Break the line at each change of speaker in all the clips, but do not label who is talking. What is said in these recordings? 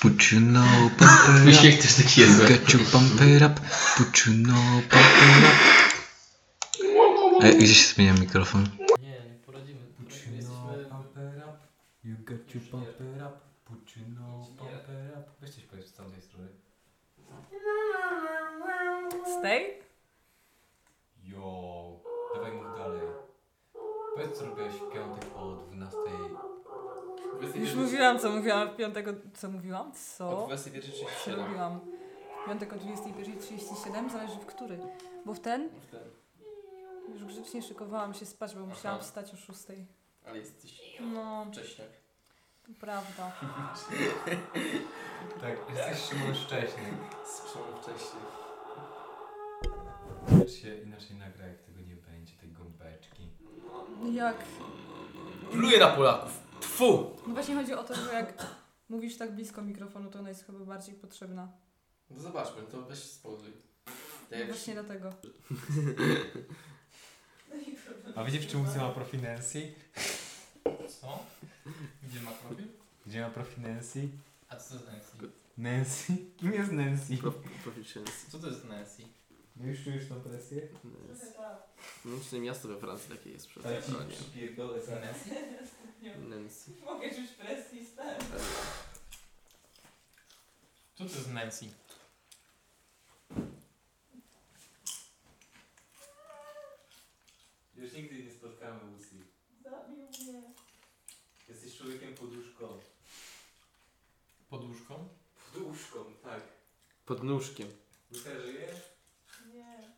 Put your no bumper
Myślę,
up.
jak tak też taki jest.
Get your bumper up. Put your no bumper up. Ej, E, gdzie się zmienia mikrofon?
Nie, nie poradzimy.
Put
poradzimy.
your no
Jesteśmy...
bumper up. You get your bumper up. Put your no bumper up. Weź coś powiedz z tamtej strony.
Z tej?
Jo, dawaj mów dalej. Powiedz co robiłeś w piątek o 12.
Już mówiłam, co mówiłam w piątek. od- Co mówiłam?
Od
Co?
21.37.
Przerobiłam. W piątek o 21.37, zależy w który. Bo w ten
Już ten.
już grzecznie szykowałam się spać, bo musiałam
Aha.
wstać o 6.
Ale jesteś
No,
wcześniak.
to prawda.
Tak, jesteś Szymon wcześniej.
Słyszałem wcześniej.
Wiesz się inaczej nagra, jak tego nie będzie, tej gąbeczki.
Jak.
Pluję na Polaków. Tfu!
No właśnie chodzi o to, że jak mówisz tak blisko mikrofonu, to ona jest chyba bardziej potrzebna.
No zobaczmy, to weź spoduj. Tak
No
jak
właśnie dlatego.
A wiecie w czym ma profinencji?
Co? Gdzie ma profil?
Gdzie ma profinencji?
A co to jest Nancy?
Nancy? Kim jest Nancy?
Proficiency.
Co to jest Nancy?
No już czujesz tą presję?
Mocne No, miasto we Francji takie jest przed
Ale ci
stronie.
przypierdolę za
Nancy?
Nancy.
Mogę już presji stać.
Co to jest Nancy?
Już nigdy nie spotkamy Lucy.
Zabił mnie.
Jesteś człowiekiem poduszką.
Pod łóżką?
Poduszką, tak.
Pod nóżkiem.
Luka, żyjesz?
Nie.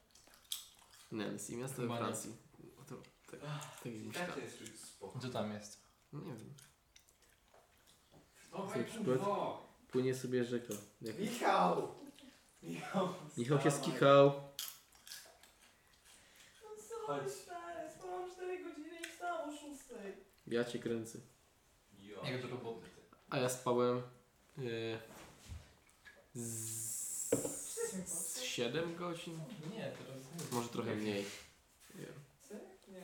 Nancy, miasto we
Chyba nie.
Francji. O to, tak, tak jest mieszka.
jest już spoko.
Gdzie tam jest?
No nie wiem.
Dawaj,
Ten przykład.
kurwo!
Płynie sobie rzeka. Jak...
Michał! Michał,
Michał się
wstawaj.
skichał.
Chodź.
stary, No spałam 4 godziny i wstałam o 6.
Ja cię kręcę.
Jo.
Jak do roboty?
A ja spałem... Yy, z... Z 7 godzin?
Nie, teraz nie.
Może trochę
Jakie?
mniej. Nie.
Co? Nie.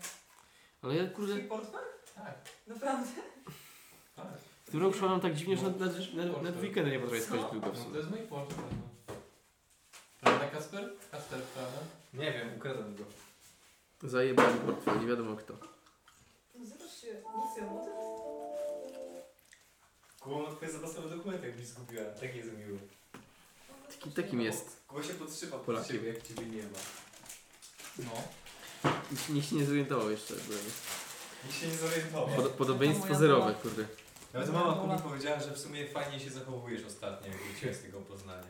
Ale ja kurde,
portfel?
Tak.
Naprawdę?
w tym roku szłam tak dziwnie, że na, na, na, na
Portfel.
weekendy nie potrafię spać długo
No,
w
to
sumie.
jest mój portfel. no. Prawda Kasper? Kasper, prawda?
Nie wiem, ukradłem go.
Zajebałem portfel, nie wiadomo kto.
Zobacz się, misją.
Kuba ma twoje zapasowe dokumenty, jak mi zgubiła. Tak jest miło.
Taki, takim jest.
Kuba się podtrzyma pod
Polakiem.
ciebie, jak ciebie nie ma.
No.
Nikt, nikt się nie zorientował jeszcze. byłem.
Nikt się nie zorientował.
Pod, podobieństwo
moja
zerowe,
mama.
kurde.
Nawet mama Kuba powiedziała, że w sumie fajnie się zachowujesz ostatnio, jak wróciłeś z tego Poznania.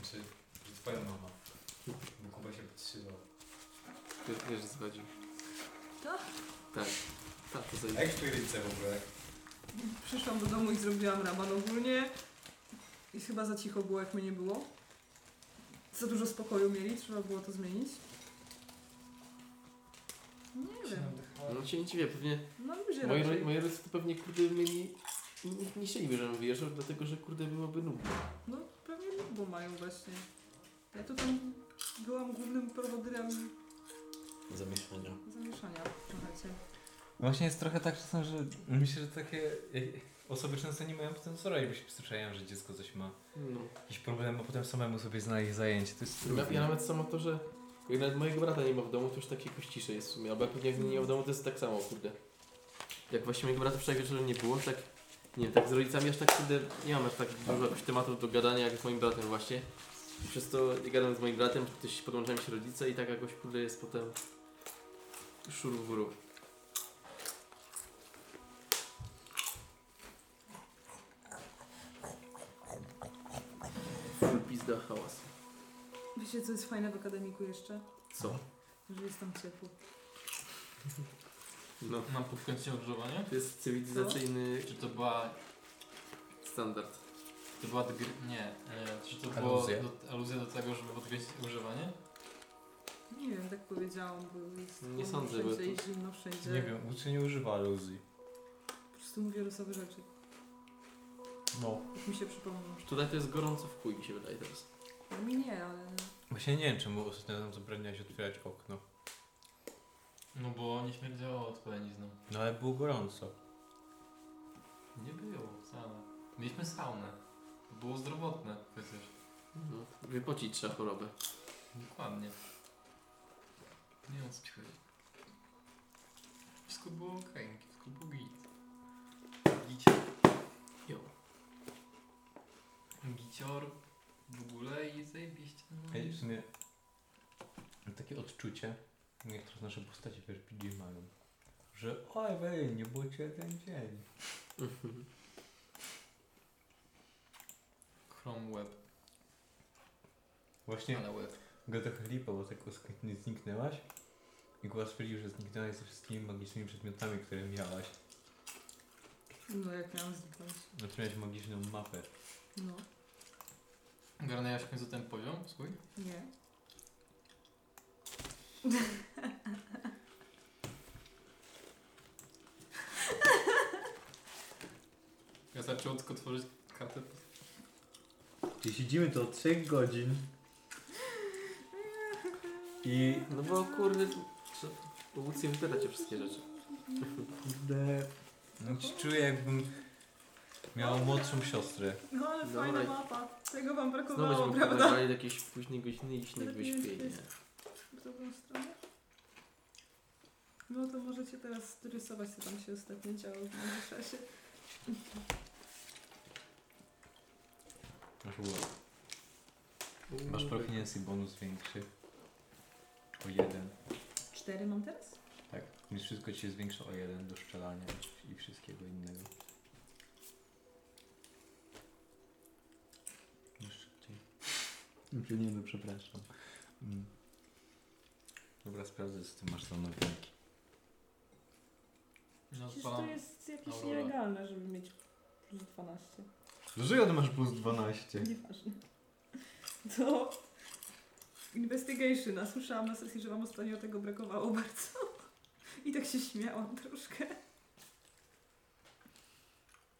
Znaczy, że twoja mama. Bo Kuba się podtrzymał.
Wiesz, wiesz, że zgodził.
Tak?
Tak. Tak, to
A
zajebiście.
jak w twojej ręce w ogóle?
Przyszłam do domu i zrobiłam raban ogólnie. I chyba za cicho było, jak mnie nie było. Za dużo spokoju mieli, trzeba było to zmienić. Nie wiem.
No cię nie dziwię, pewnie...
No ludzie
Moi, roi-
raczej.
moi rodzice to pewnie, kurde, mieli... Nie, nie chcieliby, żebym wyjeżdżał, dlatego że, kurde, byłoby nudno.
No pewnie bo mają właśnie. Ja tutaj byłam głównym prowodyrem
Zamieszania.
zamieszania. Słuchajcie.
Właśnie jest trochę tak czasem, że myślę, że takie osoby często nie mają potem co robić, bo się przyzwyczajają, że dziecko coś ma.
No.
Jakiś problem, a potem samemu sobie znaleźć zajęcie. To jest
Ja, ja nawet samo to, że... Jak nawet mojego brata nie ma w domu, to już takie jakoś ciszej jest w sumie. Albo jak pewnie jak mnie nie ma w domu, to jest tak samo, kurde. Jak właśnie mojego brata wczoraj wieczorem nie było, tak... Nie wiem, tak z rodzicami aż tak, kurde, nie mam aż tak dużo jakoś tematów do gadania, jak z moim bratem właśnie. I przez to jak gadam z moim bratem, to też podłączają się rodzice i tak jakoś, kurde, jest potem... Szur w górę. Full pizda hałas.
Wiecie co jest fajne w akademiku jeszcze?
Co?
Że jest tam ciepło.
No.
Mam podkręcenie ogrzewanie?
To jest cywilizacyjny
Czy to była
standard.
To była dygr... nie, e, czy to było
Aluzja?
Do, aluzja do tego, żeby odkryć używanie?
Nie wiem, tak powiedziałam, bo jest
Nie
chłodno
sądzę, bo
wszędzie
to-
i zimno wszędzie.
Nie wiem, uczeń nie używa aluzji.
Po prostu mówię losowe rzeczy.
No.
Jak mi się przypomną.
Tutaj to jest gorąco w chuj mi się wydaje teraz.
No Mi nie, ale...
Właśnie nie wiem, czemu ostatnio nam zabraniałeś otwierać okno.
No bo nie śmierdziało od pelenizną.
No ale było gorąco.
Nie było.
Mieliśmy saunę. To było zdrowotne przecież.
No, wypocić trzeba chorobę.
Dokładnie. Nie wiem o co ci chodzi. Wszystko było okej, wszystko było git. Gicior.
Jo.
Gicior w ogóle i zajebiście. No.
Ej, w sumie mam takie odczucie, jak teraz nasze postacie w RPG mają, że oj wej, nie było cię ten dzień.
Mhm.
Chrome web,
Właśnie
ale web.
go trochę lipa, bo tak oskutnie zniknęłaś i Kuba stwierdził, że zniknęłaś ze wszystkimi magicznymi przedmiotami, które miałaś.
No jak miałam zniknąć.
Znaczy miałeś magiczną mapę.
No,
Garnęłaś w końcu ten poziom, swój?
nie.
Ja zaczęło tylko tworzyć kartę.
Gdzie siedzimy to od 3 godzin. I
No bo kurde, trzeba pomóc jej wypytać o wszystkie rzeczy.
kurde,
No czuję jakbym miał młodszą siostrę.
No ale
Dobra.
fajna mapa. Tego wam
Znowu
brakowało,
będziemy
No, prawda?
próbowali do jakiejś późnej godziny i śnieg
Lepiej
wyśpieje.
jest. W dobrą stronę. No to możecie teraz rysować, co tam się ostatnio działo w międzyczasie.
Masz ułatwienie. Masz proficiency bonus większy. O jeden.
Cztery mam teraz?
Tak. Więc wszystko ci się zwiększa o jeden do strzelania i wszystkiego innego. Już szybciej.
nie no, przepraszam.
Mm. Dobra, sprawdzę, co ty masz za nowinki.
No,
Przecież to
odpalam.
jest jakieś
Aurora.
nielegalne, żeby mieć plus 12.
Dlaczego ty masz plus 12?
Nieważne. To... Investigation. A słyszałam na sesji, że wam ostatnio tego brakowało bardzo. I tak się śmiałam troszkę.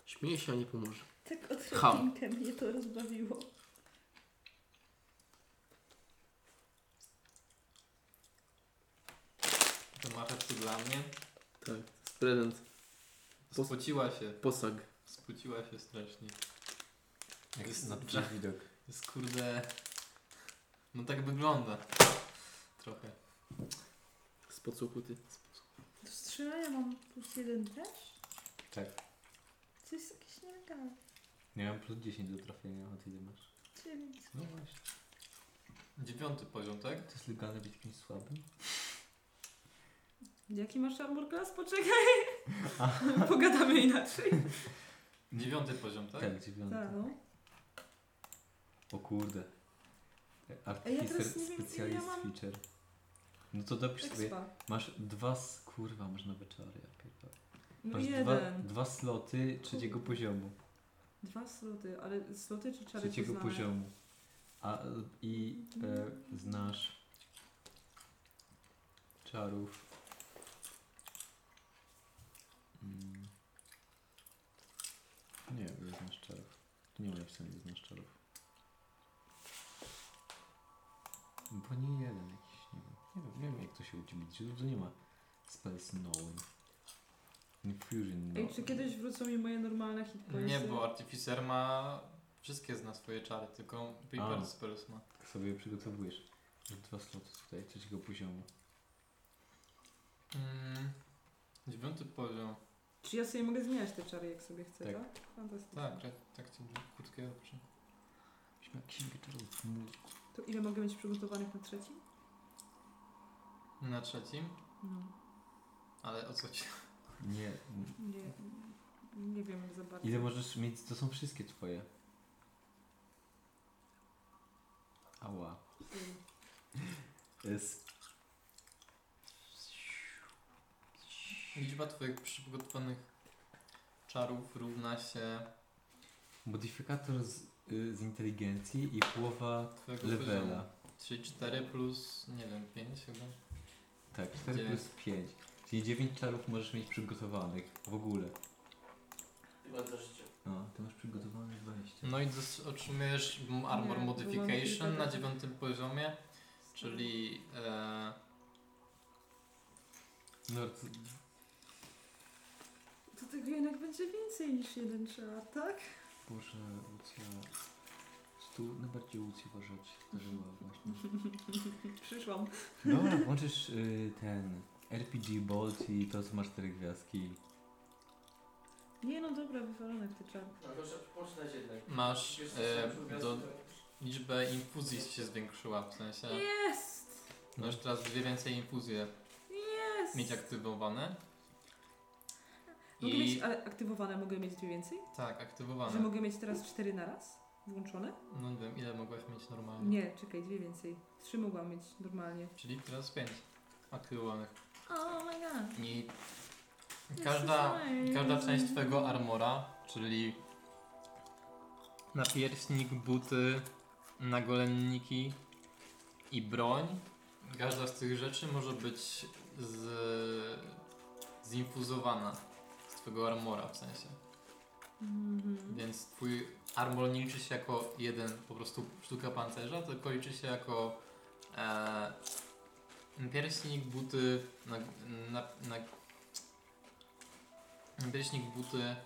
Śmieje się, a nie pomoże.
Tak
Ham.
odrobinkę mnie to rozbawiło.
To masz tu dla mnie.
Prezent. Pos-
Spociła się.
Posag.
Spociła się strasznie.
Jak
Jest
na
dobrze.
twój widok.
Jest kurde. No tak wygląda. Trochę.
Z podsłuchuty.
Do strzelania mam plus jeden też?
Tak.
Coś jest jakieś nielegalne.
Nie mam plus 10 do trafienia, a ty ile masz?
Dziewięć.
No właśnie.
Dziewiąty poziom, tak?
To jest legalne być kimś słabym?
Jaki masz armor class? Poczekaj. Pogadamy inaczej.
Dziewiąty poziom, tak?
Tak, dziewiąty.
Tak, no.
O kurde.
Ej, ja
Artist,
teraz nie wiem, ile
specjalist
ja mam-
feature. No to dopisz sobie.
Expa.
Masz dwa, s- kurwa, masz na wieczory, ja pierdolę.
No
Masz
jeden.
dwa,
Dwa,
dwa sloty trzeciego poziomu.
sloty, ale sloty czy czary
Trzeciego
poznane?
poziomu. A, y, I
Mhm.
e, znasz czarów. Mm. Nie wiem, ile znasz czarów. Tu nie ma napisane, ile znasz czarów. Bo nie jeden jakiś, nie wiem. Nie wiem, nie wiem jak to się u Ciebie dzieje. Tu nie ma spells known. Nie fusion
Ej,
known.
czy kiedyś wrócą mi moje normalne hit
Nie,
pointsy?
bo Artificer ma... Wszystkie zna swoje czary, tylko
A.
Paper Spells ma.
Tak sobie przygotowujesz. Dwa sloty tutaj, trzeciego poziomu.
Mm, dziewiąty poziom.
Czy ja sobie mogę zmieniać te czary, jak sobie chcę,
Tak.
tak? Fantastycznie.
Tak, tak, tak ci krótkie dobrze.
Byśmy jak księgę czarów. Mm.
To ile mogę mieć przygotowanych na trzeci?
Na trzecim,
No,
ale o co ci?
Nie. mm.
nie, nie wiem za bardzo.
Ile możesz mieć? To są wszystkie twoje. Ała. Jest.
Liczba twoich przygotowanych czarów równa się
Modyfikator z, y, z inteligencji i połowa
twojego poziomu.
levela.
Czyli 4 plus, nie wiem, 5 chyba.
Tak, 4
Dziewięć.
plus 5. Czyli 9 czarów możesz mieć przygotowanych w ogóle.
Chyba to życie.
No, ty masz przygotowane 20.
No i dos- otrzymujesz m- Armor
Nie,
Modification
byłam
na dziewiątym poziomie, czyli e,
No, to,
To tego jednak będzie więcej niż jeden czar, tak?
Boże, Lucja. Stół najbardziej Lucji uważać zdarzyła właśnie.
Przyszłam.
Dobra, włączysz y, ten RPG Bolt i to co masz cztery gwiazdki.
Nie no dobra, wywalone te czarne.
No proszę, poczytać jednak.
Masz e, do, liczbę infuzji się zwiększyła, w sensie
Jest!
masz teraz dwie więcej infuzje
Jest!
mieć aktywowane.
Mogę
I
mieć ale aktywowane, mogę mieć dwie więcej?
tak,
Że
aktywowane.
mogę mieć teraz cztery naraz? Włączone?
No nie wiem, ile mogłaś mieć normalnie.
Nie, czekaj, dwie więcej. Trzy mogłam mieć normalnie.
Czyli teraz pięć aktywowanych.
Oh my god.
I każda, każda część twojego armora, czyli napierśnik, buty, nagolenniki i broń, każda z tych rzeczy może być z, zinfuzowana z twojego armora w sensie.
Mhm.
Więc twój armor nie liczy się jako jeden po prostu sztuka pancerza, tylko liczy się jako e, pierśnik, buty, na, na, na, pierśnik, buty,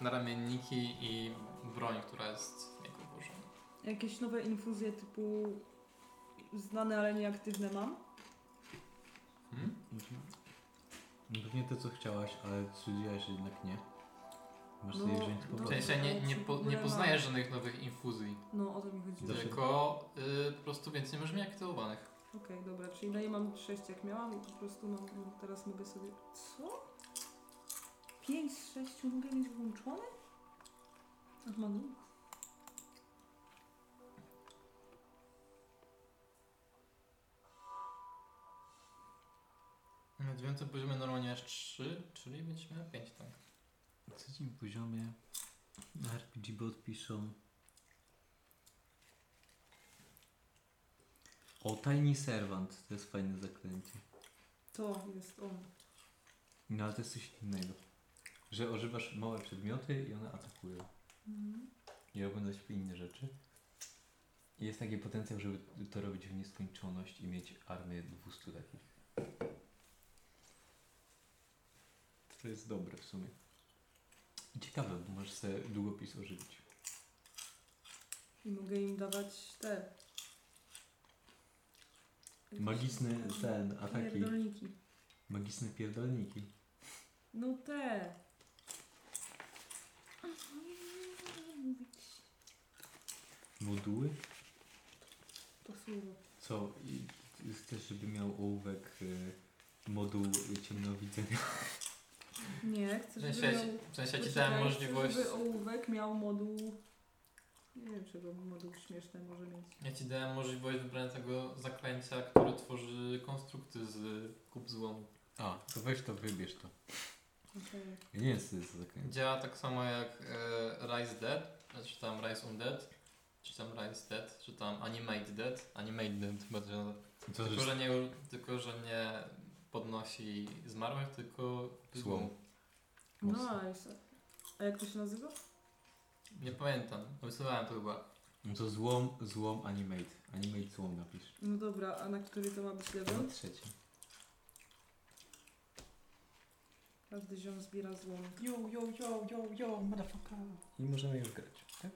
naramienniki i broń, która jest jako włożona.
Jakieś nowe infuzje typu znane, ale nieaktywne mam?
Hmm?
No Pewnie to co chciałaś, ale stwierdziłaś jednak nie. Masz
No,
sobie wziąć po
W
no.
prostu.
sensie nie, nie,
Czy w
po, nie
ogóle
poznajesz żadnych nowych infuzji,
No, o to mi chodziło.
Dobrze.
tylko y, po prostu więcej masz mieć aktywowanych.
Okej, dobra, czyli dalej mam sześć jak miałam i po prostu mam, no, teraz mogę sobie... Co? Pięć z sześciu mogę mieć włączone? Ach, mam nóg.
Na dziewiątym poziomie normalnie aż 3, czyli będziesz miała 5, tak?
Na trzecim poziomie na RPG Bot piszą O, Tiny Servant, to jest fajne zaklęcie.
To jest on.
No ale to jest coś innego. Że ożywasz małe przedmioty i one atakują.
Mhm.
I robią do siebie inne rzeczy. I jest taki potencjał, żeby to robić w nieskończoność i mieć armię 200 takich. To jest dobre w sumie. I ciekawe, bo możesz sobie długopis ożywić.
I mogę im dawać te...
Magiczny ten, ataki.
Pierdolniki.
Magiczne pierdolniki.
No te.
Moduły?
To słowo.
Co? I i chcesz, żeby miał ołówek y, moduł ciemnowidzenia?
Nie, chcę,
W
żeby
sensie, ja
miał...
ci- w sensie ja ci
Poczekaj,
dałem
chcę,
możliwość.
Żeby ołówek miał moduł... Nie wiem, czego moduł śmieszny może mieć.
Ja ci dałem możliwość wybrania tego zaklęcia, które tworzy konstrukty z kub złomu.
A, to weź to, wybierz to.
Okej.
Ja nie wiem, co to jest za zaklęcie.
Działa tak samo jak e, Rise Dead, czy tam Rise Undead, czy tam Rise Dead, czy tam Animate Dead, Animate Dead bardziej. na to.
To
Tylko,
jest
że nie, tylko, że nie podnosi zmarłych, tylko
Złom. mocno.
Nice. No, A jak to się nazywa?
Nie pamiętam, rysowałem to chyba.
No to złom, złom animate. Animate złom napisz.
No dobra, a na który to ma być
No
level?
trzeci.
Każdy ziom zbiera złom.
Yo, yo, yo, yo, yo, motherfucker. I możemy już grać, tak?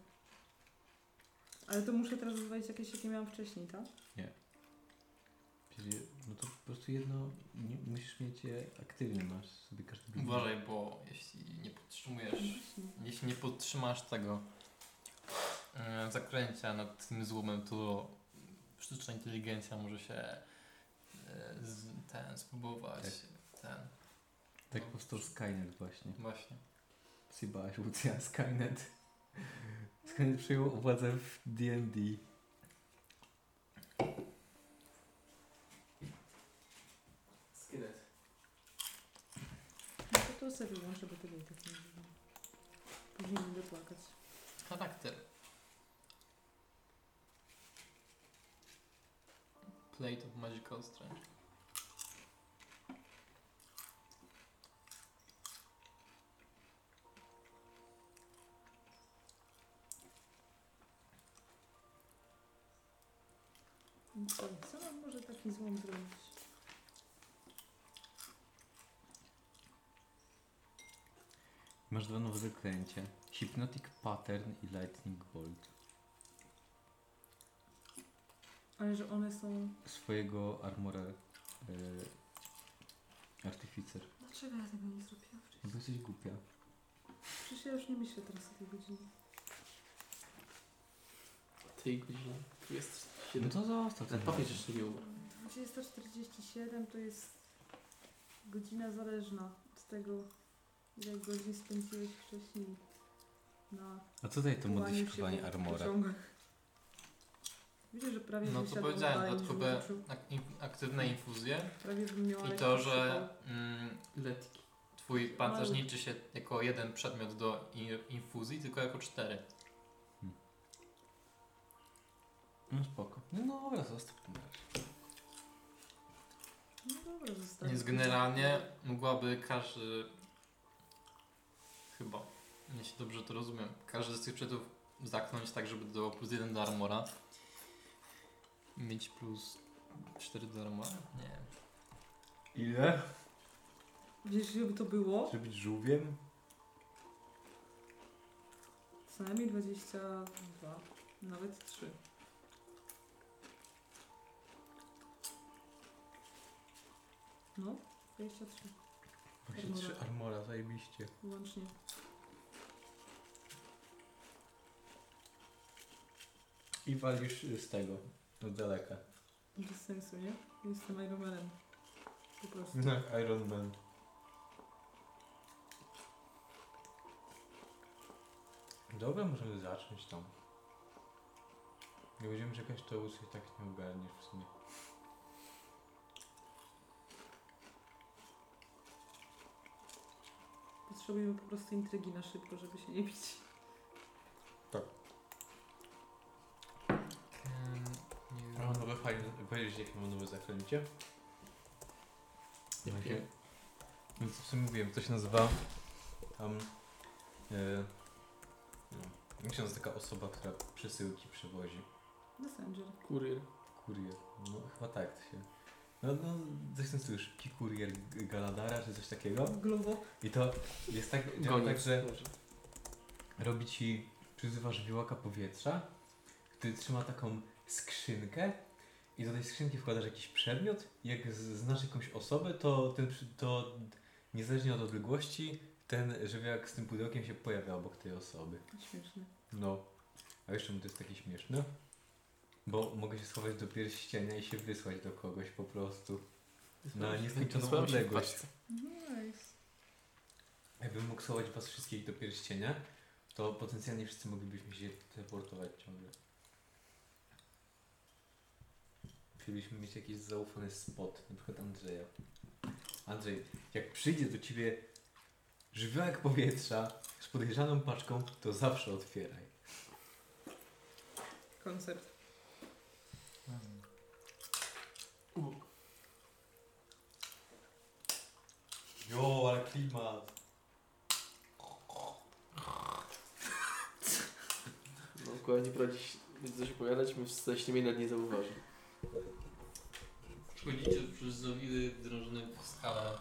Ale to muszę teraz wywalić jakieś, jakie miałam wcześniej, tak?
Czyli, no to po prostu jedno, nie, musisz mieć je aktywne, masz sobie każdy
Uważaj, bo jeśli nie podtrzymujesz
Właśnie.
Jeśli nie podtrzymasz tego e, zakręcia nad tym złomem, to sztuczna inteligencja może się e, z, ten spróbować. Ten.
Tak powstał Skynet właśnie.
Właśnie.
Zjebałaś Lucja, Skynet. Skynet przejął władzę w D&D.
Skinhead.
No to, to sobie wyłączę, bo tego i tak nie wiem. Później będę płakać.
Charakter. Plate of Magical Strength.
No Co, co nam może taki złom zrobić?
Masz dwa nowe zaklęcia. Hypnotic Pattern i Lightning Bolt.
Ale że one są...
Swojego armora e, Artificer.
Dlaczego ja tego nie zrobiłam
No
wcześniej?
Bo jesteś głupia.
Przecież ja już nie myślę teraz o tej godzinie.
Ty godzina. Tu jest
No
7.
to zostaw
Ten
ten
papież jeszcze nie umarł.
Znaczy 20.47 to jest godzina zależna od tego, ile godzin spędziłeś wcześniej na
A co daje to
tułaniu się
modyfikowanie
po
armora?
pociągach. Widzisz, że prawie
No to
wysiadłam
powiedziałem,
dalej niż
dodatkowe
wyrzucił.
ak- Tak, in- aktywne infuzje
Prawie bym miała
i to,
lekki
że mm,
Letki.
twój pancerz nie liczy się jako jeden przedmiot do in- infuzji, tylko jako cztery.
No spoko. No dobra, zostaw ten razie.
przypał. No dobra, zostawię.
Więc generalnie mogłaby każdy, chyba, jeśli dobrze to rozumiem, każdy z tych przedmiotów zaknąć tak, żeby dawał plus jeden do armora. Mieć plus cztery do armora? Nie wiem.
Ile?
Wiesz, jakby to było?
Żeby być żółwiem?
Co najmniej 22, nawet 3. No, 23
Właśnie trzy armora, zajebiście.
łącznie.
I walisz y, z tego. Od daleka.
Bez sensu, nie? Jestem Iron Manem. Po prostu.
Jak No, Iron Man. Dobra, możemy zacząć tam. Nie będziemy czekać, to już i tak nie ogarniesz w sumie.
Potrzebujemy po prostu intrygi na szybko, żeby się nie bić.
Mm,
Mam nowe fajne, powiedzieć jakie mam nowe zaklęcie?
Jakie?
No to w sumie mówiłem, to się nazywa tam... Yy, no, jak się nazywa taka osoba, która przesyłki przewozi?
Messenger.
Kurier.
Kurier. No chyba tak to się... No, no, coś ten stylu, szybki kurier G- Galadara czy coś takiego.
Globo.
I to jest tak, działa tak,
Goniec.
że
Dobrze.
robi ci, przyzywasz wiłaka powietrza, który trzyma taką skrzynkę i do tej skrzynki wkładasz jakiś przedmiot. Jak z- znasz jakąś osobę, to, ten, przy- to niezależnie od odległości ten żywiołak z tym pudełkiem się pojawia obok tej osoby.
Śmieszne.
No. A jeszcze mu to jest takie śmieszne, bo mogę się schować do pierścienia i się wysłać do kogoś po prostu. Na nieskończoną
Słyszałem się w
odległość.
paczce.
Nice.
Jakbym mógł schować was wszystkich do pierścienia, to potencjalnie wszyscy moglibyśmy się teleportować ciągle. Chcielibyśmy mieć jakiś zaufany spot, na przykład Andrzeja. Andrzej, jak przyjdzie do ciebie żywiołek powietrza z podejrzaną paczką, to zawsze otwieraj.
Koncert.
Jo, ale klimat!
No kochani, prowadzi będzie coś opowiadać, my jesteśmy jej nawet nie zauważy.
Przechodzicie przez zawiry wdrożone w skalę.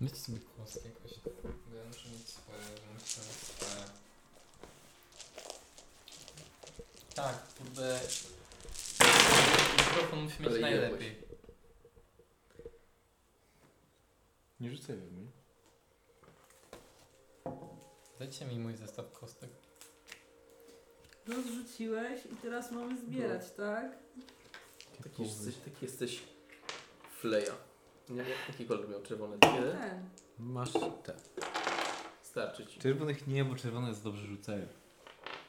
Wiecie sobie kłos jakoś. tak, Ja muszę mieć swoje, muszę mieć swoje. Tak, kurde. Mikrofon musi mieć
Ale
najlepiej.
Nie rzucaj we mnie.
Dajcie mi mój zestaw kostek.
Rozrzuciłeś i teraz mamy zbierać, tak?
Taki Tak jesteś, taki jesteś fleja. Nie, nie, jaki kolor miał czerwony? Tyle?
Ten.
Masz te.
Starczy ci.
Czerwonych nie, bo czerwone jest dobrze rzucają.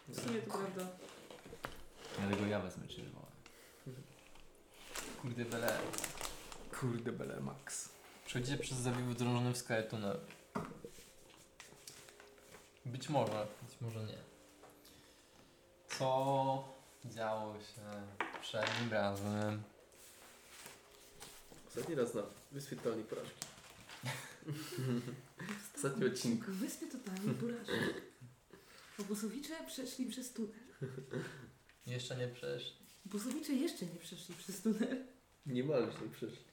W sumie
No.
to prawda.
Dlatego ja wezmę czerwone.
Kurde bele.
Kurde, bele max.
Przechodzicie przez zawiły wdrożone w skalę tunel. Być może, być może nie. Co działo się przednim razem?
Ostatni raz na wyspie totalnej porażki. Ostatni odcinek.
W wyspie totalnie porażki. Obozowicze przeszli przez tunel.
Jeszcze nie przeszli.
Obozowicze jeszcze nie przeszli przez tunel.
Niemalże nie przyszli.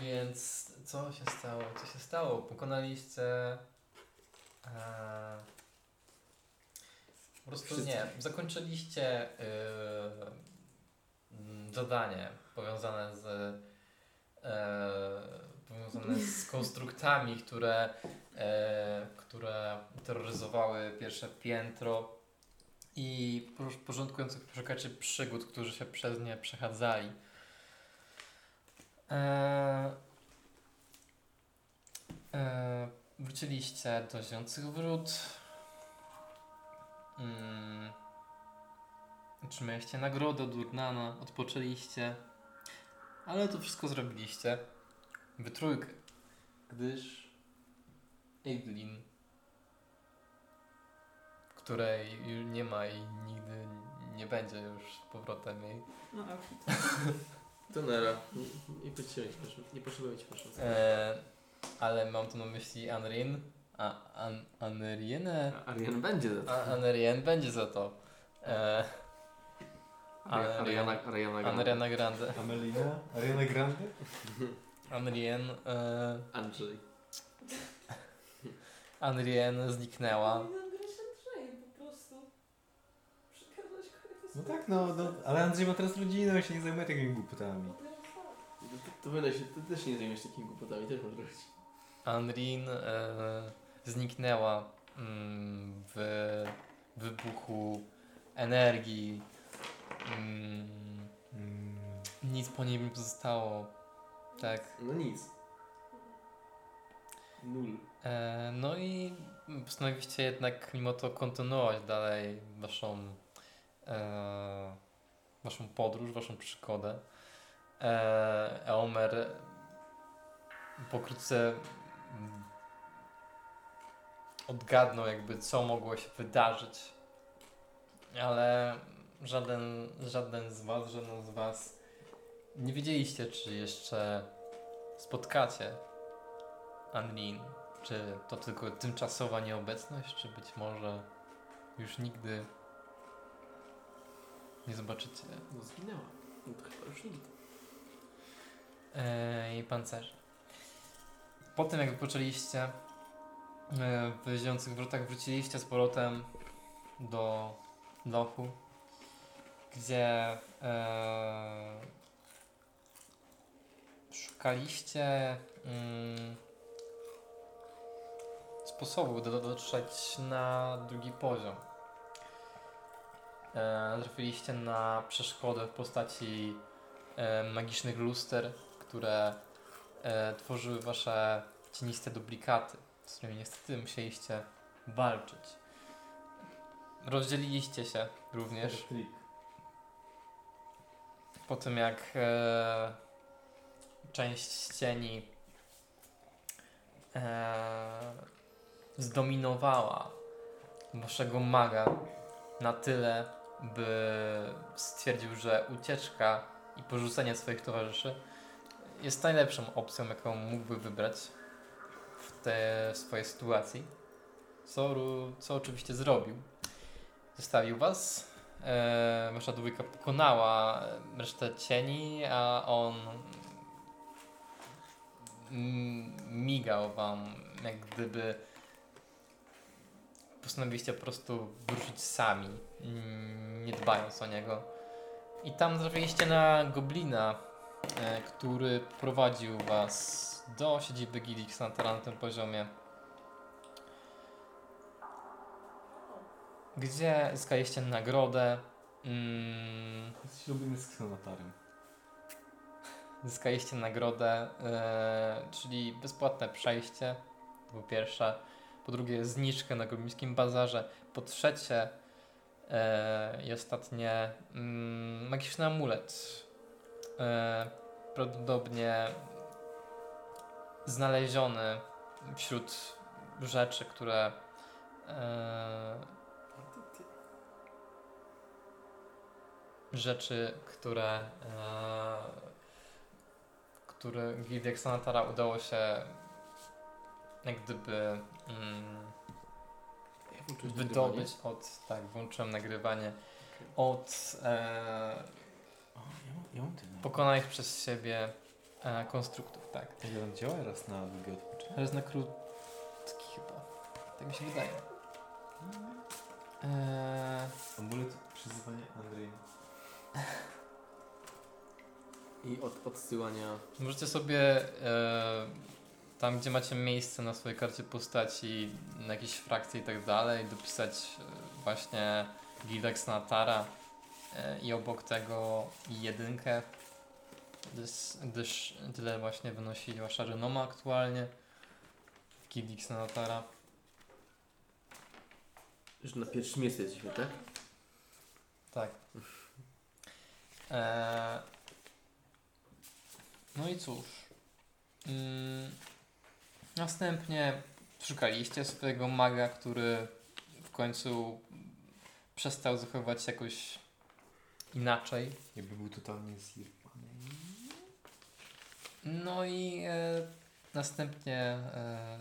Więc co się stało? Co się stało? Pokonaliście. E, po prostu
Wszystkich.
nie. Zakończyliście y, mm, zadanie powiązane z. E, powiązane z konstruktami, które, e, które terroryzowały pierwsze piętro i por- porządkujących poszukaczy przygód, którzy się przez nie przechadzali. Eee, eee, wróciliście do zionących wrót. Mm. Otrzymaliście nagrodę od Urnana, odpoczęliście. Ale to wszystko zrobiliście. Wy trójkę. Gdyż Eidlin, której ju- nie ma i nigdy nie będzie już powrotem jej
No, a
To nara. Nie, nie potrzebujemy ci, proszę. Nie potrzebujemy ci, proszę.
E, ale mam tu na myśli Anrin. A an, Anrienę?
A Arian będzie za to.
A Anrien będzie za to. E,
Ariana,
Ariana-
Ariana, Ariana,
Anriana Grande.
Amelina? Ariana Grande?
Anrien. E,
Andrzej.
Anrien zniknęła.
Gry się drzeje po prostu. Przekazać kogoś.
No tak, no, no. Ale Andrzej ma teraz rodzinę, on się nie zajmuje takimi głupotami.
To, to wydaj się, ty też się nie zajmiesz takimi głupotami, też możesz robić.
Anrin e, zniknęła mm, w wybuchu energii. Mm,
Mm.
nic po niej nie pozostało. Tak.
No nic. Nul.
E, No i postanowiliście jednak mimo to kontynuować dalej waszą, e, waszą podróż, waszą przygodę. E, Elmer pokrótce mm, odgadnął jakby co mogło się wydarzyć, ale żaden, żaden z was, żaden z was nie wiedzieliście czy jeszcze spotkacie Anlin. Czy to tylko tymczasowa nieobecność, czy być może już nigdy nie zobaczycie
No zginęła. No to chyba już nigdy.
e, jej pancerza? Po tym jak wypoczęliście e, w Ziejących Wrotach, wróciliście z powrotem do lochu, gdzie e, szukaliście mm, sposobu, by do- dotrzeć na drugi poziom. E, trafiliście na przeszkodę w postaci e, magicznych luster, które e, tworzyły wasze cieniste duplikaty, z którymi niestety musieliście walczyć. Rozdzieliliście się również
Trik.
po tym jak e, część cieni e, zdominowała waszego maga na tyle, by stwierdził, że ucieczka i porzucenie swoich towarzyszy jest najlepszą opcją, jaką mógłby wybrać w te swojej sytuacji. Co, ru- co oczywiście zrobił. Zostawił was E, wasza dwójka pokonała resztę cieni, a on m- migał wam, jak gdyby postanowiliście po prostu wrócić sami, mm, nie dbając o niego. I tam trafiliście na goblina, e, który prowadził was do siedziby Gilix na tym poziomie. Gdzie zyskaliście nagrodę. Mm,
Jesteś lubimy z ksonatarem.
zyskaliście nagrodę, e, czyli bezpłatne przejście, to po pierwsze. Po drugie, zniżkę na goblińskim bazarze. Po trzecie e, i ostatnie, mm, magiczny amulet. E, prawdopodobnie znaleziony wśród rzeczy, które e, rzeczy, które e, który Gildiak Sanatara udało się jak gdyby mm,
Ja włączyłeś nagrywanie.
wydobyć od, tak, włączyłem nagrywanie, od e,
O, ja mam, ja mam tyle.
pokonanych przez siebie A, konstruktów, tak.
Ile on działa raz na długi odpoczynek?
Raz na krótki chyba. Tak mi się wydaje. Eee,
Amulet przyzywania Andrzeja.
I od odsyłania.
możecie sobie e, tam, gdzie macie miejsce na swojej karcie postaci, na jakieś frakcje i tak dalej, dopisać e, właśnie Gilex Natara e, i obok tego jedynkę, gdyż, gdyż tyle właśnie wynosi wasza renoma aktualnie. Gilex Natara.
Że na pierwszym miejscu jesteśmy, tak?
Tak. Eee, no i cóż. Mm, następnie szukaliście swojego maga, który w końcu przestał zachowywać się jakoś inaczej.
Jakby był totalnie zjebany.
No i e, następnie e,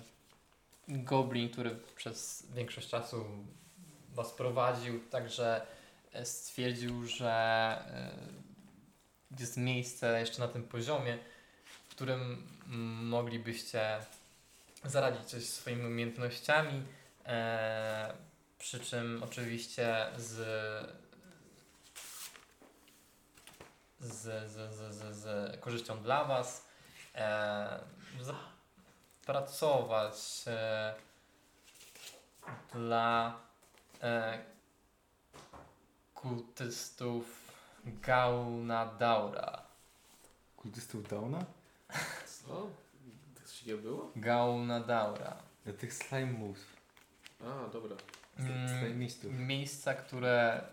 Goblin, który przez większość czasu was prowadził, także e, stwierdził, że e, jest miejsce jeszcze na tym poziomie, w którym mm, moglibyście zaradzić coś swoimi umiejętnościami, e, przy czym oczywiście z z, z, z, z, z korzyścią dla Was e, zapracować e, dla e, kultystów Gauna Daura.
Kultystów Downa?
Co? Tak się nie było?
Gauna Daura.
Do tych slime'ów.
A, dobra.
Mm,
Slime'istów.
miejsca, które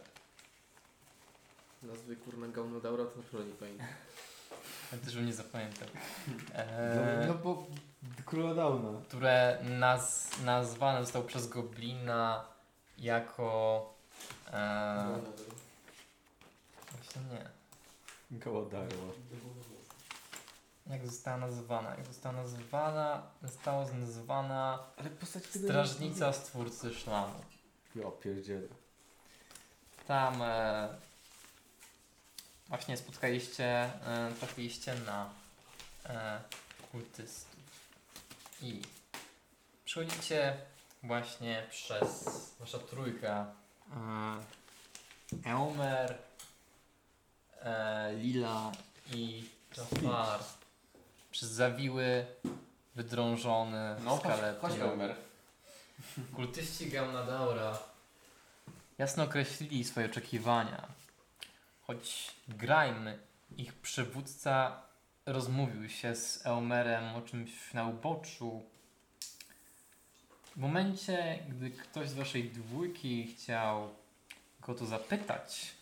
Nazwy kurna Gaunodaura to na pewno nie pamiętam.
ja też bym nie zapamiętał.
No,
E,
no bo króla Downa.
które naz, nazwane zostało przez Goblina jako. E,
No.
Gaunodaura.
właśnie nie.
Koła Darła.
Jak została nazwana? Jak została nazwana? Została nazwana
Ale postać tego nie
Strażnica Stwórcy Szlamu.
Ja pierdzielę.
Tam e, właśnie spotkaliście, e, trafiliście na e, kultystów. I przechodzicie właśnie przez wasza trójka. E, Elmer, e, Lila i Jafar przez zawiły wydrążony
No,
skalet. Kultyści Gaunadaura jasno określili swoje oczekiwania. Choć Grime, ich przywódca, rozmówił się z Eomerem o czymś na uboczu. W momencie, gdy ktoś z waszej dwójki chciał go to zapytać,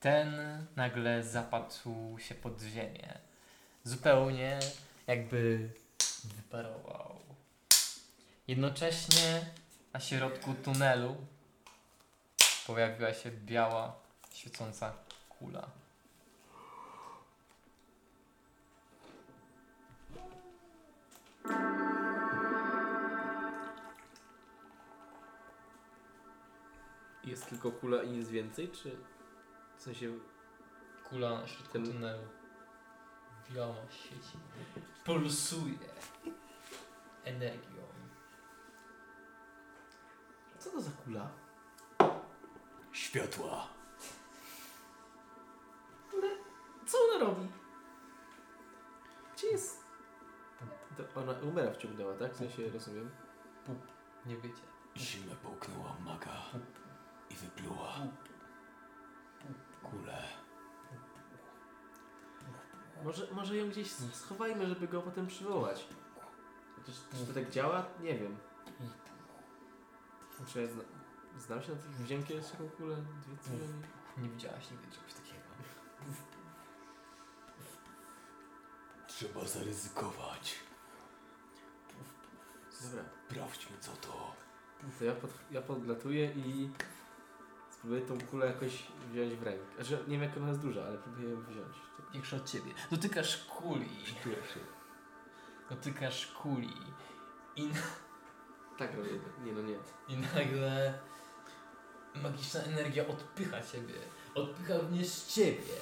ten nagle zapadł się pod ziemię. Zupełnie jakby wyparował. Jednocześnie na środku tunelu pojawiła się biała, świecąca kula.
Jest tylko kula i nic więcej, czy... W sensie...
Kula na środku
Ten-
tunelu. Biała sieci. Pulsuje energią.
Co to za kula?
Światła.
Co ona robi? Gdzie jest... To ona Umera wciągnęła, tak? W sensie, rozumiem.
Nie wiecie.
Zimę połknęła maga i wypluła kulę.
Może, może ją gdzieś
Hmm.
schowajmy, żeby go potem przywołać. Chociaż czy to tak działa? Nie wiem. Czy ja zna, znam się na tych wziąłem kiedyś taką kulę?
Hmm.
Dwie co najmniej?
Nie widziałaś nigdy czegoś takiego.
Trzeba zaryzykować.
Dobra,
Sprawdźmy co to.
to ja, pod, ja podlatuję i spróbuję tą kulę jakoś wziąć w rękę. Znaczy, nie wiem jak ona jest duża, ale próbuję ją wziąć.
Większa od ciebie. Dotykasz kuli. Dotykasz kuli.
Tak robię. Nie no nie.
I nagle magiczna energia odpycha ciebie. Odpycha również ciebie.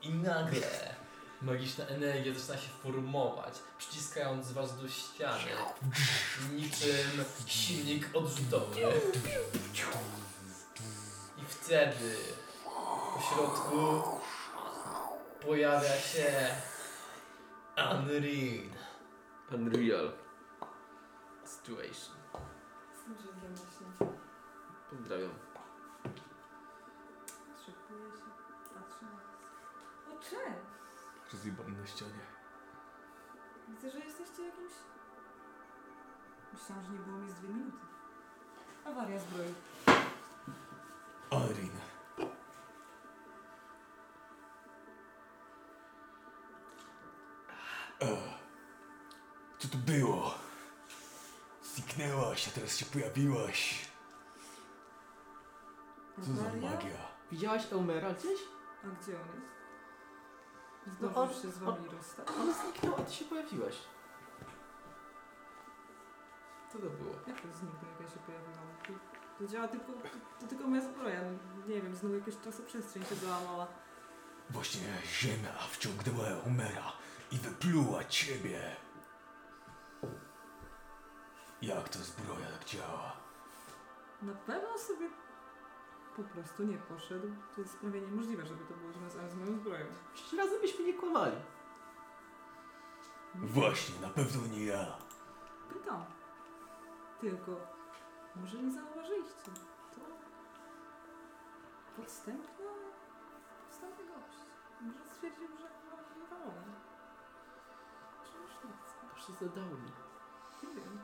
I nagle magiczna energia zaczyna się formować, przyciskając was do ściany. Niczym silnik odrzutowy. I wtedy po środku pojawia się Unreal
Unreal situation.
Z drzewem właśnie.
Pozdrawiam.
Trzepuje się. Patrzy na nas. O czem?
Rozjebany na ścianie.
Widzę, że jesteście jakimś... Myślałam, że nie było mi z dwie minuty. Awaria zbroi.
Arin. E, Co to było? Zniknęłaś, a teraz się pojawiłaś. Co za
Awaria?
magia?
Widziałaś Eumera gdzieś?
A gdzie on jest?
No
Zdążył
on-
się z wami rozstać.
On zniknął, a ty się pojawiłaś. Co to było?
Jak to zniknął, jak ja się pojawiłam? To, to działa tylko... To, to tylko moja zbroja. No, Nie wiem, znowu jakaś czasoprzestrzeń się załamała.
Właśnie ziemia wciągnęła Eumera i wypluła ciebie. Jak to zbroja tak działa?
Na pewno sobie po prostu nie poszedł. To jest prawie niemożliwe, żeby to było związane z moją zbroją.
Przecież razem byśmy nie kłamali.
Właśnie, na pewno nie ja.
Pytam. Tylko może nie zauważyliście. To podstępny, podstępny gość. Może stwierdził, że mam nie wolno. Czy już nie chce?
To się zadało mi.
Nie wiem.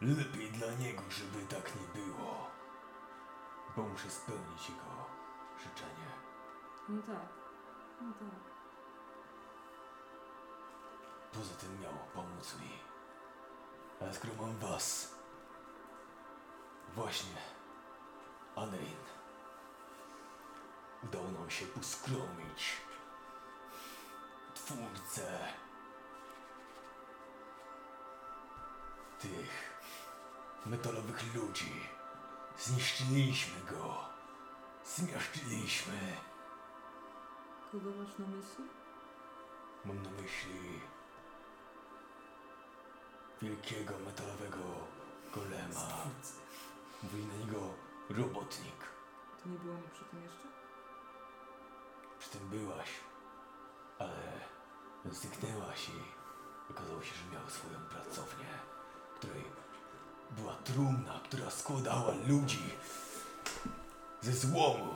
Lepiej dla niego, żeby tak nie było. Bo muszę spełnić jego życzenie.
No tak. No tak.
Poza tym miał pomóc mi. Ale skoro mam was... Właśnie... Anrin... Udało nam się poskromić... Twórcę... Tych... Metalowych ludzi. Zniszczyliśmy go. Zmiażdżyliśmy.
Kogo masz na myśli?
Mam na myśli... Wielkiego metalowego golema. Mówili na niego robotnik.
To nie było mi przy tym jeszcze?
Przy tym byłaś, ale zniknęłaś i okazało się, że miał swoją pracownię, w której była trumna, która składała ludzi ze złomu.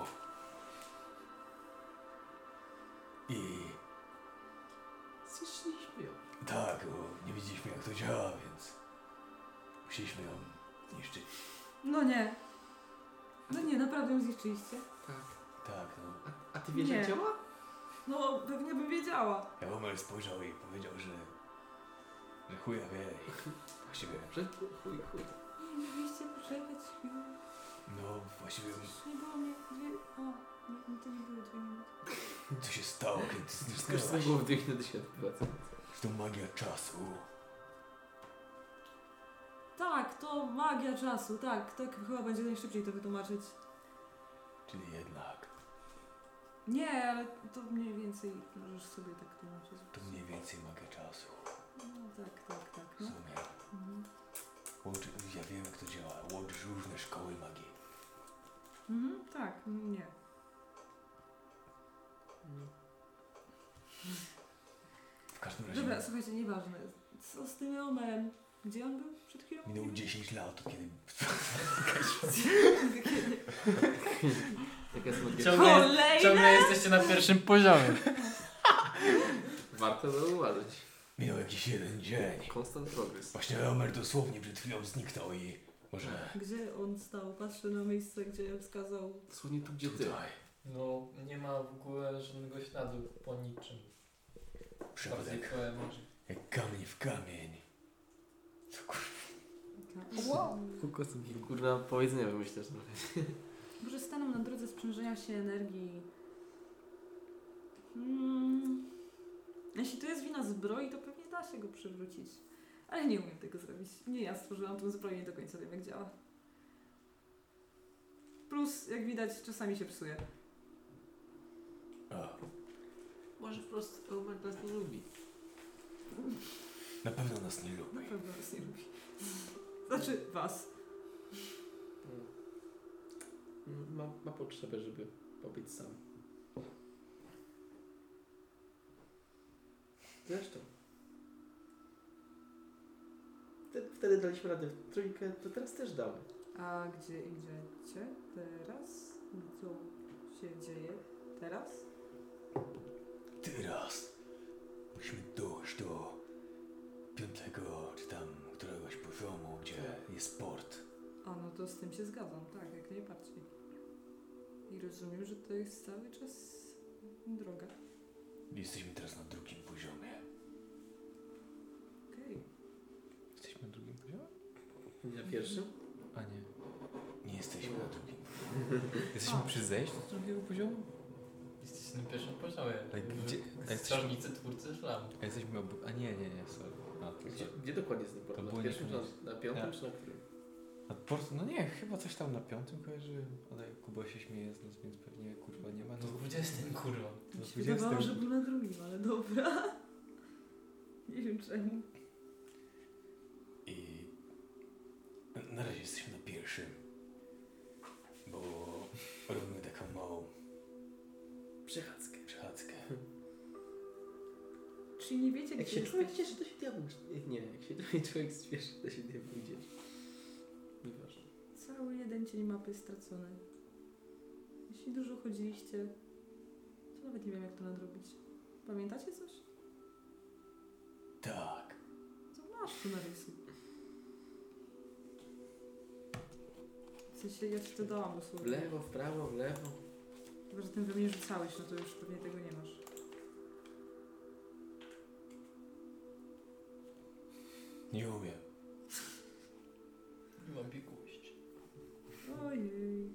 I
Zniszczyliśmy ją.
tak, bo nie widzieliśmy jak to działa, więc musieliśmy ją niszczyć.
No nie. No nie, naprawdę ją zniszczyliście.
Tak.
Tak, no.
A, a ty wiesz, jak
Nie.
działa?
No, pewnie bym wiedziała.
Elmer spojrzał i powiedział, że... że chuja wie i właściwie...
Że chuj, chuj.
Nie, mieliście poczekać chwilę.
No, właściwie
Przecież nie było mnie dwie... O, nie, no to nie były dwie minuty.
co się stało, kiedy
Skoro z
zniknęłaś?
głowy dychnie do siebie. wraca.
Czy to magia czasu?
Tak, to magia czasu, tak. Tak chyba będzie najszybciej to wytłumaczyć.
Czyli jednak,
Nie, ale to mniej więcej możesz sobie tak tłumaczyć.
to mniej więcej magia czasu.
No tak, tak, tak.
W
No.
sumie,
Mhm.
łączy, ja wiem jak to działa, łączysz różne szkoły magii.
Mhm, tak, nie.
W każdym razie
Dobra, słuchajcie, nieważne. Co z tym Eomerem? Gdzie on był przed chwilą?
minęło 10 lat od kiedy...
Jaka jest magia?
Ciągle,
Kolejne!
ciągle jesteście na pierwszym poziomie.
Warto zauważyć.
Minął jakiś jeden dzień.
Constant progress.
Właśnie Elmer dosłownie przed chwilą zniknął i może
Gdzie on stał? Patrzę na miejsce, gdzie wskazał.
Dosłownie tu, gdzie ty.
tutaj
No, nie ma w ogóle żadnego śladu po niczym.
Tak
Bardziej
przypadek,
pełen może.
jak kamień w kamień. Co kurwa?
Wow.
Kółko Kurna, powiedzenia wymyślasz trochę.
Może staną na drodze sprzężenia się energii. Hmm. Jeśli to jest wina zbroi, to pewnie da się go przywrócić. Ale nie umiem tego zrobić. Nie ja stworzyłam tą zbroję, nie do końca wiem jak działa. Plus, jak widać, czasami się psuje.
Może po prostu Eumel nas nie lubi.
Na pewno nas nie
Na
lubi.
pewno nas nie lubi. Znaczy was.
Mm, Ma, ma potrzebę, żeby pobyć sam. Zresztą. Te- Wtedy daliśmy radę w trójkę, to teraz też damy.
A gdzie idziecie teraz? Co się dzieje teraz?
Teraz musimy dojść do piątego czy tam któregoś poziomu, gdzie jest port.
A no to z tym się zgadzam, tak, jak najbardziej. I rozumiem, że to jest cały czas droga.
Jesteśmy teraz na drugim poziomie.
Okej.
Jesteśmy na drugim poziomie?
Na pierwszym?
A nie.
Nie jesteśmy na drugim poziomie.
Jesteśmy przy zejściu z drugiego poziomu?
Jesteśmy na pierwszym poziomie.
Ale gdzie- a jesteśmy-
Strażnicy, twórcy szlamu.
A jesteśmy obok... A nie, nie, nie, sorry. A, to
Gdzie,
sorry.
gdzie dokładnie jest ten portal?
To
Na
było
pierwszym, czy
niekoniec-
na, na piątym,
Nie.
czy na którym?
A port... No nie, chyba coś tam na piątym kojarzyłem. Ale Kuba się śmieje z nas, więc pewnie kurwa nie ma.
No 20 kurwa.
No,
Tak Mi się wydawało,
20.
że był na drugim, ale dobra. Nie wiem czemu.
I na razie jesteśmy na pierwszym. Bo robimy taką małą
Przechadzkę.
przechadzkę.
Czy nie wiecie,
Jak
gdzie
się człowiek
jesteście?
cieszy, to się diabeł... Nie, nie, jak się człowiek spieszy, to się diabeł dzieje. Nieważne.
Cały jeden dzień mapy stracony. Jeśli dużo chodziliście, to nawet nie wiem, jak to nadrobić. Pamiętacie coś?
Tak.
Co masz tu na rysu? W sensie, ja ci to dałam
W
dosłownie.
lewo, w prawo, w lewo.
Chyba, że tym we mnie rzucałeś, no to już pewnie tego nie masz.
Nie umiem.
Nie mam biegłości.
Ojej.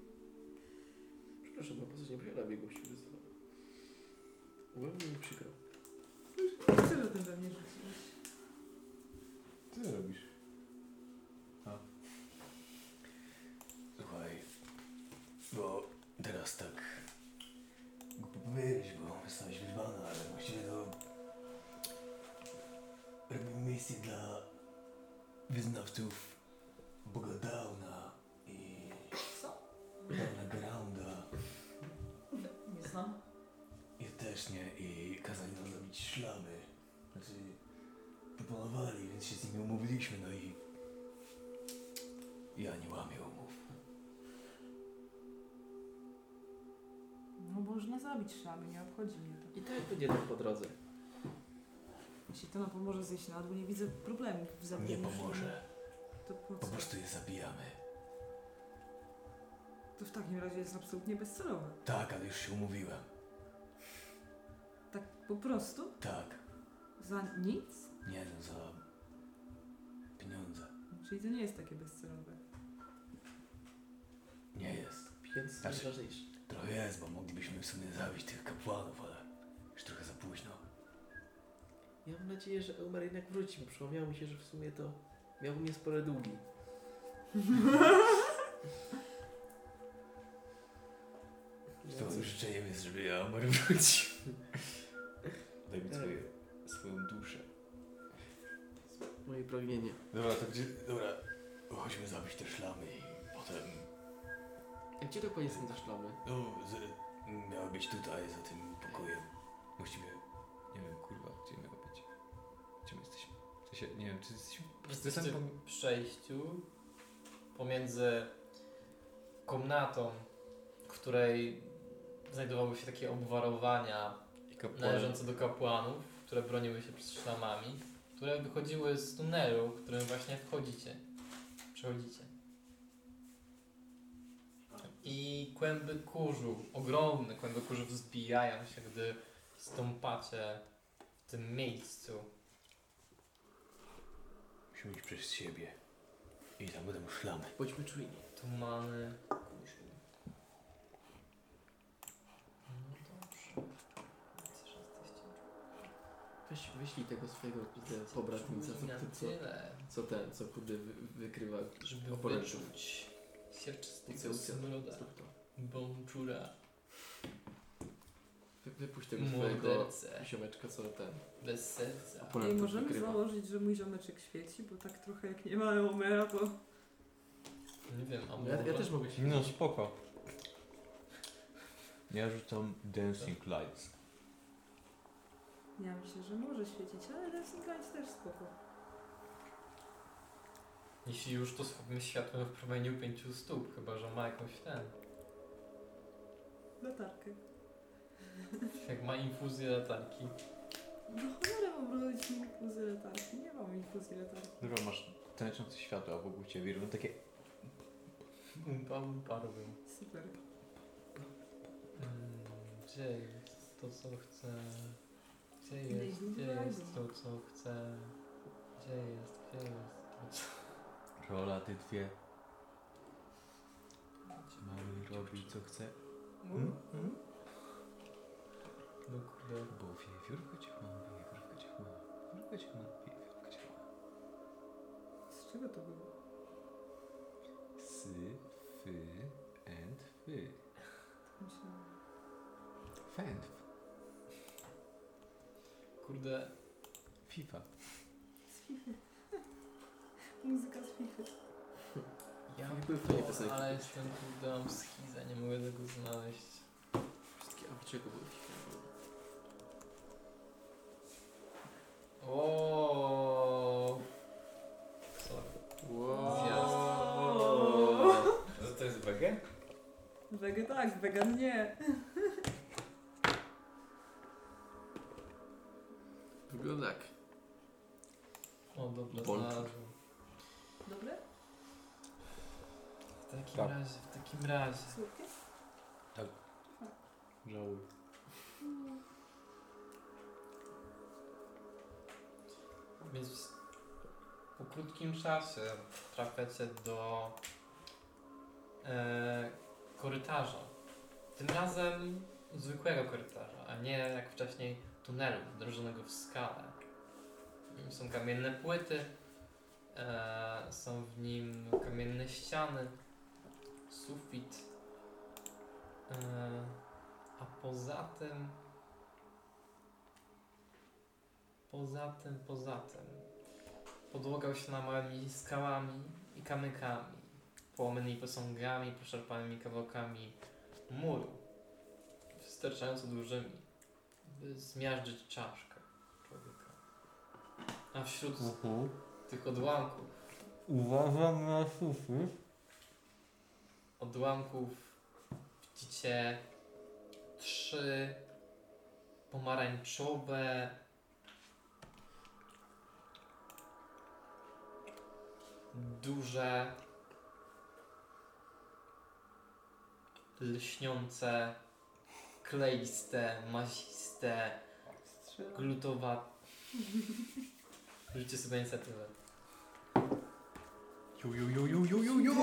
Przepraszam, ma postać nie posiada biegłości wyzwania. Byłoby mi przykro.
Co za tym we mnie rzuciłeś?
Co ty robisz?
Słuchaj, bo teraz tak głupio powiedzieć, bo jesteś wyzwana, ale właściwie to robimy miejsce dla wyznawców Boga Downa i
Co?
Downa Grounda.
Nie znam.
Ja też nie i kazali nam robić szlamy. Znaczy, proponowali, więc się z nimi umówiliśmy, no i ja nie łamię umów.
No można zabić szlamy, nie obchodzi mnie to.
I tak będzie tak po drodze.
Jeśli to nam pomoże zjeść na dół, nie widzę problemu w zabijaniu
Nie
szlamu.
pomoże,
To po
po
co?
prostu je zabijamy.
To w takim razie jest absolutnie bezcelowe.
Tak, ale już się umówiłem.
Tak po prostu?
Tak,
Za nic?
nie no, za pieniądze.
Czyli to nie jest takie bezcelowe.
Nie jest.
Pieniądz jest
Znaczy-
najważniejszy.
Trochę jest, bo moglibyśmy w sumie zabić tych kapłanów, ale już trochę za późno.
Ja mam nadzieję, że Eumer jednak wróci, bo przypomniało mi się, że w sumie to miał mnie spore długi.
Z
Ja
tym
coś-
życzeniem jest, żeby ja umarł wrócił. Daj mi
Tak.
swoje, swoją duszę.
Moje pragnienie.
Dobra, to gdzie... Dobra, chodźmy zabić te szlamy i potem...
A gdzie dokładnie są te szlamy?
No, z... miały być tutaj, za tym pokojem.
Musimy... Nie wiem, kurwa, gdzie miało być. Gdzie my jesteśmy? W sensie, nie wiem, czy jesteśmy...
Jesteśmy
Jestem
w przejściu pomiędzy komnatą, w której znajdowały się takie obwarowania
I
No,
kapłan.
należące do kapłanów, które broniły się przed szlamami, które wychodziły z tunelu, którym właśnie wchodzicie, przechodzicie. I kłęby kurzu, ogromne kłęby kurzu wzbijają się, gdy stąpacie w tym miejscu.
Musimy iść przez siebie. I tam będą szlamy.
Bądźmy czujni.
Tumany kurzu. No dobrze. Widzę, że jesteście
Weź, wyślij tego swojego
No
kurde, pobratnica, co,
na
co, co,
tyle.
co ten, co kurde wy, wykrywa.
żeby
Opoleczu.
wyczuć sierczystego
Ucjał, ucjał.
smroda
Zrób to.
bączura.
Wy, wypuść tego swojego
Mordercę.
ziomeczka, co ten.
Bez serca.
Nie
Oponent
możemy
wygrywa.
założyć, że mój ziomeczek świeci, bo tak trochę jak nie ma Eomera, to...
Nie wiem, a
Ja,
może...
ja też mogę się...
No spoko. Ja rzucam Dancing Lights.
Ja myślę, że może świecić, ale Dancing Lights też spoko.
Jeśli już, to schowamy światłem w promieniu pięciu stóp, chyba że ma jakąś ten...
Latarkę.
Jak ma infuzję latarki.
No cholera mam robić infuzję latarki. Nie mam infuzji latarki.
Dobra, masz tańczące światła wokół ciebie i robią takie...
Umpa, umpa robią.
Super.
Mm, Gdzie jest to, co chcę? Gdzie
Idę
jest,
i
gdzie
znajdę.
jest to, co chcę? Gdzie jest, gdzie jest to, co...
Rola, ty dwie. Mamy robi co chce, Mm, mm.
No kurde.
bo wiewiórka cię ma, wiewiórka cię ma, wiewiórka cię ma, wiewiórka cię ma.
Z czego to było?
Sy, fy, and fy.
Myślałam.
Fend.
Kurde,
FIFA.
Z FIFA. Muzyka z FIFA.
ja
Nie były fajne piosenki.
ale jestem kurde, mam schizę, nie mogę tego znaleźć.
Wszystkie awczyki były świetne.
O. Sorry.
Wow.
To, to jest wege?
Wege tak, wegan nie.
Wygląda
tak.
jak...
O, dobra,
Bolczuk.
znalazłem.
Dobre?
W takim
Tak.
razie, w takim razie.
Słodkie?
Żałuj.
Więc po krótkim czasie trafiacie do e, korytarza. Tym razem zwykłego korytarza, a nie jak wcześniej tunelu wdrożonego w skalę. Są kamienne płyty, e, są w nim kamienne ściany, sufit. E, a poza tym, poza tym, poza tym, podłogał się małymi skałami i kamykami, płomymi posągami, poszarpanymi kawałkami muru, wystarczająco dużymi, by zmiażdżyć czaszkę człowieka. A wśród
No.
tych odłamków
Uważam na suszy.
odłamków widzicie trzy pomarańczowe duże lśniące kleiste, maziste,
Strzelam.
glutowa. Rzućcie sobie inicjatywę.
Ju, ju, ju, ju, ju, ju, ju!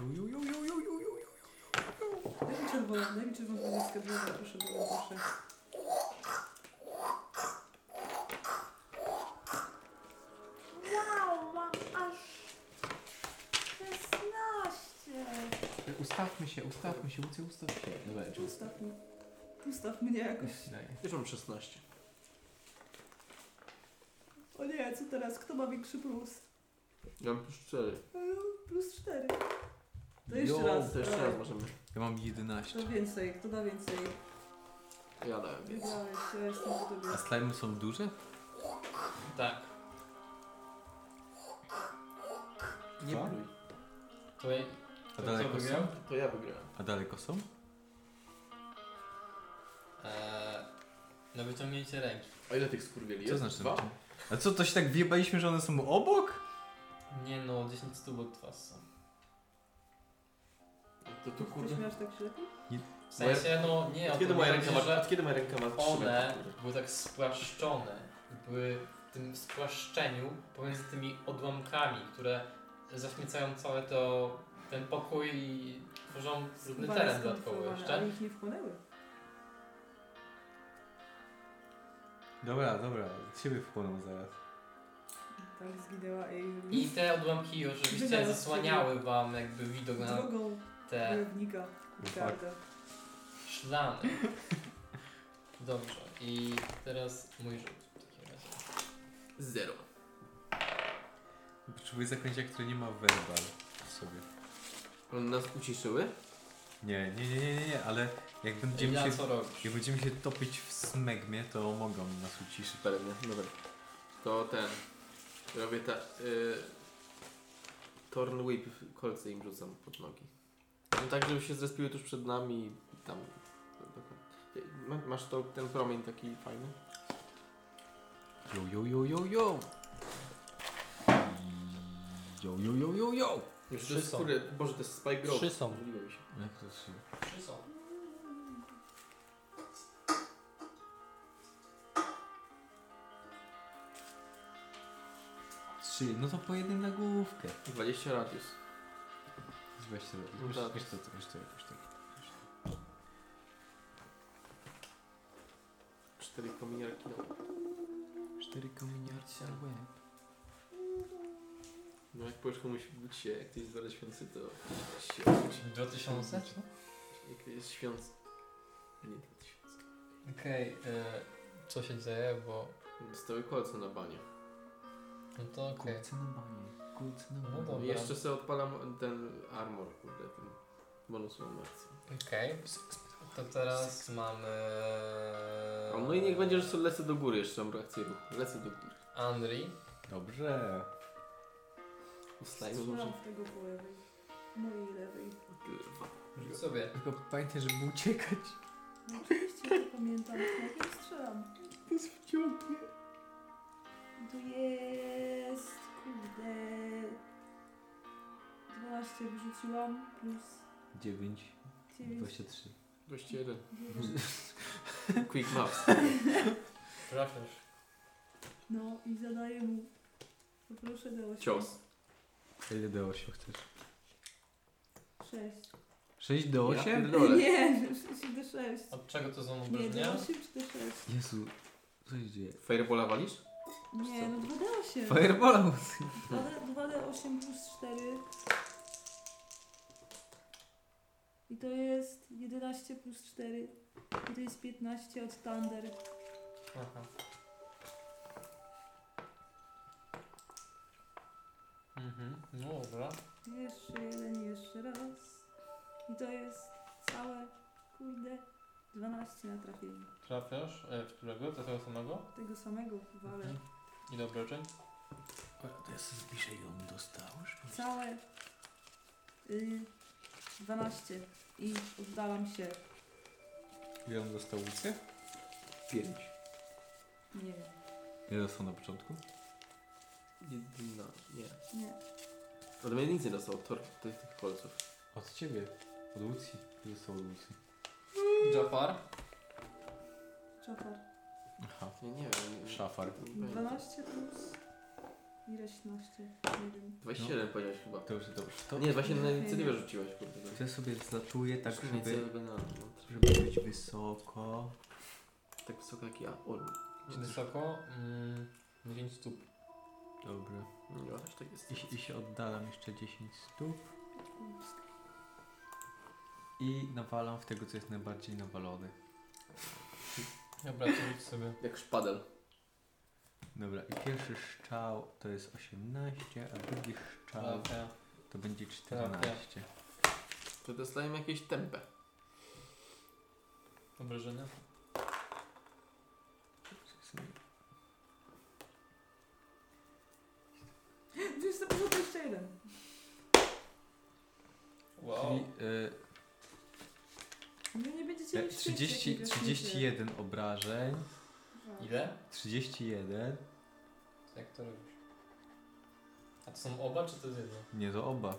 Ju, ju, ju, ju, ju, ju, ju, ju.
Daj mi czerwone, daj mi czerwone niebieska drzewa, proszę, bo proszę. Wow, mam aż 16.
Ustawmy się, ustawmy się, Łucy, ustaw się. Dobra, czy ustaw?
Ustaw, mi- ustaw mnie jakoś.
Daję.
Już mam 16.
O nie, co teraz? Kto ma większy plus?
Ja mam plus 4.
E, Plus 4. To No jeszcze
Jo,
raz.
No, To jeszcze
dawaj.
raz możemy.
Ja mam 11.
Kto więcej, kto da więcej?
Ja dałem więc.
Wygrałeś, ja jestem po tobie.
A slimy są duże?
Tak,
Nie
Co?
pluj.
to ja.
A daleko
wygrał?
są?
To ja wygrałem.
A daleko są?
Eee, no wyciągnięcie ręki.
A ile tych skurwieli jest?
Co znaczy?
Dwa?
A co, to się tak wjebaliśmy, że one są obok?
Nie no, 10 stóp od was są.
To tu
Ty
kurde.
śmiasz tak się lepiej?
W sensie, no nie,
Od
o
kiedy
to
moja
chodzi,
ręka ma,
że
od kiedy moja ręka ma trzy
one
metry, kurde?
były tak spłaszczone, były w tym spłaszczeniu pomiędzy tymi odłamkami, które zaśmiecają cały to, ten pokój i tworzą brudny
Walę
teren dodatkowo
skontrolowane,
jeszcze.
Ale ich nie wchłonęły.
Dobra, dobra, ciebie wchłoną zaraz.
Tak zginęła jej...
I te odłamki oczywiście
Wydaje się,
zasłaniały wam jakby widok na
Drogą
te
wojownika.
No tak.
Gardę.
Szlany. Dobrze. I teraz mój rzut w takim razie.
Zero.
Potrzebuję zaklęcia, które nie ma werbal w sobie.
One nas uciszyły?
Nie, nie, nie, nie, nie, nie, ale jak będziemy,
ja
się,
co robisz?
jak będziemy się topić w smegmie, to mogą nas uciszyć.
Pewnie, dobra. To ten. Robię ta. Y, torn whip, kolce im rzucam pod nogi. No tak, żeby się zrespiły tuż przed nami i tam. dokładnie. Y, Ma- Masz to, ten promień taki fajny?
Yo, yo, yo, yo, yo! Yo, yo, yo, yo, yo!
Już to
Trzy
jest,
są.
kurde, Boże, to jest Spike Grove.
Trzy są.
Myliło mi się.
Jak to się...
Trzy są.
Trzy, no to po jednym na główkę.
20 radius.
Weź to,
No
weź to,
tak.
weź to, weź to, weź to.
4 kominiarki na łeb.
Cztery kominiarki na łeb.
No jak powiesz komuś budź się, jak ty jest zaraz święty, to się obudź.
2000?
Jak jest świąt... Nie, 2000.
Okej, e, co się dzieje, bo...
Dostały kolce na banie.
No to okej.
Kulce na banie, kulce na
No
banie.
dobra.
I jeszcze sobie odpalam ten armor, kurde, ten bonusową akcję.
Okej. To teraz mamy... Eee.
O, no i niech będzie, że sobie lecę do góry jeszcze mam akcję ruchu. Lecę do góry.
Andri.
Dobrze.
Ustajmy
Strzelam
może.
w tego po lewej. Mojej lewej.
Kurwa.
Rzuć sobie.
Tylko pamiętaj, żeby uciekać.
No Oczywiście to pamiętam. Jak strzelam.
To jest wciągnie.
To jest... Kurde... 12 wyrzuciłam plus
9,
9.
23.
21. Quick maps.
Trafiasz.
No i zadaję mu... Poproszę do 8.
Cios.
Ile do 8 chcesz?
6.
6 do
Ja
8?
pierdolę.
Nie, 6 do 6.
Od czego to są
Nie, do
obrażenia?
8 czy do 6?
Jezu, co się dzieje?
Firebola walisz?
Nie, no 2D8.
Fireballa mu
2D8 plus 4. I to jest 11 plus 4. I to jest 15 od Thunder.
Aha. Mhm, no dobra.
Jeszcze jeden, jeszcze raz. I to jest całe, kurde, 12 na trafienie.
Trafiasz e, w którego? Do tego samego?
Tego samego wywalę.
Mhm. I do obrażeń?
To ja sobie wpiszę i on dostał już.
Całe y, 12. I oddalam się.
Ile on dostał ulicę? 5.
Nie wiem.
Ile dostał na początku?
Jedyna. No, Nie.
Nie.
Od mnie nic nie dostał od tor tych, tych kolców.
Od ciebie. Od Lucy. Ile dostał od Lucy?
Jafar.
Czapar.
Aha.
Ja nie wiem.
Szafar.
Nie pamiętam.
12 plus... Ile 13? Nie wiem.
21 powiedziałeś chyba.
Dobrze, dobrze. No. To,
Nie, właśnie na inicjatywę rzuciłeś, kurde.
to ja sobie znatuję tak,
Już nic nie
żeby,
robię na- no,
żeby być wysoko.
Tak wysoko jak ja. O,
Wysoko. Mm, 9 stóp.
Dobra.
nie, ja też tak jest.
I, się- I się oddalam jeszcze 10 stóp. I nawalam w tego, co jest najbardziej nawalony.
Dobra, to rzuć sobie.
Jak szpadel.
Dobra, i pierwszy szczał to jest 18, a drugi szczał
Trafia.
to będzie 14.
To dostałem jakieś tempę.
Obrażenia?
Wiesz, to poszło jeszcze jeden.
Wow.
Czyli y,
Nie, nie będziecie
e,
mieć szczęścia,
30,
jak nie wiosnicie.
31 obrażeń,
Wow.
Ile?
31,
Jak to robisz? A to są oba, czy to jest jedno?
nie to oba.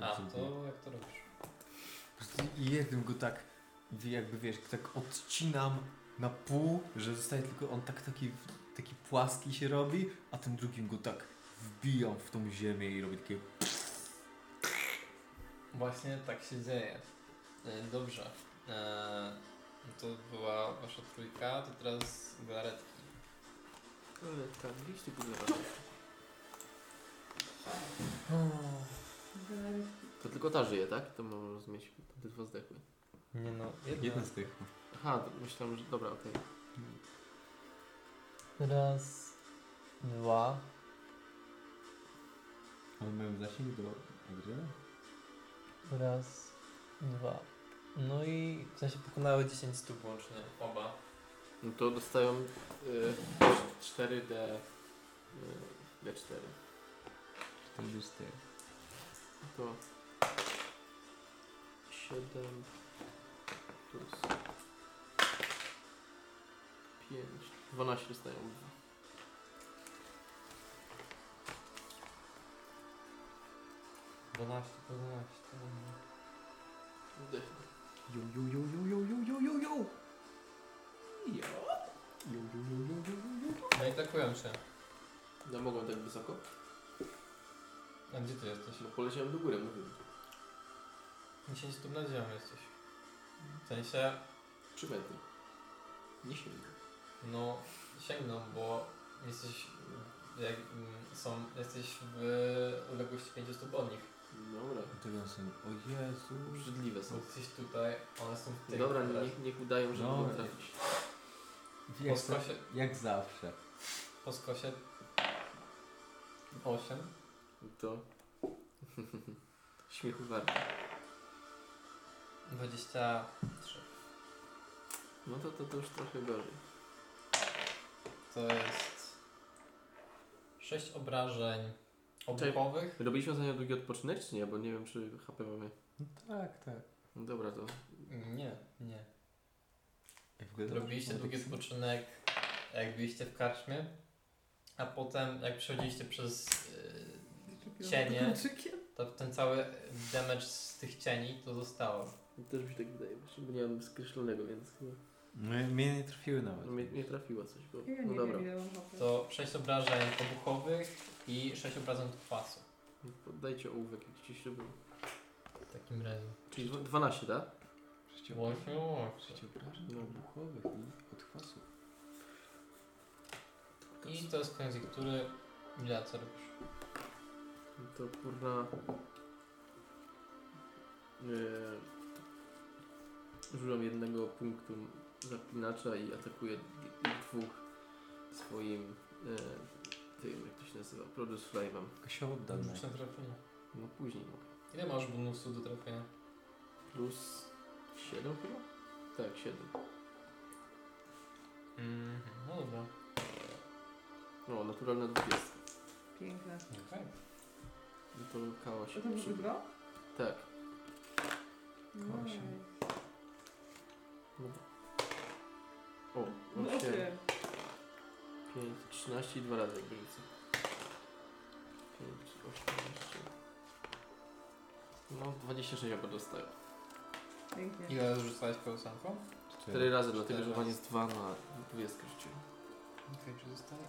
A,
Zrobię.
to jak to robisz?
Po prostu jednym go tak, wie- jakby wiesz, tak odcinam na pół, że zostaje tylko on tak taki, taki płaski się robi, a tym drugim go tak wbijam w tą ziemię i robię takie...
Właśnie tak się dzieje. E, Dobrze. E, no to była wasza trójka, to teraz galaretki.
Ale tak, gdzieś tu pilnowałem.
Zaraz.
To tylko ta żyje, tak? To mam rozumieć, te dwa zdechły.
Nie no,
Jedna z tych.
Aha, d- myślałem, że... Dobra, okej.
Raz, dwa,
One mają zasięg do Adriana?
raz, dwa. No i w sensie pokonały 10 stóp łącznie, oba.
No to dostają y, 4D... Y, D4.
44.
To... 7... Plus... 5... 12 dostają.
Dwanaście, to 12.
Dech.
Yo, yo, yo, yo, yo, yo, yo, yo, yo! Ja. Yo, yo, yo, yo, yo, yo, yo.
No i atakują się.
No mogą tak wysoko?
A gdzie ty jesteś?
No poleciałem do góry, mówię.
10 stóp nad ziemią jesteś. W sensie,
Przymętnie. Nie sięgnę.
no sięgną, bo jesteś, jak, mm, są, jesteś w odległości 5 stóp od nich.
Dobra.
Tego są. O Jezu.
Obrzydliwe
Bo
są.
jesteś tutaj, one są w tej
Dobra,
teraz.
niech, niech udają, że
Dobra.
mogą trafić.
Po
Jak, za,
skosie,
jak zawsze.
po skosie 8.
To... Śmiechu warte.
23.
No to, to, to już trochę gorzej.
To jest 6 obrażeń
Czyli-
obuchowych.
Robiliśmy ostatnio długi odpoczynek, czy nie? Bo nie wiem, czy HP mamy.
Tak, tak.
No dobra, to...
Nie, nie.
Jak w ogóle
Robiliście
No,
długi
tak-
odpoczynek, jak byliście w karczmie, a potem jak przechodziliście przez yy, cienie, to ten cały damage z tych cieni to zostało.
Też mi się tak wydaje, właśnie, bo nie mam skreślonego, więc chyba...
Mnie, No, mnie nie trafiły nawet.
No, Mnie nie trafiła coś, bo...
Ja
No
nie
dobra.
wiem, ile mam hopy.
To 6 obrażeń obuchowych i 6 obrażeń kwasu.
Dajcie ołówek, jak gdzieś się było.
W takim razie.
Czyli dwa- 12, tak?
Przeciąbrażeń.
łącznie.
Przeciąbrażeń
No.
wybuchowych i odchwasów.
I to jest koniec ich tury. Ile co robisz?
No to kurwa... Yy... Używam jednego punktu zapinacza i atakuję d- dwóch swoim... Yy, tym, jak to się nazywa, Produce Flame'em.
Tylko się oddam.
Rzuć na trafienie.
No później mogę.
Ile masz bonusu do trafienia?
Plus 7 chyba? Tak, 7.
Mhm. No dobra.
No, naturalna 20.
Piękne.
Okej.
No to
To
K8.
tam były dwa?
Tak.
Nice.
No. O,
No
8,
osiem.
5, 13 i 2 razy jakby nic. 5, 18. No, 26 chyba dostaję.
Pięknie.
Ile rzucałeś kołysanką?
4 razy, dlatego
Cztery
że pan
razy.
jest 2 na 20 rzuciłem.
Okej, czy zostaje?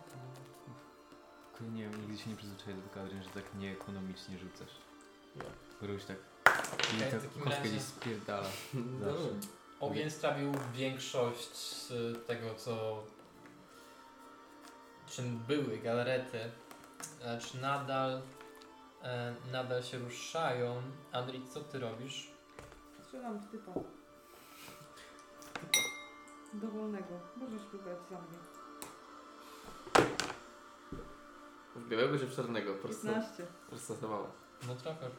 Nie wiem, nigdy się nie przyzwyczaiłem do tego, Adrian, że tak nieekonomicznie rzucasz.
No.
Robisz tak. I
Okej,
ta
w takim
kostka
razie-
gdzieś spierdala.
No,
Zawsze.
Ogień strawił większość z tego, co... czym były galarety. Lecz nadal... E, nadal się ruszają. Andri, co ty robisz?
Strzelam w typa. Dowolnego. Możesz próbować za mnie.
W białego czy w czarnego? Prosto,
15.
prosto zabawa.
No trafiasz.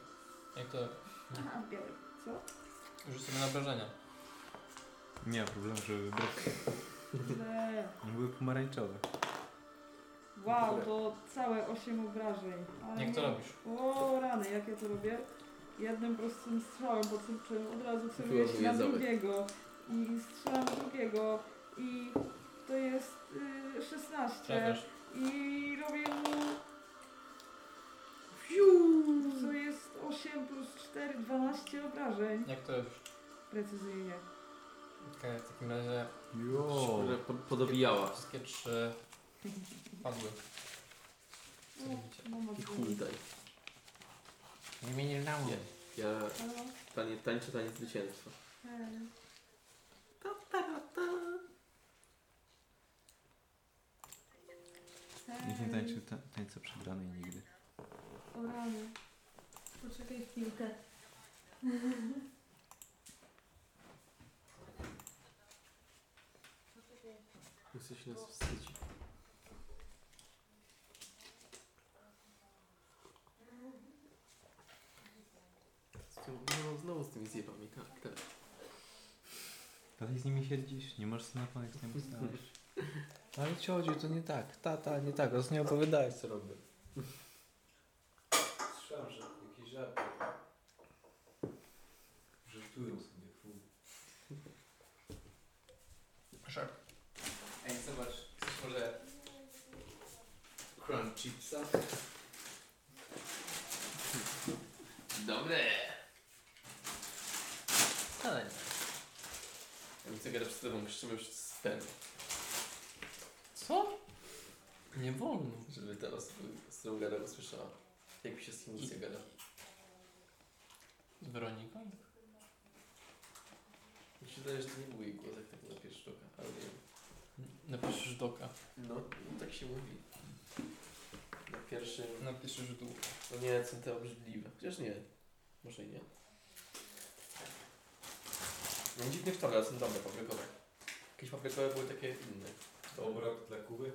Jak to?
Aha, biały. Co?
Rzuć sobie na obrażenia.
Nie ma problemu, żeby wybrać.
Źle.
One były pomarańczowe.
Wow, to całe 8 obrażeń. Ale
Jak to
nie-
robisz?
O rany, jak ja to robię? Jednym prostym strzałem, bo od razu celuję się na
Wylozuję zamek.
drugiego i strzelam w drugiego i to jest y, 16
Trafiasz.
i robię mu fiu, co jest 8 plus 4, 12 obrażeń.
Jak to robisz?
Precyzyjnie.
Okej, w takim razie
Jo.
Szkoda, po- Podobijała.
Wszystkie trzy padły. Co
No,
robicie?
mama
I
dzwoni.
chuj daj.
Nie mnie nie znało.
Nie. Ja
Halo?
tanie, tańczę taniec zwycięstwa.
Hej.
Nikt nie
Hej.
tańczył ta- tańca przegranej nigdy.
O rany. Poczekaj chwilkę.
Jesteś nas wstydzi. Z tym- No, znowu z tymi zjebami, tak, tak.
Dalej Tak z nimi siedzisz, nie masz telefonu, jak z nią stałeś.
Ale ciodziu, to nie tak. Tata, nie tak. Ostatnio opowiadałeś, co robię.
Słyszałem, że jakiś żart. Żartują sobie, fu.
Żart.
Ej, zobacz, chcesz może crunch chipsa?
Dobre!
Ale nie.
Ja widzę, że przed tobą krzyczymy już z ten,
Co? Nie wolno.
żeby ta osoba, z którą gadał, usłyszała. Jak się z kim nic nie gada.
Z Weroniką?
Mi się wydaje, że to nie był jej głos, jak tak na pierwszy oka, ale nie wiem.
Napiszesz doka.
No, tak się mówi. Na pierwszy...
Napiszesz długo.
No nie, są te obrzydliwe. Chociaż nie. Może i nie. No dziwnie wcale, ale są dobre paprykowe. Jakieś paprykowe były takie inne.
To obrok dla Kuby?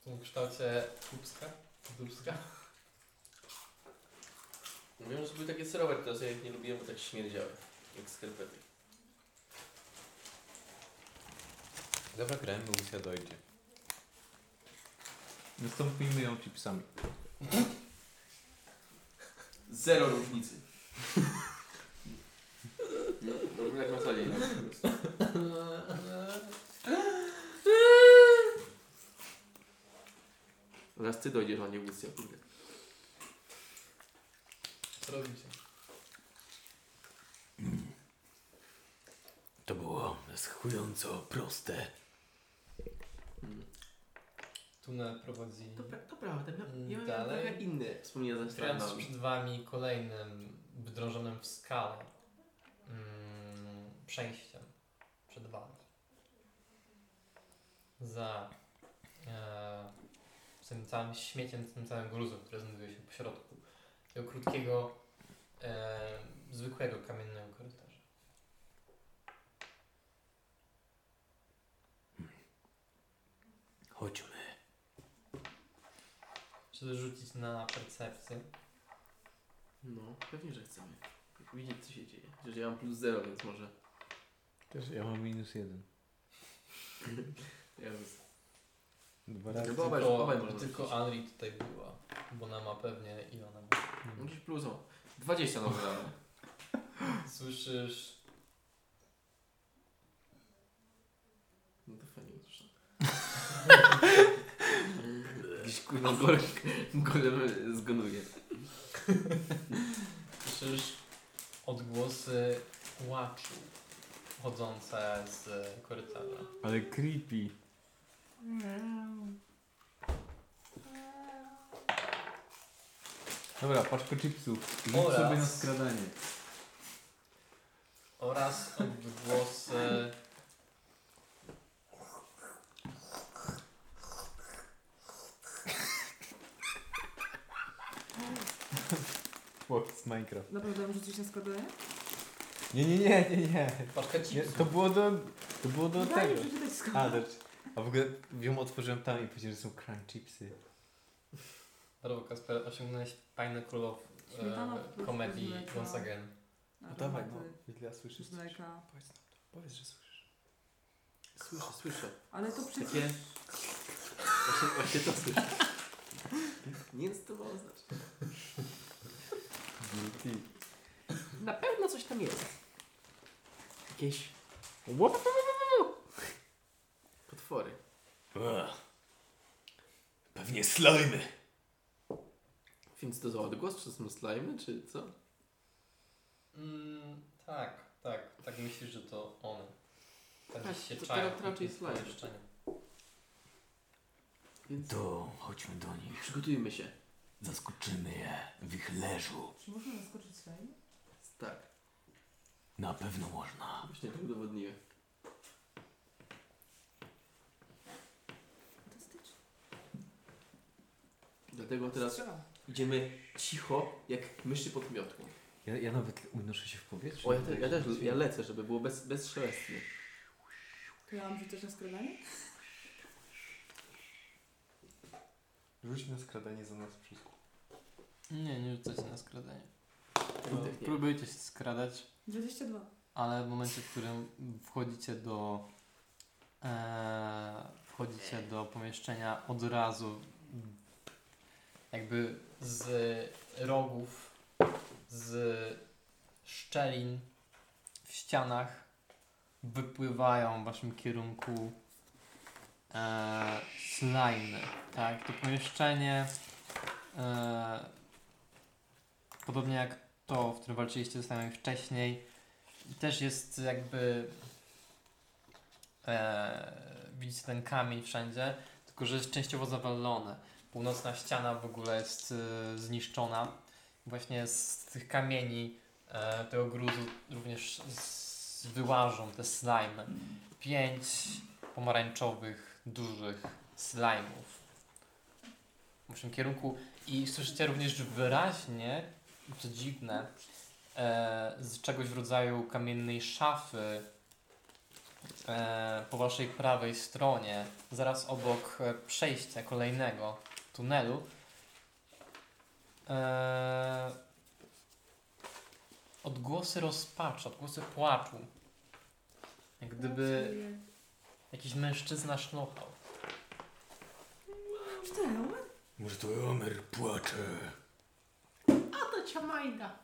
W tym kształcie kubska? Dulska?
Mówią, No że były takie serowe teraz, ja ich nie lubiłem, bo tak śmierdziały. Jak skarpety.
Dobra, krem, Lucja dojdzie. Nastąpimy ją chipsami.
Zero różnicy. Dobrze No, jak na co dzień. Raz ty dojdziesz, a nie Lucja, kurde.
Co robicie?
To było schująco proste.
Tunel prowadzi
To, pra- to prawda, ja, ja miałem
Dalej.
trochę inne wspomnienia ze
Stojąc
Strandami.
przed wami kolejnym wdrożonym w skalę mm, przejściem przed wami. Za e, tym całym śmieciem, tym całym gruzem, który znajduje się po środku tego krótkiego, e, zwykłego kamiennego korytarza.
Chodźmy.
Czy rzucić na percepcję?
No, pewnie, że chcemy. Widzieć, co się dzieje. Chociaż ja mam plus zero, więc może...
Też ja mam minus jeden.
Ja bym
Dwa
razy.
razy.
Dobra. Obaj-
tylko
obaj można
tylko
rzucić.
Anri tutaj była, bo ona ma pewnie ile ona była.
Musisz plusą. 20 na wybrane.
Słyszysz
No to fajnie usłyszę. Jakiś kurwa golem, golem zgonuje.
Słyszysz odgłosy płaczu chodzące z korytarza.
Ale creepy. Dobra, paczko chipsów. Rzuć
Oraz.
sobie na skradanie.
Oraz odgłosy
Chłop z Minecraft.
Naprawdę mam rzucić na składanie?
Nie, nie, nie, nie, nie.
paczka
nie
chipsów.
to było do, to było do No
Daj
tego.
mi przeczytać
A,
składanie.
do, a w ogóle ją otworzyłem tam i powiedziałem, że są crunch chipsy.
Brawo Kasper, osiągnąłeś fajny król of
Śmietana
e,
plus
komedii
mleka.
once again.
A,
dawaj, no.
roboty
Ile słyszysz?
Z mleka.
Powiedz, że słyszysz.
Słyszę, słyszę.
Ale to przecież...
Takie- Właśnie, właśnie to słyszę. Nie wiem, co to ma oznaczać.
Beauty.
Na pewno coś tam jest. Jakieś potwory.
Ach. Pewnie slajmy.
Więc to za odgłos? Czy są slajmy, czy co?
Mm, tak, tak, tak myślisz, że to one. Tak,
Tak,
gdzieś się
to
czają.
teraz raczej slime.
Pomieszczenie.
Więc
To chodźmy do nich.
przygotujmy się.
Zaskoczymy je w ich leżu.
Czy można zaskoczyć slime?
Tak,
Na pewno można.
właśnie to udowodniłem.
Fantastycznie.
Dlatego teraz
Strzela.
idziemy cicho, jak myszy pod miotką.
Ja, ja nawet unoszę się w powietrzu.
O, ja, te, ja też ja lecę, żeby było bez, bez szelestnie.
To ja mam rzucać na skradanie?
Rzuć na skradanie za nas wszystko.
Nie, nie rzucajcie na skradanie.
No, tak nie.
Próbujcie się skradać,
22.
ale w momencie, w którym wchodzicie do e, wchodzicie do pomieszczenia od razu jakby z rogów, z szczelin w ścianach wypływają w waszym kierunku e, slimy, tak? To pomieszczenie e, podobnie jak to, w którym walczyliście z nami wcześniej, też jest jakby. E, widzicie ten kamień wszędzie, tylko że jest częściowo zawalone. Północna ściana w ogóle jest e, zniszczona. Właśnie z tych kamieni, e, tego gruzu również z, wyłażą te slajmy. Pięć pomarańczowych, dużych slajmów. W waszym kierunku. I słyszycie również wyraźnie co dziwne, e, z czegoś w rodzaju kamiennej szafy e, po waszej prawej stronie, zaraz obok e, przejścia kolejnego tunelu. E, odgłosy rozpaczy, odgłosy płaczu. Jak gdyby jakiś mężczyzna szlochał.
Czy to Eomer?
Może to Omer płacze.
A to ciamajda.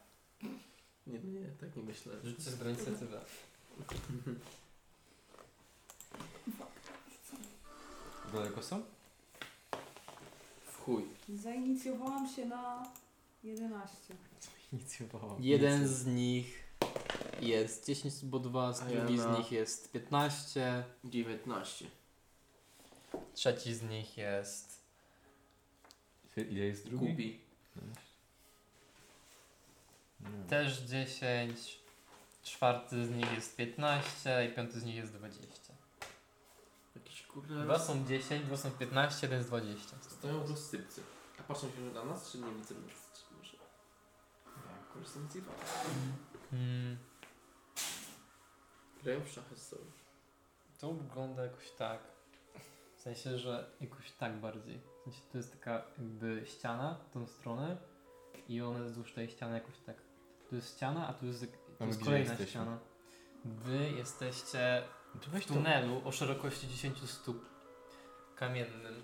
Nie, nie, tak nie myślę.
Rzućcie z granicy tyle.
Daleko są?
W chuj.
Zainicjowałam się na 11.
Inicjowałam.
Jeden z nich jest 10 bo 2,
A ja
drugi
na-
z nich jest 15,
19.
trzeci z nich jest.
Ile jest drugi?
Kupi.
Nie.
Też 10, czwarty z nich jest 15 i piąty z nich jest 20.
Jakiś kurde.
Dwa są 10, dwa są 15, jeden jest 20.
Stoją rozsypcy. A patrzą się na nas, czy nie widzą nas? Czy może? Ja korzystam z iwa.
Hmm,
Grają w szachy z sobą.
to wygląda jakoś tak. W sensie, że jakoś tak bardziej. W sensie to jest taka jakby ściana w tą stronę i one wzdłuż tej ściany jakoś tak. Tu jest ściana, a tu jest, tu
No,
jest
gdzie
kolejna
jesteśmy?
ściana. Wy jesteście
No to weź
w
to.
tunelu o szerokości 10 stóp kamiennym.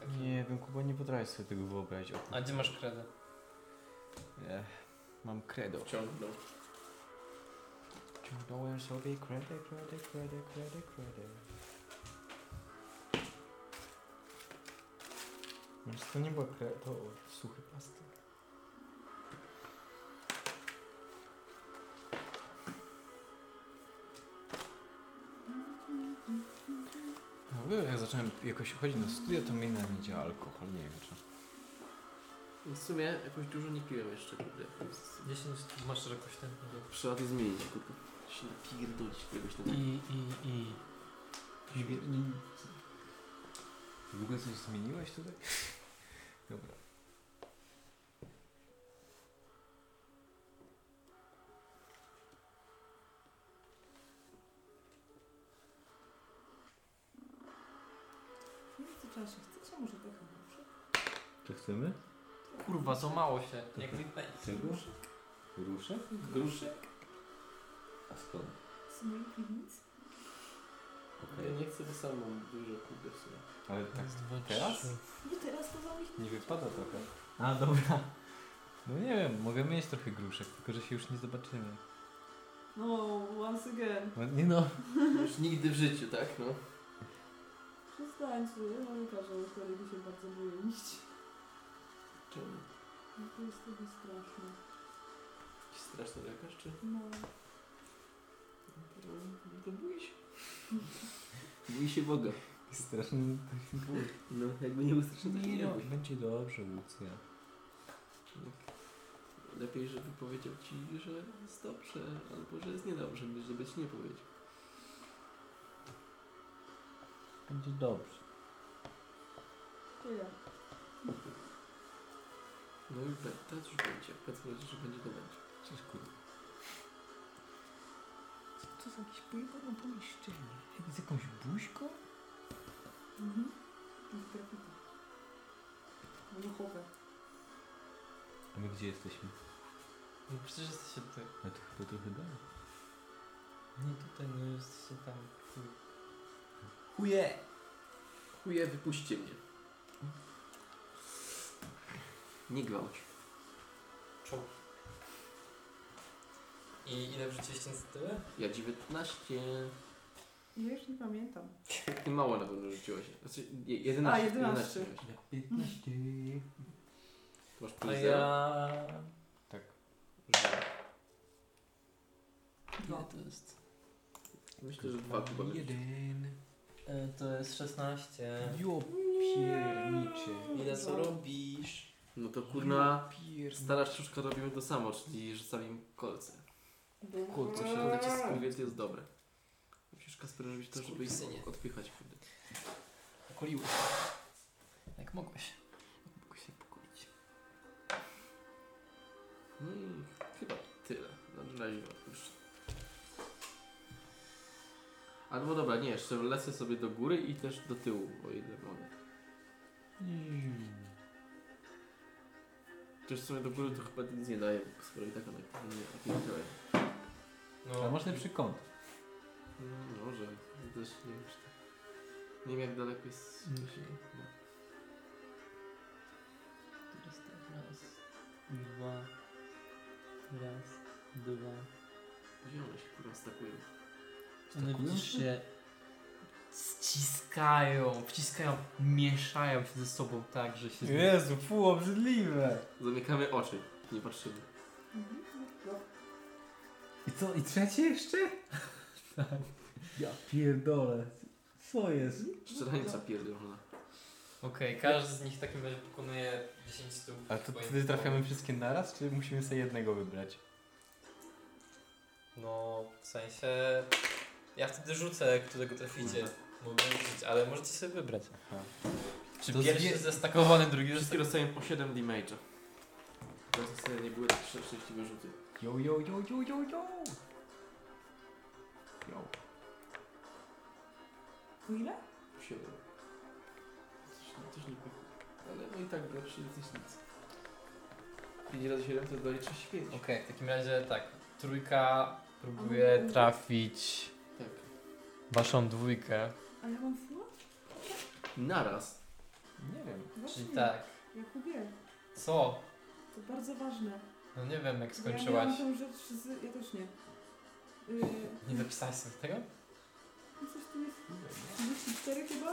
Takim-
Nie wiem, Kuba, nie potrafię sobie tego wyobrazić. O,
A gdzie masz kredę?
nie. Mam credo.
Ciągną.
Ciągnąłem sobie credo, credo, credo, credo, credo. Może to nie było credo, suchy pasty. No, w ogóle jak zacząłem jakoś chodzić na studia, to mi na nie działa alkohol, nie wiem czy.
W sumie jakoś dużo nie piłem jeszcze, kurde.
10 stóp masz szerokości ten
Trzeba to zmienić, kurde. Się napierdolić kogoś na
I, i, i.
W ogóle coś zmieniłeś tutaj? Dobra.
W międzyczasie chcecie może trochę dobrze?
Czy chcemy?
Kurwa, to mało się. Jak mi
Gruszek? Gruszek?
Gruszek?
A skąd?
Z mojej piwnicy?
Ja nie chcę, bo sam mam dużo, kurde, w sumie.
Ale tak
Teraz?
teraz?
Bo teraz to za
Nie wypada trochę. A, dobra. No nie wiem, mogę mieć trochę gruszek, tylko że się już nie zobaczymy.
No, once again.
No, nie no.
Już nigdy w życiu, tak? No.
Przestańcie, ja mam każę, którego się bardzo boję iść.
Czemu?
No to jest trochę straszne.
Jakiś straszny lekarz, czy?
No,
No, to bój się. Bój się Boga.
Straszny
No, jakby nie był straszny, to się nie no. bój.
Będzie dobrze, Lucja.
Lepiej, żeby powiedział ci, że jest dobrze, albo że jest niedobrze, niż żeby ci nie powiedział.
Będzie dobrze.
tyle.
No i be- teraz już będzie. Powiedzmy, że będzie to będzie.
Cześć, kurde.
Co za jakieś pojebane pomieszczenie?
Z jakąś buźką?
Mhm. No Z grafita. Wybuchowe.
A my gdzie jesteśmy?
No przecież jesteście tutaj.
A to chyba, to chyba.
Nie tutaj, no jesteście tam. hmm.
Chuje! Chuje, wypuśćcie mnie. Nie gwałć.
I ile wrzuciłeś ten tyle?
Ja 19.
Ja już nie pamiętam.
Ty mało na pewno rzuciłeś. Znaczy, je- 11.
A, 11.
miałeś.
Ja 15.
To Masz
A
No
plus zero.
ja...
Tak.
Dwa.
to jest?
Myślę, że dwa chyba będzie.
Jeden.
e, To jest 16.
Jo, pierniczy.
Ile co robisz?
No to kurna,
Pier...
stara sztuczka robimy to samo, czyli rzucamy im kolce.
Kurde,
Właśnie to takie skurwiel jest dobre. Musisz Kasper robić to, żeby ich
Skurwysynie.
odpychać, kurde.
Kuliłeś. Jak mogłeś.
Mógł się pokulić. No i chyba tyle. Na razie odpuszczę. Albo dobra, nie, jeszcze lecę sobie do góry i też do tyłu, o ile mogę. Też sobie do góry to chyba nic nie daje, bo skoro i tak ona nie opierdziała.
A masz lepszy kąt.
No, może. Też nie wiem, czy tak. Nie wiem, jak daleko jest. No.
To jest tak raz, dwa, raz, dwa.
Gdzie one się kurwa stakują?
One widzisz się ściskają, wciskają, mieszają się ze sobą tak, że się...
Jezu, fu, obrzydliwe.
Zamykamy oczy, nie patrzymy.
Mhm.
I co, i trzecie jeszcze? Ja pierdolę. Co jest?
Szczelańca pierdolona.
Okej, każdy z nich w takim razie pokonuje 10 stóp.
A to
Bo-
wtedy trafiamy wszystkie naraz, czy musimy sobie jednego wybrać?
No, w sensie... Ja wtedy rzucę, którego traficie. Mogę rzucić, ale możecie sobie wybrać.
Aha.
Czy
To
pierwszy
zwie-
zestakowany, drugi
Wszystkie
zestakowany?
dostają po 7 damage'a. To w zasadzie nie były tak szczę- szczęśliwe rzuty.
Yo, yo, yo, yo, yo, yo! Yo.
Ile?
Po 7. Coś, coś nie było. Ale no i tak lepszy jest niż nic. 5 razy 7 to daje 35.
Okej, w takim razie tak. Trójka próbuje trafić
Tak.
waszą dwójkę.
A ja mam full?
Naraz.
Nie wiem.
Właśnie.
Czyli tak.
Jakubie,
Co?
to bardzo ważne.
No nie wiem jak
Ja
skończyłaś.
miałam tą rzecz z... Ja też nie. Yy,
Nie dopisałaś sobie tego?
no coś tu jest... 34 chyba?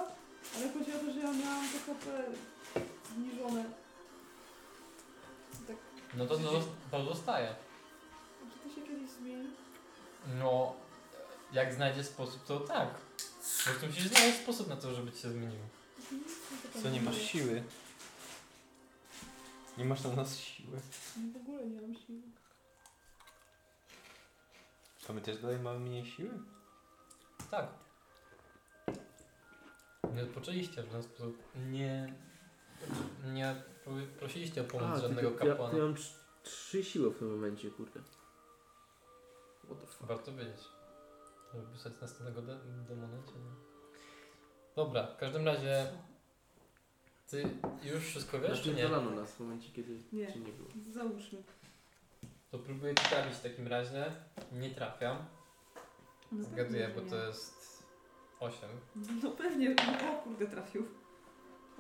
Ale chodzi o to, że ja miałam PKP zniżone. Tak,
No to, to, to zostaje.
czy to się kiedyś zmieni?
No, jak znajdzie sposób, to tak. Po prostu musisz znaleźć sposób na to, żeby ci się zmieniło.
Co, nie masz siły? Nie masz na nas siły?
Nie, w ogóle nie mam siły.
To my też dalej mamy mniej siły?
Tak. Nie odpoczęliście w żaden sposób. Nie. Nie pro- prosiliście o pomoc żadnego
tylko tak ja,
kapłana.
ja mam 3 siły w tym momencie, kurde. What the fuck.
Warto wiedzieć. Żeby pisać następnego de- demona, czy nie? Dobra, w każdym razie ty już wszystko wiesz, czy nie?
Napierdalano Znaczy, nas w momencie, kiedy
Nie.
czy nie było.
Załóżmy.
To próbuję ci trafić w takim razie. Nie trafiam.
No
Zgaduję, bo
pewnie, że
to
nie.
jest 8.
No pewnie, no, o kurde trafił.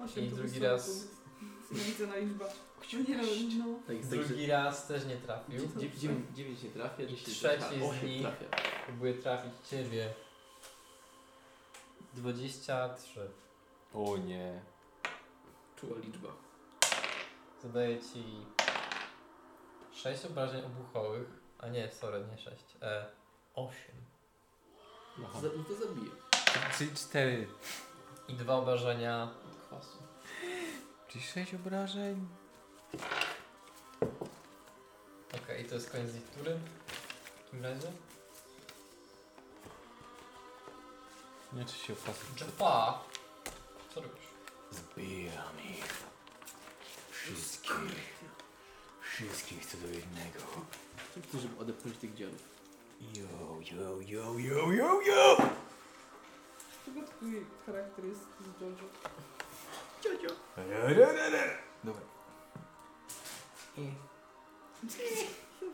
Osiem
I
to
drugi
wysoko.
raz.
Znienawidzona liczba. No nie no, no.
Tak, jest tak, że
Drugi raz też nie trafił.
9 nie trafia,
I
10
trzeci
trafia,
z
8
nich.
trafia.
Próbuję trafić ciebie. 23.
O nie.
Czuła liczba.
Zadaję ci 6 obrażeń obuchowych. A nie, sorry, nie 6. E, 8.
Aha.
Za, no to zabije.
Czyli cztery.
I dwa obrażenia kwasu.
Czyli sześć obrażeń?
Okej, i to jest koniec ich tury. W takim razie.
Nie, czy się opasł?
Jaffa! Co robisz?
Zbijam ich. Wszystkich. Wszystkich co do jednego.
Chcę, żeby odepchnąć tych dziarów.
Yo, yo, yo, yo, yo, yo!
Czego twój charakter jest z Jojo?
Ra, ra, ra, ra. Dobra.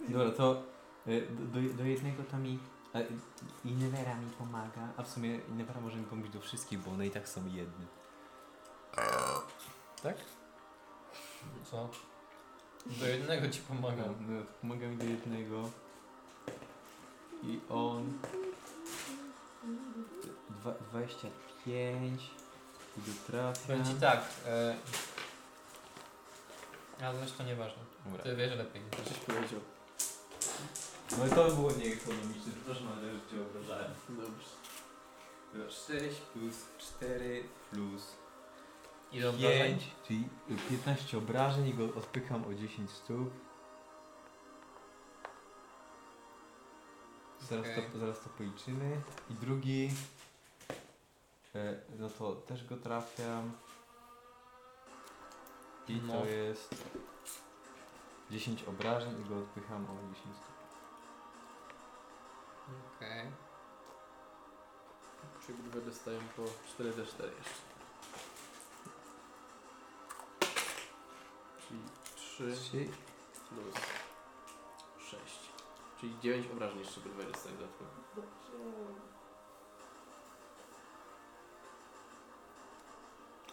Dobra, to y, do, do jednego to mi... a, y, Inwera mi pomaga, a w sumie Inwera może mi pomóc do wszystkich, bo one i tak są jedne.
Co? Do jednego ci
No,
pomagam.
no, pomaga mi do jednego. I on... Dwa, 25... I do trafia...
Powiem ci tak. E... Ale zresztą nieważne.
Dobra.
Ty wiesz lepiej.
Coś powiedział.
No i to by było nieekonomiczne, przepraszam, ale już cię obrażałem.
Dobrze.
6 plus 4 plus
Ile obrażeń?
5, czyli 15 obrażeń i go odpycham o 10 stóp. Zaraz, to,
Okej.
zaraz to policzymy. I drugi. E, no to też go trafiam. I
No.
to jest 10 obrażeń i go odpycham o 10 stóp.
Okej.
Czyli dwa dostają po 4D4 jeszcze. Czyli 3
Trzy.
plus 6. Czyli 9 obrażeń jeszcze by dwa dostają dodatkowo.
Dobrze.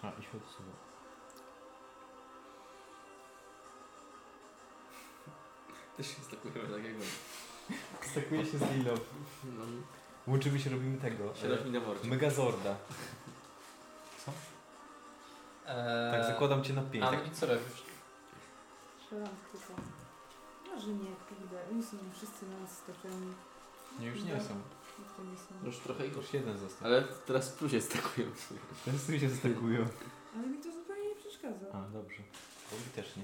A, i się odsuwa.
Też się stakujemy tak jak my.
Stakuje się z Lilo.
No,
Łączymy się, robimy tego.
siadasz mi na
E,
mordzie.
Megazorda.
Okay.
Tak, zakładam cię na pięć.
A
tak
no E, i co robisz?
Strzelam tylko. Może nie, kurde. Oni są wszyscy na nas stoczeni.
Nie, już nie są.
To nie są.
No Już trochę ich...
Już jeden został.
Ale teraz w plusie No. stakujemy.
Ten z tym się zestakują.
Ale mi to zupełnie nie przeszkadza.
A, dobrze. Bo mi też nie.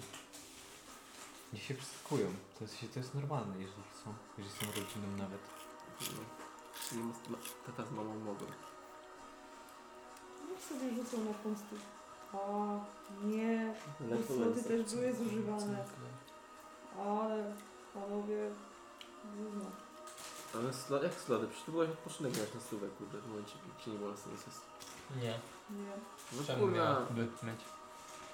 Niech się przestakują. To jest, to jest normalne, jeżeli są, jeżeli są rodziną nawet.
No. Nie ma- ma- Tata z mamą mogą.
Niech sobie rzucą na konstytucję. O, nie.
Lekko
Usłody
lecę.
No, też były zużywane. Ale, panowie, gówno.
Ale sla, jak slady? Przecież to byłaś odpoczynek grać na stówę, kurde, w momencie, gdzie nie było na sensu.
Nie.
Nie.
No
Czemu miała
kurwa,
byt mieć?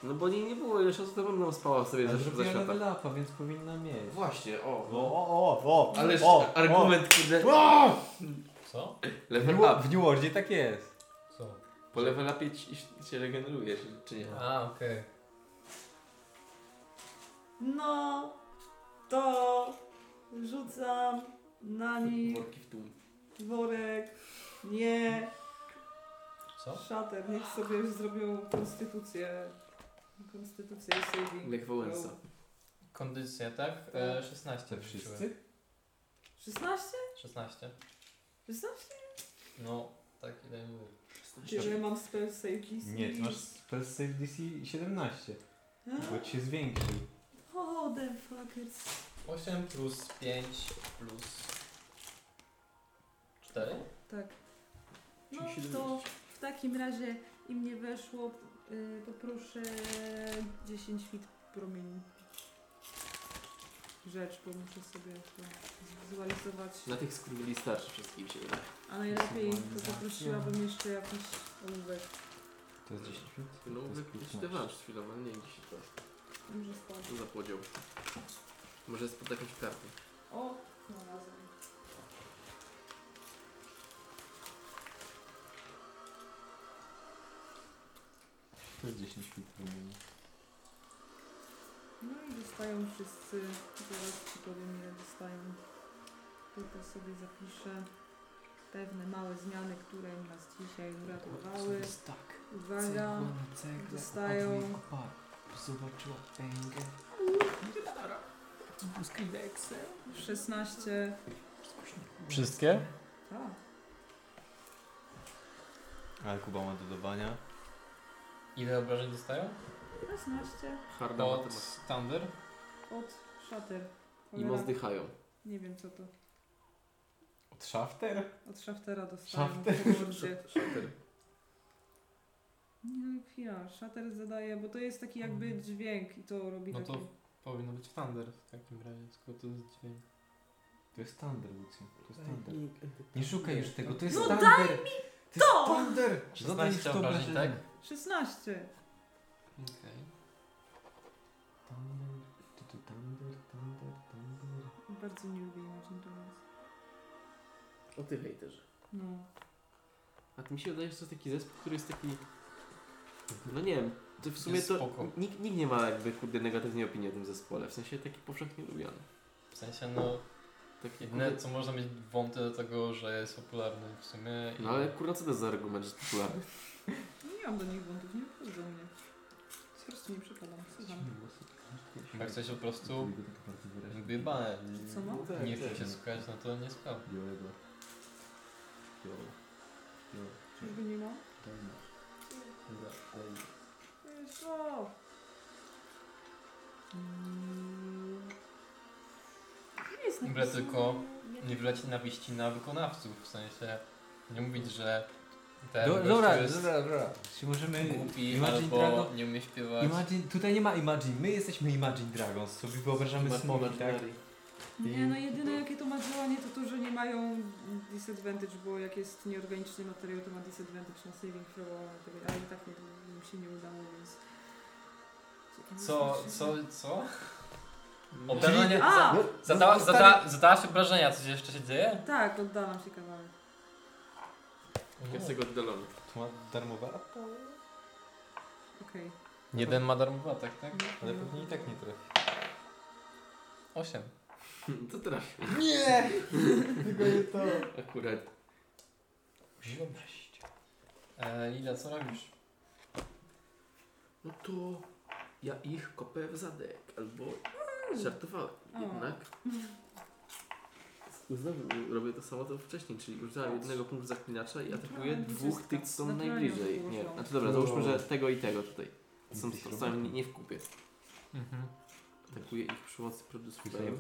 no bo nie, nie było, ile czasu temu ona no, spała sobie za, za świata.
lapa, więc powinna mieć.
Właśnie, o.
O, o, o, o!
Ależ
o,
No, argument, kurde,
O!
Co?
W
level
New,
up.
w New Worldzie tak jest.
Co?
Po level upie ci, się regenerujesz, czy nie?
A, okej.
No, to rzucam na nich
Worki w tłum.
worek. Nie.
Co?
Szater, niech sobie już zrobią konstytucję. Konstytucję i saving.
Lech Wałęsa.
Kondycja, tak? E, 16 wrzuciłem.
16?
16.
16?
No, tak ile mówię.
Czy ja mam spell save DC?
Nie, ty masz spell save DC 17, bo ci się zwiększył.
Oh, them Hm? fuckers.
8 plus 5 plus 4?
Tak. No
Czyli
to
17.
w takim razie im nie weszło, y, poproszę 10 fit promieni. Rzecz, bo muszę sobie to zwizualizować.
Na tych skurwyli starszy wszystkim się wydaje.
A najlepiej to
Wizualizacja.
poprosiłabym jeszcze jakiś ołówek.
To jest 10 minut?
No,
To jest
jakiś
15.
dewans chwilowo, nie jakiś to.
Może spadł.
Zapłodział. Może jest pod jakąś kartą.
O, znalazłem.
To jest 10 minut.
No i dostają wszyscy, zaraz ci powiem ile dostają. Tylko sobie zapiszę pewne małe zmiany, które nas dzisiaj uratowały.
tak.
Uwaga, dostają-
Zobaczyła pęgę.
16.
Wszystkie?
Tak.
Ale Kuba ma dodawania.
Ile obrażeń dostają?
16
Harda
Od
matematyka.
standard?
od szater.
I
Cholera,
mo zdychają.
Nie wiem co to.
Od szafter?
Od szaftera dostają.
Szafter.
Szafter.
Szater.
Nie no chwila, szater zadaje, bo to jest taki jakby dźwięk i to robi
Mm. No to
taki.
Powinno być standard w takim razie, skoro to jest dźwięk.
To jest Thunder, Lucy. To jest Thunder.
Nie
Nie szukaj już tego, to jest
No
Thunder!
daj
mi to!
to!
jest Thunder! Zadaj już
16
to
obrażeń, tak?
obrażenie.
16.
Okej.
Thunder, tu, tu, Thunder, Thunder, Thunder.
Bardzo nie lubię Imagine Dragons.
O ty hejterze.
No.
A ty mi się wydaje, że to jest taki zespół, który jest taki... No nie wiem, to w sumie
Jest
to
spoko.
nikt, nikt nie ma jakby kurde negatywnej opinii o tym zespole, w sensie taki powszechnie lubiany.
W sensie, no,
Taki,
jedyne
kurde,
co można mieć wąty do tego, że jest popularny w sumie. I...
no ale kurwa co to jest za argument, że to popularny?
Nie mam do nich buntów, nie obchodzą mnie. Po prostu nie przypadam, słucham.
Jak coś po prostu
Mówię tak bardzo wyraźnie.
wyjebane.
Co mam?
No tak,
Nie
tak.
chce się słuchać, no to nie słucham.
Yo, Edward. Yo. Yo.
Czyżby nie ma?
Daj mi. Dobra, daj mi.
Wiesz co? Mm. Nie jest
Byle
napisane.
tylko Nie wyleć nawiści na wykonawców, w sensie nie mówić, że ten
Do,
gościu
dobra,
jest
dobra, dobra. Czy możemy...
głupi
Imagine
albo
Dragon...
nie umie śpiewać.
Imagine... Tutaj nie ma Imagine, my jesteśmy Imagine Dragons, sobie wyobrażamy smoki, tak?
Nie, no jedyne jakie to ma działanie to to, że nie mają disadvantage, bo jak jest nieorganiczny materiał to ma disadvantage na saving throw, ale i tak nie, im się nie udało, więc...
Co, co, co? Mm.
Czyli-
Obrażenia.
A!
No,
Zadała,
no, stary-
zada, zadałaś obrażenia, coś jeszcze się dzieje?
Tak, oddalam się kawałek.
Ja
No.
z tego oddalony.
Tu ma darmowa atak,
Okej.
Jeden ma darmowy atak, tak?
ale pewnie i tak nie trafi.
Osiem.
To trafił
Nie! Tylko nie to.
akurat.
E, Lila, co robisz?
No to ja ich kopę w zadek, albo Mm. żartowałem.
O.
Jednak znowu robię to samo co wcześniej, czyli używam jednego punktu zaklinacza i atakuję
Naturalnie
dwóch
czysta.
tych, co są
Naturalnie
najbliżej.
położą.
Nie, znaczy dobra, załóżmy, że tego i tego tutaj. Są
Jesteś
to nie,
robotem.
nie w kupie.
Mhm.
Atakuję ich przy pomocy produce flame.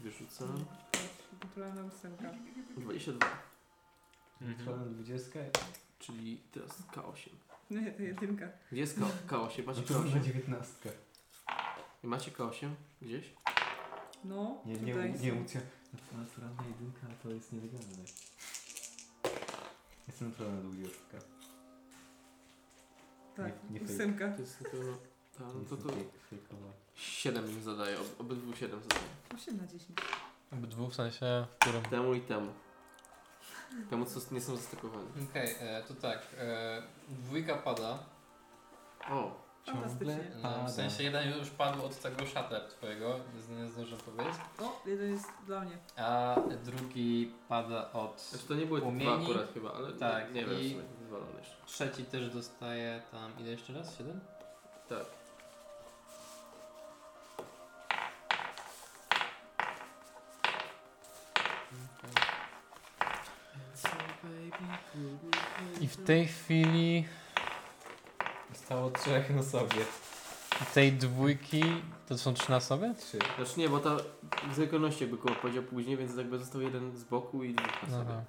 Wyrzucam.
Naturalna Tak, ósemka.
22,
Mhm.
Trwałem 20.
czyli teraz K8.
No to jedynka.
Gdzie jest K- K8? Macie
No to będzie
K8?
19.
Macie K8 gdzieś?
No,
Nie, nie,
tutaj
nie,
są.
Łucja. Naturalna jedynka to jest nielegalne. Jestem naturalna dwudziestka.
Tak,
nie- nie fake.
ósemka.
To jest na pewno... Ta, no to
Jestem
to
fej- fejkowa.
7 im zadaję, ob- obydwu 7 zadaję.
8 na 10.
Obydwu w sensie, w którym?
Temu i temu. Temu, co nie są zastakowani.
Okej, e, to tak. E, dwójka pada.
O,
Fantastycznie.
Ciągle
No,
pada.
w sensie jeden już padł od tego szata twojego, z- nie zdążę powiedzieć.
O, jeden jest dla mnie.
A drugi pada od...
znaczy to nie były dwa
Płomieni.
akurat chyba, ale
Tak,
nie, nie wiem,
i-
w sumie, wywalone jeszcze.
Trzeci też dostaje tam... Ile jeszcze raz? Siedem?
Tak.
I w tej chwili
Stało trzech na sobie.
tej dwójki to są trzy na sobie?
Trzy.
Znaczy nie, bo ta z wykonalności jakby koło powiedział później, więc jakby został jeden z boku i dwóch na sobie.
Aha.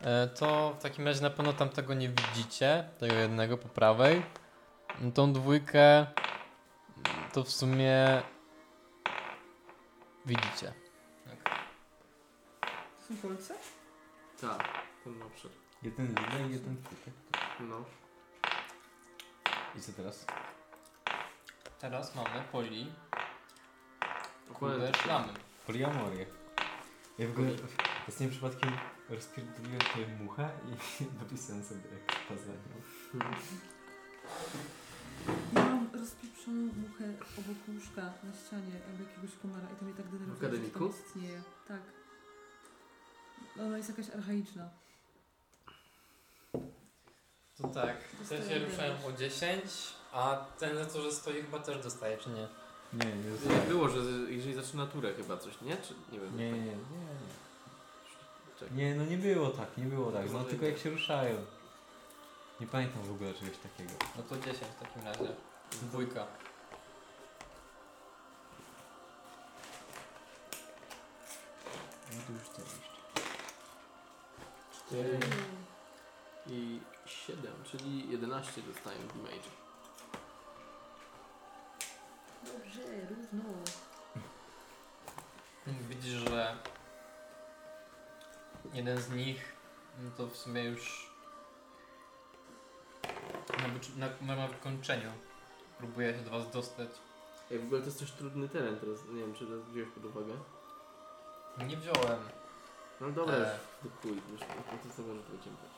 E, to w takim razie na pewno tam tego nie widzicie, tego jednego po prawej. No, Tą dwójkę to w sumie widzicie.
To są kolce?
Tak, ten na przód.
Jeden lila i jeden kutek.
No.
I co teraz?
Teraz mamy poli,
Okładam
kurde,
tak.
szlamy.
Poliamorię. Ja w ogóle ostatnim przypadkiem rozpierdoliłem tę muchę i dopisałem sobie jak poza nią.
Ja mam rozpieprzoną muchę obok łóżka na ścianie albo jakiegoś komara i to mnie tak denerwuje,
W akademiku?
że to tam istnieje. Tak. Ona jest jakaś archaiczna.
To tak, te się
Dostaję
ruszają o 10, a ten, co że stoi chyba też dostaje, czy nie?
Nie, nie
Nie było, że z- jeżeli zaczyna turę chyba coś, nie? Czy nie wiem.
Nie, nie, nie.
Czekaj.
Nie, nie no nie było tak, nie było tak. No
Może
tylko
i
jak się ruszają. Nie pamiętam w ogóle czegoś takiego.
No to 10 w takim razie. Dwójka.
No to już co jeszcze.
Cztery i 7, czyli 11 dostaję w Image.
Dobrze, równo.
Widzisz, że jeden z nich, no to w sumie już na, wyczy- na, na wykończeniu próbuje się do was dostać.
Ej, w ogóle to jest też trudny teren teraz, nie wiem czy to wziąłeś pod uwagę.
Nie wziąłem.
No dobra,
E.
już ty chuj, już o tym samym możesz wyciągać.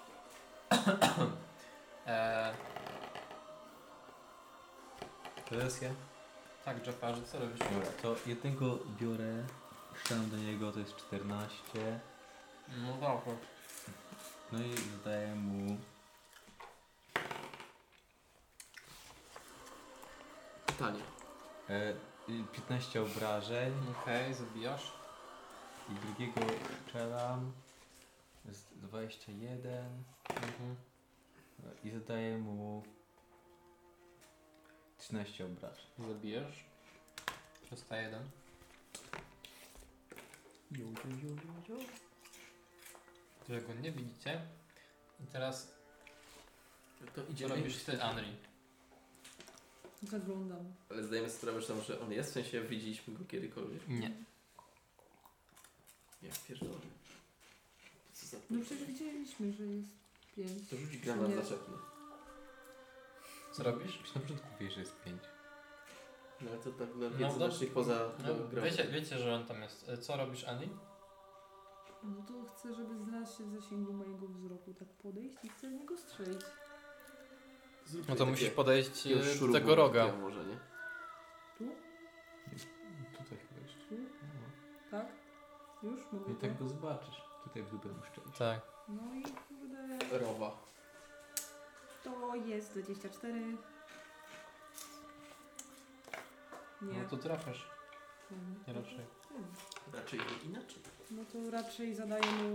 Eee,
To jest ja.
tak, Jaffarze, co robisz?
Dobra, to jednego biorę, strzelam do niego, to jest 14.
No dobra.
No i zadaję mu...
Pytanie.
E, y, 15 obrażeń
Okej, zabijasz.
i drugiego strzelam. To jest 21
Mhm.
i zadaję mu 13 obrażeń.
Zabijasz. Zostaje jeden. Którego nie widzicie. I teraz
To
co
idziemy.
robisz ty, Anri?
Tak Zaglądam.
Ale zdajemy sobie sprawę, że tam, że on jest, w sensie widzieliśmy go kiedykolwiek.
Nie.
Ja pierdolę. Co za...
No przecież widzieliśmy, że jest pięć.
To rzuć granat
Nie.
za czepny.
Co robisz?
Już na początku wiesz, że jest 5.
No ale to tak
No
dla wiedzy
dobrze.
naszych poza
No,
grą.
wiecie, wiecie, że on tam jest. E, Co robisz, Anri?
No to chcę, żeby znalazł się w zasięgu mojego wzroku. Tak podejść i chcę w niego strzelić.
Zrób
No to
takie-
musisz podejść
takiego
e, do
szurubu
tego roga.
takiego Może, nie?
Tu?
Tutaj chyba jeszcze.
Tu? Tak? Już? Mogę
No. I tak
to?
go zobaczysz. Tutaj w dupę mu szczelić.
Tak.
No i kurde...
Rowa.
To jest 24. Nie.
No to trafiasz.
Mhm.
Nie raczej.
Hmm.
Raczej nie inaczej.
No to raczej zadaję mu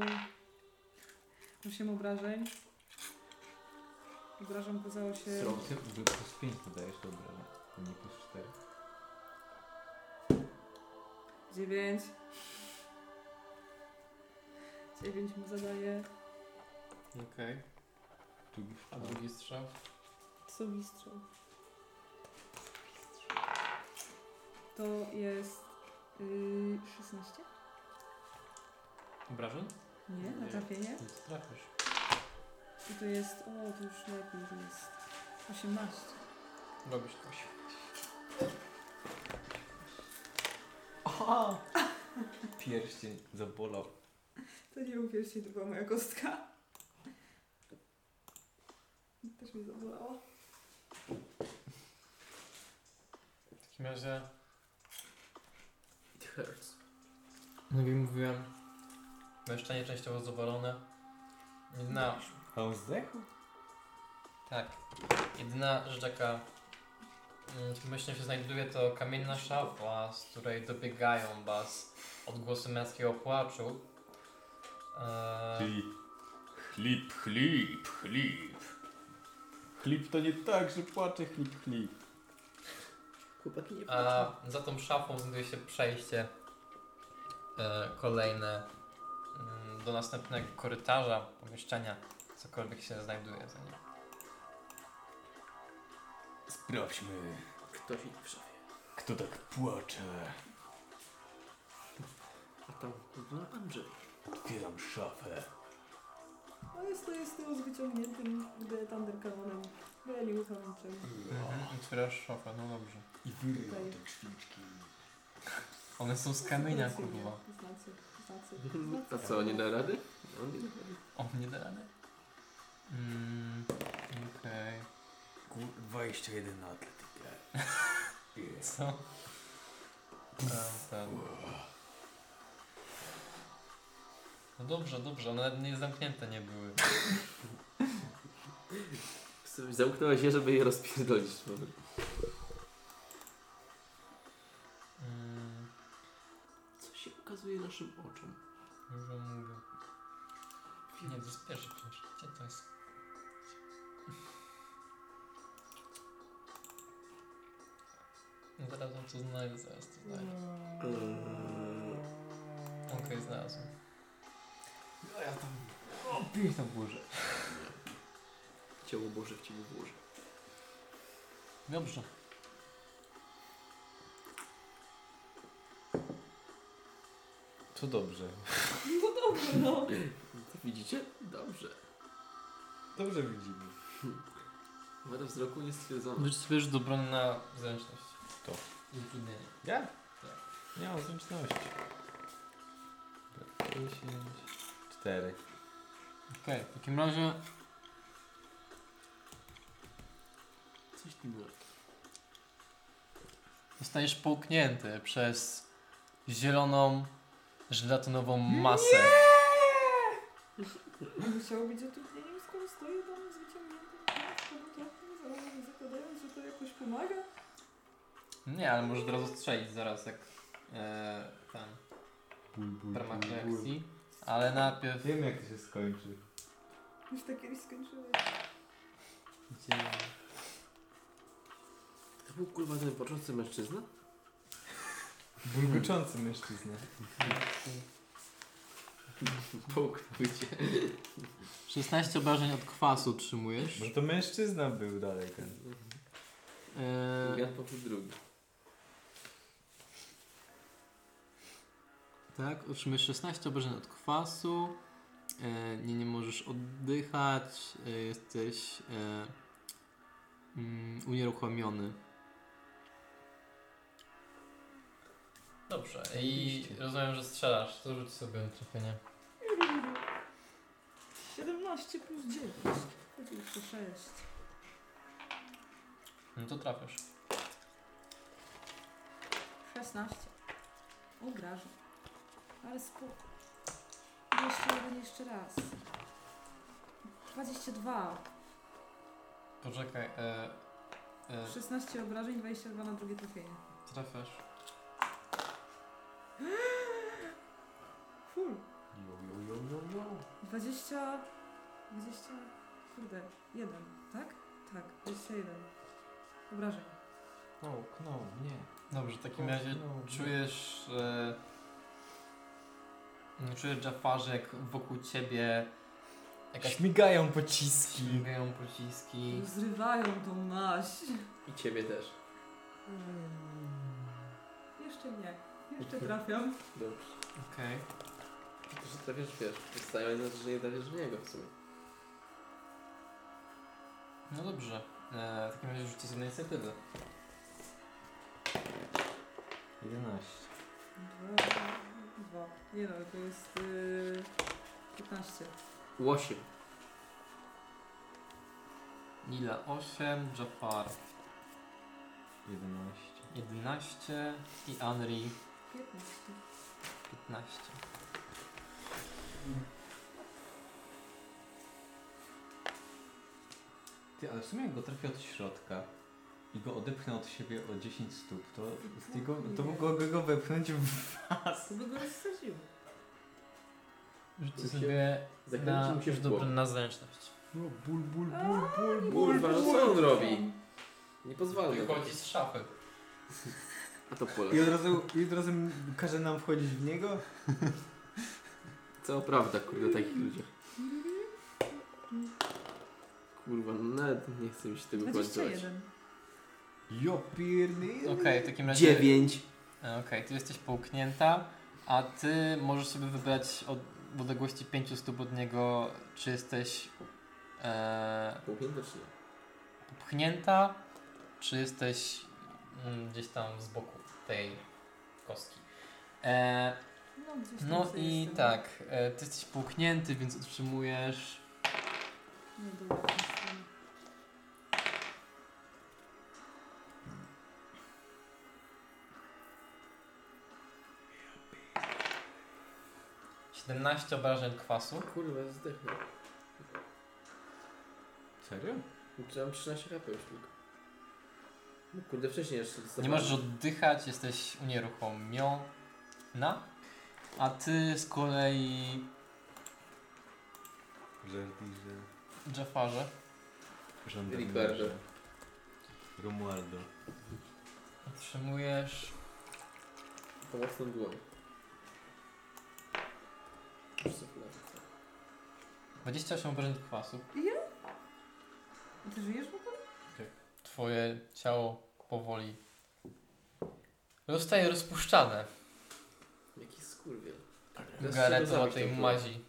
8 obrażeń. Obrażam okazało się...
Strąg.
Ty w ogóle plus 5 dodajesz do obrażeń, a nie plus 4.
9. 9 mu zadaję.
Okej.
Drugi
A
strzał.
drugi strzał?
Sowi strzał. To jest yy, 16?
Obrażeń?
Nie, na
Nie.
trafienie.
No to trafiasz.
I to jest, o, to już lepiej, to jest 18.
Robisz coś.
Pierścień zabolał.
To nie był pierścień, to była moja kostka. Też mi zabolało.
W takim razie
It hurts.
No jak mówiłem, mieszczenie częściowo zawalone. Jedyna,
A on zdechł?
tak, jedyna rzecz jaka mm, w myślę się znajduje to kamienna szafa, z której dobiegają was odgłosy męskiego płaczu. Eee,
Chlip, chlip, chlip. Chlip to nie tak, że płacze chlip, chlip.
Chłopaki nie
E, a za tą szafą znajduje się przejście e, kolejne mm, do następnego korytarza, pomieszczenia, cokolwiek się znajduje za nim.
Sprawdźmy,
Ktoś ich w szafie.
kto tak płacze.
A tam kurwa Andrzej.
Otwieram szafę.
No jest to jest to z wyciągniętym The Thunder Cannonem. Bo ja nie ucham
Mhm. Otwierasz szafę, no dobrze.
I wyrwam te świeczki.
One są z kamienia, kurwa.
Znacy, znacy,
A
znacy.
co, nie da rady? No nie da rady.
O, nie da rady. Mm, okej.
Kur- 21 na atletykę. Jest.
Co? E, ten. No dobrze, dobrze, one nawet nie zamknięte nie były.
W sumie Zamknąłeś je, żeby je rozpierdolić.
Mm,
Co się okazuje naszym oczom?
już wam mówię. Nie, to jest pierwszy przecież. Gdzie to jest? No Zaraz wam to znajdę, zaraz to znajdę.
Eee,
Okej, znalazłem.
No ja tam... O, pięć tam burze.
Ciało Boże w ciebie włożę.
Dobrze.
To dobrze.
No dobrze, no.
Widzicie? Dobrze.
Dobrze widzimy.
Wada wzroku nie stwierdzono.
Wycz sobie rzut obrony na zręczność.
To.
I utrudnienie.
Ja?
Tak.
Nie mam zręczności. 10, 4.
Okej, w takim razie
Coś tu było.
zostajesz połknięty przez zieloną, żelatynową masę. Nie!
Musiało być utrudnieniem, skoro stoję tam z wyciągniętym tak, komutrafem, zarazem zakładając, że to jakoś pomaga.
ale możesz od razu strzelić zaraz jak e, ten w ramach reakcji. Ale najpierw Mhm.
Wiem jak to się skończy.
Już tak kiedyś skończyłem.
gdzie...
To był kurwa ten początcy mężczyzna?
Bulgoczący mężczyzna.
Połknujcie.
16 obrażeń od kwasu otrzymujesz.
Może to mężczyzna był dalej ten.
E,
Eee. Jan Paweł drugi.
tak, otrzymujesz 16 obrażeń od kwasu. E, nie, nie możesz oddychać. E, jesteś e, mm, unieruchomiony. Dobrze, i rozumiem, że strzelasz. To rzuć sobie trafienie.
17 plus 9. To już to 6.
No to trafiasz.
16. Obrażę. Ale spoko. 21 jeszcze raz. 22.
Poczekaj, e, e,
16 obrażeń, 22 na drugie trafienie.
trafiasz.
Full. 20. 20. Kurde. 1, tak? Tak, 21. Obrażeń.
O, no, nie.
Dobrze, w takim razie
No, no.
czujesz. E, m, czujesz Jafarze, jak wokół ciebie jakaś
Śmigają pociski.
śmigają pociski.
Zrywają tą maść. Mm.
I ciebie też.
Jeszcze nie. Jeszcze trafiam.
Dobrze.
Okej.
Ty też trafiasz, wiesz. Wstają znaczy, że nie trafiasz w niego w sumie.
No dobrze. E, w takim razie rzucę sobie na inicjatywę.
11.
Dwa, dwa. Nie no, to jest yy, 15.
Łosiem.
Nila 8, Jafar
11.
11 i Anri
15.
15.
Ty, ale w sumie jak go trafi od środka i go odepchnę od siebie o 10 stóp, to, z tego, to mogłoby go wepchnąć w was.
To by go rozsadziło.
Rzucę
Musimy-
sobie
zakręcił
na,
mi się w
rzut obrony
głowę.
na zręczność.
No, ból, ból,
ból,
ból,
Kurwa, no co on robi? Nie pozwala na to.
Wychodzi z szafy.
A to pole.
I od razu, i od razu każe nam wchodzić w niego?
Cała prawda, kurde, o takich ludziach. Kurwa, no nawet nie chcę mi się tego kończyć.
21.
Jo pierny.
Okej, w takim razie.
Dziewięć.
E, Okej, ty jesteś połknięta, a ty możesz sobie wybrać od, w odległości 5 stóp od niego, czy jesteś e,
Połknięte czy nie?
popchnięta, czy jesteś mm, gdzieś tam z boku tej kostki. E,
No, gdzieś tam
no
sobie
i
jestem.
tak, e, ty jesteś połknięty, więc otrzymujesz
Nie było tej strony.
Siedemnaście obrażeń kwasu.
Kurwa, zdechnę.
Serio?
Czy mam 13 HP już tylko. No kurde, wcześniej jeszcze
Nie
dostawałem.
możesz oddychać, jesteś unieruchomiona. A ty z kolei,
Żardirze.
Jaffarze,
Ricardo.
Żandarmerze. Romualdo.
otrzymujesz
Pomocną dłoń. Już co chwilę.
28 obrażeń kwasu.
A Ty żyjesz w ogóle?
Twoje ciało powoli zostaje rozpuszczane.
Jaki skurwiel. Teraz
Garet
trzeba
Tak, o
zabić
tej
tą
mazi.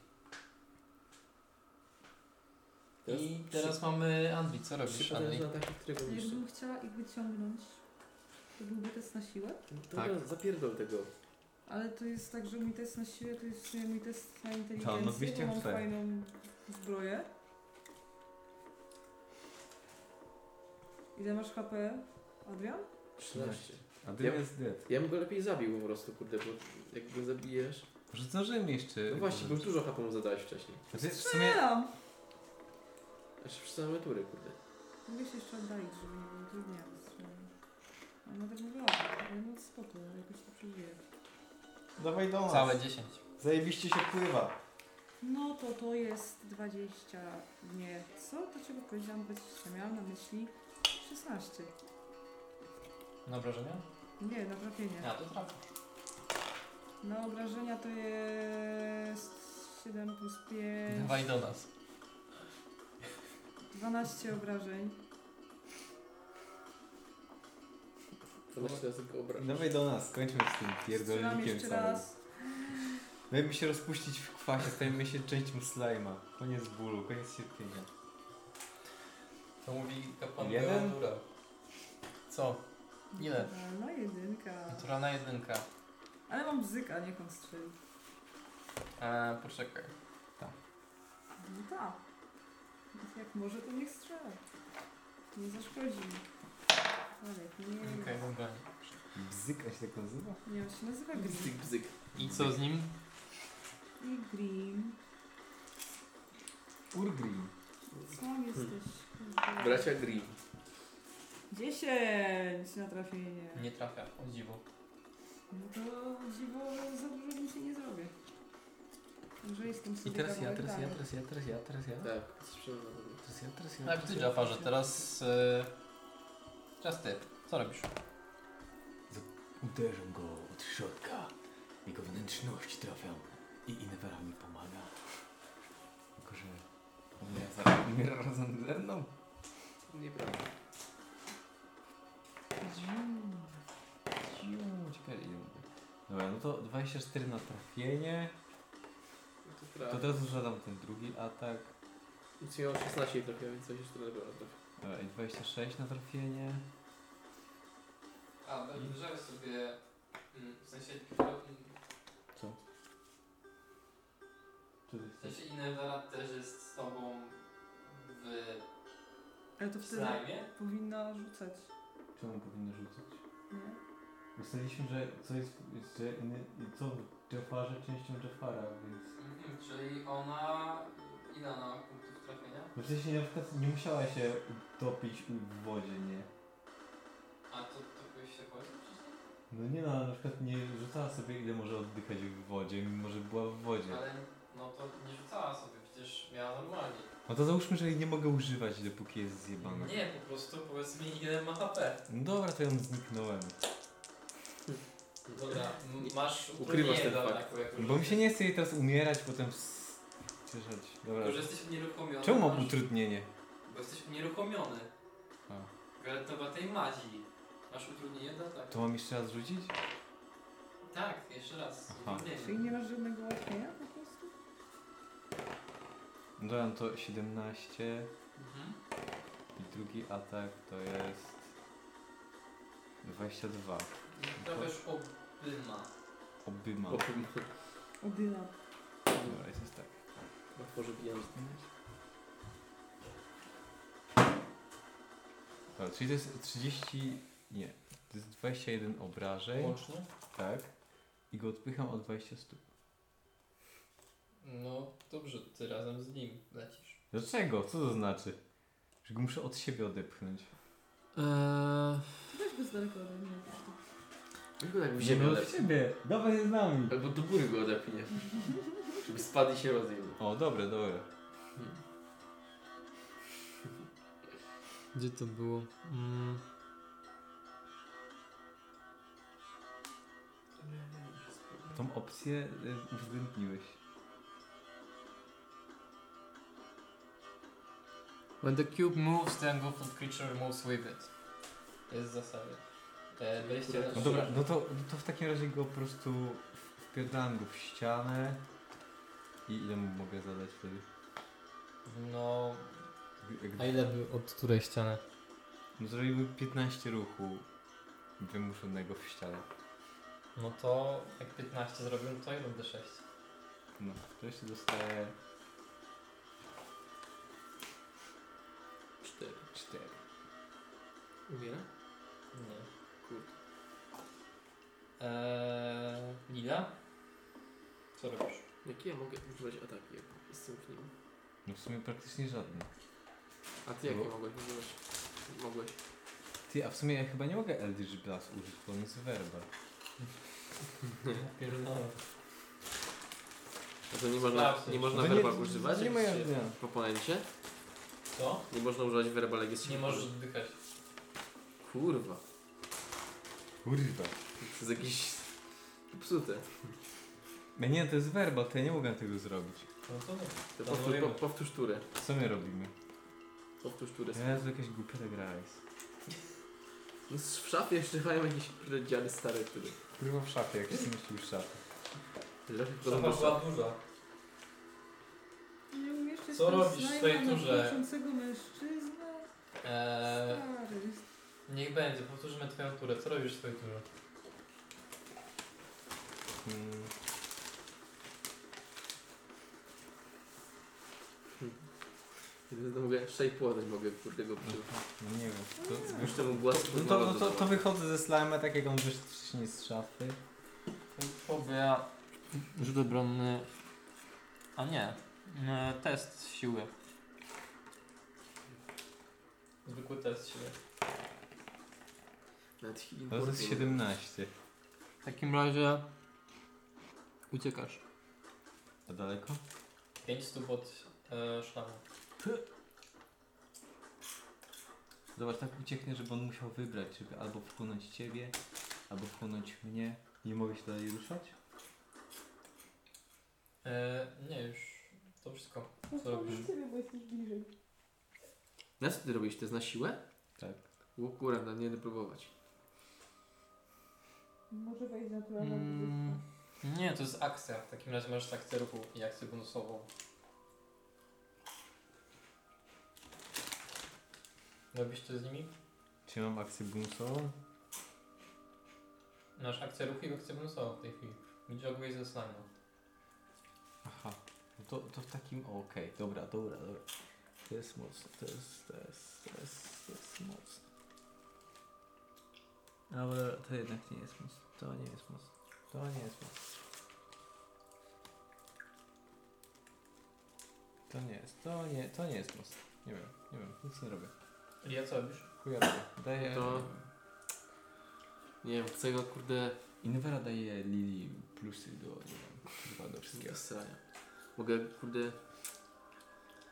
I teraz mamy Andy, co robisz
Przypadając
Andy?
na taki tryb jeszcze.
Jakbym chciała ich wyciągnąć, to byłby test na siłę.
Dobra,
Tak.
zapierdol tego.
Ale to jest tak, że mój test na siłę to jest w sumie mój test na
To, no
inteligencję, bo mam
204.
fajną zbroję. Ile masz HP, Adrian?
13.
A
Adrian
jest dead.
Ja bym go lepiej zabił po prostu, kurde, bo jak go zabijesz...
Może zdążymy jeszcze.
No właśnie, bo już dużo HP mu zadałeś wcześniej.
Znaczy, w
Nie
sumie
dam!
Aż przez same tury, kurde.
Mogę się jeszcze oddalić, żeby nie było trudniej. A no tak mówię, ale no spoko, jakoś to przeżyję.
Dawaj do nas.
Całe 10.
Zajebiście się pływa.
No to to jest 20, nie, co? To czego powiedziałam 20? Miałam na myśli 16.
Na obrażenia?
Nie, na trafienie.
Ja to trafię.
Na obrażenia to jest 7 plus 5,
Dawaj do nas.
12 obrażeń.
12 razy tylko obraz.
Dawaj do nas, kończmy z tym
Strzelam
pierdolnikiem
jeszcze
całym.
raz.
Dajmy się rozpuścić w kwasie, stajemy się częścią slajma. Koniec bólu, koniec cierpienia.
To mówi kapłan
Jeden?
Leandura. Co? Ile? No
Naturalna no jedynka.
Naturalna jedynka.
Ale mam bzyka, niech on strzeli.
Eee, poczekaj.
No tak. Więc Jak może, to niech strzela. Nie zaszkodzi mi. Ale nie,
Okej, dobra.
Bzyka się tak nazywa?
nie, on się nazywa Green.
Bzyk, bzyk.
I co z nim?
I Green.
Urgreen.
Hmm.
Sam jesteś. kurde.
Bracia Green.
10 na trafienie.
Nie trafia, o dziwo.
No to dziwo, za dużo mi się nie zrobię. Także jestem sobie kawałek dalej.
ja, teraz ja, teraz ja.
Tak, sprzedam na
Teraz ja,
pewno.
teraz
Tak, ty Jafarze, teraz... Eee, teraz ty. Co robisz?
Uderzam go od środka. Jego wnętrzności trafiam i Inevera mi pomaga.
Tylko, że... Nie, zaraz umiera razem ze mną.
Nieprawda.
Ciu, Ciekawe ile mówię. Dobra, no to 24 na trafienie.
No To
To
prawda.
teraz zadam ten drugi atak.
Nic miało 16 i trafiłem, więc coś jeszcze dobrego trafił.
Dobra, i 26 na trafienie.
A, wybierzemy sobie... mm, W sensie...
Co? Co ty chcesz?
Inewera też jest z tobą
Ale to wtedy powinna rzucać,
Czemu powinno rzucać?
nie?
Ustaliliśmy, że co jest, że inny, co w Jafarze częścią Jafara, więc...
Mhm, Czyli ona... Ile ona ma punktów trafienia?
No w sensie na przykład nie musiała się topić w wodzie, nie?
A to, to byś się powiedział wcześniej?
No nie no, na przykład nie rzucała sobie ile może oddychać w wodzie, mimo że była w wodzie.
Ale no to nie rzucała sobie, przecież miała normalnie.
No to załóżmy, że jej nie mogę używać dopóki jest zjebana.
Nie, po prostu powiedz mi ile ma HP.
No dobra, to ją zniknąłem.
Dobra, m- masz
Ukrywasz
utrudnienie
ten
do
fakt.
ataku, jako
Bo
że-
mi się nie chce jej teraz umierać, potem cieszać. Dobra.
Tylko, że jesteś unieruchomiony.
Czemu mam
masz-
utrudnienie?
Bo jesteś unieruchomiony. Granatowa tej mazi. Masz utrudnienie do ataku.
To mam jeszcze raz rzucić?
Tak, jeszcze raz.
Aha.
Czyli
Utrudnienie.
nie masz żadnego ułatwienia po prostu?
No Dobra, no to 17
Mhm.
i drugi atak to jest 22.
I Trafiasz obyma.
Obyma.
Bo
Obyla.
Dobra, jest tak.
otworzy pieniądze.
Dobra, czyli to jest 30. Nie. To jest 21 obrażeń.
Łącznie?
Tak. I go odpycham o 20 stóp.
No dobrze, ty razem z nim lecisz.
Dlaczego? Co to znaczy? Że go muszę od siebie odepchnąć.
Eee...
To weź go z daleka ode mnie. jakoś tak.
Tylko tak w ziemię
No,
odepnie.
siebie! Dawaj z nami!
Albo do góry go odepnie. Żeby spadł i się rozjął.
O, dobre, dobre.
Gdzie to było? Mm.
Tą opcję y, uwzględniłeś.
When the cube moves, the angle of the creature moves with it. Jest w zasadzie. E, wejście na
No dobra, no to, no to w takim razie go po prostu wpierdalam go w ścianę. I ile mu mogę zadać wtedy?
No,
Jakby-
A ile by od której ściany?
No zrobiłby 15 ruchu wymuszonego w ścianę.
No to jak 15 zrobiłem, to 1d6.
No, to jeszcze dostaje
Cztery.
4.
Umiera?
Nie.
Kurde.
Eee, Lila? Co robisz?
Jakie ja mogę używać ataki, jak jestem w nim?
No w sumie praktycznie żadne.
A ty jakie
No.
mogłeś używać? Mogłeś.
Ty, a w sumie ja chyba nie mogę Eldritch Blast użyć, bo on jest werbal.
Pierdolę.
A to nie można,
Sprawdzę.
nie można
No nie-
werbal używać?
Nie
jak
ma
się-
jak nie.
W oponencie?
Co?
Nie można używać werbal, jak jest się
Nie
w-
możesz oddychać.
Kurwa.
Kurwa.
To jest jakieś... Psute.
No nie, to jest werbal, to ja nie mogę tego zrobić.
No to nie.
To
To
powtór, po,
mówimy.
powtórz turę.
Co my robimy?
Powtórz turę.
Teraz jakaś głupia gra jest.
No z- w szafie jeszcze mają jakieś kurde dziady stare, które...
Kurwa w szafie, jak się myślił szafę.
Lepiej
Szafa
podobno
była duża.
Nie umieszczę
Co robisz w tej turze?
Znaczącego mężczyznę?
Eee,
Stary.
niech będzie, powtórzymy twoją turę. Co robisz w swojej turze?
Mm.
To mogę szejpłodem mogę kurde go przy...
No nie wiem. To,
Mm. Już temu była
no to, no to, to wychodzę ze slajma tak jak on wyszedł wcześniej z szafy.
Pobia rzut obronny. A nie. E, Test siły. Zwykły test siły.
Nawet healing
To jest
portion.
17.
W takim razie uciekasz.
A daleko?
5 stóp od e, szlamu.
Zobacz, tak ucieknie, żeby on musiał wybrać, żeby albo wchłonąć ciebie, albo wchłonąć mnie. Nie mogę się dalej ruszać?
E, nie, już to wszystko. Co robisz?
No Ciebie, bo jesteś bliżej.
Na co ty robisz? To jest na siłę?
Tak.
O kurwa, na nie będę próbować.
Może wejść naturalna
Mm, nie, to jest akcja. W takim razie masz akcję ruchu i akcję bonusową. Robisz to z nimi?
Czy mam akcję bonusową?
Masz akcję ruchu i akcję bonusową w tej chwili. Gdzie ogólnie ze slime.
Aha. No to, to w takim... o, Okej, dobra, dobra, dobra. To jest mocne, to jest, to jest, to jest, to jest mocne. Ale to jednak nie jest mocne, to nie jest mocne, to nie jest mocne. To nie jest, to nie, to nie jest mocne. Nie wiem, nie wiem, nic nie robię.
Ja co robisz?
Chuja robię. Daję...
To- Nie wiem, chcę go kurde...
Inwera daje Lili plusy do, nie wiem, chyba do wszystkiego.
do strania. Mogę kurde...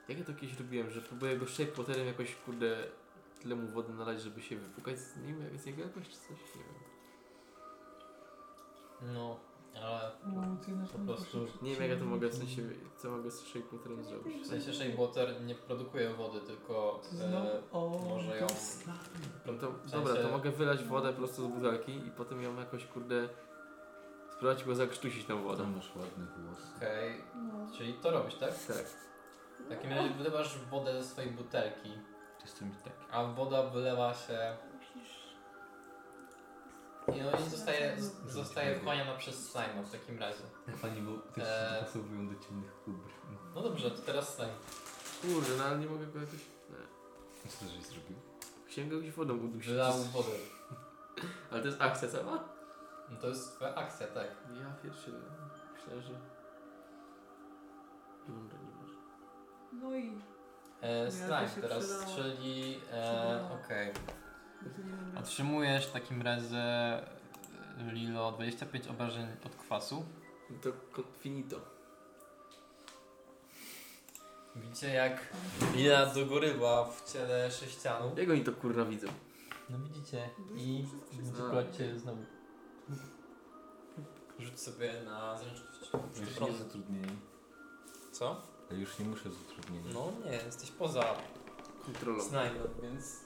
Jak ja to kiedyś robiłem, że próbuję go szejpłodem jakoś kurde... Tyle mu wody nalać, żeby się wypukać z nim, jak z niego jakoś czy coś? Nie wiem.
No, ale
No,
po prostu
Nie wiem jak ja to mogę, w sensie, co mogę z szejpłodem zrobić.
w sensie Shakewater nie produkuje wody, tylko e, może ją...
No to,
w sensie-
dobra, to mogę wylać wodę prosto z butelki i potem ją jakoś, kurde, spróbować go zakrztusić tą wodą.
masz ładny głos.
Okej,
No.
czyli to robisz, tak?
Tak.
W takim razie wylewasz wodę ze swojej butelki,
To jest mi tak.
a woda wylewa się
Musisz...
i no, i zostaje, z- zostaje wchłaniana przez slime w takim razie.
Pani, Tak bo też
Eee.
się dopasowują do ciemnych ubr.
No dobrze, to teraz slime.
Kurde, no ale nie mogę go jakoś... Nie.
Co to żeś zrobił?
Chciałem go gdzieś wodą udusić.
Wylał wodę.
Ale to jest akcja sama?
No to jest twoja akcja, tak.
Ja pierwszy. Myślę, że... Dobra, nie może.
No i...
E, slime
to się
teraz,
przydało.
czyli... E,
Przydało.
Okej.
Bo to nie mam
Otrzymujesz w takim razie y, Lilo 25 obrażeń od kwasu.
No to ko- finito.
Widzicie jak Lila dogorywa w ciele sześcianu.
Jak oni to kurna widzą?
No widzicie i wykładźcie znowu. Rzuć sobie na zręczność. Rzuć
Już nie
obronny.
z utrudnieniem.
Co?
Ja już nie muszę z utrudnieniem.
No nie, jesteś poza
Kontrolą.
Snajder, więc...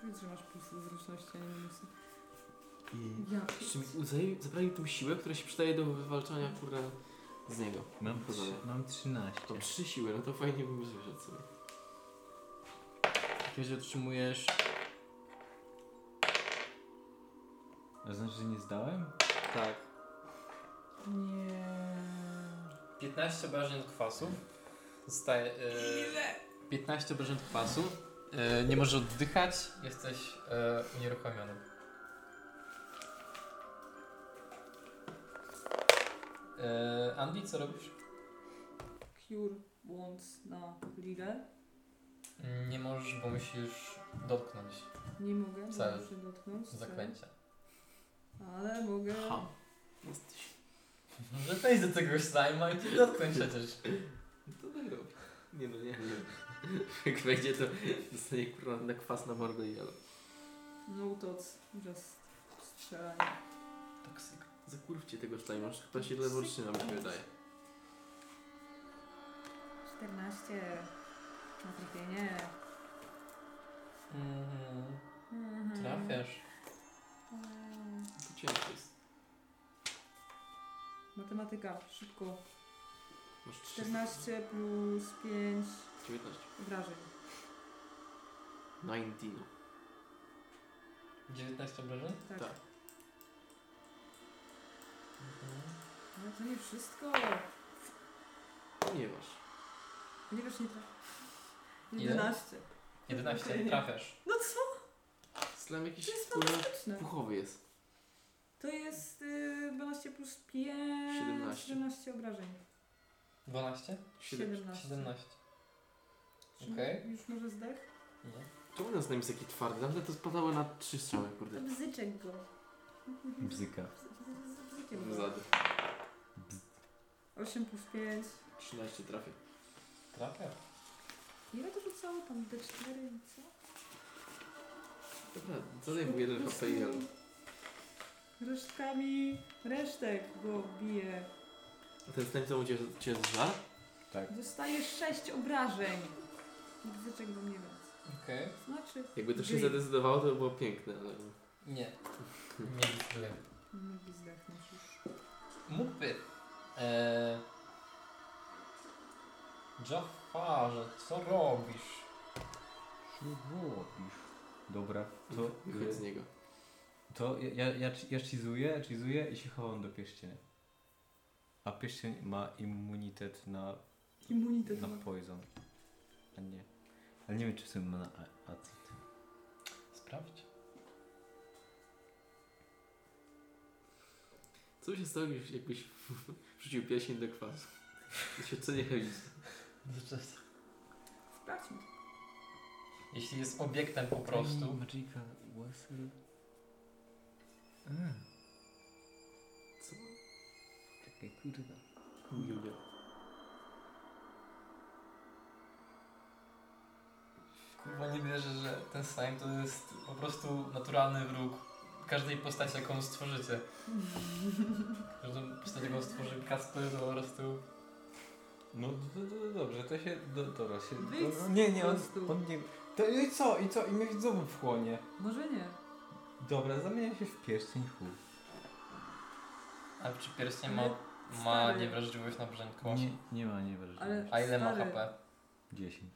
Powiedz, że masz plusy zręczności, a nie minusy.
I
Ja...
Jeszcze mi uzaje- zabrali tą siłę, która się przydaje do wywalczania, kurna, z niego.
Mam,
Poza-
trzy, mam 13.
To trzy siły, no to fajnie bym wyszedł sobie.
Kiedy otrzymujesz
A znaczy, że nie zdałem?
Tak.
15 obrażeń od kwasu. Zostaje. Ile? 15 obrażeń od kwasu. E, nie możesz oddychać, jesteś e, unieruchomiony. E, Andy, co robisz?
Cure Wounds na ligę.
Nie możesz, bo musisz dotknąć
Nie mogę, nie
Cel.
muszę dotknąć. cel.
zaklęcia.
Ale mogę.
Ha.
Może wejść do tego slajma i cię dotknąć przecież.
To tak robię. Nie no, nie. Jak wejdzie to dostanie kurwa na kwas na mordę i jelo.
No toc, just strzelanie.
Toksyk.
Zakurwcie tego sztajma, to się ledwo trzyma, mi się wydaje.
14 na trafienie.
Mhm.
Mhm.
Trafiasz.
Mm.
To ciężko jest.
Matematyka, szybko.
Masz 3,
14 plus 5
19.
obrażeń.
19.
19 obrażeń?
Tak.
Tak.
Mhm.
Ale to nie wszystko.
Ponieważ.
Ponieważ nie trafi.
Ile?
11.
11, trafiasz.
No co?
Slam jakiś
To jest
kurwa
fantastyczne.
puchowy jest.
To jest y, 12 plus 5.
17.
17 obrażeń.
12?
17.
17.
Czy
Okej.
Już może zdech?
Nie.
Czemu nas z nami jest taki twardy? Dla mnie to spadały na trzy strzały,
To
kurde.
bzyczek go.
Bzyka.
Z- z- z- Bzykiem go.
Zady.
8 plus 5.
13 trafię.
Trafia.
Ile to rzucało tam? D4 i co?
Dobra, zadaj mu jeden HP i jelo.
Resztkami resztek go bije.
A ten slime co mu cię, cię zżar?
Dostaje 6 obrażeń. Bzyczek go nie wiem.
Okej.
Znaczy.
Jakby to się
Gej.
zadecydowało, to by było piękne, ale...
Nie. Nie tyle.
Mógłby zdechnąć już.
Mógłby. Eee... Jaffarze, co robisz?
Przywołapisz. Dobra, to,
Wychodź z niego.
to ja, ja, ja, ja cheezuję, cheezuję i się chowam do pierścienia. A pierścień ma immunitet na,
Immunitet.
na
ma.
poison. A nie. Ale nie wiem, czy w sumie ma na a- acid.
Sprawdź.
Co by się stało, jakbyś- jakbyś wrzucił pierścień do kwasu? Doświadczenie chemiczne.
Sprawdźmy.
Jeśli jest obiektem po prostu.
Magica Wessel.
Co?
Czekaj, kurwa.
Julia.
Kurwa nie wierzę, że ten slime to jest po prostu naturalny wróg każdej postaci, jaką stworzycie. Każdą postać, jaką stworzy Kasper, to po prostu...
No to, to, to dobrze, to się. Do, dobra, się.
Wyjdź
no, nie, nie, on,
po prostu.
on nie.
To i co? I co? I mnie widzów wchłonie.
Może nie.
Dobra, zamienia się w pierścień chuj.
Ale czy pierścień ma, ma
Stary.
niewrażliwość na brzęku?
Nie, nie ma, nie wrażenia.
Ale-
A ile ma
Stary.
HP?
10.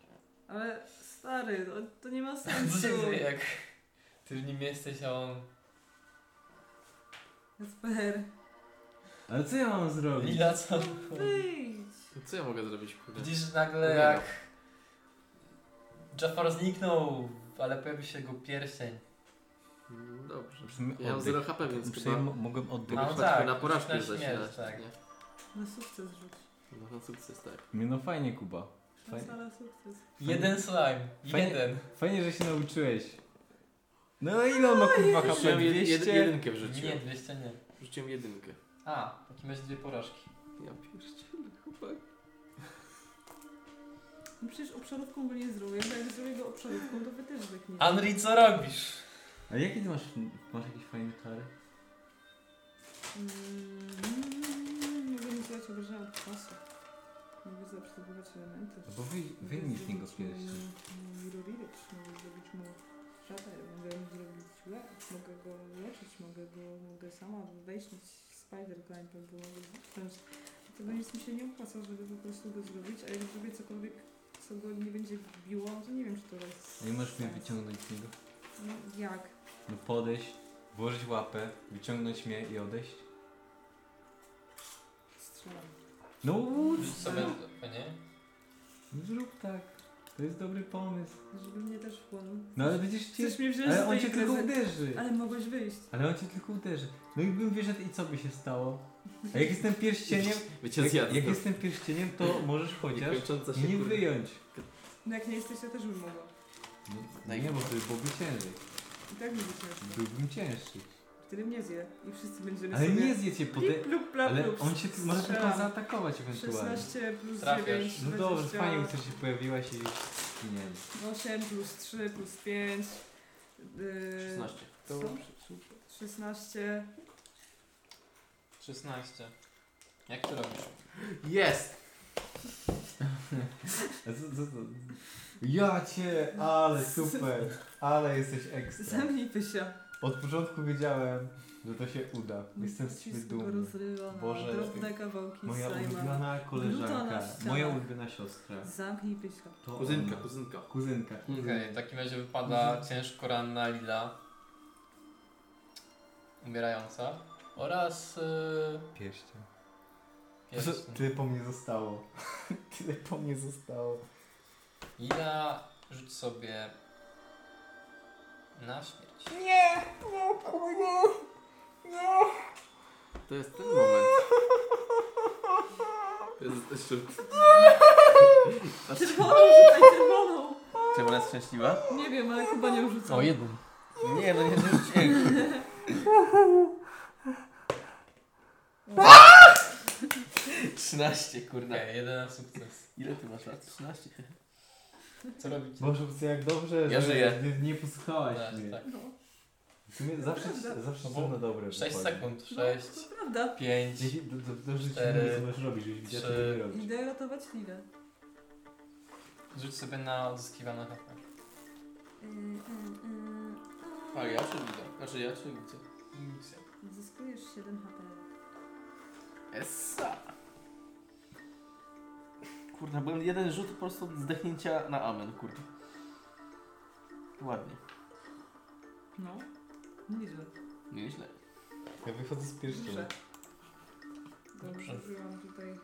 Ale stary, no, to nie ma
Co
sensu.
się dzieje, jak ty w nim jesteś, a on...
Jasper,
Ale co ja mam zrobić?
Lila, co?
wyjdź.
No Co ja mogę zrobić, kurde?
Widzisz nagle
Nie no.
jak... Jafar zniknął, ale pojawił się jego pierścień.
Mm, Dobrze.
Musimy
Ja mam
oddech.
0 HP, więc
Przynajmniej
chyba...
mo- mogłem
A,
oddać.
no
Mogę
tak,
na porażkę
na śmierć,
zaśmiać,
tak.
nie?
Na sukces rzuć.
No na sukces, tak.
Nie, No fajnie, Kuba. Fajnie.
Szansa na sukces.
Jeden slime,
Fajnie.
jeden.
Fajnie, że się nauczyłeś. No ile on ma kurwa HP?
Rzuciłem jed, jed,
200?
jedynkę
Nie,
wrzuciłem.
200 nie.
Wrzuciłem jedynkę.
A, w takim razie dwie porażki.
Ja pierdzielę, chłopak.
No przecież obszarówką go nie zrobię, bo jak zrobię go obszarówką, to wy też zdechniecie.
Henry, co robisz?
A jakie ty masz. Masz jakieś fajne czary?
Mm, Mogę inicjować obrażenia od czasu. Mogę zaobserwować elementy.
No Bo wy, wyjmij z niego pierścień.
Mogę zrobić mu mogę zrobić mu żaber, mogę mu zrobić łeb, mogę go leczyć, mogę go, mogę sama wejść na spider climb, mogę go wyciąć. Tego nic mi się nie opłaca, żeby po prostu go zrobić, a jak zrobię cokolwiek, co go nie będzie biło, to nie wiem, czy to jest...
Nie możesz mnie
sens.
wyciągnąć z niego.
No jak?
No podejść, włożyć łapę, wyciągnąć mnie i odejść.
Strzelam.
No,
Rzuć sobie, a nie?
zrób tak. To jest dobry pomysł.
Żeby mnie też wchłonął.
No ale będziesz cię...
Chcesz mnie wziąć z
Ale on
tej
cię tylko
imprezy?
uderzy.
Ale mogłeś wyjść.
Ale on cię tylko uderzy. No i bym wyszedł i co by się stało? A jak jestem pierścieniem,
By cię
jak,
zjadł.
jak jestem pierścieniem, to możesz chociaż
Niekończąca się
nie
kurwa.
wyjąć.
No jak nie jesteś, to też bym mogła.
No, nie, bo wtedy byłby ciężej.
I tak będzie ciężko.
Byłbym cięższy.
Wtedy mnie zje i wszyscy będziemy
Ale
sobie...
nie zje cię pode...
Plik, plup, plap,
Ale
plup.
on cię może tylko
Strzelam.
zaatakować ewentualnie.
16 plus
Trafiasz.
9,
No dobrze,
20,
fajnie, że się pojawiłaś i zginiemy.
8 plus 3 plus 5. Yy,
16.
co? 16.
16. Jak to robisz?
Jest!
A co, co, co? Ja cię, ale super, ale jesteś ekstra.
Zamknij pysia.
Od początku wiedziałem, że to się uda. Jestem z ciebie
Wszystko
dumny.
rozrywa na
Boże,
drobne kawałki
Moja
Simona.
ulubiona koleżanka,
Brutona ściana.
moja ulubiona siostra.
Zamknij pysia.
To
Kuzynka,
ona.
kuzynka.
Kuzynka.
Okej, w takim razie wypada ciężko ranna Lila. Umierająca. Oraz yy,
Pierścień. Co,
pierścień.
tyle po mnie zostało. tyle po mnie zostało.
Lila rzuć sobie na śmierć.
To jest ten moment. To jest jeszcze...
Czerwoną rzucaj, czerwoną!
Czemu ona jest szczęśliwa?
Nie wiem, ale chyba nie rzucam.
jeden.
Nie, no nie rzuciłem. Trzynaście,
Okej,
kurde.
jeden na sukces.
Ile ty masz lat? 13.
Co robicie?
Boże, co jak dobrze,
Ja
że
żyję.
Nie, nie posłuchałaś
Tak,
mnie.
tak.
No,
W sumie zawsze, zawsze
No
są
bo
na dobre
6
wypadnie.
sekund,
no,
6,
to prawda.
5,
Dzieci- do- do- Dobrze, że ci
Cztery,
mówię, co możesz robić, żebyś wiedział, co
trzy.
nie robić.
Idę ratować Lilę.
rzuć sobie na odzyskiwane HP.
Yy, yy,
A
yy.
ja czy widzę? Znaczy ja czy widzę?
Inicjatywa.
Zyskujesz 7 HP.
Essa! Kurde, byłem jeden rzut po prostu od zdechnięcia na amen, kurde. Ładnie.
No. Nieźle.
Nieźle.
Ja wychodzę z pierścienia.
Dobrze. Dobrze, byłam tutaj.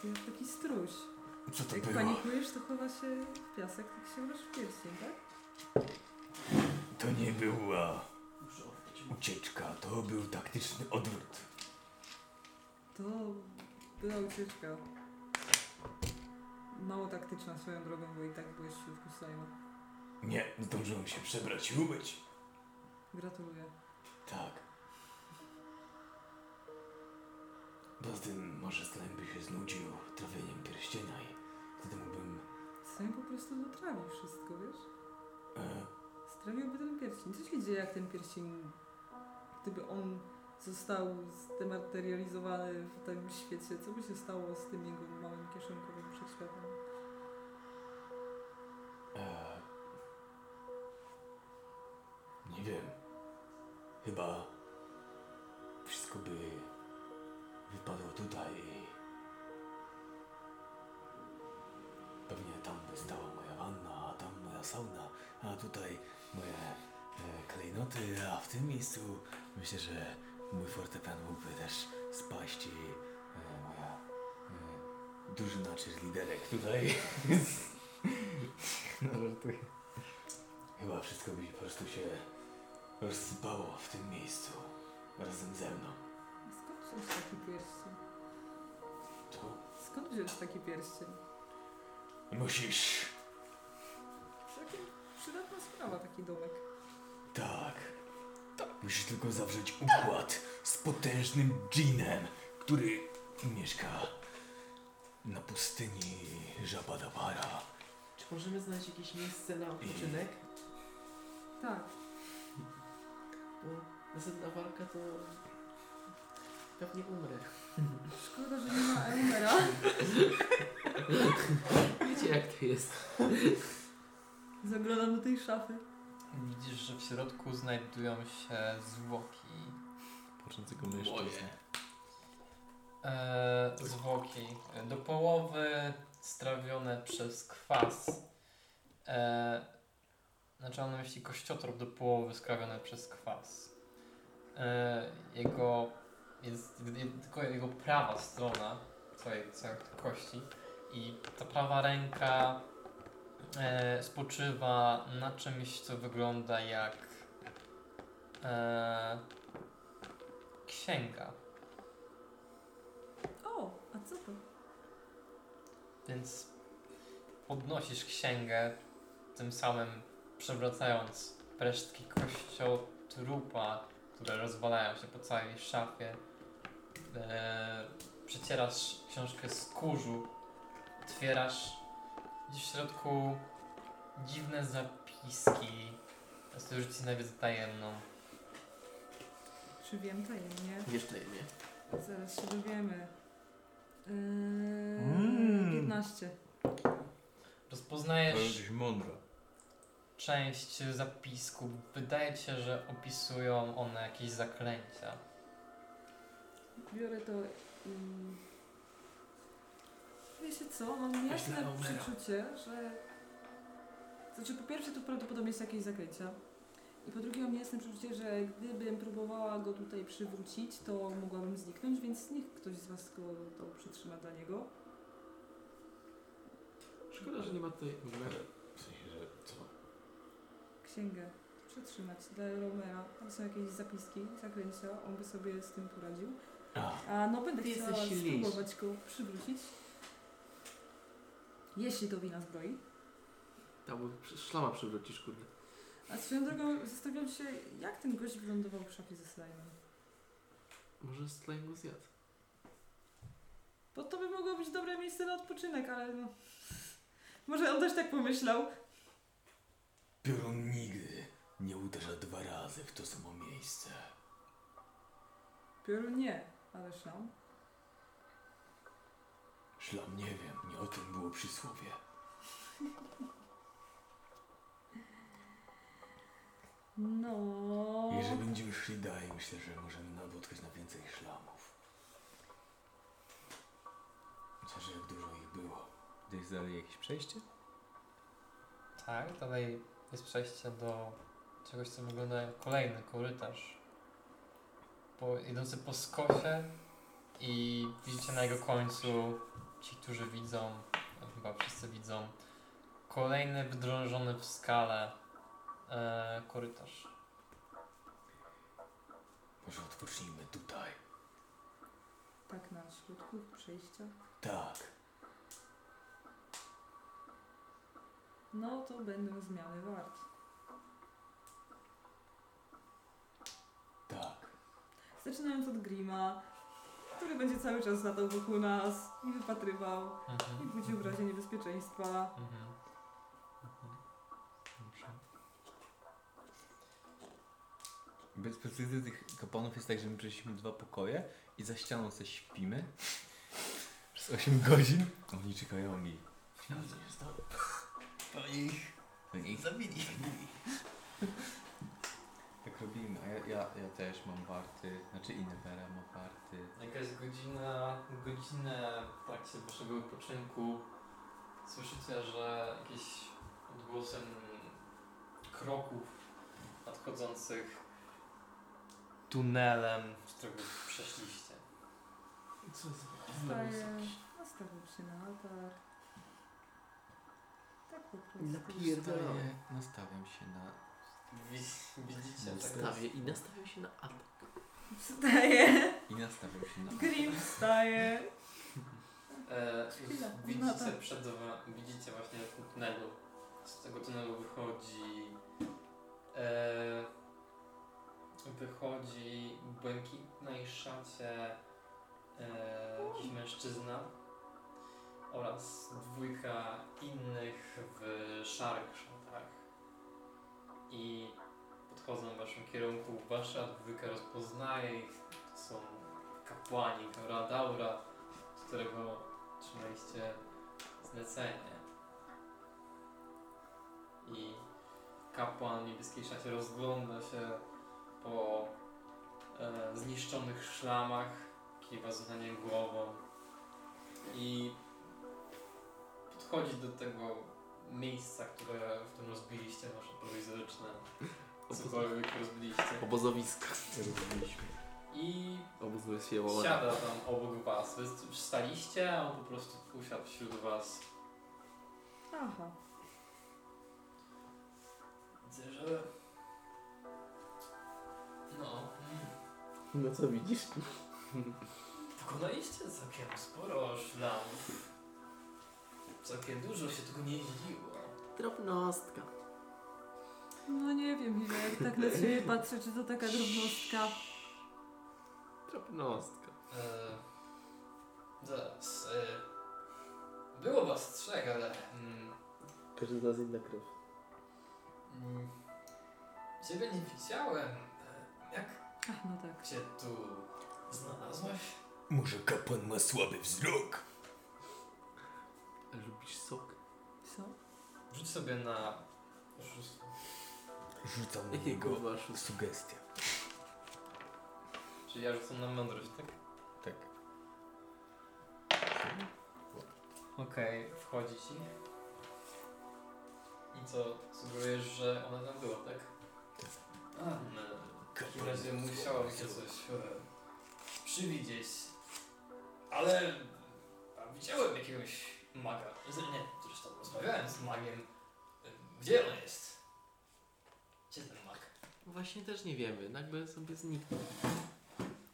Ty jak taki struś.
Co to
Jak
było?
panikujesz, to chowa się w piasek, tak się urasz w pierścień, tak?
To nie była ucieczka, to był taktyczny odwrót.
To była ucieczka. Mało taktyczna swoją drogą, bo i tak byłeś w środku slajma.
Nie, zdążyłem się przebrać i umyć.
Gratuluję.
Tak. Poza tym może slime by się znudził trawieniem pierścienia i wtedy mógłbym...
Slime po prostu zatrawił wszystko, wiesz?
E,
Strawiłby ten pierścień. Co się dzieje, jak ten pierścień, gdyby on został zdematerializowany w tym świecie? Co by się stało z tym jego małym kieszonkowym przedświatem?
e, nie wiem. Chyba wszystko by wypadło tutaj i... Pewnie tam by stała moja wanna, a tam moja sauna, a tutaj moje e, klejnoty, a w tym miejscu myślę, że mój fortepian mógłby też spaść i e, moja e, drużyna cheerleaderek tutaj. no żartuję. Chyba wszystko by po prostu się rozsypało w tym miejscu razem ze mną.
Skąd wziąć taki pierścień?
Tu
Skąd wziąć taki pierścień?
musisz.
Całkiem przydatna sprawa, taki domek.
Tak. Musisz tylko zawrzeć układ z potężnym dżinem, który mieszka na pustyni Żabadabara.
Czy możemy znaleźć jakieś miejsce na
odpoczynek?
Tak,
Bo następna walka to... Pewnie umrę.
szkoda, że nie ma Elmera.
Wiecie jak to jest.
Zaglądam do tej szafy.
Widzisz, że w środku znajdują się zwłoki
płaczącego mężczyzny.
E, zwłoki do połowy strawione przez kwas. E, znaczy mam na myśli kościotrop do połowy strawione przez kwas. E, jego jest jed- tylko jego prawa strona całej, całej kości i ta prawa ręka e, spoczywa na czymś, co wygląda jak e, księga.
O, a co to?
Więc podnosisz księgę, tym samym przewracając resztki kościotrupa, które rozwalają się po całej szafie. Eee, przecierasz książkę z kurzu, otwierasz. Widzisz w środku dziwne zapiski. Teraz to już ci nawet tajemną.
Czy wiem tajemnie?
Wiesz tajemnie.
Zaraz się dowiemy. Yy,
Mm.
15.
To
Rozpoznajesz
jesteś mądra.
część zapisków. Wydaje ci się, że opisują one jakieś zaklęcia.
Biorę to i... Wiecie co, mam jasne przeczucie, że... Znaczy po pierwsze to prawdopodobnie jest jakieś zaklęcia. I po drugie mam jasne przeczucie, że gdybym próbowała go tutaj przywrócić, to mogłabym zniknąć, więc niech ktoś z was go to przytrzyma dla niego.
Szkoda, że nie ma tutaj Romera.
W sensie, że co?
Księgę przytrzymać dla Romera. Tam są jakieś zapiski, zaklęcia, on by sobie z tym poradził.
A,
A no będę
Ty
chciała
jesteś lis.
spróbować go przywrócić. Jeśli to wina zbroi.
Tam bo przy- szlama przywrócisz, kurde.
A swoją drogą zastanawiam się, jak ten gość wylądował w szafie ze slajmem.
Może slime go zjadł.
Bo to by mogło być dobre miejsce na odpoczynek, ale no... Może on też tak pomyślał.
piorun nigdy nie uderza dwa razy w to samo miejsce.
Piorun nie, ale szlam.
Szlam nie wiem, nie o tym było przysłowie.
No...
Jeżeli będziemy szli dalej, myślę, że możemy napotkać na więcej szlamów. Chociaż jak dużo ich było.
To jest dalej jakieś przejście?
Tak, dalej jest przejście do czegoś, co wygląda jak kolejny korytarz. Po, idący po skosie i widzicie na jego końcu, ci, którzy widzą, no chyba wszyscy widzą, kolejny wdrążony w skalę e, korytarz.
Może odpocznijmy tutaj.
Tak na środku przejścia.
Tak.
No to będą zmiany wart.
Tak.
Zaczynając od Grima, który będzie cały czas latał wokół nas i wypatrywał. I
Mhm.
budził w razie niebezpieczeństwa.
Mhm. Mhm. Dobrze.
Bez precyzji tych kapłanów jest tak, że my przeszliśmy dwa pokoje i za ścianą sobie śpimy. Przez 8 godzin.
Oni czekają i... Śmiało się stało.
Zabili. Tak robimy, a ja, ja, ja też mam warty, znaczy Inwera ma warty.
Jakaś godzina, godzinę w trakcie waszego wypoczynku słyszycie, że jakieś odgłosem kroków nadchodzących tunelem, z którego przeszliście.
Co jest?
Staję, nastawiam się na atak. Tak po prostu.
Napierdolę.
Staję, nastawiam się na...
Wi- Widzicie tego
Nastawię i nastawię się na atak.
Wstaję.
I nastawiam się na...
Grim wstaje.
E,
Chwila,
widzicie
pomada.
przed wa- widzicie właśnie w tym tunelu. Z tego tunelu wychodzi e, wychodzi w błękitnej szacie e, jakiś mężczyzna oraz dwójka innych w szarych szatach i podchodzą w waszym kierunku. Wasza dwójka rozpoznaje ich. To są kapłani Radaura, z którego trzymaliście zlecenie. I kapłan w niebieskiej szacie rozgląda się po e,
e, zniszczonych szlamach, kiwa z na nie głową i podchodzi do tego miejsca, które w którym rozbiliście wasze prowizoryczne cokolwiek rozbiliście
Obozowisko.
i
Obozuje się wola.
siada tam obok was. Wy staliście, a on po prostu usiadł wśród was.
Aha.
Widzę, że... No... mm.
No co widzisz?
Pokonaliście całkiem sporo szlamów. Całkiem dużo się tego nie dziwiło.
Drobnostka.
No nie wiem, ile jak tak na ciebie patrzę, czy to taka drobnostka.
Drobnostka.
Eee, zaraz. Eee, było was trzech, ale... Mm,
Każdy z nas inna krew.
mm, ciebie nie widziałem. Eee, Jak
Ach, no tak.
cię tu znalazłaś?
Może kapłan ma słaby wzrok?
Lubisz sok?
Co?
Rzuć sobie na... oszustwo.
Rzucam na
Jakiego
niego
masz?
sugestia.
Czyli ja rzucam na mądrość, tak?
Tak.
Okej, wchodzi ci. I co, sugerujesz, że ona tam była, tak? A, no. W takim razie musiało mi się coś e, przywidzieć. Ale a widziałem jakiegoś maga. Z- Nie, zresztą rozmawiałem z magiem. E, Gdzie on jest? Gdzie ten mag?
Właśnie też nie wiemy. Nagle sobie zniknął.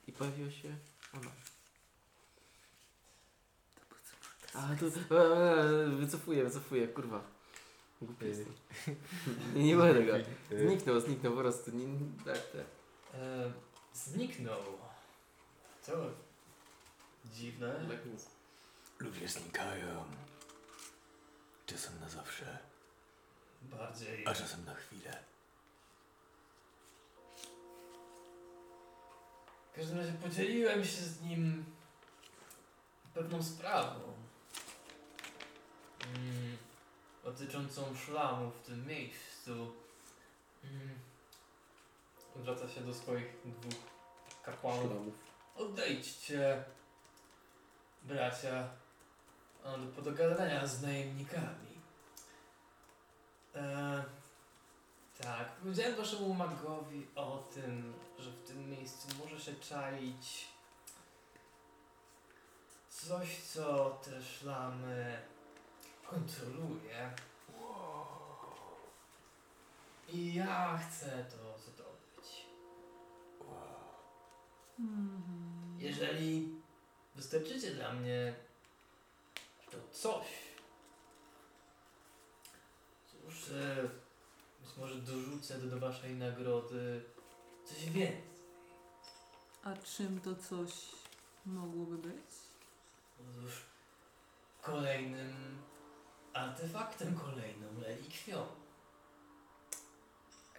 I pojawiła się ona. A to. Eee, wycofuję, wycofuję, kurwa. Głupi
Ej.
jestem. Nie, nie będę go.
Y-
Zniknął, zniknął po prostu. Nie, tak, tak.
E, zniknął. To dziwne.
Ludzie znikają. Czasem na zawsze,
Bardziej.
a czasem na chwilę.
W każdym razie podzieliłem się z nim pewną sprawą. Mm, dotyczącą szlamu w tym miejscu. Mm. Wraca się do swoich dwóch kapłanów.
Szlamów.
Odejdźcie, bracia, od podogadania z najemnikami. E, tak, powiedziałem waszemu magowi o tym, że w tym miejscu może się czaić coś, co te szlamy kontroluje. I ja chcę to zdobyć.
Mhm.
Jeżeli dostarczycie dla mnie to coś, cóż, e, być może dorzucę do, do waszej nagrody coś więcej.
A czym to coś mogłoby być?
Otóż kolejnym artefaktem, kolejną relikwią.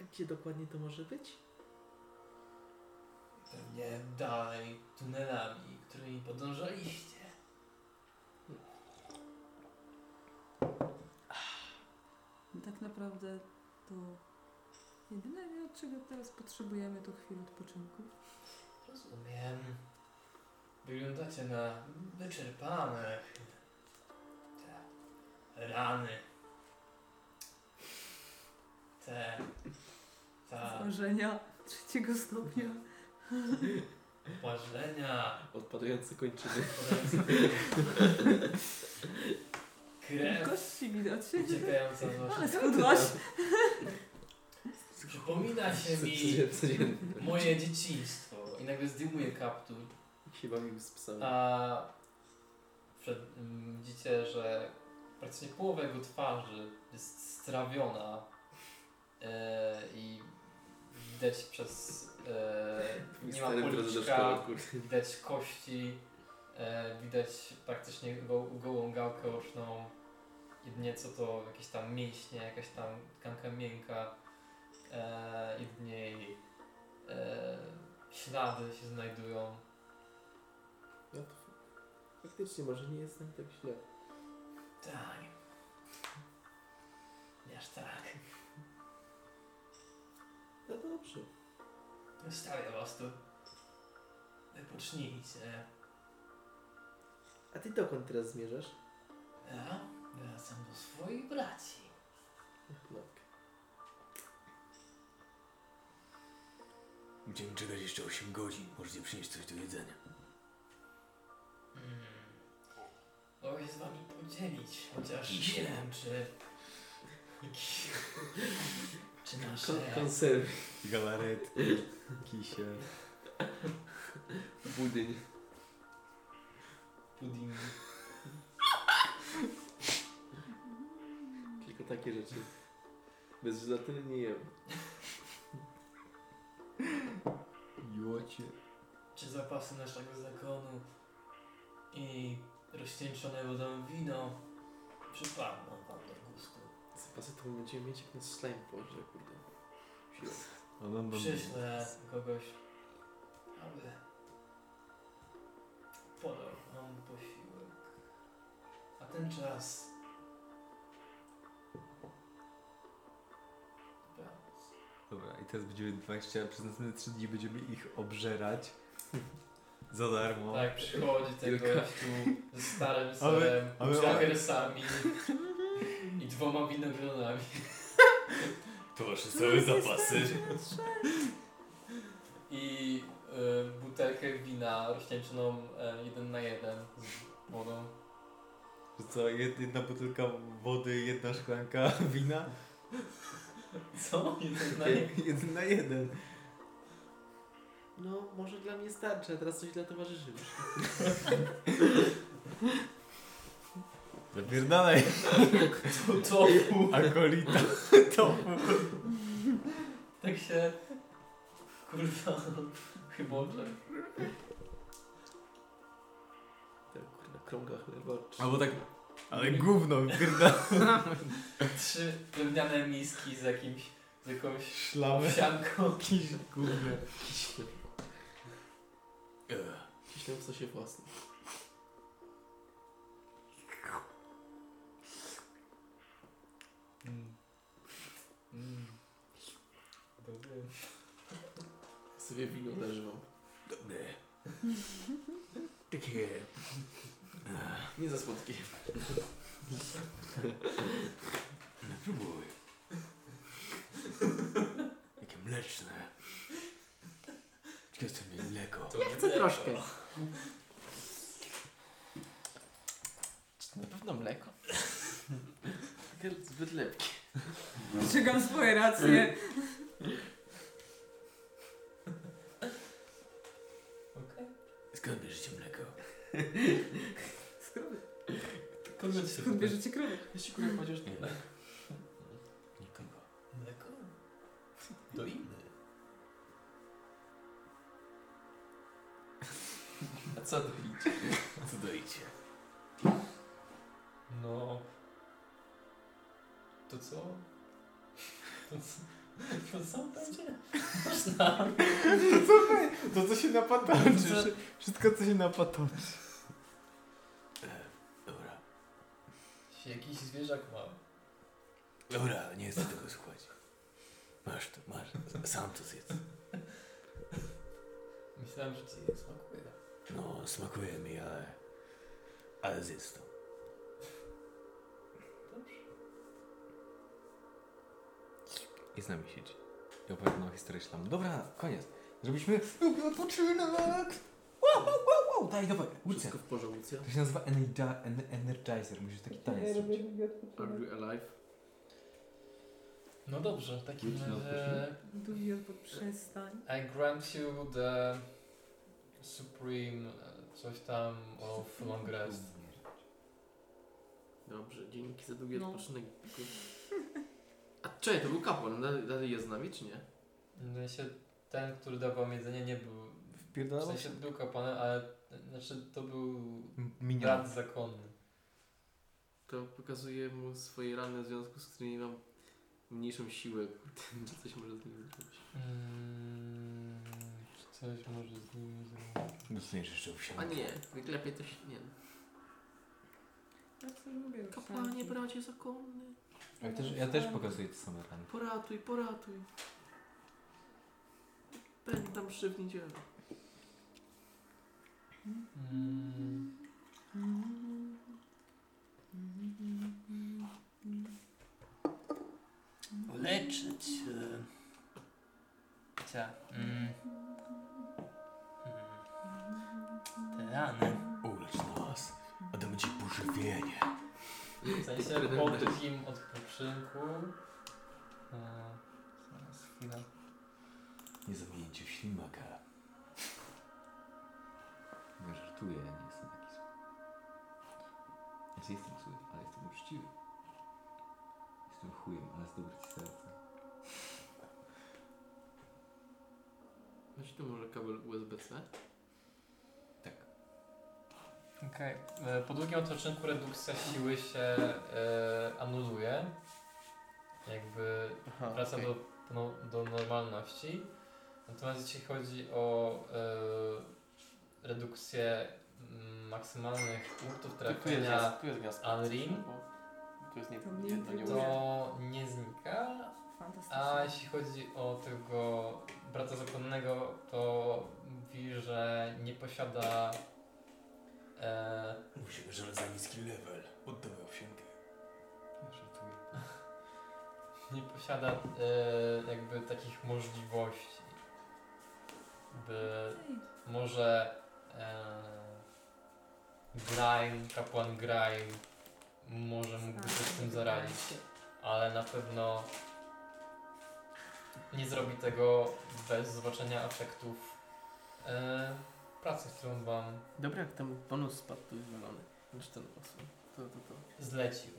A gdzie dokładnie to może być?
Pewnie dalej tunelami, którymi podążaliście.
No Tak naprawdę to jedyne, od czego teraz potrzebujemy, to chwilę odpoczynku.
Rozumiem. Wyglądacie na wyczerpane. Te rany. Te. Ta
Zmarzenia trzeciego stopnia.
płażenia.
Odpadające kończyny.
Krew
Kości widać.
uciekająca z
Ale
waszych.
schudłaś.
Przypomina się mi
Codziennie, codziennie.
moje dzieciństwo. I nagle zdejmuję kaptur.
Jak się bawił z psami.
A przed, m, widzicie, że praktycznie połowa jego twarzy jest strawiona e, i widać przez e, nie ma
Stary drodze do szkoły,
policzka,
kurde.
widać kości, e, widać praktycznie go, gołą gałkę oczną, jedynie co to jakieś tam mięśnie, jakaś tam tkanka miękka e, i w niej e, ślady się znajdują.
No to faktycznie może nie jest nam tak źle.
Tak. Aż tak.
No dobrze.
Zostawię was tu.
Zacznij się.
A ty dokąd teraz zmierzasz?
Ja wracam do swoich braci.
Będziemy czekać jeszcze 8 godzin. Możecie przynieść coś do jedzenia.
Mm. Mogę się z wami podzielić, chociaż nie
Źle.
wiem, czy... czy nasze...
Konserwy,
Galaret, kisie.
budyń.
Pudding.
Tylko takie rzeczy. Bez żelatyny nie jem.
Jocie.
czy zapasy naszego zakonu i rozcieńczone wodą wino przypadną wam do gustu.
Zapasy to będziemy mieć jak na slime położę, kurde. Siła.
Przyślę kogoś, aby podał wam posiłek. A ten czas... Dobranoc.
Dobra, i teraz będziemy 20, przez następne 3 dni będziemy ich obżerać. Za darmo.
Tak, przychodzi ten
Kilka.
gościu ze starym
Ale-
serem,
ale-
czakresami i dwoma winogronami.
To wasze
No,
całe zapasy.
I y, butelkę wina rozcieńczoną y, jeden na jeden z wodą.
Że Co, jed- jedna butelka wody, jedna szklanka wina?
Co? Jeden na jeden?
jeden na jeden.
No, może dla mnie starczy, a teraz coś dla towarzyszy już.
Zapierdalaj. Tofu. Akolita. Tofu.
Tak się... Kurwa... Chybocze.
Tak, kurde, krąga chleba. czy-
Albo tak, ale gówno, pierdala.
Trzy drewniane miski z jakimś... z jakąś
Szlamy.
owsianką.
Jakieś gówno.
Kiśle. Kiśle w sosie własnym.
Mm. Dobry.
Sobie wino zażywam.
Dobre. Takie...
Nie za słodkie.
No próbuj. Takie mleczne. Ciekawe, co mi mleko.
To
Chcę troszkę.
Na pewno mleko.
Takie zbyt lepkie.
Strzegam swoje racje.
No.
Skąd bierzecie mleko?
Skąd bierzecie krew?
Ja się kurwa chociaż
Nie. Nikogo.
Mleko?
Do inny. A co to idzie?
A co doicie?
No. To co? To co? To co będzie? Można.
To co, wy- to co się napatoczy.
Co?
Wszystko co się napatoczy.
E, Dobra.
Się jakiś zwierzak ma.
Dobra, nie chcę tego słuchać. Masz to, masz. Sam to zjedz.
Myślałem, że ci nie smakuje.
No, smakuje mi, ale... Ale zjedz to.
I z nami siedzi. I opowiadam nam historię szlamu. Dobra, koniec. Zrobiliśmy... Odpoczynek! Wow, wow, wow, wow! Daj, dawaj, Łucja.
Wszystko w porządku.
To się nazywa energi- en Energizer. Musisz taki taniec zrobić.
Are you alive?
No dobrze, w takim
Wróć na
razie
Dubiel, bo przestań.
I grant you the supreme e, coś tam of long rest.
Dobrze, dzięki za długi
No.
odpoczynek. A czekaj, to był kapłan, dalej, dalej jest z nami czy nie?
W sensie ten, który dawał mi jedzenie nie był, w
Wpierdalałeś?
sensie był kapłanem, ale znaczy to był
no, M- Minion.
brat zakonny.
To pokazuje mu swoje rany w związku z którymi mam mniejszą siłę. Kurde, Coś może z nim zrobić.
Mm, czy coś może z nim zrobić?
Mocniejszy jeszcze wsiąść.
A nie, wyklepie to się nie.
Ja też lubię
Kapłanie,
owsianki.
bracie zakonny,
Ja też, ja też pokazuję te same rany.
poratuj, poratuj. Będę tam szybnie działa.
Mm,
Mhm.
Leczyć się.
cia, mm, mm, te rany.
Ulecz nas, a damy ci pożywienie.
W sensie po drugim odpoczynku. E, zaraz chwilę.
Nie zamienię cię w ślimaka.
Ja żartuję, ja nie jestem taki zły. Znaczy jestem zły, ale jestem uczciwy. Jestem chujem, ale z dobrych serca.
Weź tu może kabel USB-C?
Okej. E, Po drugim odpoczynku redukcja siły się e, anuluje. Jakby
Aha,
wraca
okej.
do, no, do normalności. Natomiast jeśli chodzi o e, redukcję mm, maksymalnych punktów
Tu jest
trafienia,
gaz, tu jest gaz.
Unreal?
Tu jest nie,
To
nie, to nie
gaz.
użyję.
to nie znika,
Fantastycznie.
a jeśli chodzi o tego brata zakonnego, to mówi, że nie posiada e,
Musimy żreć za niski level. Oddamy owsiankę.
Ja żartuję.
nie posiada e, jakby takich możliwości, by
Ej,
może e, Grime, kapłan Grime może mógłby się z tym zaradzić, ale na pewno nie zrobi tego bez zobaczenia efektów e, pracy, którą wam
Dobra, jak ten bonus spadł, to jest zielony. Znaczy ten osłon. To, to, to.
zlecił.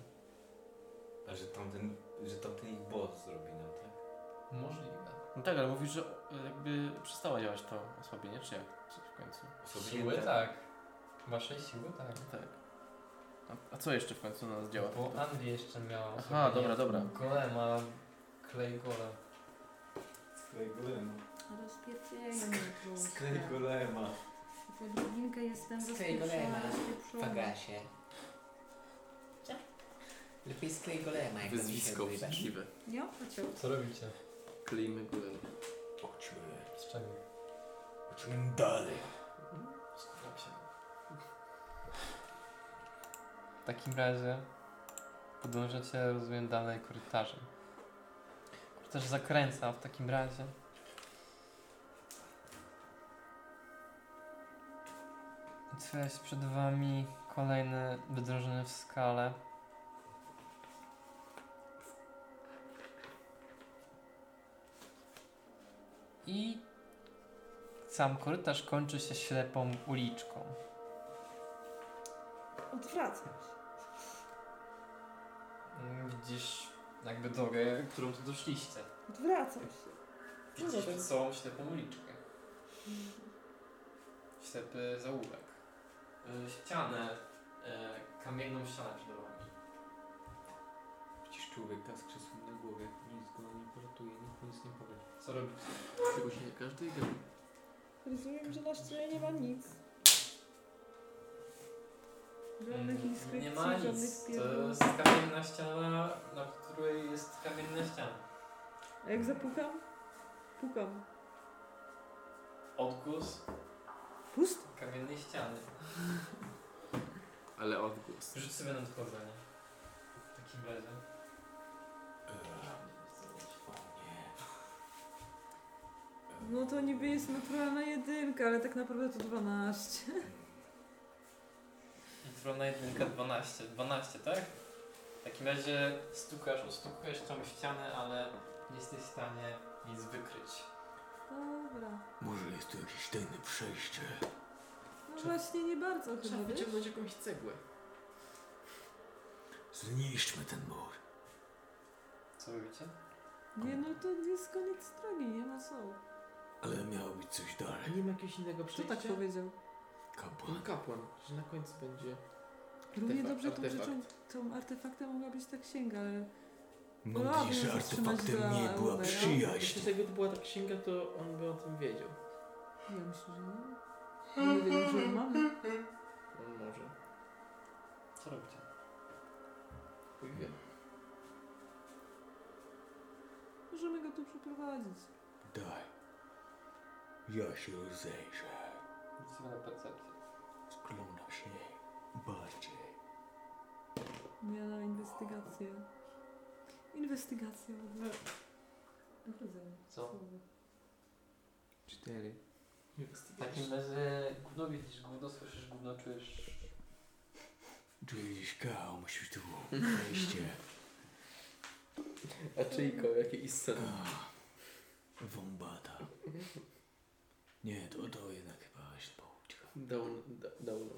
A że tamten, że tamten ich boss zrobi nam, tak?
Możliwe.
No tak, ale mówisz, że e, jakby przestała działać to osłabienie, czy jak? Czy w końcu?
Siły tak. Waszej siły tak.
Tak. A, a co jeszcze w końcu na nas działa?
Bo Andy jeszcze miał.
Aha,
sobie
dobra, dobra.
Golema, klej golem.
Sklej golema.
Rozpierdzielmy
Sklej
troszkę.
golema.
Po drudzinkę jestem
Sklej
rozpieprzona,
golema.
no.
rozpieprzona.
Fagasie. Lepiej sklej golema, jak
Wyzwisko wstydliwe.
Nie opłacił.
Co robicie?
Kleimy golem.
Chodźmy.
Z czego?
Chodźmy dalej.
Skupiam się. W takim razie podążacie, rozumiem, dalej korytarzem. Korytarz zakręca, a w takim razie otwiera się przed wami kolejny wydrążony w skale. I sam korytarz kończy się ślepą uliczką.
Odwracam.
Mm, Widzisz jakby drogę, którą tu doszliście.
Odwracam się. No
Widzisz przed sobą ślepą uliczkę. Ślepy zaułek. Y, Ścianę, y, kamienną ścianę przed wami.
Przecież człowieka z krzesłem na głowie. Nic go nie poratuje, nikt mu nic nie powie.
Co robisz?
Tego się nie każdy gra.
Rozumiem, że na ścianie nie ma nic. Żadnych inskrypcji,
Mm, Nie ma
żadnych
nic. To
pierdół.
jest kamienna ściana, na której jest kamienna ściana.
A jak zapukam? Pukam.
Odgłos
Pust?
kamiennej ściany.
Ale odgłos.
Rzuć sobie na odchodzenie. W takim razie.
Eee,
No to niby jest naturalna jedynka, ale tak naprawdę to 12.
Trona jedynka 12. 12, tak? W takim razie stukasz, ostukujesz tą ścianę, ale nie jesteś w stanie nic wykryć.
Dobra.
Może jest tu jakieś tajne przejście.
No właśnie nie bardzo chyba, wiesz?
jakąś cegłę.
Zniszczmy ten mur.
Co robicie?
Nie no to jest koniec drogi, nie ma co.
Ale miało być coś dalej.
nie ma jakiegoś innego
Kto tak powiedział?
Kapłan.
kapłan, że na końcu będzie...
Równie
Artefakt,
dobrze tą
artefakt.
rzeczą, tą artefaktem mogła być ta księga, ale
Mam
Wolałabym
nadzieję, że
No zatrzymać
artefaktem nie
za
była
Rubera.
przyjaźń.
Jeśli jakby to była ta księga, to on by o tym wiedział.
ja myślę, że nie. Nie wiem, że ją mamy.
On może.
Co robicie?
Chuj wie.
Możemy go tu przeprowadzić.
Daj. Ja się rozejrzę.
Rzuć sobie na percepcję.
bardziej.
Ja na inwestygację. Inwestygacja w ogóle.
Co?
Cztery.
W takim razie gówno widzisz, gówno słyszysz, gówno czujesz.
Czuję gdzieś kał, musisz tu wejście.
A czyjko, jakie istotne.
Ah, Wombata. Nie, to, to jednak chyba się połudźka.
Down, da- down.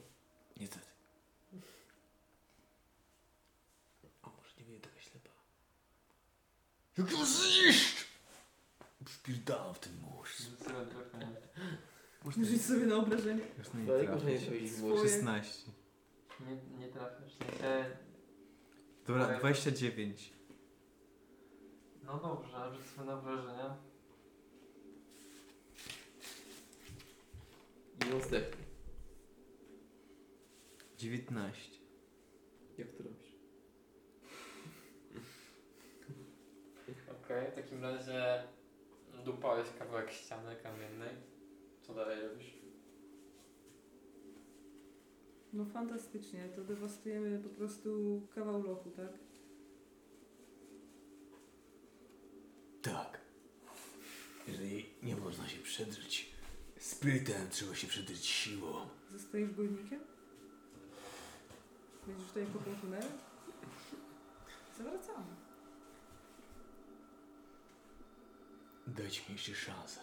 Niestety. A może nie będzie taka ślepa? Jak ją zniszcz! Przypierdałam w ten mórz.
Rzuć sobie na obrażenie.
Już nie
Ale gówno nie
trafię.
to ich
Swoje.
było.
16.
Nie, nie trafiasz. Nie, te...
Dobra,
Tak.
Okej.
29.
No dobrze, rzuć sobie na wrażenia.
I on zdechnie.
19.
Jak to robisz?
Okej, w takim razie dupałeś kawałek ściany kamiennej. Co dalej robisz?
No fantastycznie, to dewastujemy po prostu kawał lochu, tak?
Tak. Jeżeli nie można się przedrzeć sprytem, trzeba się przedrzeć siłą.
Zostajesz górnikiem? Będziesz tutaj kopał tunel? Zawracamy.
Dajcie mi jeszcze szansę.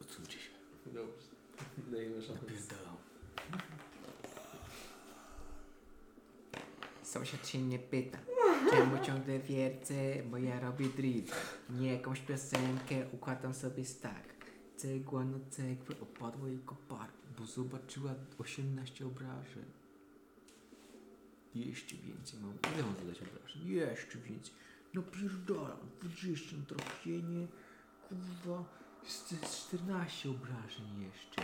Odsuńcie się.
Dobrze. Dajmy szansę.
Napierdalam.
Sąsiad się nie pyta, czemu ciągle wiercę, bo ja robię drill. Nie jakąś piosenkę, układam sobie stack. Cegła na cegły opadła jej kopar, bo zobaczyła 18 obrażeń. Jeszcze więcej mam. Ile mam zadać obrażeń? Jeszcze więcej. No pierdolam, 20 trafienie, kurwa, z- z 14 obrażeń jeszcze.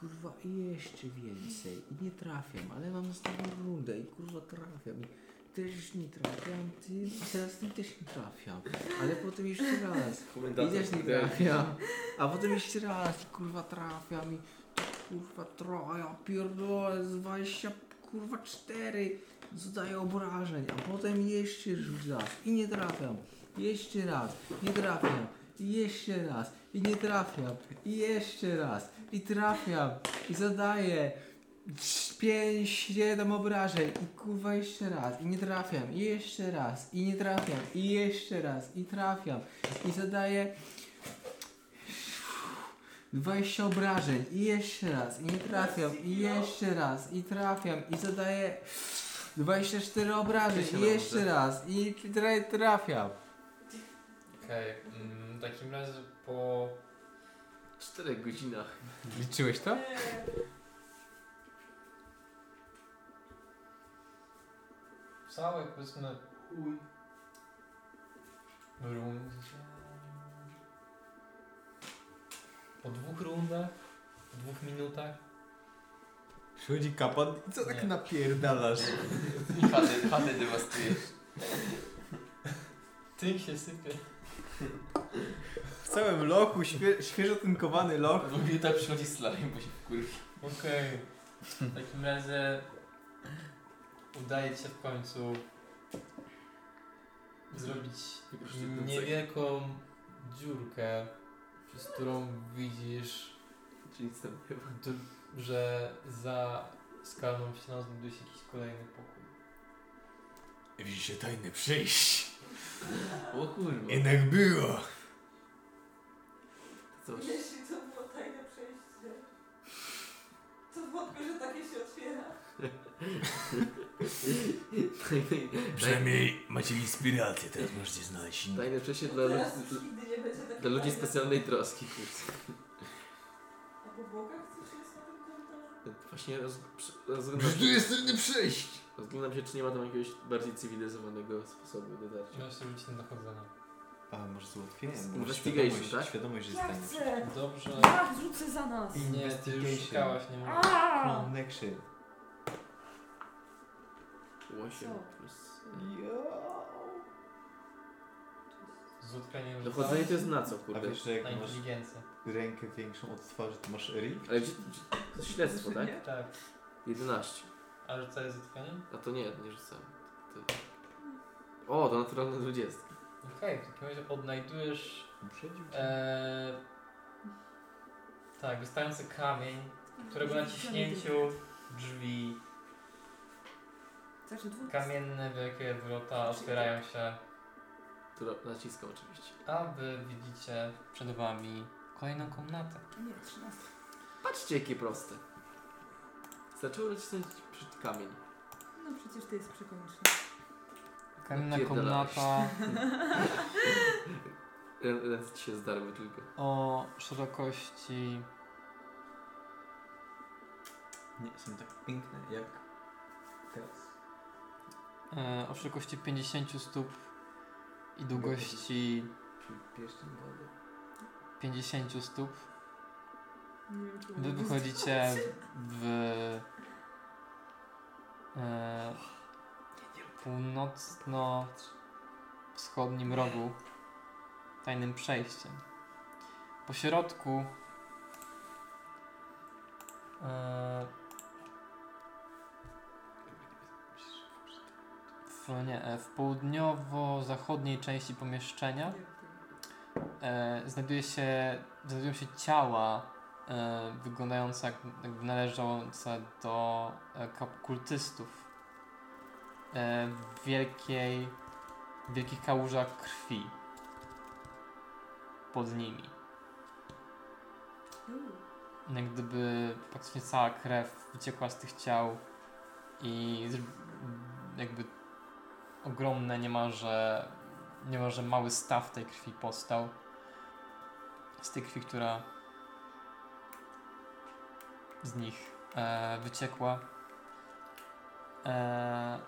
Kurwa, i jeszcze więcej. I nie trafiam, ale mam następną rundę i kurwa trafiam. I też nie trafiam, ty i teraz ty też nie trafiam. Ale potem jeszcze raz. I też nie trafiam. A potem jeszcze raz i kurwa trafiam i kurwa troja, pierdolę, z 20, kurwa 4 zadaję obrażeń, a potem jeszcze raz i nie trafiam. Jeszcze raz, nie trafiam. I jeszcze raz, i nie trafiam, i jeszcze raz, i trafiam, i zadaję 5, 7 obrażeń, i kurwa jeszcze raz, i nie trafiam, i jeszcze raz, i nie trafiam, i jeszcze raz, i trafiam, i zadaję 20 obrażeń, i jeszcze raz, i nie trafiam, i jeszcze raz, i trafiam, i zadaję 24 obrażeń, i jeszcze raz, i tra- trafiam.
Okej, mm, w takim razie po...
W czterech godzinach.
Liczyłeś to?
całej powiedzmy
Chuj.
rundzie... Po dwóch rundach, po dwóch minutach
Przychodzi kapan i co tak
Nie.
napierdalasz?
Pady, pady dewastujesz.
Ty się sypie.
W całym lochu, świe, świeżo tynkowany loch.
W ogóle tak przychodzi slime, bo się wkurwi.
Okej. W takim razie udaje ci się w końcu zrobić
Wykruszyć ten
niewielką dziurkę, przez którą widzisz,
Czy nic tam nie ma.
d- że za skalną ścianą znajduje się jakiś kolejny pokój.
Widzicie tajne przejście.
O kurwa.
Jednak było.
Co?
Jeśli to było tajne przejście, to wątpię, że takie się otwiera.
Przynajmniej macie inspirację, teraz możecie znaleźć inną.
Tajne przejście dla ludzi,
nigdy nie będzie takie
dla ludzi
tajne.
specjalnej troski. kurczę.
A po bokach coś jest na tym korytarzu?
Właśnie roz, przy- rozglądam,
Przecież tu
się,
jest inne przejść!
rozglądam się, czy nie ma tam jakiegoś bardziej cywilizowanego sposobu dotarcia.
Możesz robić na dochodzenie.
A może z ułatwieniem? Może
Investigation,
świadomość,
tak?
świadomość, że jest
Ja
tajne
chcę!
Dobrze.
Ja rzucę za nas!
Nie, ty już szukałaś, nie ma.
Aaa!
Connection.
Osiem
Co?
plus...
Z utkaniem
Dochodzenie to jest na co,
A
kurde?
wiesz, że jak
na
masz
inteligencję.
rękę większą od twarzy, to masz rift?
Ale gdzie, gdzie, to jest śledztwo, tak?
Tak.
11.
A rzucałeś zatrudnieniem?
A to nie, nie rzucałem. To... O, to naturalne 20.
Okej, w takim razie odnajdujesz E, tak, wystający kamień, którego naciśnięciu drzwi
Znaczy dwóch.
kamienne wielkie wrota otwierają się,
Która naciskam oczywiście.
a wy widzicie przed wami kolejną komnatę.
Nie, 13.
Patrzcie, jakie proste. Zaczął nacisnąć przed kamień.
No przecież to jest przekomiczne.
Kamienna
Napierdalałeś.
komnata
Rę- Ręce ci się zdarły tylko.
o szerokości
Nie, są tak piękne jak teraz.
e, o szerokości 50 stóp i długości
Pierścień wody.
50 stóp.
Nie wiem, czy
Wy
mam-
wychodzicie w e, północno-wschodnim rogu tajnym przejściem. Po środku e, w, nie, e, w południowo-zachodniej części pomieszczenia e, znajduje się, znajdują się ciała e, wyglądające jak, jakby należące do e, kap- kultystów e, w wielkiej, w wielkich kałużach krwi pod nimi.
Uuu,
Jak gdyby praktycznie cała krew wyciekła z tych ciał i zr- jakby ogromny niemalże, niemalże mały staw tej krwi powstał. Z tej krwi, która z nich e, wyciekła. E,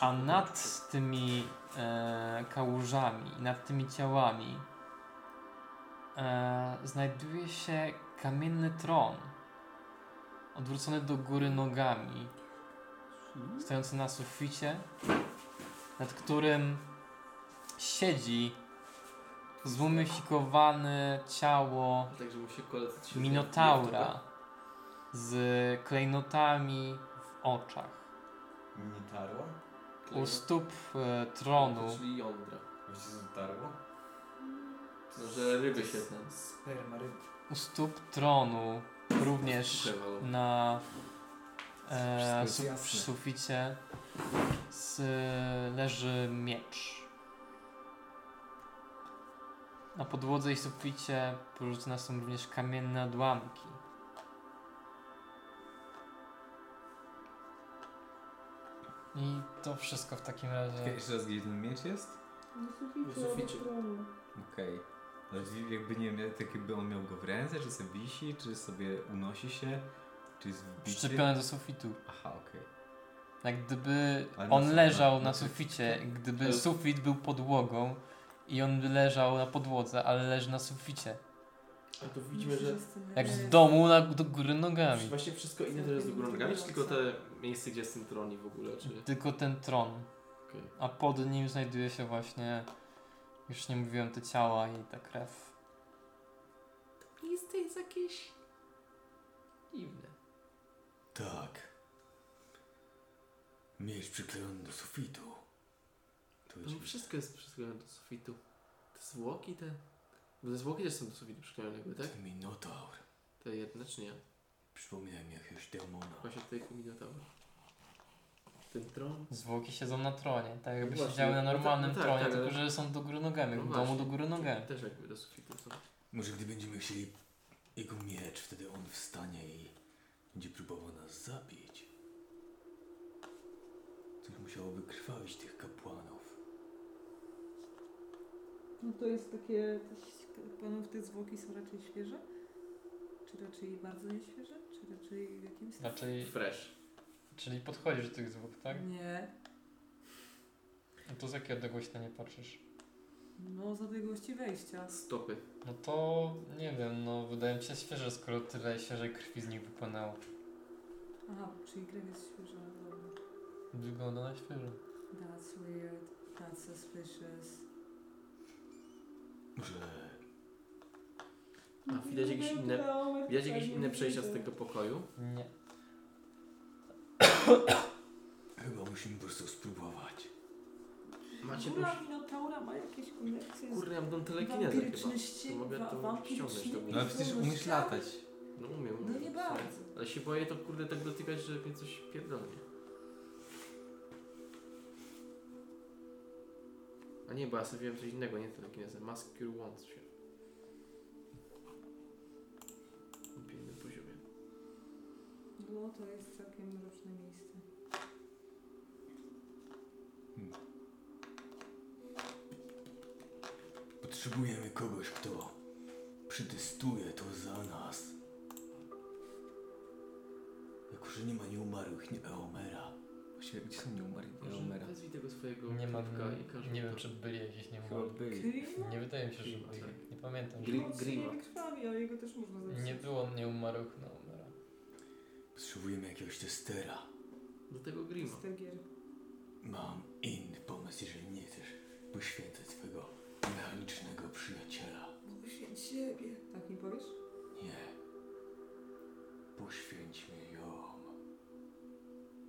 a nad tymi e, kałużami, nad tymi ciałami e, znajduje się kamienny tron, odwrócony do góry nogami, stojący na suficie, nad którym siedzi zmumifikowane ciało
Także mu się kolec się
Minotaura z klejnotami w oczach.
Minotauro?
Klejnot.
U stóp e, tronu
Czyli jądra.
Wiecie co to tarło?
No, że ryby się ten.
Sperma ryb.
u stóp tronu również
Przewalu.
na
Wszystko
e,
jest
su
jasne.
przy suficie z, leży miecz. Na podłodze i suficie porzucone są również kamienne odłamki. I to wszystko w takim
Czekaj,
razie.
jeszcze raz gdzie ten miecz jest?
Na
Na
no suficie.
suficie.
obok tronu.
Okej. Ale drzwi jakby nie wiem, tak jakby on miał go w ręce, czy sobie wisi, czy sobie unosi się, czy jest wbicie.
Przyczepione do sufitu.
Aha, okej.
Jak Tak, gdyby
Ale na
on
su-
leżał
na-
na
na
suficie, gdyby
Ale-
sufit był podłogą i on by leżał na podłodze, ale leży na suficie.
A tu widzimy, że
Jak w
Eee,
domu na, do góry nogami.
właśnie wszystko inne to jest do góry nogami, czy tylko te miejsce, gdzie jest ten tronik w ogóle, czy...
Tylko ten tron.
Okej.
A pod nim znajduje się właśnie, już nie mówiłem, te ciała i ta krew.
Miejsce jest jakieś... dziwne.
Tak. Miecz przyklejony do sufitu. To
To
jest
wszystko jest przyklejone do sufitu. Te zwłoki te... Bo te zwłoki też są do sufitu przyklejone jakby, tak?
Minotaur.
Te jedne, czy nie?
Przypomina mi jakiegoś demona.
Właśnie tutaj kuminotały. Ten tron...
Zwłoki siedzą na tronie, tak jakby
właśnie,
siedziały na
no tak,
normalnym
no tak,
tronie,
tak,
tylko
ale-
że są do góry nogami,
No
w domu
właśnie.
do góry nogami.
Też jakby do sufitu są.
Może gdy będziemy chcieli jego miecz, wtedy on wstanie i będzie próbował nas zabić. Coś musiałoby krwawić tych kapłanów.
No to jest takie, też- panów te zwłoki są raczej świeże? Czy raczej bardzo nieświeże? Czy raczej w jakimś stanie?
Raczej,
Fresh.
czyli podchodzisz do tych zwłok, tak?
Nie.
No to z jakiej odległości na nie patrzysz?
No z odległości wejścia.
Stopy.
No to nie wiem, no wydaje mi się świeże, skoro tyle świeżej krwi z nich wypłynęło.
Aha, czyli krew jest świeża. Dobra.
Wygląda na świeżo.
That's weird. That's suspicious.
Może
A widać jakieś inne... tak, Widać jakieś inne przejścia z tego pokoju?
Nie.
Musimy po prostu spróbować.
Macie
Góra
jakąś-
Minotaura ma jakieś koneksje z...
Kurde, ja mam tą telekinezę chyba.
Wampiryczności-
To mogę
wa-
to
wampirycznymi
ściągnąć do
No ale przecież
zdolnościami.
umiesz latać.
No umiem, umiem.
No nie bardzo.
Ale się boję to kurde tak dotykać, że mnie coś pierdolnie. A nie, bo ja sobie wziąłem coś innego, nie telekinezę. Mask Cure Wounds się. Na innym poziomie.
No to jest całkiem różne miejsce.
Potrzebujemy kogoś, kto przetestuje to za nas. Jako, że nie ma nieumarłych, nie Eomera.
Właściwie gdzie są nieumarli?
Może
Romera.
wezwij tego swojego
Nie mam,
kropka No, i każ
nie
mu
wiem
to-
czy byli jakieś
Chyba
niemowlęta.
byli.
Grima?
Nie wydaje mi się, że
Grima,
byli.
tak.
Nie pamiętam. że-
Gri-
Mocnymi
grima.
krwami, ale jego też można zapisać.
Nie było nieumarłych na umera.
Potrzebujemy jakiegoś testera.
Do tego Grima.
Z tych gier.
Mam inny pomysł, jeżeli nie chcesz poświęcać swego mechanicznego przyjaciela.
Poświęć siebie. Tak mi powiesz?
Nie. Poświęćmy ją.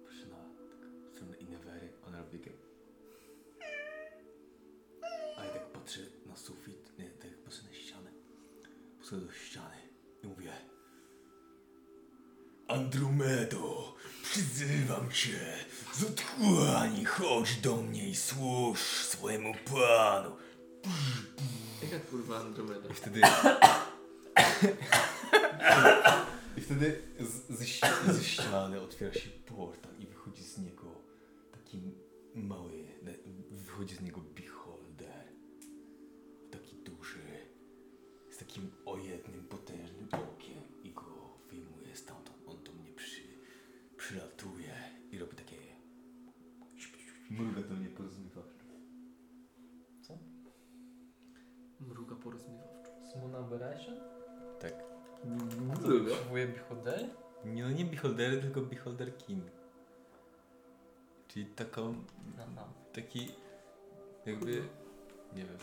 Patrz na tak, w stronę Inewery, ona robi takie... A ja tak patrzę na sufit, nie, tak patrzę na ścianę. Patrzę do ściany i mówię... Andromedo, przyzywam cię z otchłani, chodź do mnie i służ swojemu panu.
Jaka kurwa Andromeda?
I wtedy... I wtedy z, ze, ści- ze
ściany otwiera się portal i wychodzi z niego taki mały, ne- wychodzi z niego beholder. Taki duży, z takim o jednym potężnym okiem i go wyjmuje stamtąd. On do mnie przy, przylatuje i robi takie... Mruga do mnie porozumiewa.
Mruga porozmiewa.
Smuna wyraźnie?
Tak.
Mruga?
Potrzebuję bichodery?
Nie, no nie Beholdery, tylko Beholder King. Czyli taką,
Aha.
taki jakby, nie wiem,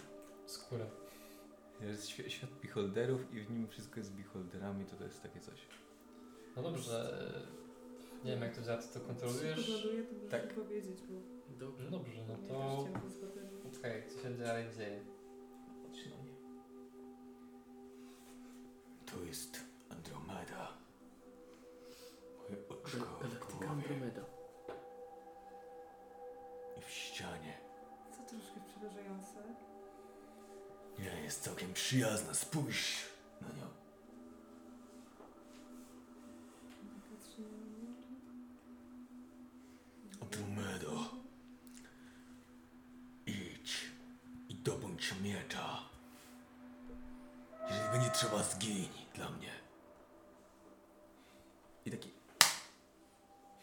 Skórę.
jest świ- świat Beholderów i w nim wszystko jest z Beholderami, to to jest takie coś.
No dobrze. e, Nie wiem jak to działa, ty to kontrolujesz?
Powoduję, to
Tak.
tak. powiedzieć, bo
Dobrze.
No dobrze, no
mnie
to...
też ciągle zbawiają.
Okej, co się dalej dzieje?
Patrzy na mnie. To jest Andromeda. Moje oczko w
Galaktyka
głowie
Andromeda.
i w ścianie.
Co troszkę przerażające.
Ja jest całkiem przyjazna, spójrz na nią.
Patrzy na mnie.
Andromedo, idź i dobądź miecza. Jeżeli będzie trzeba, zgiń dla mnie.
I taki,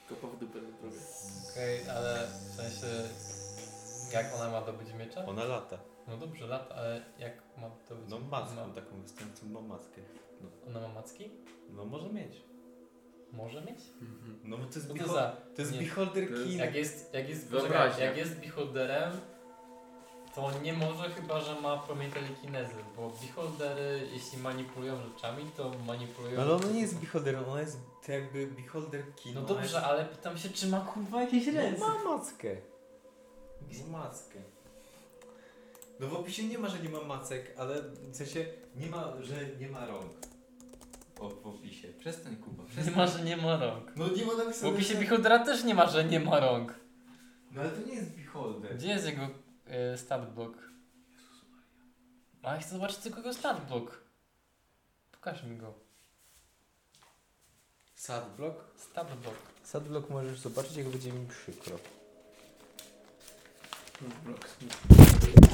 Kopa w dupę na drogę.
Okej, ale w sensie... Jak ona ma dobyć miecza?
ona lata.
No dobrze, lata, ale jak ma dobyć...
No
ma-
maską taką występcą, ma maskę.
Ona ma macki?
No może mieć.
Może mieć?
Mhm.
No bo to jest,
Co
Behol-
to za...
to jest
nie.
Beholder
To jest-
King.
Jak jest, jak jest,
Wyobraźnia.
poczekaj, jak jest Beholderem, to nie może chyba, że ma promień telekinezy, bo Beholdery, jeśli manipulują rzeczami, to manipulują...
Ale ona nie jest Beholderem, ona jest to jakby Beholder King.
No
ona
dobrze, ale pytam się, czy ma kurwa jakieś
jest...
ręce?
no, ma mackę. Ma mackę. No w opisie nie ma, że nie ma macek, ale w sensie nie ma, że nie ma rąk. O, w opisie. Przestań Kuba,
Nie
przestań.
ma, że nie ma rąk.
No nie ma
W
napisane.
opisie
że-
Beholdera też nie ma, że nie ma rąk.
No ale to nie jest Beholder.
Gdzie jest jego y, statblock? A ja chcę zobaczyć tylko jego statblock. Pokaż mi go.
Sadblock?
Statblock.
Sadblock możesz zobaczyć, jak będzie mi przykro.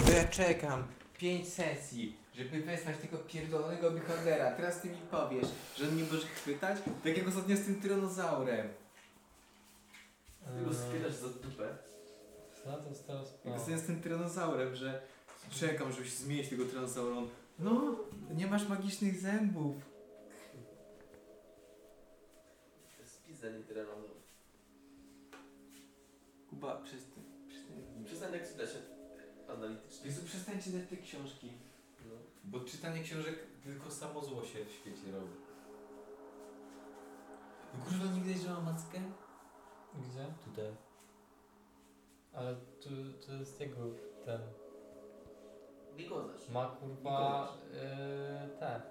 To ja czekam pięć sesji, żeby wezwać tego pierdolonego Beholdera. Teraz ty mi powiesz, że on nie może chwytać? Tak jak ostatnio z tym tyranozaurem.
Ty go schwytasz za dupę.
Co E, to jest teraz?
No.
Jak ostatnio z tym tyranozaurem, że czekam, żebyś zmienić tego tyranozaura. On, No, nie masz magicznych zębów.
Spizda literalną.
Kuba, przestań. przestań.
Przestań tak czytać analitycznie. No.
Jezu, przestańcie dać te książki.
Bo czytanie książek tylko samo zło się w świecie robi.
No kurwa, nie widać, że ma mackę?
Gdzie?
Tutaj.
Ale tu, to jest jego ten.
Bigozasz.
Ma kurwa. Yy, te.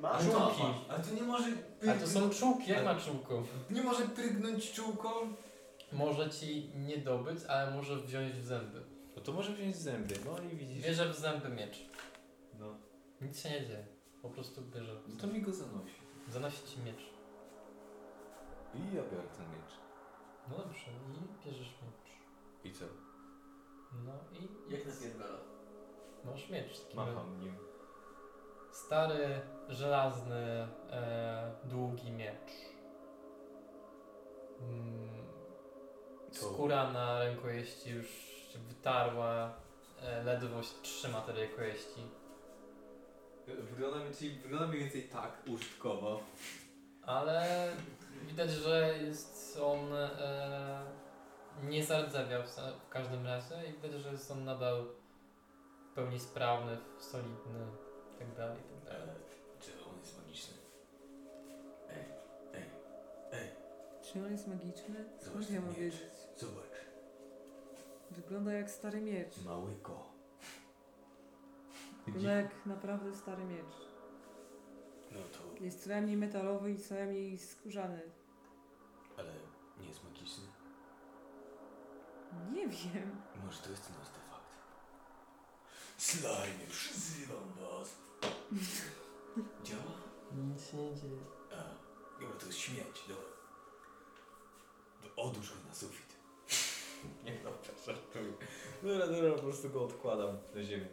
Ma
Ale to-
żółki.
Czułki.
Ale to nie może...
Ale to są czułki, jak
Ale-
ma czułko?
Nie może prygnąć czułką?
Może ci nie dobyć, ale może wziąć w zęby.
No to może wziąć zęby, no i widzisz.
Bierze w zęby miecz.
No.
Nic się nie dzieje. Po prostu bierze.
No to mi go zanosi.
Zanosi ci miecz.
I ja biorę ten miecz.
No dobrze, i bierzesz miecz.
I co?
No i
Jak napierdala.
masz miecz. Taki
Macham nim.
Stary, żelazny, e, długi miecz. Mm,
Co?
skóra na rękojeści już się wytarła. E, ledwo się trzyma te rękojeści.
Wygląda mi, czyli wygląda mniej więcej tak użytkowo.
Ale widać, że jest on e, nie zardzewiał w, sa- w każdym razie i widać, że jest on nadal w pełni sprawny, solidny tak dalej, tak dalej.
E,
Czy on jest magiczny?
Czy on jest magiczny? Skąd
Zobacz
ja
ten
mam
miecz.
wiedzieć?
Zobacz,
Wygląda jak stary miecz.
małyko.
Wygląda jak naprawdę stary miecz.
No to,
Jest co najmniej metalowy i co najmniej skórzany.
ale nie jest magiczny.
Nie wiem.
Może to jest ten artefakt. Slime, przyzywam was. Działa?
Nic się nie dzieje.
A, dobra, to jest śmieć, dobra. To Odłóż go na sufit.
Nie dobra, żartuję. Dobra, dobra, po prostu go odkładam na ziemię.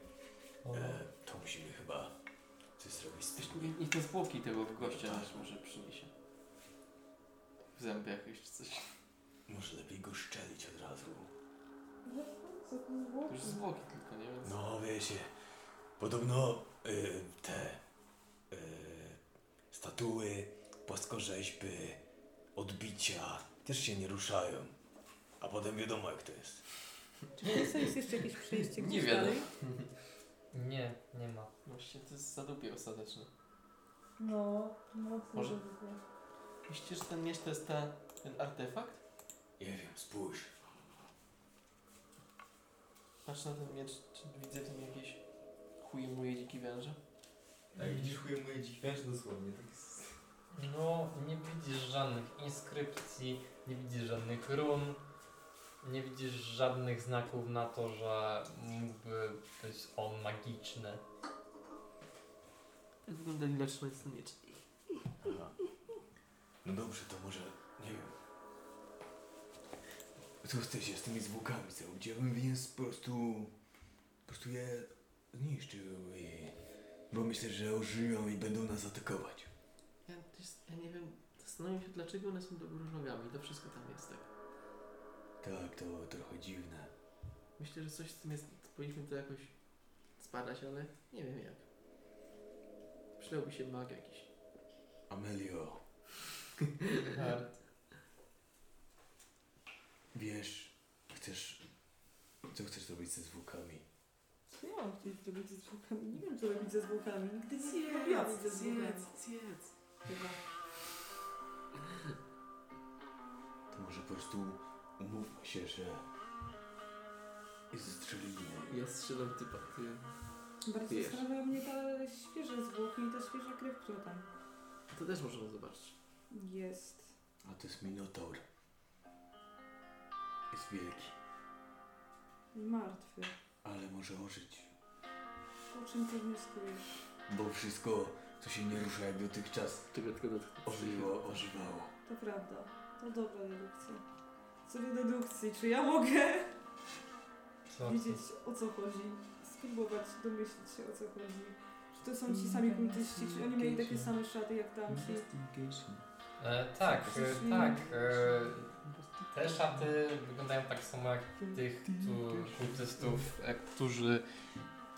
E, to musimy chyba coś zrobić z tym.
Niech te zwłoki tego gościa też może przyniesie. W zęby jakieś czy coś.
Może lepiej go szczelić od razu.
Co to
To już zwłoki tylko, nie? Więc...
No wiecie, podobno y, te y, statuły, płaskorzeźby, odbicia też się nie ruszają. A potem wiadomo jak to jest.
Czy w Polsce jest jeszcze jakieś przejście
Nie
gdzieś
wiadomo.
dalej?
Nie, nie ma.
Właśnie to jest zadupie ostateczne.
No, mocno
Może-
Może...
Myślisz, że ten miecz to jest ta, ten artefakt?
Nie wiem, spójrz.
Patrz na ten miecz, czy widzę w nim jakieś chuje moje dziki węże?
Tak, widzisz, chuje moje dźwięki dosłownie. Tak jest.
No, nie widzisz żadnych inskrypcji, nie widzisz żadnych run, nie widzisz żadnych znaków na to, że mógłby być on magiczny.
Tak wygląda lilaczny jest ten miecz.
Aha. No dobrze, to może, nie wiem. Co chce się z tymi zwłokami zrobić? Ja bym więc po prostu, po prostu je zniszczył i... Bo myślę, że ożyją i będą nas atakować.
Ja, to jest, ja nie wiem, zastanawiam się dlaczego one są do góry nogami, to wszystko tam jest tak.
Tak, to trochę dziwne.
Myślę, że coś z tym jest, powinniśmy to jakoś spadać, ale nie wiem jak. Przydałby się mag jakiś.
Amelio, wiesz, chcesz... Co chcesz zrobić ze zwłokami?
Co ja mam chcieć zrobić ze zwłokami? Nie wiem, co robić ze zwłokami. Nigdy nic nie
Zjedz,
robiłam ze zwłokami.
zjedz, zjedz.
Chyba.
To może po prostu umówmy się, że... I zastrzelimy.
Ja strzelam typa, ty.
Bardzo
Wiesz.
zastanawiają mnie te świeże zwłoki i ta świeża krew, która tam
To też możemy zobaczyć.
jest.
A to jest Minotaur. Jest wielki,
Martwy.
ale może ożyć.
O czym ty wnioskujesz?
Bo wszystko, co się nie rusza jak dotychczas,
Czego tylko dotknę.
ożyło, ożywało.
To prawda. To dobra dedukcja. Co do dedukcji, czy ja mogę
Tak,
Co?
wiedzieć o co chodzi? Spróbować domyślić się o co chodzi. Czy to są ci
Mm,
sami kultyści, czy oni mieli takie same szaty jak tamci?
Investigation.
E, tak, e, tak. E, te
Investigation.
szaty wyglądają tak samo jak tych tu, kultystów, e, którzy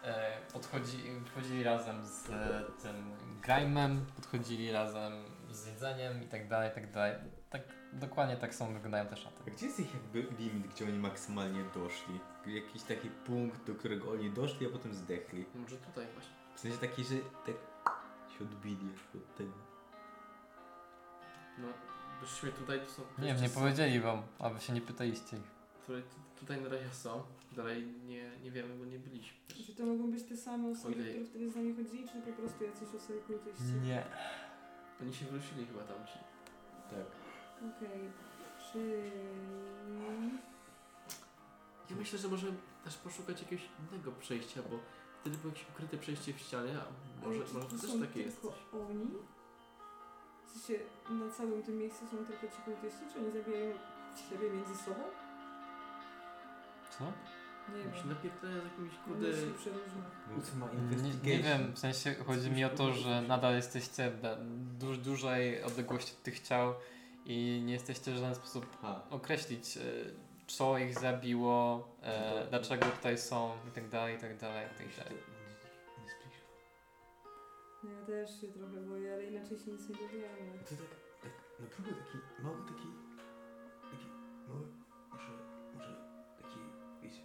e, podchodzi, podchodzili razem z e, tym Grime'em, podchodzili razem z jedzeniem i tak dalej, i tak dalej. Tak, dokładnie tak samo wyglądają te szaty.
A gdzie jest ich jakby limit, gdzie oni maksymalnie doszli? Jakiś taki punkt, do którego oni doszli, a potem zdechli.
Może tutaj właśnie.
W sensie taki, że tak się odbili od tego.
No, byśmy tutaj to są.
Nie wiem, nie powiedzieli wam, aby się nie pytaliście ich.
które t- tutaj na razie są. Dalej nie, nie wiemy, bo nie byliśmy.
Czy to mogą być te same osoby,
O ile-
które wtedy z nami chodzili, czy po prostu jacyś osoby kultyści?
Nie.
Oni się wrócili chyba tam ci.
Tak.
Okej, czy...
Ja myślę, że możemy też poszukać jakiegoś innego przejścia, bo wtedy było jakieś ukryte przejście w ścianie, a może,
Ale czy
może
to
to też
są
takie jest.
tylko oni? W sensie, na całym tym miejscu są tylko ci kultyści, czy oni zabijają siebie między sobą?
Co?
Nie
Mi się
wiem,
napierdala z jakimiś
one
Znaczy, no, kurde...
się przeróżnią.
Ósma
Nie, nie wiem, w sensie chodzi mi o to, że nadal jesteście da- duż, dużej odległości od tych ciał i nie jesteście w żaden sposób
A,
określić, e, co ich zabiło,
Tak.
e, dlaczego tutaj są i tak dalej, i tak dalej, i tak dalej.
No Ja też się trochę boję, ale inaczej się nic nie dowiemy.
To tak, tak naprawdę taki mały, taki, taki mały, może, może taki, wiecie,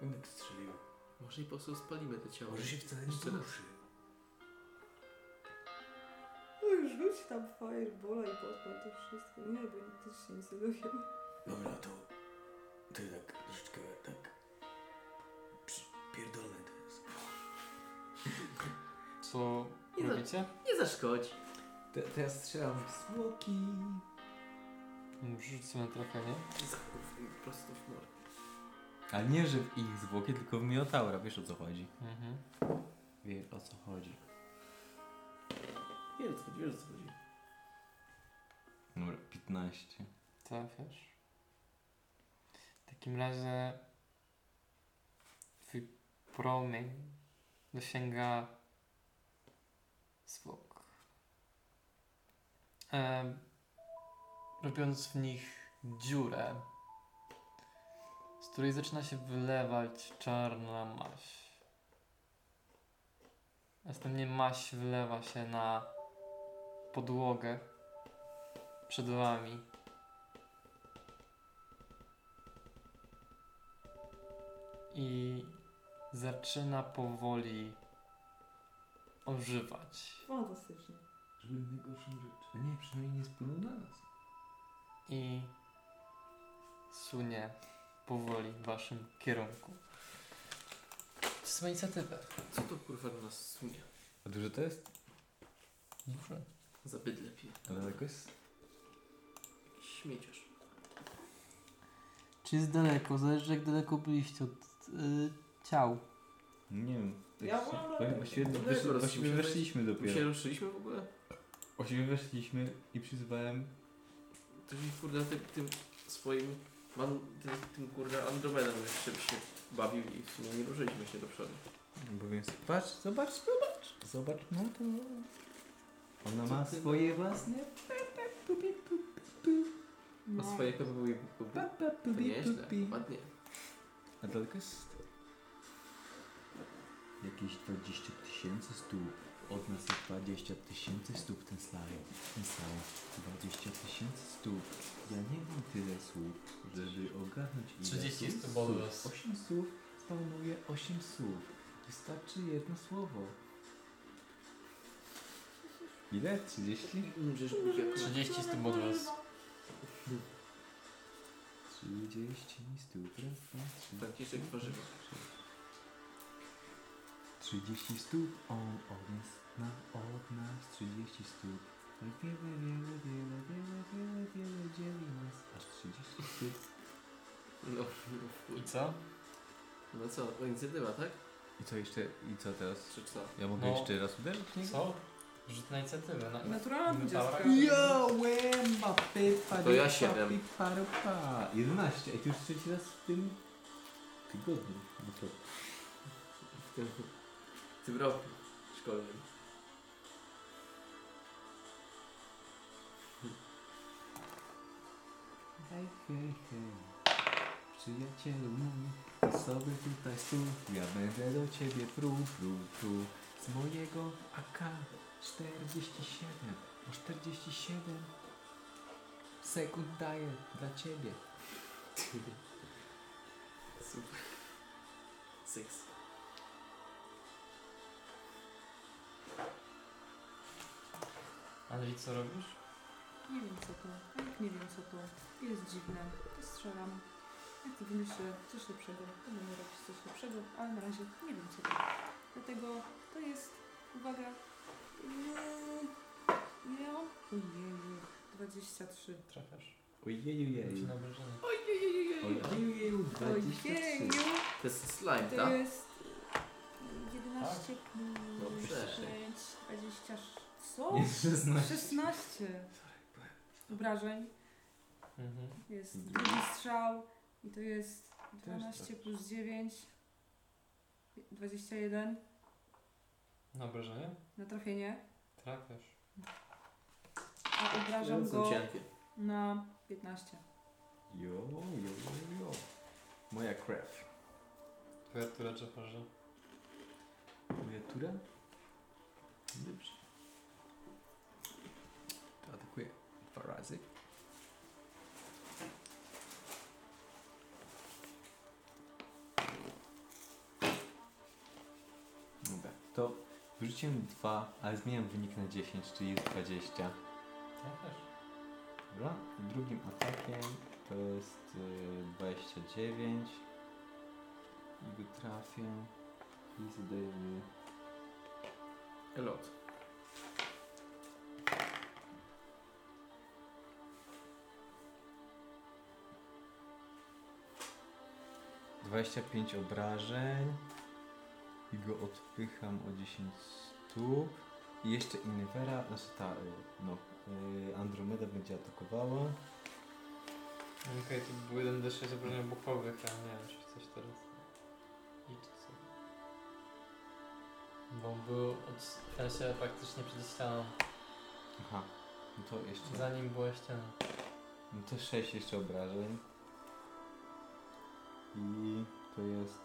bym tak strzelił.
Może i po prostu spalimy te ciało.
Może się wcale nie
Jeszcze raz.
poruszy.
No już rzuć tam firebola i podpal to wszystko. Nie, bo ja też się nic nie dowiem.
Dobra, to ty tak troszeczkę tak pierdolę teraz.
Co
Nie no.
robicie?
Nie zaszkodzi.
te, teraz strzelam w smoki.
Rzucę na trafienie.
Zakurw, prosto w morę.
A nie, że w ich zwłoki, tylko w Minotaura, wiesz o co chodzi.
Mhm.
Wiesz o co chodzi.
Nie, co wiesz o co chodzi.
Dobra, 15.
Trafiasz. W takim razie twój promień dosięga zwłok. Em, robiąc w nich dziurę, z której zaczyna się wylewać czarna maś. Następnie maś wylewa się na podłogę przed wami. i zaczyna powoli ożywać.
Fantastycznie.
Żeby najgorszą rzecz. Nie, przynajmniej nie spłynął na nas.
i sunie powoli w waszym kierunku. To są inicjatywy.
Co to kurwa do nas sunie?
A duże to jest?
Dobrze.
Za bydle pije.
Ale daleko jest?
Śmieciarz.
Czy jest daleko? Zależy jak daleko byliście od y, ciał.
Nie wiem. tak
Ja
się-
byłam
Właściwie,
daleko.
właściwie,
Daleko
weszli-
raz
właściwie
musiałem
weszliśmy
My się
dopiero.
ruszyliśmy w ogóle?
Właściwie weszliśmy i przyzwałem
To się kurde tym, tym swoim... Man, tym, tym kurde Andromedem jeszcze by się bawił i w sumie nie ruszyliśmy się do przodu.
Bo więc patrz, zobacz, zobacz. Zobacz, no to... Ona ma
Co ty-
swoje własne...
no,
A swoje chyba były... To nieźle, ładnie.
A daleko jest?
Jakieś 20 tysięcy stóp. Od nas jest 20 tysięcy stóp ten slajd. Ten slajd. 20 tysięcy stóp. Ja nie mam tyle słów, żeby ogarnąć ile
30
słów.
stóp od nas.
8 słów spawnuje 8 słów. Wystarczy jedno słowo.
Ile? 30?
Umrzesz jak
30 stóp od was.
30 stóp. Raz, dwa, trzy.
Franciszek Warzywa.
30 stóp, on od nas, na, od nas 30 stóp. Tak wiele, wiele, wiele, wiele, wiele, wiele dzieli nas. Aż 30 stóp.
No,
I co?
no co, inicjatywa, tak?
I co jeszcze? I co teraz?
Czy co?
Ja mogę
No.
jeszcze raz uderzyć? Nie?
Co? Rzut na inicjatywę.
No,
Na,
Naturalna
Minotaura?
20.
łęba, pypa,
To ja siedem.
Pipa, rupa. 11, i to już trzeci raz w tym tygodniu. No to...
W tym, w tym roku szkolnym.
Hej, hej, hej. Przyjacielu mój, ty sobie tutaj stóp. Ja będę do ciebie pru, pru, pru. Z mojego AK 47. O 47 sekund daję dla ciebie.
Super. Seks.
Andrzej, co robisz?
Nie wiem co to, a jak nie wiem co to, jest dziwne, to strzelam. Jak to wymyślę, coś lepszego, to będę robić coś lepszego, ale na razie nie wiem co to. Dlatego to jest, uwaga, nie, nie, ojeju, 23.
Trafiasz.
Ojeju,
Ci na obrażenie.
Ojeju,
Ojeju,
ojeju,
To jest slime,
to
tak?
jest 11 plus
Dobrze.
6, 20, co?
Jest 16.
16 obrażeń.
Mhm.
Jest drugi strzał i to jest 12 plus 9, 21
Na obrażenie?
na trafienie,
Trafiasz.
a obrażam
Są
go
cienkie.
na 15.
Jo, jo, jo, jo. Moja krew.
Twoja tura czy parze?
Moja tura? Dobrze. To atakuję dwa razy. Dobra, to wyrzuciłem dwa, ale zmieniam wynik na 10, czyli jest 20.
Trafiasz.
Dobra, i drugim atakiem to jest y, 29. I go trafię i zadaję mu
Lot.
Dwadzieścia pięć obrażeń i go odpycham o 10 stóp. I jeszcze Inwera, znaczy ta, y, no, y, Andromeda będzie atakowała.
Okej, to był jeden do 6 obrażeń bukowych, a nie wiem, czy coś teraz. I czy co? Bo był od w sensie praktycznie przed ścianą.
Aha, no to jeszcze,
Zanim była ściana.
no to 6 jeszcze obrażeń. I to jest...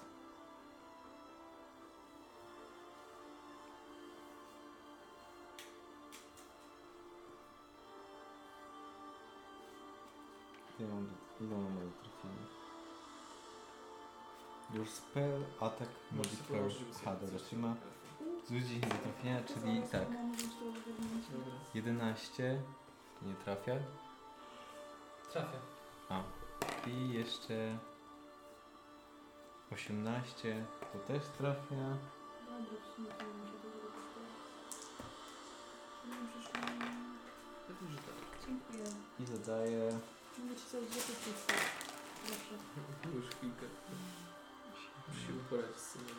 Ile mam, do- ile mam do trafienia? Your spell, atak, modifier, H, dobra, czyli ma Zużyć 10 do trafienia, czyli
Zaraz
tak,
ona może to ogarnąć.
No.
11 nie trafia
Trafia.
i jeszcze 18 to też trafia.
Dobra, w sumie to może to zrobić teraz. Nie przyszło.
tak.
Dziękuję.
I zadaje
Mogę ci coś zapytać. Proszę.
Już chwilkę. Musi uporać z tym.
Proszę.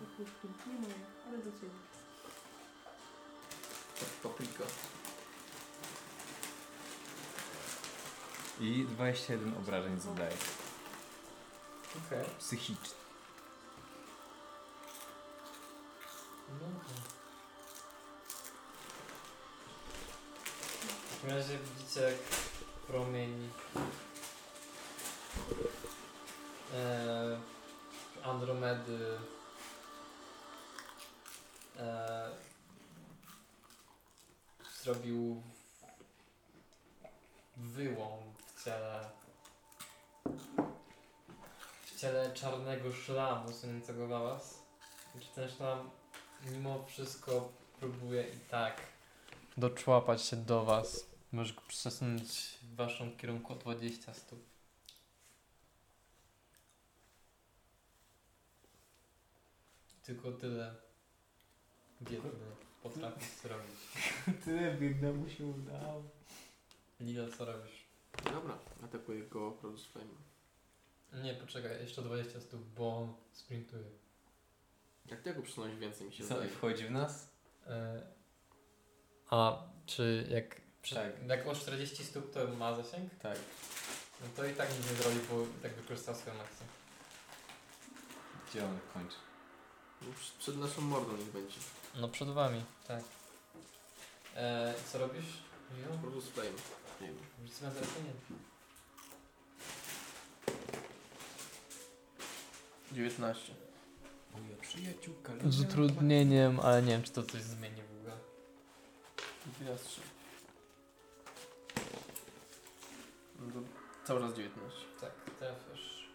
Papryczki. Nie moje, ale do ciebie.
Tak, Paprika.
i 21 obrażeń zadaje.
Okej.
Psychicznie.
No okej. W takim razie widzicie jak promień e, Andromedy e, zrobił wyłom w ciele w ciele czarnego szlamu sunięcego was. Czy ten szlam mimo wszystko próbuje i tak doczłapać się do was. Może go przesunąć w waszym kierunku o 20 stóp. Tylko tyle biedny potrafisz zrobić.
Tyle biednemu się udało.
Nilo, co robisz?
Dobra, atakuję go Produce Flame.
Nie, poczekaj, jeszcze 20 stóp, bo on sprintuje.
Jak tego przesunąć więcej mi się
Co,
wydaje?
wchodzi w nas?
E, A czy jak, przy-
Tak.
jak o 40 stóp to ma zasięg?
Tak.
No to i tak nic nie zrobi, bo i tak wykorzystał swoją akcję.
Gdzie on kończy?
No, przy- Przed naszą mordą niech będzie.
No przed wami, tak. E, co robisz? Jo,
Produce Flame. Nie wiem.
rzucę na zalecenie.
19.
Moja przyjaciółka
Z utrudnieniem, ale nie wiem, czy
Czy to coś zmieni w ogóle?
Gwiazdrzy. No to cały czas 19.
Tak, trafiasz.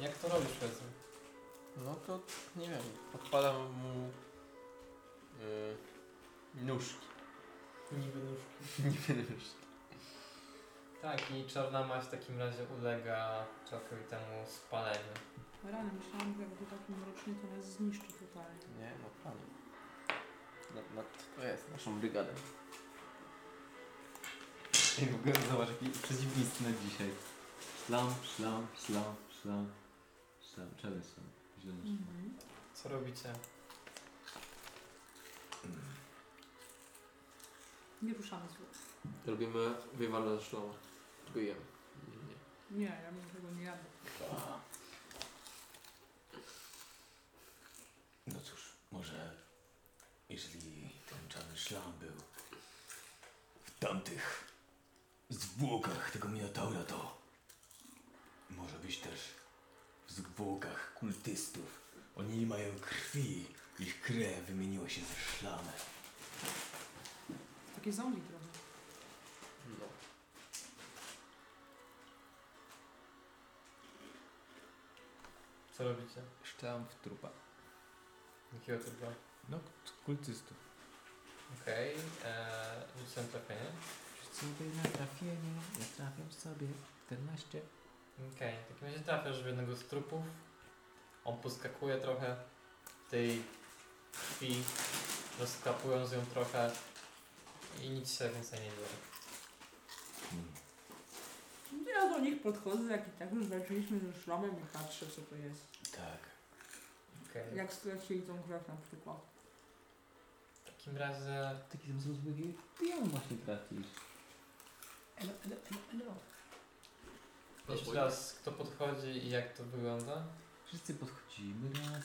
Jak to robisz, powiedzmy?
No to nie wiem, podpalam mu y, nóżki.
Niby nóżki.
Niby nóżki.
Tak, i czarna maść w takim razie ulega całkowitemu spaleniu.
Rany, myślałam, że jak to taki mroczny, to nas zniszczy totalnie.
Nie, no panie. No, no, to jest naszą brygadę.
Ej, w ogóle zobacz, jaki przeciwnictwo na dzisiaj. Slam, slam, slam, slam, slam. Czarny slam. Zielony slam.
Mhm.
Co robicie?
Nie ruszamy z góry.
Robimy wywalę z szloma. Tylko jem. Nie, nie.
Nie, ja bym tego nie jadł.
No cóż, może jeżeli ten czarny szlam był w tamtych zwłokach tego Minotaura, to może być też w zwłokach kultystów. Oni nie mają krwi, ich krew wymieniła się ze szlamem.
Takie zombie trochę.
No.
Co robicie?
Szczelam w trupa.
Jakiego typu?
No, kultystów.
Okej, eee, rzucę trafienie.
Sobie na trafienie, ja trafiam sobie. 14.
Okej, w takim razie trafiasz w jednego z trupów. On poskakuje trochę w tej krwi, rozkapując ją trochę i nic się więcej nie dzieje.
Ja do nich podchodzę, jak i tak już walczyliśmy ze szlamem i patrzę, co to jest.
Tak.
Okej.
Jak stracili tą krew na przykład.
W takim razie
Taki tam zrozumiały, ty ją właśnie trafisz.
Elo, elo, elo, elo.
jeszcze raz kto podchodzi i jak to wygląda.
Wszyscy podchodzimy razem.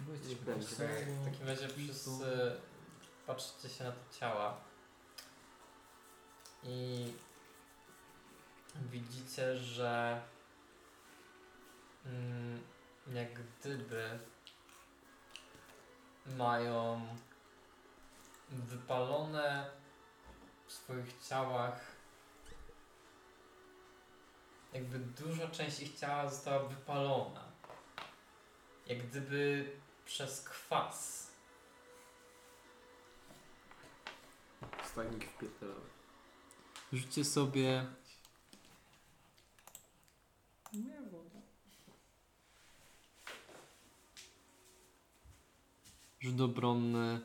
Bo
Nie
jesteśmy
będzie.
osobą.
W takim razie wszyscy patrzycie y, się na te ciała i widzicie, że mm, jak gdyby mają wypalone w swoich ciałach jakby duża część ich ciała została wypalona. Jak gdyby przez kwas.
Stagnik wpierdolony.
Rzućcie sobie
Nie woda.
rzut obronny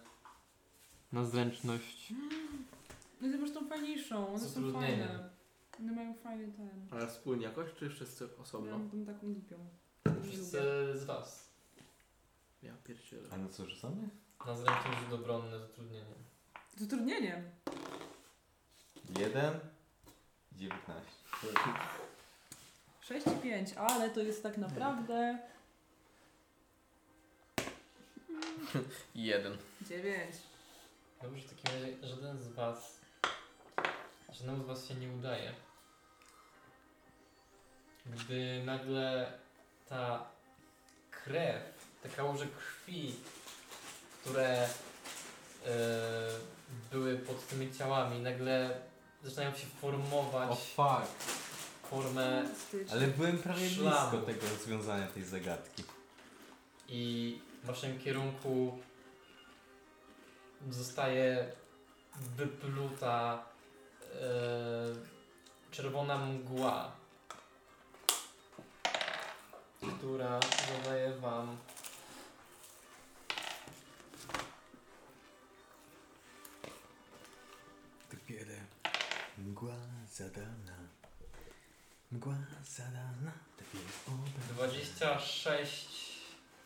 na zręczność.
No i zobacz tą fajniejszą, one
Z
są
utrudnieniem.
fajne. One mają fajny ten.
Ale wspólnie jakoś, czy wszyscy
Ja
osobno?
mam tą taką lipią.
Wszyscy z was.
Ja pierdzielę.
A
no
na co rzucamy?
Na zręczność rzut obronny z utrudnieniem.
Z utrudnieniem.
1, 19.
6 i 5, ale to jest tak naprawdę
Jeden.
9.
Dobrze, w takim razie żaden z was, żadnemu z was się nie udaje. Gdy nagle ta krew, taka łuże krwi, które e, były pod tymi ciałami, nagle zaczynają się
O
formować
fuck.
w formę
Ale byłem prawie
Szlamu.
blisko tego rozwiązania tej zagadki.
i w waszym kierunku zostaje wypluta e, czerwona mgła, która zadaje wam
Ty biedę. Mgła zadana. Mgła zadana. Ty biedę.
26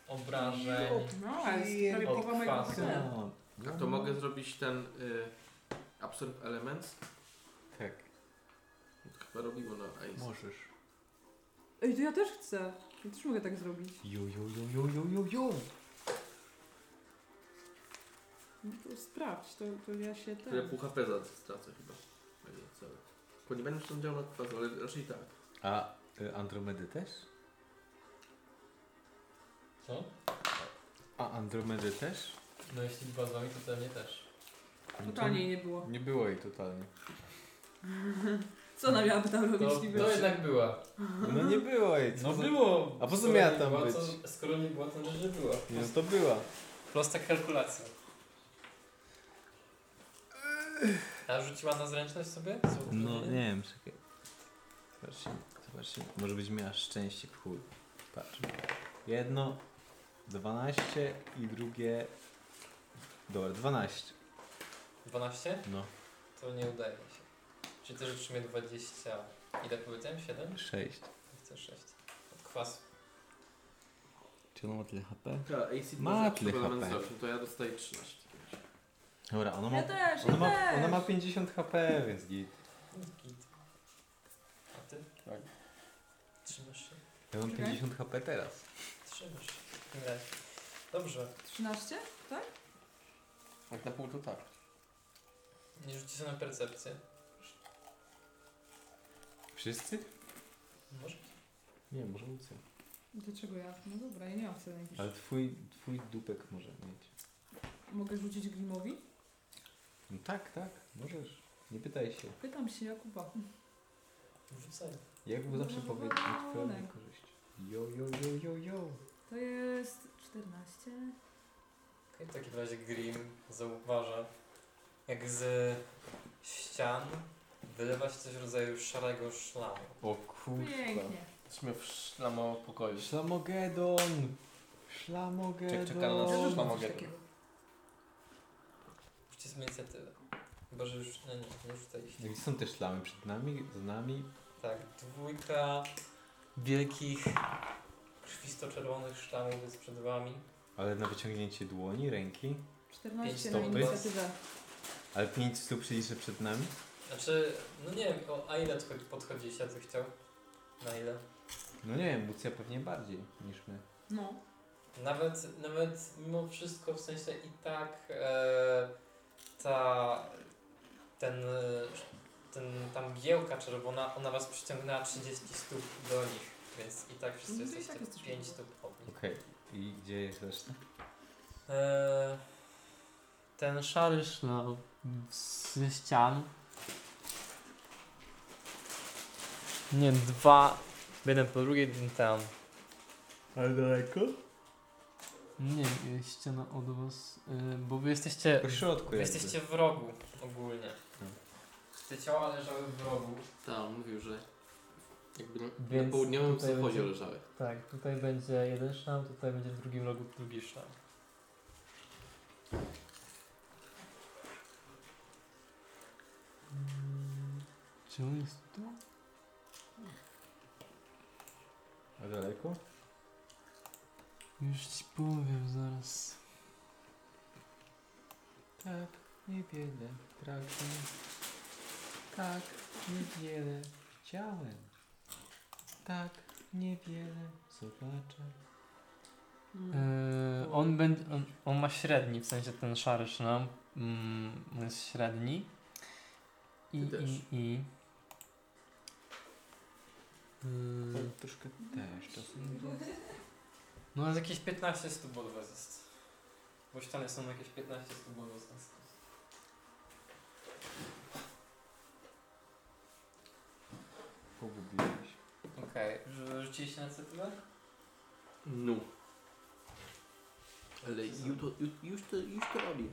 obrażeń.
No, ale jest prawie
Od
połowa mojego
kwasu.
hotelu.
A
No,
to mogę zrobić ten y, Absorb Elements?
Tak,
Chyba robiło na Ice.
możesz.
Ej, to ja też chcę. Ja też mogę tak zrobić.
Jo, jo, jo, jo, jo, jo, jo.
No to sprawdź, to, to ja się ten...
Tyle pół HP za stracę chyba. Tak za całe. Bo nie będę czy on działa na kwasu, ale raczej tak.
A y, Andromedy też?
Co?
A Andromedy też?
No jeśli bazami, to pewnie też.
No to
Totalnie nie było.
Nie było jej totalnie.
Co ona miałaby tam robić
To,
niby?
to jednak była.
No nie było jej. co
No
za-
było.
A po co
Skoro
miała
nie
tam
była,
być?
To, skoro nie była, to że była.
Nie, no to była.
Prosta kalkulacja. A rzuciła na zręczność sobie?
No nie wiem, czekaj. Zobaczcie, zobaczcie. Może być miała szczęście, chuj. Patrz. Jedno, 12 i drugie... Dobra, 12.
12?
No,
To nie udaje mi się. Czyli też utrzymuje 20. Ile powiedziałem? 7?
6.
Chcę 6. Od kwasu.
Czy ona ma tyle HP?
Ta, AC
Ma
ma
tyle
suplement
HP.
zawsze, to ja dostaję 13. w takim razie.
Dobra, ona ma...
Ja też,
Ona
ja
ma,
też.
ona ma 50 HP, więc git.
Git. A ty?
Tak.
Trzymasz się.
Ja mam
Czekaj.
50 HP teraz.
Trzymasz się. W takim razie. Dobrze.
13?
Jak na pół to tak.
Nie rzuci sobie na percepcję.
Wszyscy?
Może?
Nie, może Lucja.
Dlaczego ja? No dobra, ja nie mam wcale jakiejś.
Ale twój, twój dupek może mieć.
Mogę rzucić Grimowi?
No tak, tak, możesz. Nie pytaj się.
Pytam się Jakuba.
Rzucaj.
Jak był
No,
zawsze powiedzieć, pełna korzyść. Jo, jo, jo, jo, jo.
To jest 14.
Okej, w takim razie Grim zauważa, jak z ścian wylewa się coś w rodzaju szarego szlamu.
O kurwa.
Pięknie.
Jesteśmy w szlamo pokoju.
Szlamogedon! Szlamogedon!
Czek- czeka na nas
Ja lubię
szlamo-
nas
coś
mogę.
takiego.
Rzućcie sobie inicjatywę. Chyba, że już... Nie, nie, nie rzucaj się.
Gdzie są te szlamy? Przed nami? Z nami?
Tak, dwójka wielkich krwisto-czerwonych szlamów jest przed wami.
Ale na wyciągnięcie dłoni, ręki?
14 na
Pięć
stopy.
inicjatywę.
Ale 5 stóp przyjdzie przed nami?
Znaczy, no nie wiem, o, a ile odchodzi- podchodzisz, ja coś chciał? Na ile?
No nie wiem, Lucja pewnie bardziej niż my.
No.
Nawet, nawet mimo wszystko, w sensie i tak e, ta, ten, e, ten, ta mgiełka czerwona, ona was przyciągnęła 30 stóp do nich, więc i tak wszyscy
No to i tak
jesteście
jesteśmy
5
w ogóle.
stóp od nich.
Okej. I gdzie jest reszta?
E, ten szary szlał ze ścian. Nie, dwa, jeden po drugiej, jeden tam.
Ale daleko?
Nie, e, ściana od was, e, bo wy jesteście
Po środku
Wy
jakby.
jesteście w rogu ogólnie.
Tak.
Te ciała leżały w rogu.
Tam mówił, że jakby na- na
Więc
południowym
tutaj
zachodzie
będzie-
leżały.
Tak, tutaj będzie jeden szlam, tutaj będzie w drugim rogu drugi szlam.
Czy on jest tu?
A daleko?
Już ci powiem zaraz.
Tak, nie biedę, pragnę. Tak, nie biedę, chciałem. Tak, nie biedę, zobaczę.
Yy, on, będzie, on, on ma średni, w sensie ten szary szlam mm, on jest średni. I,
Ty też.
i, i. Yy,
Troszkę też czasem.
no jest jakieś 15 stóp od was jest. Bo ściany są jakieś 15 stóp od was.
Pogubiłem się.
Okej, okay. rzuciliście na cytylę?
No. Ale ju to, ju, już, to, już to robię.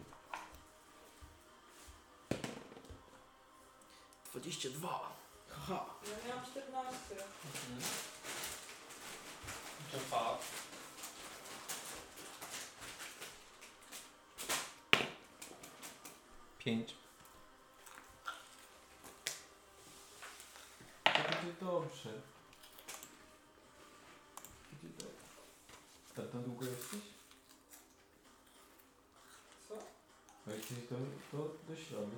22. Haha.
Ja miałam 14.
Jump
Tak.
up.
Pięć. To będzie dobrze. Będzie dobrze. Tak, tam długo jesteś?
Co?
No jesteś do, do, do środy.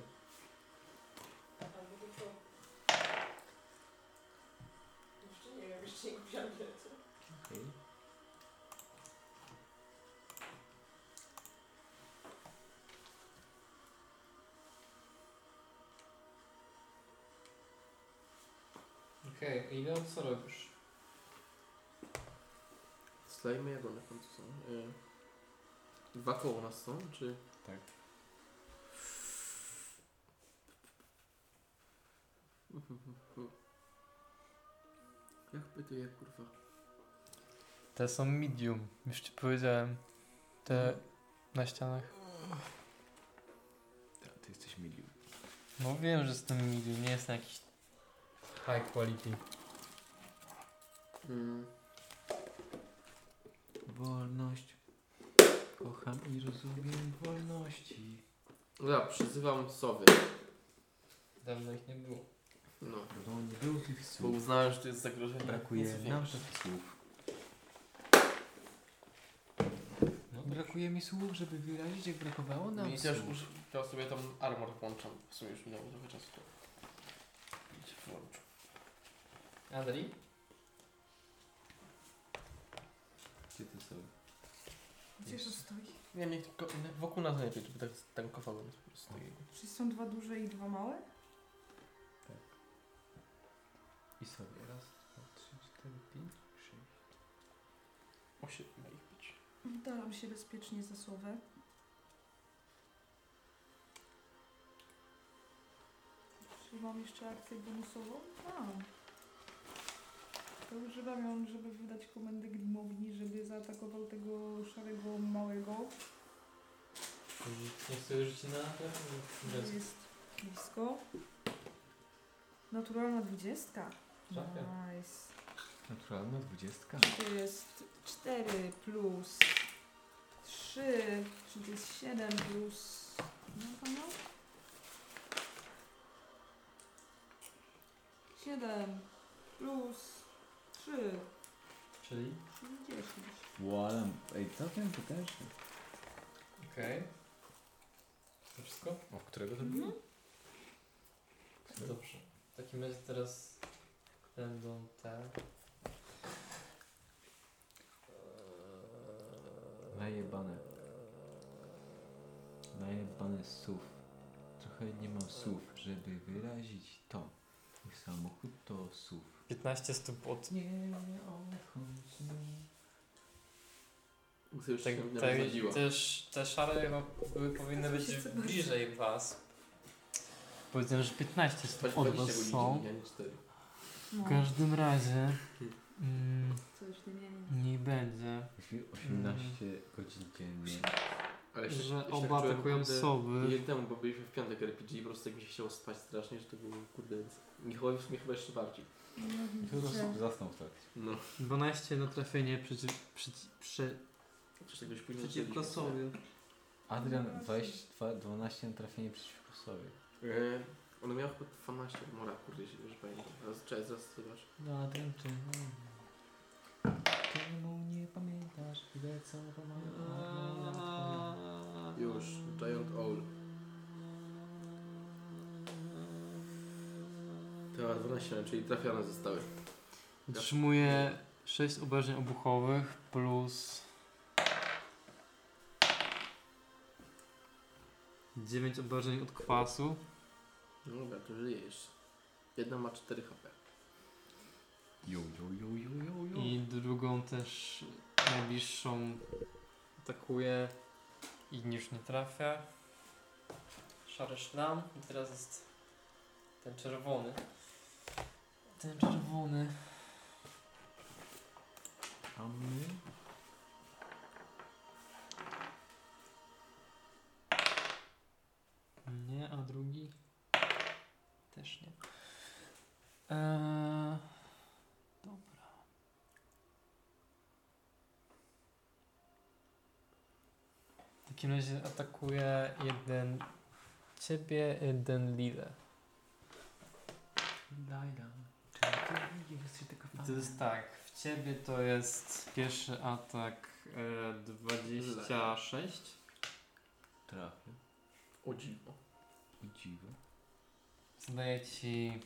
Albo to co? Jeszcze nie wiem, jeszcze nie kupiłam biletu.
Okej.
Okej, okay, ile co robisz?
Slajmy jak one w końcu są? Y, Dwa koło nas są, czy?
Tak.
Jak pytuję, kurwa.
Te są medium, już ci powiedziałem.
Mhm.
Te na ścianach.
Tak, ty jesteś milion.
No wiem, że jestem medium, nie jestem jakiś high quality.
Mm.
Wolność. Kocham i rozumiem wolności.
Dobra, przyzywam sowy.
Dawno ich nie było.
No,
No nie było tych
bo
słów.
uznałem, że to jest zagrożenie.
Brakuje
Więc
nam tych słów. No, brakuje mi słów, żeby wyrazić, jak brakowało nam
I
słów.
też już ja sobie tam armor włączam. W sumie już minęło trochę czasu. to się Włączę.
Andrii?
Gdzie ty sobie?
Gdzież to stoi?
Nie, niech tylko wokół nas najlepiej, żeby tak tankowałem. tak
Czyli są dwa duże i dwa małe?
I sobie. Raz, dwa, trzy, cztery, pięć, sześć.
Osiem ma ich być.
Dalam się bezpiecznie za słowę. Czy mam jeszcze akcję bonusową? Mam. To używam ją, żeby wydać komendę Grimowi, żeby zaatakował tego szarego małego.
Nie chcę rzucić na
Mhm.
który
ten?
Jest blisko. Naturalna dwudziestka. Nice.
Naturalna dwudziestka.
To jest 4 plus 3, czyli to jest 7 plus. No pana? 7 plus 3,
Czyli?
czyli 10.
Ładam. Ej, całkiem potężny.
Okej. To wszystko?
O, którego to
Mhm.
Dobrze. W takim razie teraz będą te...
Najebane. Najebane słów. Trochę nie mam słów, żeby wyrazić to. Mój samochód to słów.
15 stóp od
Nie odchodź mi.
Gdy już
Tak,
się nie
tak,
rozwodziła.
też te szare chyba były, powinny być
Wszyscy
bliżej was. Powiedziałem, że 15
Spać
stopni od
20
was są.
godzin, a nie 4.
No,
W każdym razie
Mhm.
mm,
coś No, nie mieli.
nie będzie,
18 godzin dziennie.
Ale się,
że oba atakują sowy.
Nie temu, bo byliśmy w piątek RPG i po prostu jak mi się chciało spać strasznie, że to było kurde. więc Michałowi w sumie chyba jeszcze bardziej.
No, widzicie.
Zasnął w trakcie.
No,
12 na trafienie przeciw, przeciw, prze-
coś takiego już później
przeciwko
zrobiliśmy.
sobie.
Adrian 22, 12 na trafienie przeciwko sobie.
E, on miał chyba 12 mora, kurde, jeśli dobrze pamiętam. Zaraz, czekaj, zaraz zobacz.
No Adrian czy... Czemu nie pamiętasz ile co no, pomaga
Już, Giant Owl. To 12, czyli trafione zostały.
no.
Otrzymuje 6 obrażeń obuchowych plus 9 obrażeń od kwasu.
No dobra, to żyje jeszcze. Jedna ma 4 HP.
Jo, jo, jo, jo, jo, jo.
I drugą też najbliższą atakuje i niż nie trafia.
Szary szlam i teraz jest ten czerwony. Ten czerwony.
A my?
Nie, a drugi też nie. Eee, dobra. W takim razie atakuje jeden ciebie, jeden Lilę.
Lajla. Czemu ty jesteś taka
I to jest tak, w ciebie to jest pierwszy atak e, 26.
Trafię.
O dziwo.
O dziwo.
Zadaję ci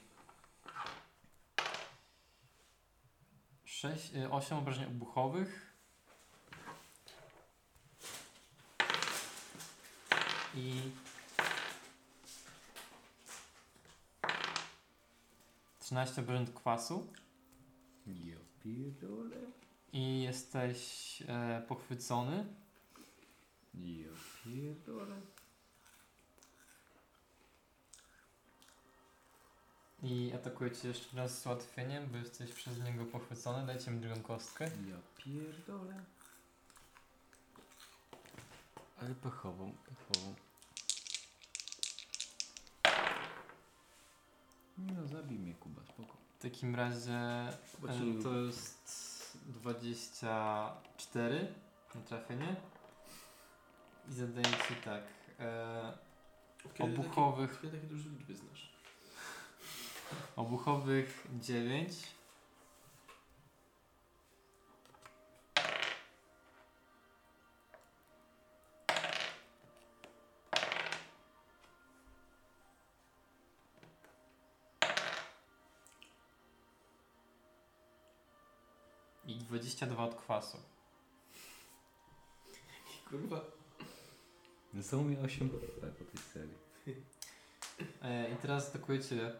6, 8 y, obrażeń obuchowych. I 13 obrażeń od kwasu.
Ja pierdolę.
I jesteś e, pochwycony.
Ja pierdolę.
I atakuje cię jeszcze raz z ułatwieniem, bo jesteś przez niego pochwycony. Dajcie mi drugą kostkę.
Ja pierdolę. Ale pechową, pechową.
Nie no, zabij mnie Kuba, spoko.
W takim razie
Chyba
e,
ci nie
to jest 24 na trafienie. I zadaję ci tak. E,
Kiedy
obuchowych,
Takie, kiedy takie duże liczby znasz?
obuchowych 9. I 22 od kwasu.
Kurwa.
Zostało No, mi 8 lat po tej serii.
E, I teraz atakuję cię.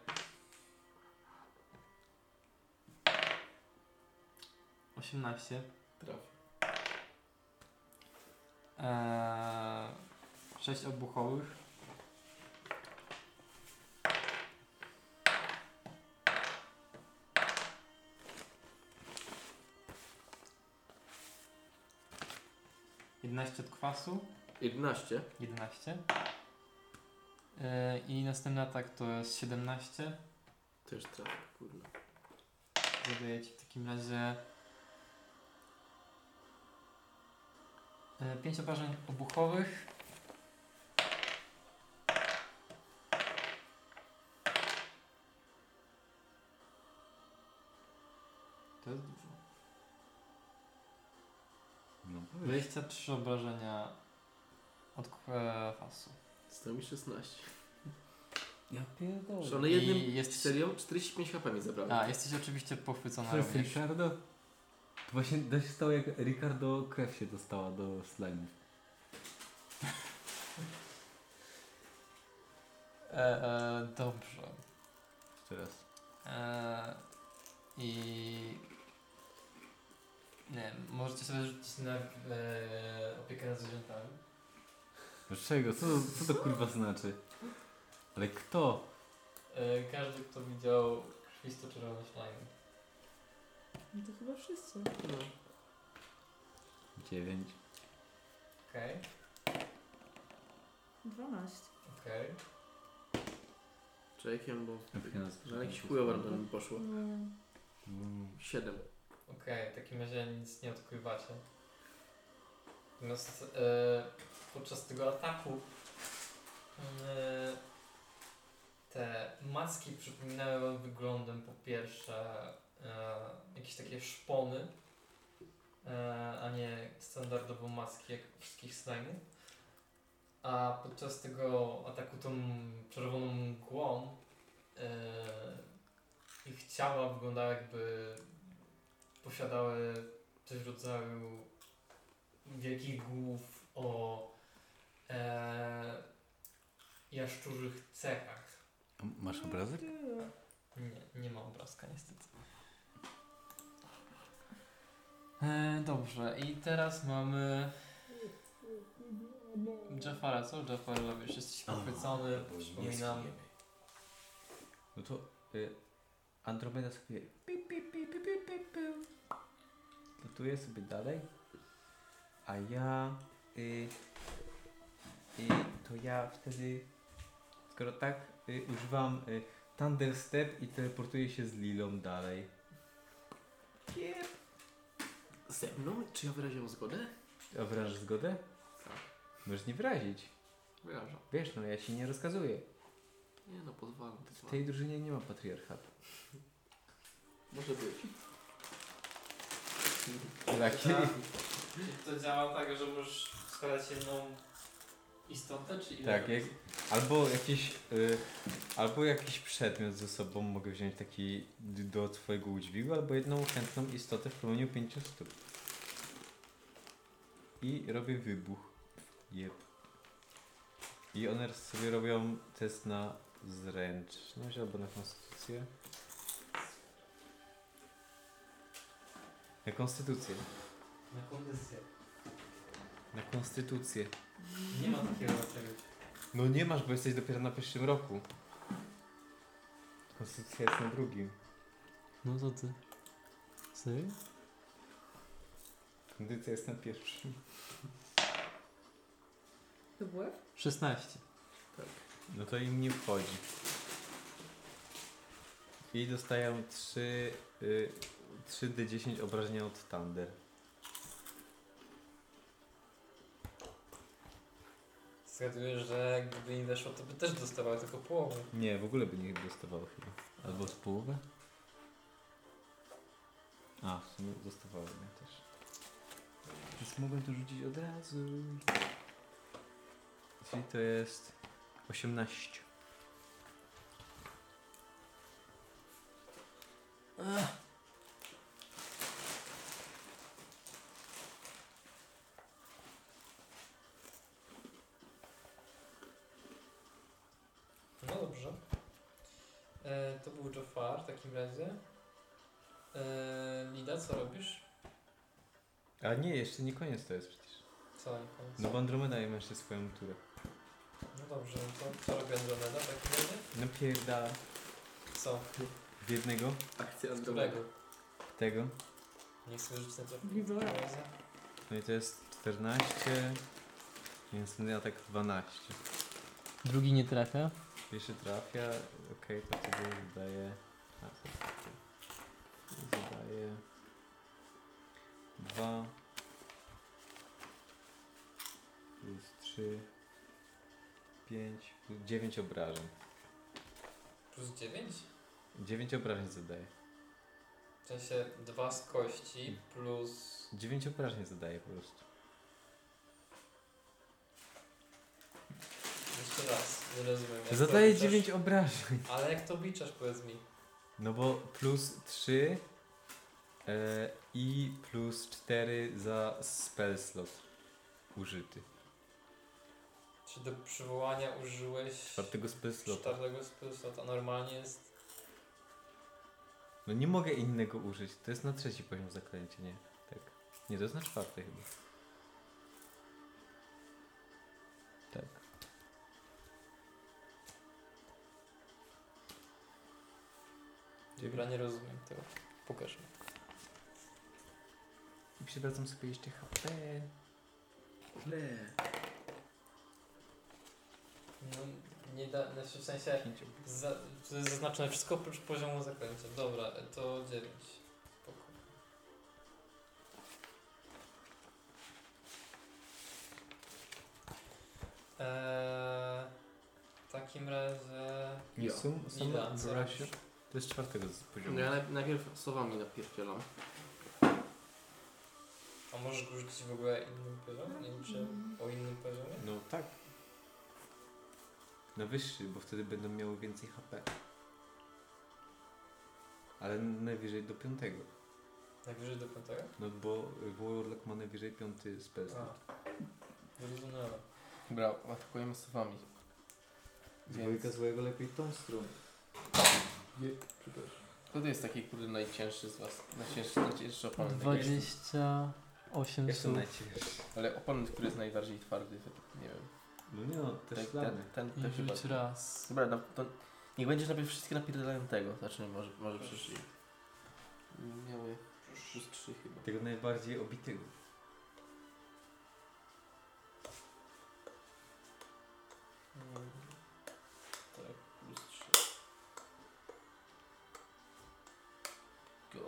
Osiemnaście.
Traf.
Eee, sześć obuchowych. Jedenaście od kwasu.
11.
11. Eee, I następny atak to jest 17.
Też traf, kurwa.
Zadaję ci w takim razie 5 y, obrażeń obuchowych. To jest dużo.
No powiedz.
23 obrażenia od kwasu.
Zostało mi 16.
Ja pierdolę.
Czy one
I
jednym
jest-
serią 45 HP mi zabrały.
A, jesteś oczywiście pochwycona
To jest
również.
Ricardo? To właśnie to się stało jak Ricardo krew się dostała do slime.
E, e, dobrze.
Teraz.
E, I nie wiem, możecie sobie rzucić na e, opiekę nad zwierzętami.
Dlaczego? Co, co to kurwa znaczy? Ale kto?
E, każdy, kto widział krwisto-czerwone szlajmy.
No to chyba wszyscy.
No,
9.
Okej,
12.
okej.
Czekiem, bo na jakiś chujowy mi poszło.
Nie.
7.
Okej, w takim razie nic nie odkrywacie. Natomiast e, podczas tego ataku e, te macki przypominały wam wyglądem po pierwsze e, jakieś takie szpony, e, a nie standardowo maski jak wszystkich slajmów. A podczas tego ataku tą czerwoną mgłą e, ich ciała wyglądały jakby posiadały coś w rodzaju wielkich głów o e, jaszczurzych cechach.
No
Masz obrazek?
Nie, nie ma obrazka niestety.
E, dobrze, i teraz mamy. Jafara, co Jafar robisz? Jesteś pochwycony, przypominam.
No to y, Andromeda sobie pi, pi, pi, pi, pi, pi, pi. Lutuje sobie dalej. A ja y, y, to ja wtedy skoro tak y, używam y, Thunder Step i teleportuję się z Lilą dalej.
Ze mną? Czy ja wyraziłem zgodę?
A wyrażasz zgodę? Możesz nie wyrazić.
Wyrażam.
Wiesz, no ja ci nie rozkazuję.
Nie no, pozwalam.
W
pozwalam.
tej drużynie nie ma patriarchatu.
Może być.
Tak.
Taki.
Czy Tak. to działa tak, że możesz wskazać jedną istotę, czy ile?
Tak, jak, albo jakiś, y, albo jakiś przedmiot ze sobą mogę wziąć taki d- do twojego udźwigu, albo jedną chętną istotę w promieniu 5 stóp. I robię wybuch. Jep. I one sobie robią test na zręczność albo na konstytucję. Na konstytucję.
Na kondycję.
Na konstytucję.
Nie ma takiego czegoś.
No nie masz, bo jesteś dopiero na pierwszym roku. Konstytucja jest na drugim.
No to ty. Serio?
Kondycja jest na pierwszym.
To WF?
16.
No to im nie wchodzi.
I dostają 3, y, 3D10 obrażenia od Thunder.
Zgaduję, że gdyby nie weszło, to by też dostawała tylko połowę.
Nie, w ogóle by nie dostawało chyba. Albo z połowę? A, w sumie dostawało mnie też. Więc mogłem to rzucić od razu. Czyli to jest 18.
No dobrze. E, to był Jafar w takim razie. E, Lida, co robisz?
A nie, jeszcze nie koniec to jest przecież.
Co na koniec?
No bo Andromeda ma jeszcze swoją turę.
No dobrze, no to co robi Andromeda w takim razie?
Napierdala
Co?
w jednego,
Akcja
Z którego?
tego.
Nie chcę rzucić na to.
Wiwora.
No i to jest 14, więc ten atak 12.
Drugi nie trafia.
Pierwszy trafia, okej, to wtedy zadaje... A, to wtedy Zadaje... dwa plus trzy pięć plus dziewięć obrażeń.
Plus 9?
dziewięć obrażeń zadaje.
W sensie 2 z kości plus...
dziewięć obrażeń zadaje po prostu.
Jeszcze raz, nie rozumiem. jak to
Zadaje
obliczasz-
dziewięć obrażeń.
Ale jak to obliczasz, powiedz mi?
No bo plus trzy e, i plus cztery za spell slot użyty.
Czy do przywołania użyłeś
Czwartego spell slota.
czwartego spyslota? Normalnie jest...
No nie mogę innego użyć. To jest na trzeci poziom zaklęcia, nie? Tak. Nie, to jest na czwarty chyba. Tak.
Dobra, nie rozumiem tego. Pokaż mi.
I przywracam sobie jeszcze HP.
Ble.
No, nie da... Znaczy w sensie...
Pięć obrażeń.
Za, to jest zaznaczone wszystko oprócz poziomu zaklęcia. Dobra, to 9. Spoko. Eee, w takim razie...
Nie,
Ja.
sum,
Ida,
sum,
co
razie.
robisz?
To jest czwartego z poziomu.
No ja naj- najpierw słowami napierdzielam.
A możesz go rzucić w ogóle innym poziomem? Nie wiem, czy o innym poziomie?
No tak. Na wyższy, bo wtedy będą miały więcej HP. Ale najwyżej do piątego.
Najwyżej Tak, do piątego?
No bo Warlock ma najwyżej piąty spell slot.
A. Zrozumiałem.
Dobra, atakujemy słowami.
Dwójka złego lepiej tą stroną.
Kto to jest taki kurde najcięższy z was? Najcięższy, najcięższy oponent. jaki jest?
28
Jeszcze
słów.
najcięższy.
Ale oponent, który jest najbardziej twardy, to nie wiem.
No nie no, też
ten, ten, ten,
I
ten chyba.
rzuć raz.
Dobra, no, to niech będziesz najpierw wszystkie napierdalają tego. Zacznijmy, może, może przyszli. Miały plus 3 chyba.
Tego najbardziej obitego.
Mm.
Tak, plus 3. Go.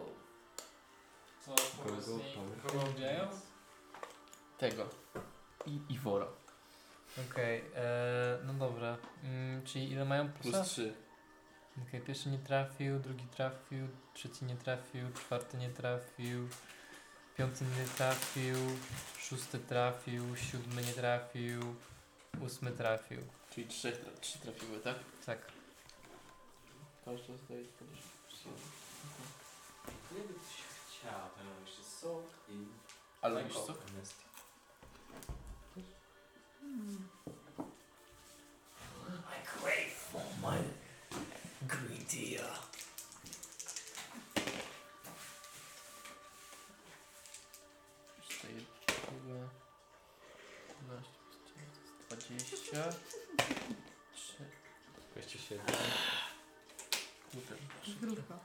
Co, powiedz
Kogo-
mi,
kogo-
kogo obijają?
Tego. I Iwora.
Okej, eee, no dobra. Mm, czyli ile mają plusa?
Plus 3.
Okej, pierwszy nie trafił, drugi trafił, trzeci nie trafił, czwarty nie trafił, piąty nie trafił, szósty trafił, siódmy nie trafił, ósmy trafił.
Czyli 3, 3 trafiły, tak?
Tak.
Każdy zostaje
Nie bym coś chciał, to mam jeszcze sok i...
Ale wiesz co?
Amnestia.
Mm,
Zostaje 12 plus 4 to jest 20. 3.
27.
Kurde,
Zdrówka.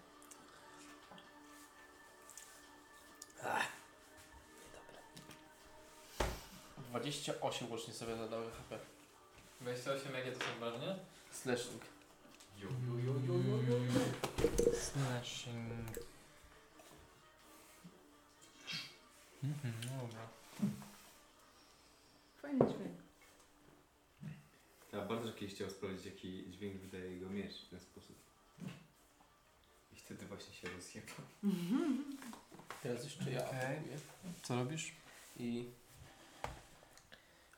Dobra. 28 łącznie sobie zadały HP.
28, jakie to są ważne?
Slashing.
Ju.
Ju, ju, ju, ju, ju. Smashing. Mhm, no dobra.
Fajny dźwięk.
Ja bardzo kiedyś chciał sprawdzić, jaki dźwięk wydaje jego miecz w ten sposób. I wtedy właśnie się rozjechał.
Teraz jeszcze ja
Okej.
atakuję.
Co robisz?
I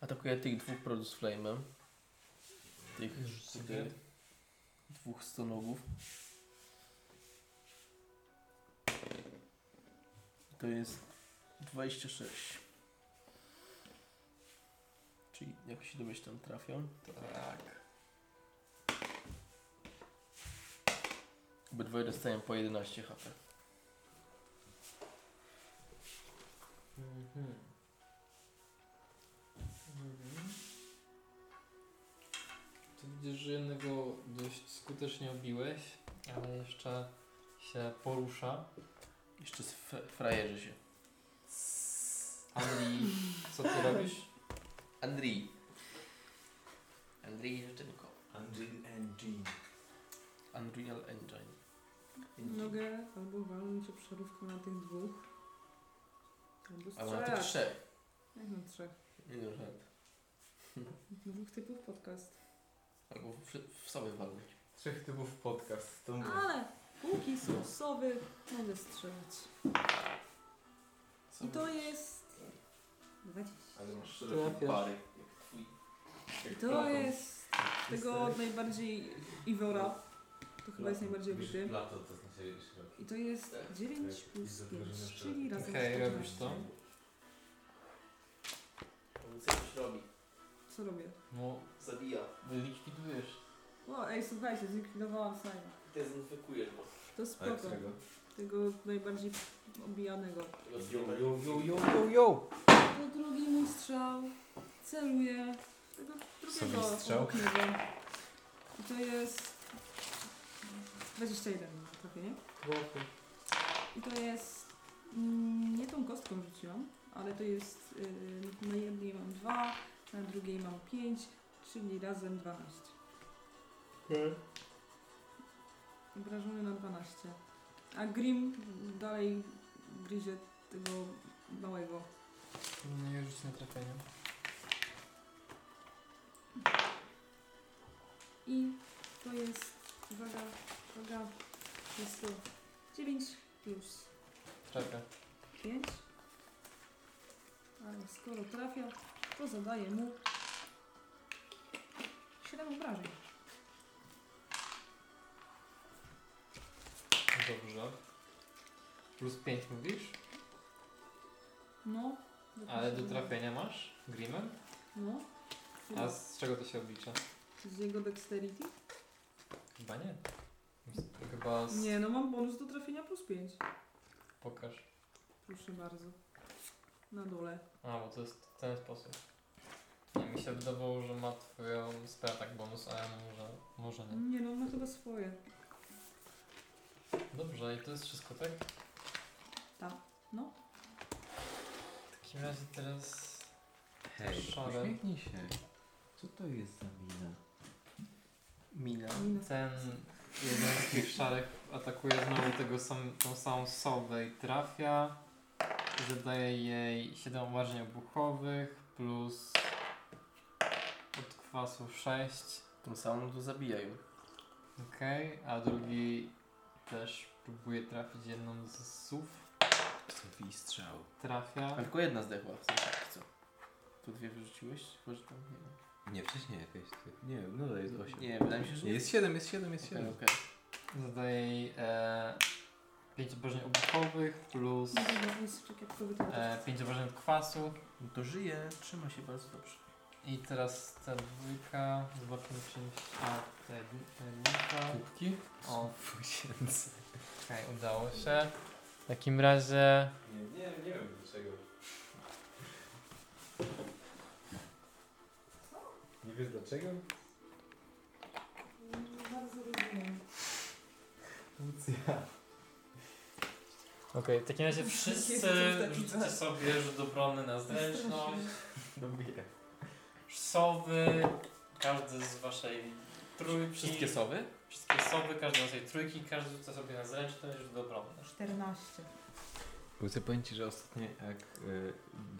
atakuję tych dwóch product flame'em. Tych
Rzuć sobie.
tutaj dwóch stonogów. To jest 26. Czyli jak się domyślam trafią.
Tak.
Obydwoje dostają po 11 HP.
Mhm. Mhm. To widzisz, że jednego dość skutecznie obiłeś, ale jeszcze się porusza.
Jeszcze z fr- frajerzy się.
Andrii, co ty robisz?
Andrii. Andrii Rzeczynko.
Andrzej Engine.
Unreal Engine.
Nogę albo walnąć obszarówką na tych dwóch. Albo
A ma tych
strzelać.
trzech.
Jak na trzech?
Nie no, żart.
Dwóch typów podcast.
Albo w, w sobie walnąć.
Trzech typów podcast. To mówię.
Ale póki są sowy, mogę strzelać. I to jest... 20.
Ale masz
Trafiasz.
pary.
I to jest tego od najbardziej Iwora. To chyba jest najbardziej bity.
Plato to znaczy szeroki.
I to jest 9 plus 5, czyli razem
Okej,
14.
robisz to?
On coś robi.
Co robię?
No,
Zabija.
likwidujesz.
O, ej, słuchajcie, zlikwidowałam Sajna.
Dezynfekujesz go.
To
Tak,
spoko. Tego najbardziej obijanego. To drugi mój strzał. Celuję w tego drugiego
Sobie strzał.
obok niego. I to jest no, 21 na trafienie. I to jest mm, nie tą kostką rzuciłam, ale to jest yy, na jednej mam 2, na drugiej mam 5, czyli razem 12. Obrażony na 12. A Grim dalej gryzie tego małego.
Nie rzuć na trafienie.
I to jest, uwaga, uwaga, jest to 9 plus
Trafia.
5. Ale skoro trafia, to zadaję mu 7 obrażeń.
Dobrze. Plus 5 mówisz,
No.
ale do
dopiero-
trafienia masz Grimem.
No.
A z czego to się oblicza?
Z jego dexterity?
Chyba nie. Chyba z...
Nie, no mam bonus do trafienia plus 5.
Pokaż.
Proszę bardzo. Na dole.
A, bo to jest w ten sposób. Nie, mi się wydawało, że ma twoją sprawę tak bonus, ale może, może nie.
Nie no, ma chyba swoje.
Dobrze, i to jest wszystko, tak?
Mhm. Tak. No.
W takim razie teraz...
Hej,
Szarem.
uśmiechnij się. Co to jest za mina?
Mina.
Mina.
Ten jeden z tych szarek atakuje znowu tego sam, tą samą sowę i trafia. Zadaje jej 7 obrażeń obuchowych plus od kwasu 6.
Tym samym to zabijają.
Okej, a drugi też próbuje trafić jedną z sów.
Sofi strzał.
Trafia.
A tylko jedna zdechła w sensie, tak, co? Tu dwie wyrzuciłeś? Może tam nie.
Nie, wcześniej jakaś. ty- Nie wiem, no to jest 8.
Nie, wydaje mi się, że
Nie, jest 7, jest 7, jest
Okej,
7.
okej.
Zadaje jej e, 5 obrażeń obuchowych plus
No dobra, jest czekaj, jak to wygląda.
e, 5 obrażeń od kwasu.
No to żyje, trzyma się bardzo dobrze.
I teraz ta dwójka, zobaczmy czymś. A ta jedn- ta jedynka.
Kubki?
O, okej, udało się. W takim razie
Nie, nie, nie wiem dlaczego. Nie wiesz dlaczego?
Mm, Bardzo rozumiem.
Okej, w takim razie wszyscy
Jestem taki
rzućcie
tak.
sobie rzut obrony na zręczność.
Lubię.
Sowy, każdy z waszej trójki.
Wszystkie sowy?
Wszystkie sowy, każdy ma sobie trójki, każdy rzuca sobie na zręczność do obrony.
14.
Bo chcę powiedzieć, że ostatnio jak y,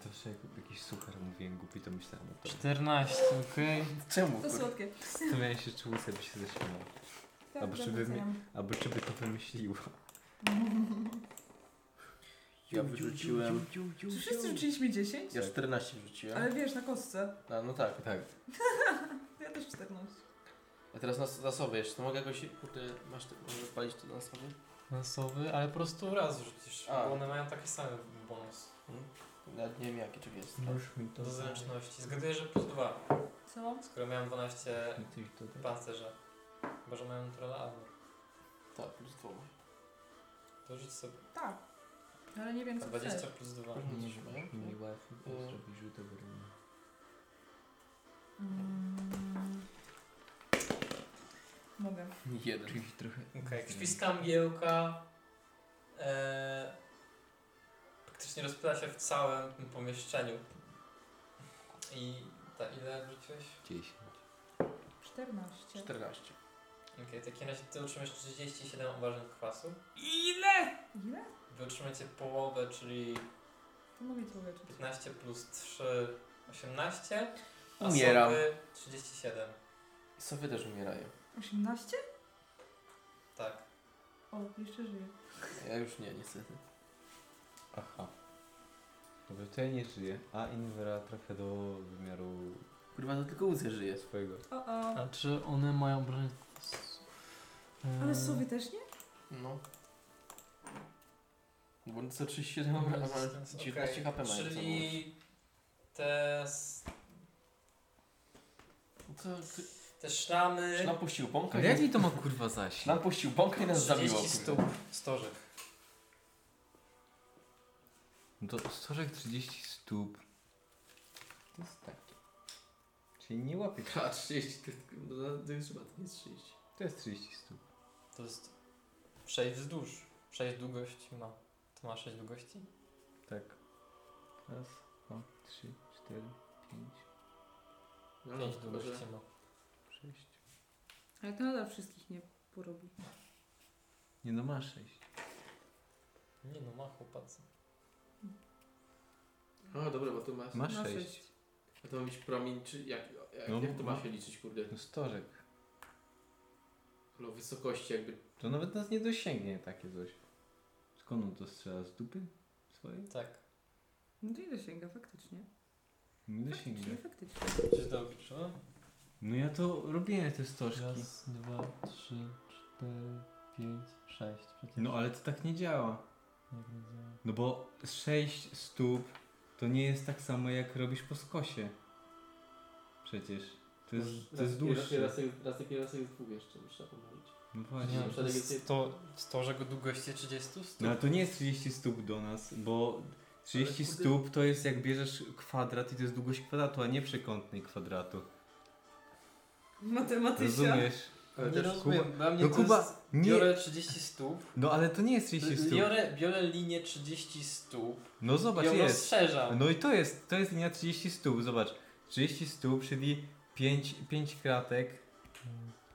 zawsze jak jakiś suchar mówiłem głupi, to myślałem o tym.
14, okej.
Czemu?
To
kur-
słodkie.
Zastanawiałem się, czy łysy by się zaśmiała.
Tak,
Albo żeby
dorzucam.
Albo czy by to wymyśliła.
Ja wyrzuciłem.
Czy wszyscy rzuciliśmy 10?
Ja 14 wrzuciłem.
Ale wiesz, na kostce.
A, no tak.
Tak.
Ja też 14.
A teraz na, na sobie jeszcze. To mogę jakoś. Kurde, masz te, może palić to na sobie?
Sowy, ale po prostu raz rzucisz,
A.
bo one mają taki sam bonus
Nawet nie wiem jaki to jest.
No.
Tak,
Możesz mi to znaczy, no,
do zręczności. Zgaduję, że plus dwa.
Co?
skoro miałem 12
Ty to tak.
pancerza. Chyba, że mają trolla armor.
Tak, plus 2.
To rzuć sobie.
Tak.
No, Ale nie wiem,
A
co chcesz.
20 plus 2.
Pewnie coś mają.
Mi łatwiej
Y.
zrobić rzut obrony.
Mm. Mogę.
Jeden.
Czyli trochę...
Okej, krwiska mgiełka e, praktycznie rozpyla się w całym tym pomieszczeniu. I ta ile rzuciłeś?
10.
14.
14.
Okej, w takim razie ty utrzymasz 37 obrażeń kwasu.
Ile?
Wy utrzymacie połowę, czyli
To mogę cię uleczyć.
15 plus 3, 18. A
Umieram.
Sowy 37.
Sowy też umierają.
18?
Tak.
O, jeszcze żyję.
Ja już nie, niestety.
Aha. Dobra, to ja nie żyję, a Invera trafia do wymiaru
Kurwa, to tylko łzy żyje.
swojego.
O, o.
A czy one mają broń?
e,
Ale sowie też nie?
No. Bo co 37 obra- a mają 19
Okej,
HP mają. co mówić.
Czyli te, s-
Co, ty,
te szlamy.
szlam puścił bąka
Ale
i...
jaki to ma kurwa zasięg?
Szlam puścił bąka i nas zabiło.
30
kurwa.
stóp stożek.
No to stożek 30 stóp. To jest taki. Czyli nie łapie.
A, 30, to, to, to jest chyba, to nie jest 30.
To jest 30 stóp.
To jest 6 wzdłuż. 6 długości ma. To ma 6 długości?
Tak. Raz, dwa, trzy, cztery, pięć,
No,
5
chyba, że-
długości ma.
sześć.
Ale to nadal wszystkich nie porobi.
Nie no, ma sześć.
Nie no, ma chłopacy.
A, dobra, bo to ma...
Ma
Na
sześć.
sześć.
A to ma być promień, czy... Jak, jak,
No,
jak to ma
no.
się liczyć, kurde?
No stożek.
No, wysokości jakby...
To nawet nas nie dosięgnie takie coś. Skąd on to strzela? Z dupy swojej?
Tak.
No to ile sięga, faktycznie.
Nie
Faktycznie,
dosięgnie.
faktycznie.
Coś dobrze. no?
No ja to robiłem te stożki.
Raz, dwa, trzy, cztery, pięć, sześć. Przecież
No ale to tak nie działa.
jak nie działa.
No bo 6 stóp to nie jest tak samo jak robisz po skosie. Przecież. To jest, to jest
Raz, raz,
dłuższe.
raz, raz, raz, raz, raz, dwóch jeszcze, muszę pomalić.
No
Nie
właśnie.
wiem, to
Szereg
jest
jest-
sto, stożek o długości 30 stóp.
No ale to nie jest 30 stóp do nas, bo 30
Ale kurde-
stóp to jest jak bierzesz kwadrat i to jest długość kwadratu, a nie przekątnej kwadratu.
Matematysia.
Rozumiesz?
Ale
nie
też
rozumiem, dla mnie
No
to
Kuba,
jest,
nie-
biorę 30 stóp,
No ale to nie jest 30 stóp.
biorę, biorę linię 30 stóp
No zobacz,
i ją
jest.
rozszerzam.
No i to jest, to jest linia 30 stóp, zobacz. 30 stóp, czyli 5, 5 kratek.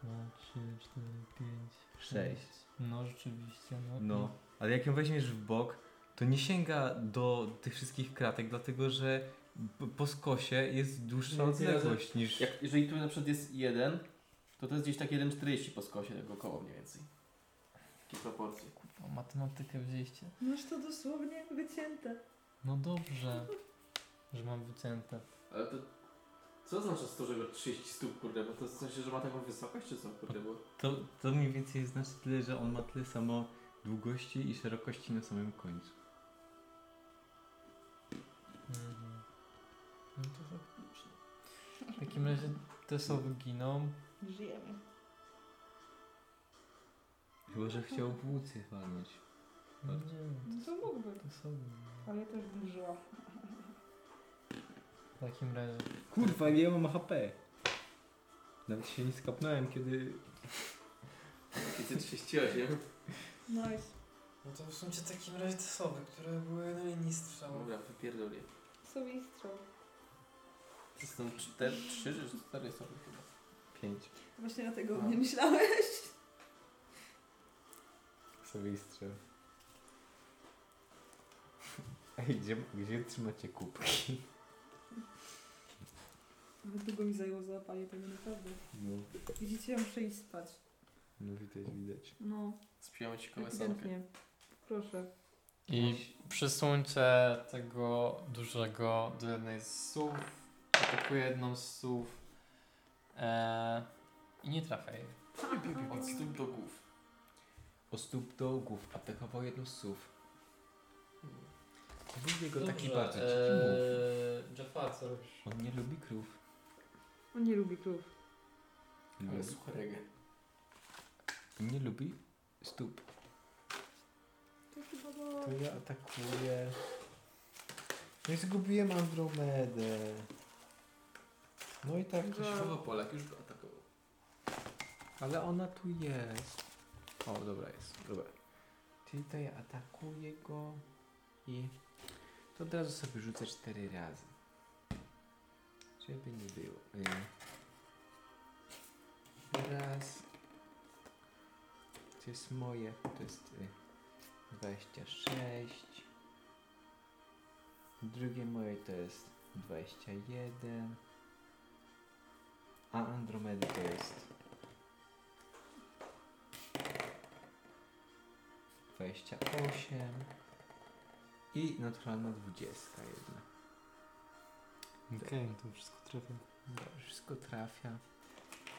Dwa, trzy, cztery, pięć,
Sześć.
No rzeczywiście, no.
No,
Mhm.
ale jak ją weźmiesz w bok, to nie sięga do tych wszystkich kratek, dlatego że p- po skosie jest dłuższa
Mniej więcej
odległość niż...
Jak, jeżeli tu na przykład jest 1, to to jest gdzieś tak 1,40 po skosie, tego koło mniej więcej. Takie proporcje.
Kurwa, matematykę wzięliście.
Masz to dosłownie wycięte.
No dobrze, że mam wycięte.
Ale to... Co oznacza z to, że 30 stóp, kurde? Bo to w sensie, że ma taką wysokość, czy co, kurde? Bo...
To, to mniej więcej znaczy tyle, że on ma tyle samo długości i szerokości na samym końcu.
Mhm. No to faktycznie. W takim razie te sowy giną.
Żyjemy.
Chyba, że chciał w łucy walnąć.
No nie wiem,
No to mógłby.
te sowy giną.
Ale też bym żyła.
W takim razie
Kurwa, ile ja mam HP? Nawet się nie skapnąłem, kiedy...
538.
Nice.
No to w sumie w takim razie te sowy, które były na linii strzału.
Dobra, wypierdol je.
Sobie strzał.
To są 4, 3 czy 4 są chyba.
Pięć.
Właśnie dlatego
No.
nie myślałeś.
sobie i strzał. Ej, gdzie, gdzie trzymacie kubki?
Nawet długo mi zajęło załapanie tego naprawdę.
No,
Widzicie, ja muszę iść spać.
no widać, widać.
No,
Spijamy ci kołysankę.
ewidentnie. Proszę.
I przesuńcie tego dużego do jednej z słów. Atakuję jedną z słów. Eee, I nie trafia jej.
Od stóp do głów.
O stóp do głów atakował jedną z słów. Lubię go
Dobrze,
taki patrzeć. Mów.
Eee, Jafar, co robisz?
On nie lubi krów.
On nie lubi krów.
No, Ale słuchaj reggae.
Nie lubi stóp.
To chyba było...
To ja atakuję. No i zgubiłem Andromedę. No i tak.
Krzysztof Polak już go atakował.
Ale ona tu jest. O, dobra jest. Dobra. Czyli to ja atakuję go i to od razu sobie rzucę cztery razy. Żeby nie było. Y, Raz. To jest moje. To jest y, 26. Drugie moje to jest 21. A Andromedy to jest 28 i naturalna 20 jedna.
Okej, to wszystko trafia.
Dobrze, wszystko trafia.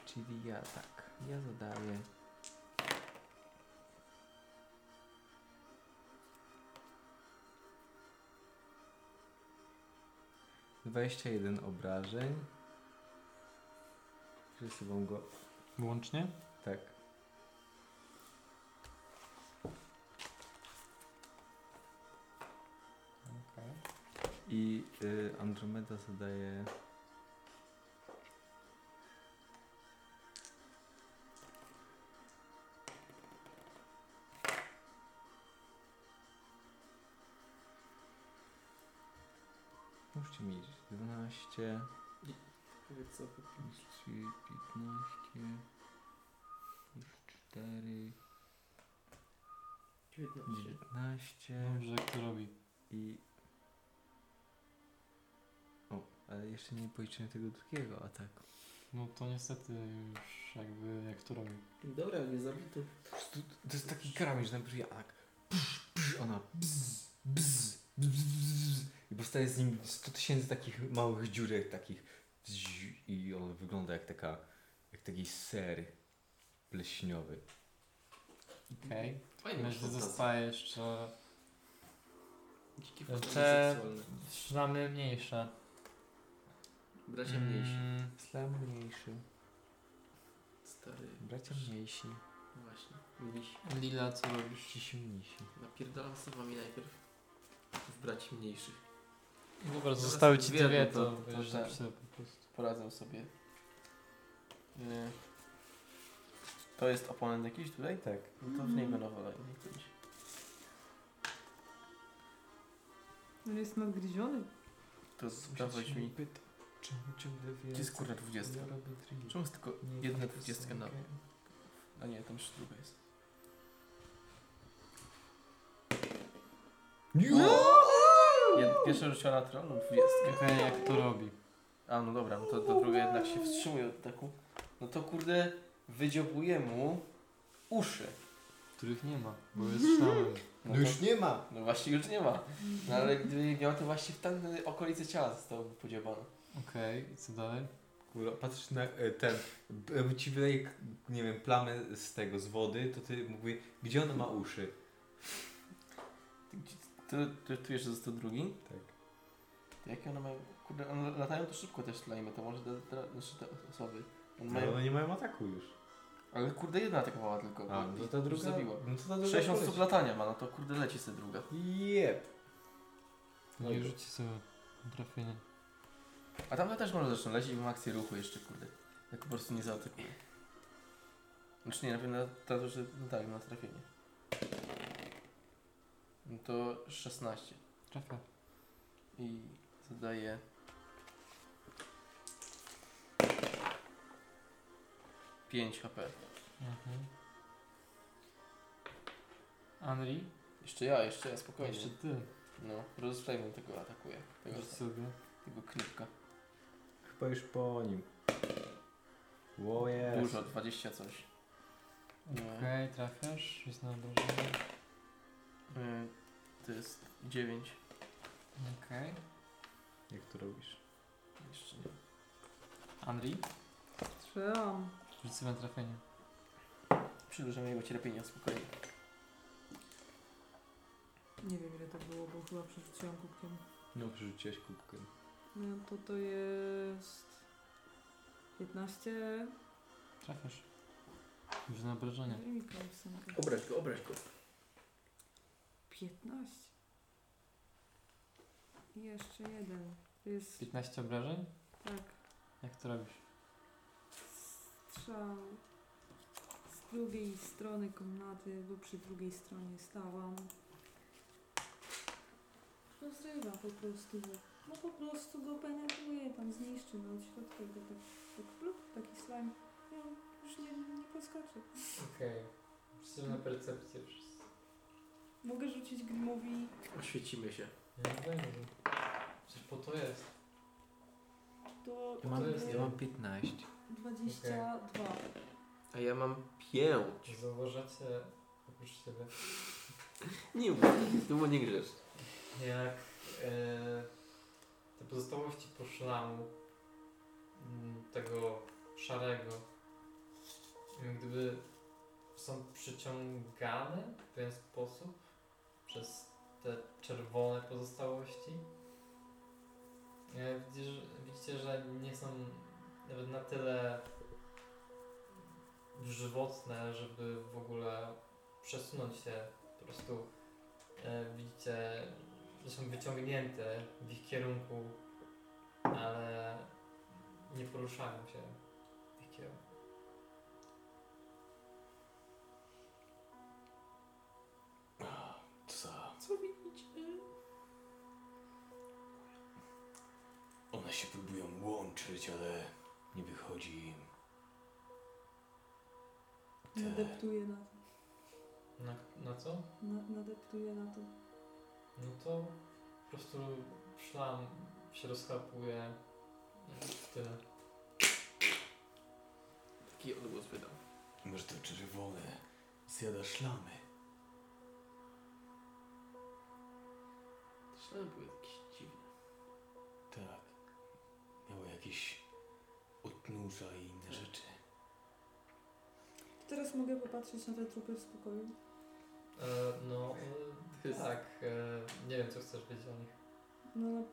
Czyli ja tak, ja zadaję. Dwadzieścia jeden obrażeń. Przesuwam go
Łącznie?
tak. I y, Andromeda zadaje. Muszę mieć 12,
Powiedz co,
15, już 4,
19.
19.
Dobrze, jak to robi?
I. O, ale jeszcze nie policzyłem tego drugiego ataku.
No to niestety już jakby jak to robi.
Dobra, nie zabity.
To, to jest taki karamisz, najpierw ja tak. Psz, psz, ona. Bzz, bzz, bzz, bzz, bzz, I powstaje z nim 100 tysięcy takich małych dziurek, takich. bzz, I on wygląda jak taka. Jak taki ser pleśniowy.
Okej.
Fajnie masz
Myślę, że
fantazję.
zostaje jeszcze
Dzikie
Te-
fantazje seksualne.
szlamy mniejsze.
Bracia mniejsi.
Mm,
Dla mniejszy.
Stary,
Bracia mniejsi.
właśnie. Mnisi.
Lila, co robisz?
Cisi mnisi.
Napierdalam słowami najpierw. W braci mniejszych.
Dobra, zostały ci
Wiem,
dwie,
no
to
to- to
wiesz,
tak.
że po prostu.
Poradzę sobie. E, To jest oponent jakiś tutaj? Tak. No
Mhm.
to w niego nawalaj. niech będzie.
On No, jest nadgryziony.
To sprawdź mi.
Czemu ciągle wie?
Gdzie jest kurna dwudziestka?
Ja robię drill.
Czemu jest tylko
Nie,
jedna
to jest
dwudziestka na...
okej.
A nie, tam jeszcze druga jest. Jed... Pierwsza rzuciła na tron, no dwudziestkę.
Okej, jak to robi?
A no dobra, no to, to druga jednak się wstrzymuje od ataku. No to kurde, wydziobuje mu uszy.
Których nie ma, bo jest szlamy.
No, to,
nie ma!
no właśnie już nie ma. No ale gdyby nie miał, to właśnie w tamtej okolicy ciała został podziobany.
Okej, i co dalej?
Kurwa, patrzysz na e, ten, jakby ci wyleje, k- nie wiem, plamę z tego, z wody, to ty mówi, gdzie ona ma uszy?
Tu, tu, tu jeszcze został drugi.
Tak.
Jakie one mają... Kurde, one latają to szybko też slajmy, to może te, te, znaczy te osoby. One
Ale
mają...
one nie mają ataku już.
Ale kurde, jedna atakowała tylko.
A,
bo
no
i-
ta
już
druga,
Zabiła.
no to ta druga
60
poleci.
stóp latania ma, no to kurde leci sobie druga.
Jep.
No i
Dobra.
rzućcie sobie na trafienie.
A tamta też może zresztą lecieć, bo ma akcję ruchu jeszcze, kurde. Jak po prostu nie zaatakuje. Znaczy nie, na pewno ta to, że no tak, na trafienie. No to 16
Trafia.
i zadaje... Pięć HP.
Mhm. Henry?
Jeszcze ja, jeszcze ja, spokojnie.
Jeszcze ty.
No, rozflame tego atakuje. Tego,
Wiesz sobie.
tego klipka.
Chyba już po nim. Wow, jest.
Dużo, 20 coś. No.
Okej, trafiasz. Jest na obrażenie.
Y, To jest 9.
Okej.
Jak to robisz?
Jeszcze
Henry?
Strzelam.
Rzuć sobie na trafienie.
Przedłużę mojego cierpienia, spokojnie.
Nie wiem ile to było, bo chyba przerzuciłam kubkiem.
No, przerzuciłeś kubkę.
No to to jest... 15...
Trafiasz. Już na
No
obrażenie.
Daj mi piosenkę.
Obrać go, obrać go.
15. I jeszcze jeden. To jest
15 obrażeń?
tak,
Jak to robisz?
strzał z drugiej strony komnaty, bo przy drugiej stronie stałam. Rozrywa po prostu go. No po prostu go penetruje, tam zniszczy, no od środka go tak, tak plup, taki slime. No, już nie, nie podskoczy.
Okej. Wszyscy na percepcję wszyscy.
Mogę rzucić Grimowi
Oświecimy się.
Ja nie wiem. Przecież po to jest.
do
Ja mam-
e,
ja mam
15.
22.
A ja mam 5.
Czy zauważacie oprócz siebie,
Nie mów, to było niegrzeczne.
jak e, te pozostałości po szlamu mm, tego szarego jak gdyby są przyciągane w pewien sposób przez te czerwone pozostałości. E, Widzicie, że, widzicie, że nie są nawet na tyle żywotne, żeby w ogóle przesunąć się. Po prostu e, widzicie, że są wyciągnięte w ich kierunku, ale nie poruszają się w ich kierunku.
Co za...
Co widzicie?
One się próbują łączyć, ale nie wychodzi im.
Nadeptuje na to.
Na, na co?
Na, nadeptuje na to.
No to po prostu szlam się rozchapuje. Tyle.
Taki odgłos wydał.
Może to czerwone zjada szlamy.
Szlem był jakiś dziwny.
Tak. Miały jakieś odnóża i inne rzeczy.
To teraz mogę popatrzeć na te trupy w spokoju.
E, no, e,
jest-
tak. E, nie wiem, co chcesz wiedzieć o nich.
No,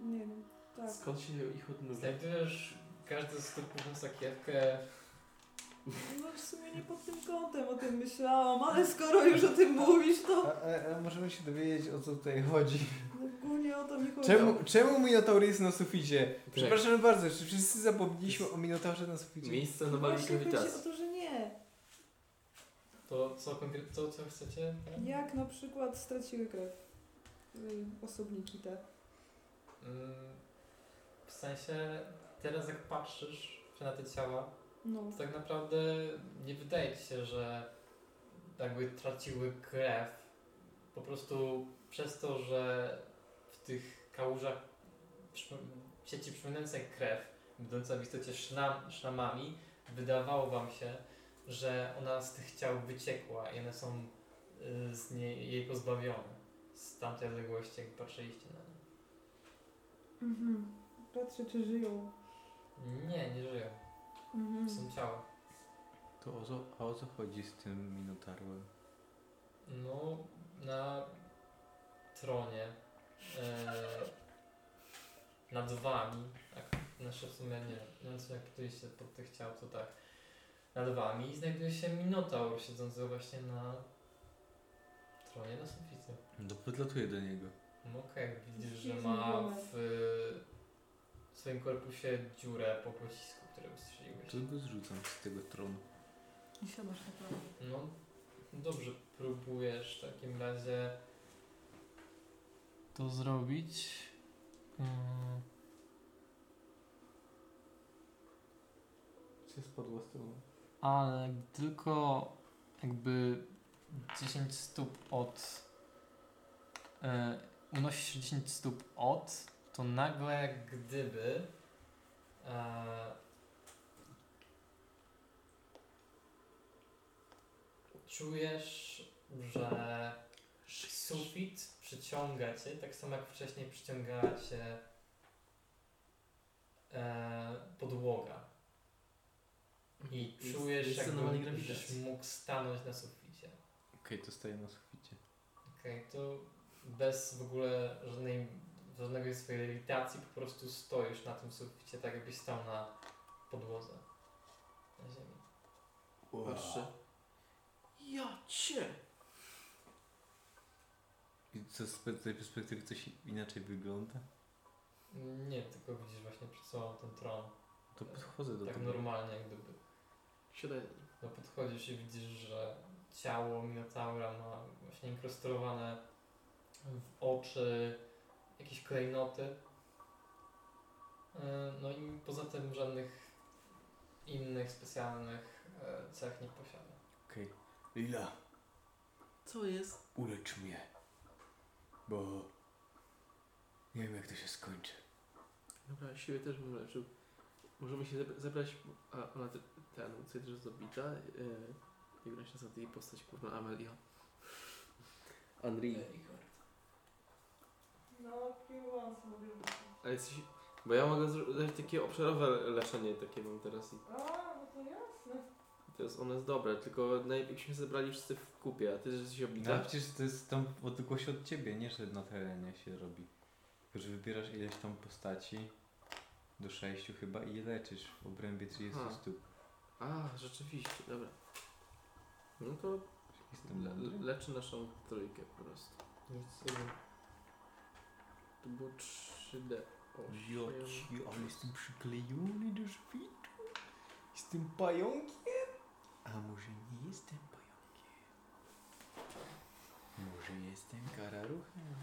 no nie wiem, tak.
Skąd się ich odnóża?
Znajdujesz każdy z trupów na sakiewkę.
No w sumie nie pod tym kątem o tym myślałam, ale skoro już o tym mówisz, to
A, a, a możemy się dowiedzieć, o co tutaj chodzi.
no głównie o to mi chodzi. No
Czemu, czemu Minotaur jest na suficie?
Tak.
Przepraszam bardzo, czy wszyscy zapomnieliśmy o Minotaurze na suficie?
Miejsce na małym
Tak. Właśnie chodzi o
korytarzu.
to, że nie.
To co, konkre- co, co chcecie?
Jak na przykład straciły krew. Y, Osobniki te.
Mm, W sensie, teraz jak patrzysz na te ciała,
No.
to tak naprawdę nie wydaje ci się, że jakby traciły krew. Po prostu przez to, że w tych kałużach przypo- sieci przypominającej krew, będąca w istocie szlam, szlamami, wydawało wam się, że ona z tych ciał wyciekła i one są y, z niej, jej pozbawione. Z tamtej odległości, jak patrzyliście na nie.
Mhm. Patrzę, czy żyją.
Nie, nie żyją.
Mhm.
Są ciała.
To o co, a o co chodzi z tym Minotaurem?
No, na tronie, e, nad wami, tak, nasze w sumie nie, no co jak się pod tych ciał, to tak, nad wami znajduje się Minotaur siedzący właśnie na tronie na suficie.
No, podlatuję do niego.
No okej, widzisz, że
Jest
ma
niewiele.
w, w swoim korpusie dziurę po pocisku, który
To
wystrzeliłeś.
go zrzucam z tego tronu.
I siadasz na prawo.
No, dobrze, próbujesz w takim razie
To zrobić. Mm,
Czy spadła z tyłu?
ale gdy tylko jakby
10 stóp od. E, unosisz się 10 stóp od, to nagle gdyby. E, czujesz, że sufit przyciąga cię, tak samo jak wcześniej przyciągała cię e, podłoga. I
Jest-
czujesz,
jest
jakby
zanowanie
gdybyś
grawitacji.
mógł stanąć na suficie.
Okej, to staje na suficie.
Okej, to bez w ogóle żadnej, żadnego swojej lewitacji po prostu stoisz na tym suficie, tak jakbyś stał na podłodze, na ziemi.
Patrzę. Ja cię!
I co z pe- tej perspektywy coś inaczej wygląda?
Nie, tylko widzisz właśnie przed sobą ten tron.
To podchodzę do
tak
tego.
normalnie jak gdyby.
Siadaj.
No podchodzisz i widzisz, że ciało Minotaura ma właśnie inkrustowane w oczy jakieś klejnoty. E, No i poza tym żadnych innych specjalnych e, cech nie posiada.
Okej. Lila,
Co jest?
ulecz mnie. Bo nie wiem jak to się skończy.
Dobra, siebie też bym leczył. Możemy się zebra- zebrać. A ona te, ten, co jest też zabita. Yy, jak ona się nazywa tej postać, kurwa, Amelia. Unreal.
No, piłam sobie.
A jesteś... Bo ja mogę zro- dać takie obszarowe leczenie, takie mam teraz i
A, no to jasne.
to jest, ono jest dobre, tylko najpierw zebrali wszyscy w kupie, a ty jesteś
No
obita.
ale przecież to jest tam w odległości od ciebie, nie że na terenie się robi. Tylko, że wybierasz ileś tam postaci, do sześciu chyba, i je leczysz w obrębie 30
Ha.
stóp.
A, rzeczywiście, dobra. No to
Jestem
le-
mądry.
leczy naszą trójkę po prostu. To było 3D.
Ja ci, ale jestem przyklejony do świtu. Jestem pająkiem. A może nie jestem pająkiem? Może jestem kararuchem?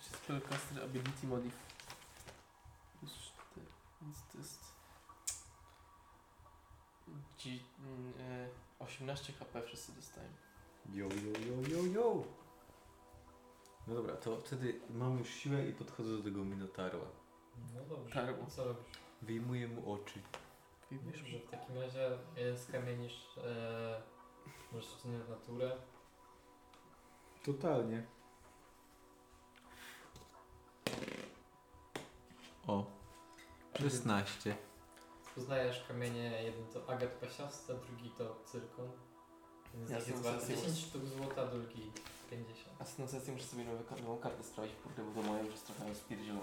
Spellcaster Ability Modif. Plus 4, więc to jest... Dzi- mm, e, 18 HP wszyscy dostają.
Yo, yo, yo, yo, yo! No dobra, to wtedy mam już siłę i podchodzę do tego minotarła.
No dobrze.
Tarło.
Co robisz?
Wyjmuję mu oczy.
Wiesz,
Dobrze, w takim razie jeden z kamienisz e, mężczyznę w naturę.
Totalnie. O. 16.
Poznajesz kamienie, jeden to agat pasiasta, drugi to cyrkon. Jeden z
Ja
nich jest
znam
wart
sobie
10 sztuk złota, drugi 50.
A z tą sesją muszę sobie nową, nową kartę sprawić, kurde, bo to moja już jest trochę spierdzielona.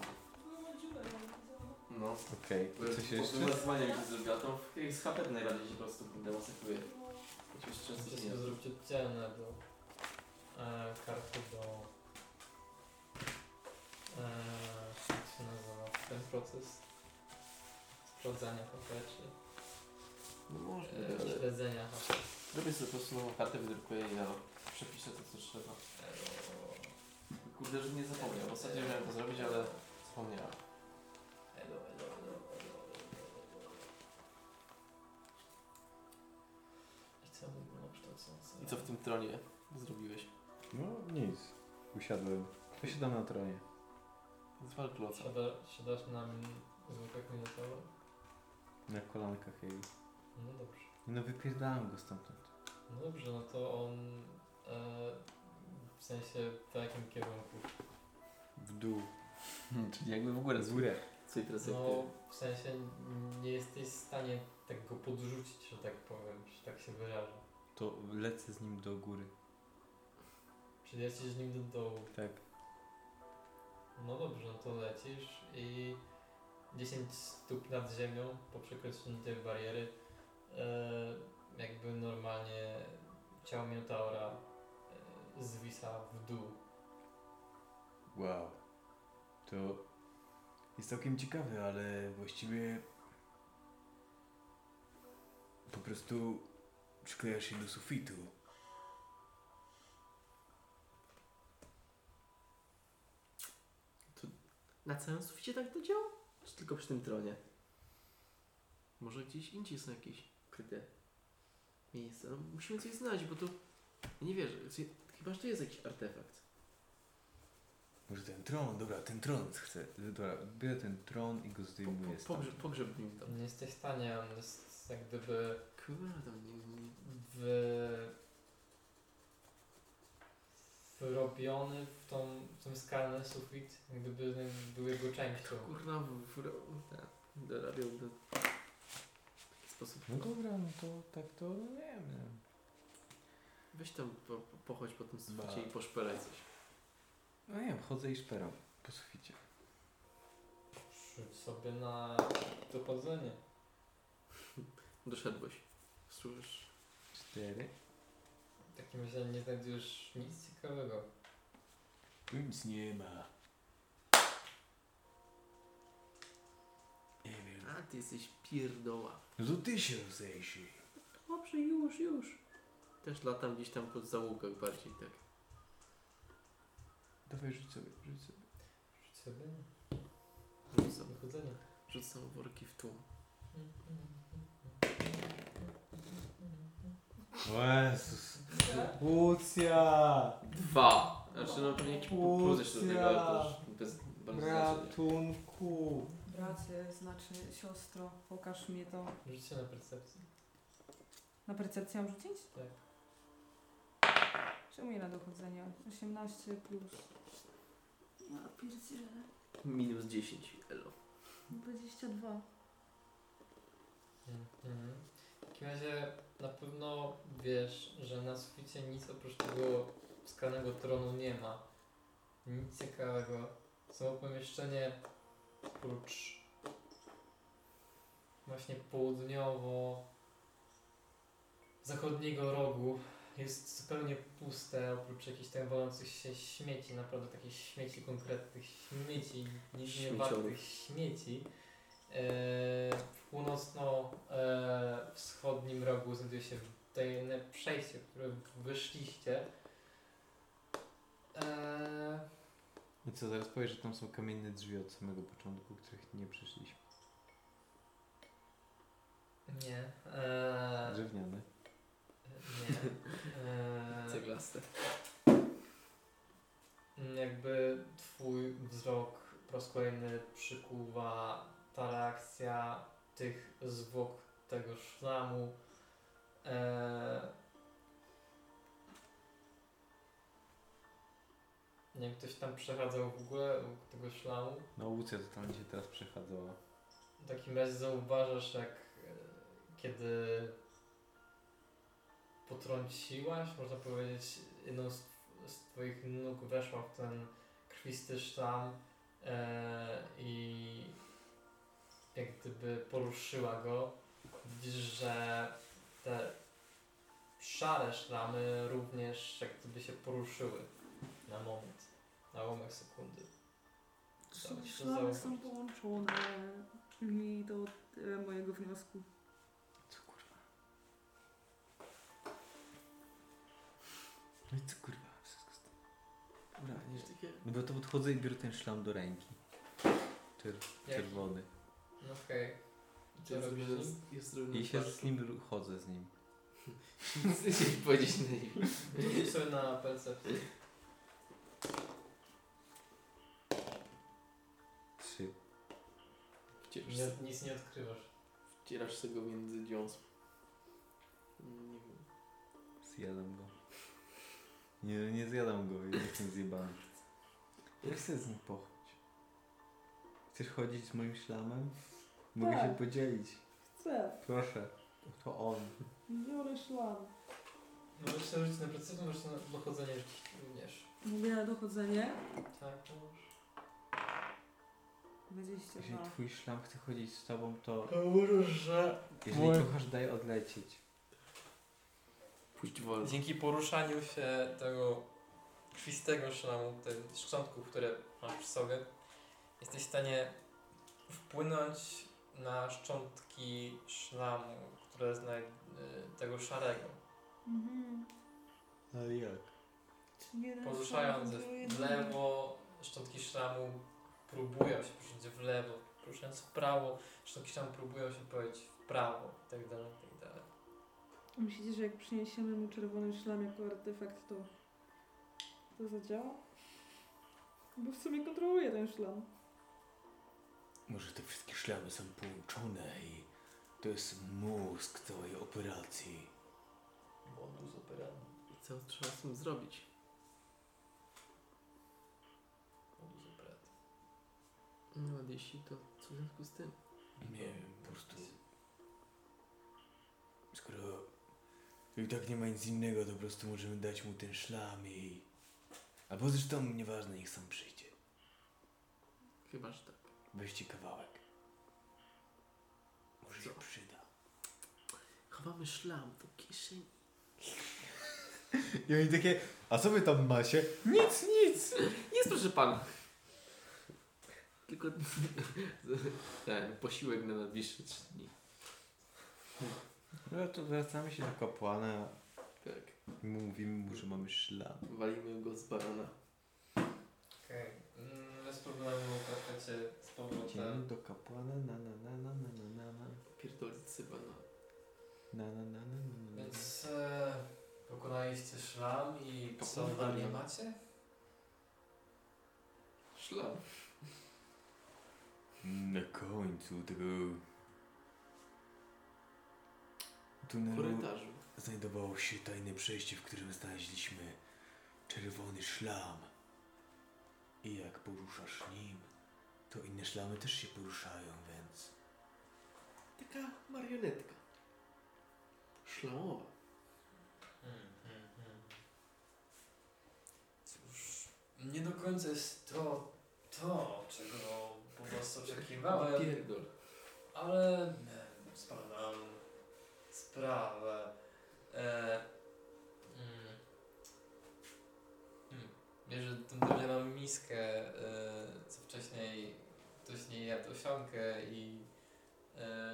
No, dziura, ja widzę.
No.
Okej, coś jeszcze?
Wyzwania mi się zrobiła, to z HP najbardziej się po prostu kurde masakruje.
no.
Chociaż często
Chcecie
nie.
zrobić oddzielne do e, karty do e, jak się nazywa ten proces sprawdzania popeczy,
No można,
e,
ale...
śledzenia HP.
Robię sobie po prostu nową kartę, wydrukuję i ja przepiszę to, co trzeba. Kurde, że nie zapomniał. Ostatnio miałem to zrobić, ale zapomniałem.
I co ogólnokształcące.
I co w tym tronie zrobiłeś?
No nic. Usiadłem. Usiadłem na tronie.
Zwal kloca.
Siada, siadasz na min- zwykłych minotaurów?
Na kolankach jej.
No dobrze.
No wypierdałem go stamtąd.
No dobrze, no to on e, w sensie w jakim kierunku?
W dół. Hmm, Czyli jakby w górę, z
Co i teraz jak
No,
ty?
w sensie nie jesteś w stanie tak go podrzucić, że tak powiem, że tak się wyrażę.
To lecę z nim do góry.
Czyli lecisz z nim do dołu.
Tak.
No dobrze, no to lecisz i 10 stóp nad ziemią po przekroczeniu tej bariery e, jakby normalnie ciało Minotaura e, zwisa w dół.
Wow. To jest całkiem ciekawe, ale właściwie po prostu przyklejasz się do sufitu.
To Na całym suficie tak to działo? Czy tylko przy tym tronie? Może gdzieś indziej są jakieś kryte miejsca. No, musimy coś znaleźć, bo tu... Nie wierzę. Chyba, że tu jest jakiś artefakt.
Może ten tron, dobra, ten tron chcę. Dobra, biorę ten tron i go zdejmuję
Po, pogrzeb, pogrzeb nim tam.
Nie jesteś w stanie, on jest jak gdyby
Kurwa, tam nie, nie...
w... wyrobiony w tą, w tą skalę sufit, jak gdyby był jego częścią.
Kurwa, w, w, tak, dorabiał do... W taki sposób.
No dobra, no to tak to nie wiem.
Weź tam, po, po, pochodź po tym suficie
Ba.
i poszperaj coś.
No nie wiem, chodzę i szperam po suficie.
Rzuć sobie na dochodzenie.
Doszedłeś. Słyszysz?
Cztery.
W takim razie nie znajdziesz nic ciekawego.
Tu nic nie ma. Nie wiem.
A ty jesteś pierdoła.
No to ty się rozejrzyj.
Dobrze, już, już. Też latam gdzieś tam pod załogach bardziej, tak.
Dawaj, rzuć sobie, rzuć sobie.
Rzuć sobie
Rzucam,
na dochodzenie.
rzucam worki w tłum.
O Jezus. Łucja!
Dwa! Znaczy no pewnie jakiś
Kurczę.
plus jeszcze do tego, ale to już bez, znaczy, bez znaczenia.
Ratunku!
Bracie, znaczy siostro, pokaż mi to.
Rzuć się na percepcję.
Na percepcję mam rzucić?
Tak.
Czemu nie na dochodzenie? 18 plus. Ja pierdzielę.
Minus 10, elo.
22.
Mhm. W takim razie na pewno wiesz, że na suficie nic oprócz tego skanego tronu nie ma. Nic ciekawego. Samo pomieszczenie oprócz właśnie południowo zachodniego rogu jest zupełnie puste oprócz jakichś tam walących się śmieci, naprawdę takich śmieci konkretnych, śmieci, nic nie
Śmieciorów.
wartych śmieci. E, w północno-wschodnim rogu znajduje się tajemne przejście, w które wyszliście. E,
I No co, zaraz powiesz, że tam są kamienne drzwi od samego początku, których nie przeszliśmy.
nie. E,
Drewniane.
nie. E,
Ceglaste.
mm, Jakby twój wzrok po raz kolejny przykuwa ta reakcja tych zwłok tego szlamu. Eee... Nie wiem, ktoś tam przechadzał w ogóle obok tego szlamu.
No Łucja to tam się teraz przechadzała.
W takim razie zauważasz, jak e, kiedy potrąciłaś, można powiedzieć, jedną z, z Twoich nóg weszła w ten krwisty sztam e, i jak gdyby poruszyła go. Widzisz, że te szare szlamy również jak gdyby się poruszyły na moment, na ułamek sekundy. Dało się
Szlamy są
zauważyć.
połączone i do e, mojego wniosku.
Co kurwa? No i co kurwa? Wszystko z tym. Dobra, nie
Takie
No bo to podchodzę i biorę ten szlam do ręki. Czer
Jaki?
czerwony.
No Okej. I Co
Jest
robisz?
zrobione
z nim?
z- Jest zrobione
I się
bardzo.
z nim ru- chodzę z nim.
Chcę się powiedzieć na nim.
Rzuć sobie na percepcję.
Trzy.
Wcierasz,
Nie, nic nie odkrywasz.
wcierasz sobie go między dziąsł. Nie wiem.
Zjadam go. Nie, nie zjadam go, ja jestem zjebany. Ja chcę z nim pochodź. Chcesz chodzić z moim szlamem? Mogę
Tak.
się podzielić.
Chcę.
Proszę. To on.
Biorę szlam.
No, Możesz sobie rzucić na percepcję, możesz sobie na dochodzenie rzucić również.
Mówię na dochodzenie.
Tak, to możesz.
22.
Jeżeli twój szlam chce chodzić z tobą, to
To możesz, że...
jeżeli
Mój-
kochasz, daj odlecieć.
Pójdź wolno.
Dzięki poruszaniu się tego krwistego szlamu, tych szczątków, które masz przy sobie, jesteś w stanie wpłynąć na szczątki szlamu, które znaj... y, tego szarego.
Mhm.
Ale jak?
Czyli jeden
Poruszając
szlam, drugi
w
jeden.
lewo szczątki szlamu próbują się poruszyć w lewo, poruszając w prawo, sztuki tam próbują się pojąć w prawo i tak dalej, i tak dalej.
Myślicie, że jak przyniesiemy mu czerwony szlam jako artefakt, to to zadziała? Bo w sumie kontroluje ten szlam.
Może te wszystkie szlamy są połączone i to jest mózg całej operacji.
Bo on był zoperany.
I co trzeba z tym zrobić?
On był zoperany.
No, a jeśli to co w związku z tym?
Nie wiem, po prostu. Skoro i tak nie ma nic innego, to po prostu możemy dać mu ten szlam i. Albo zresztą nieważne, niech sam przyjdzie.
Chyba, że tak.
Weźcie kawałek. Może się przyda.
Chowamy szlam do kieszeni.
I oni takie, a co wy tam macie?
Nic, nic! Nic, proszę pana. Tylko ten Tak, posiłek na najbliższe trzy dni.
No to wracamy się do kapłana
Tak.
i mu mówimy mu, że mamy szlam.
Walimy go z barana.
Okej, okay. bez problemu trafiacie z powrotem.
Idziemy do kapłana, na na na na na na na na
Pierdolić bana.
na na na na na na
Więc e, pokonaliście szlam i co
Pokonali.
dalej macie?
Szlam.
Na końcu tego
W
tunelu
korytarzu.
znajdowało się tajne przejście, w którym znaleźliśmy czerwony szlam. I jak poruszasz nim, to inne szlamy też się poruszają, więc
Taka marionetka. Szlamowa.
Hmm, hmm, hmm. Cóż, nie do końca jest to, to czego po was oczekiwałem.
Pierdol.
Ale em, spadam sprawę. E, mm, mm, bierze tą drewnianą miskę, e, co wcześniej ktoś nie jadł osiągę i e,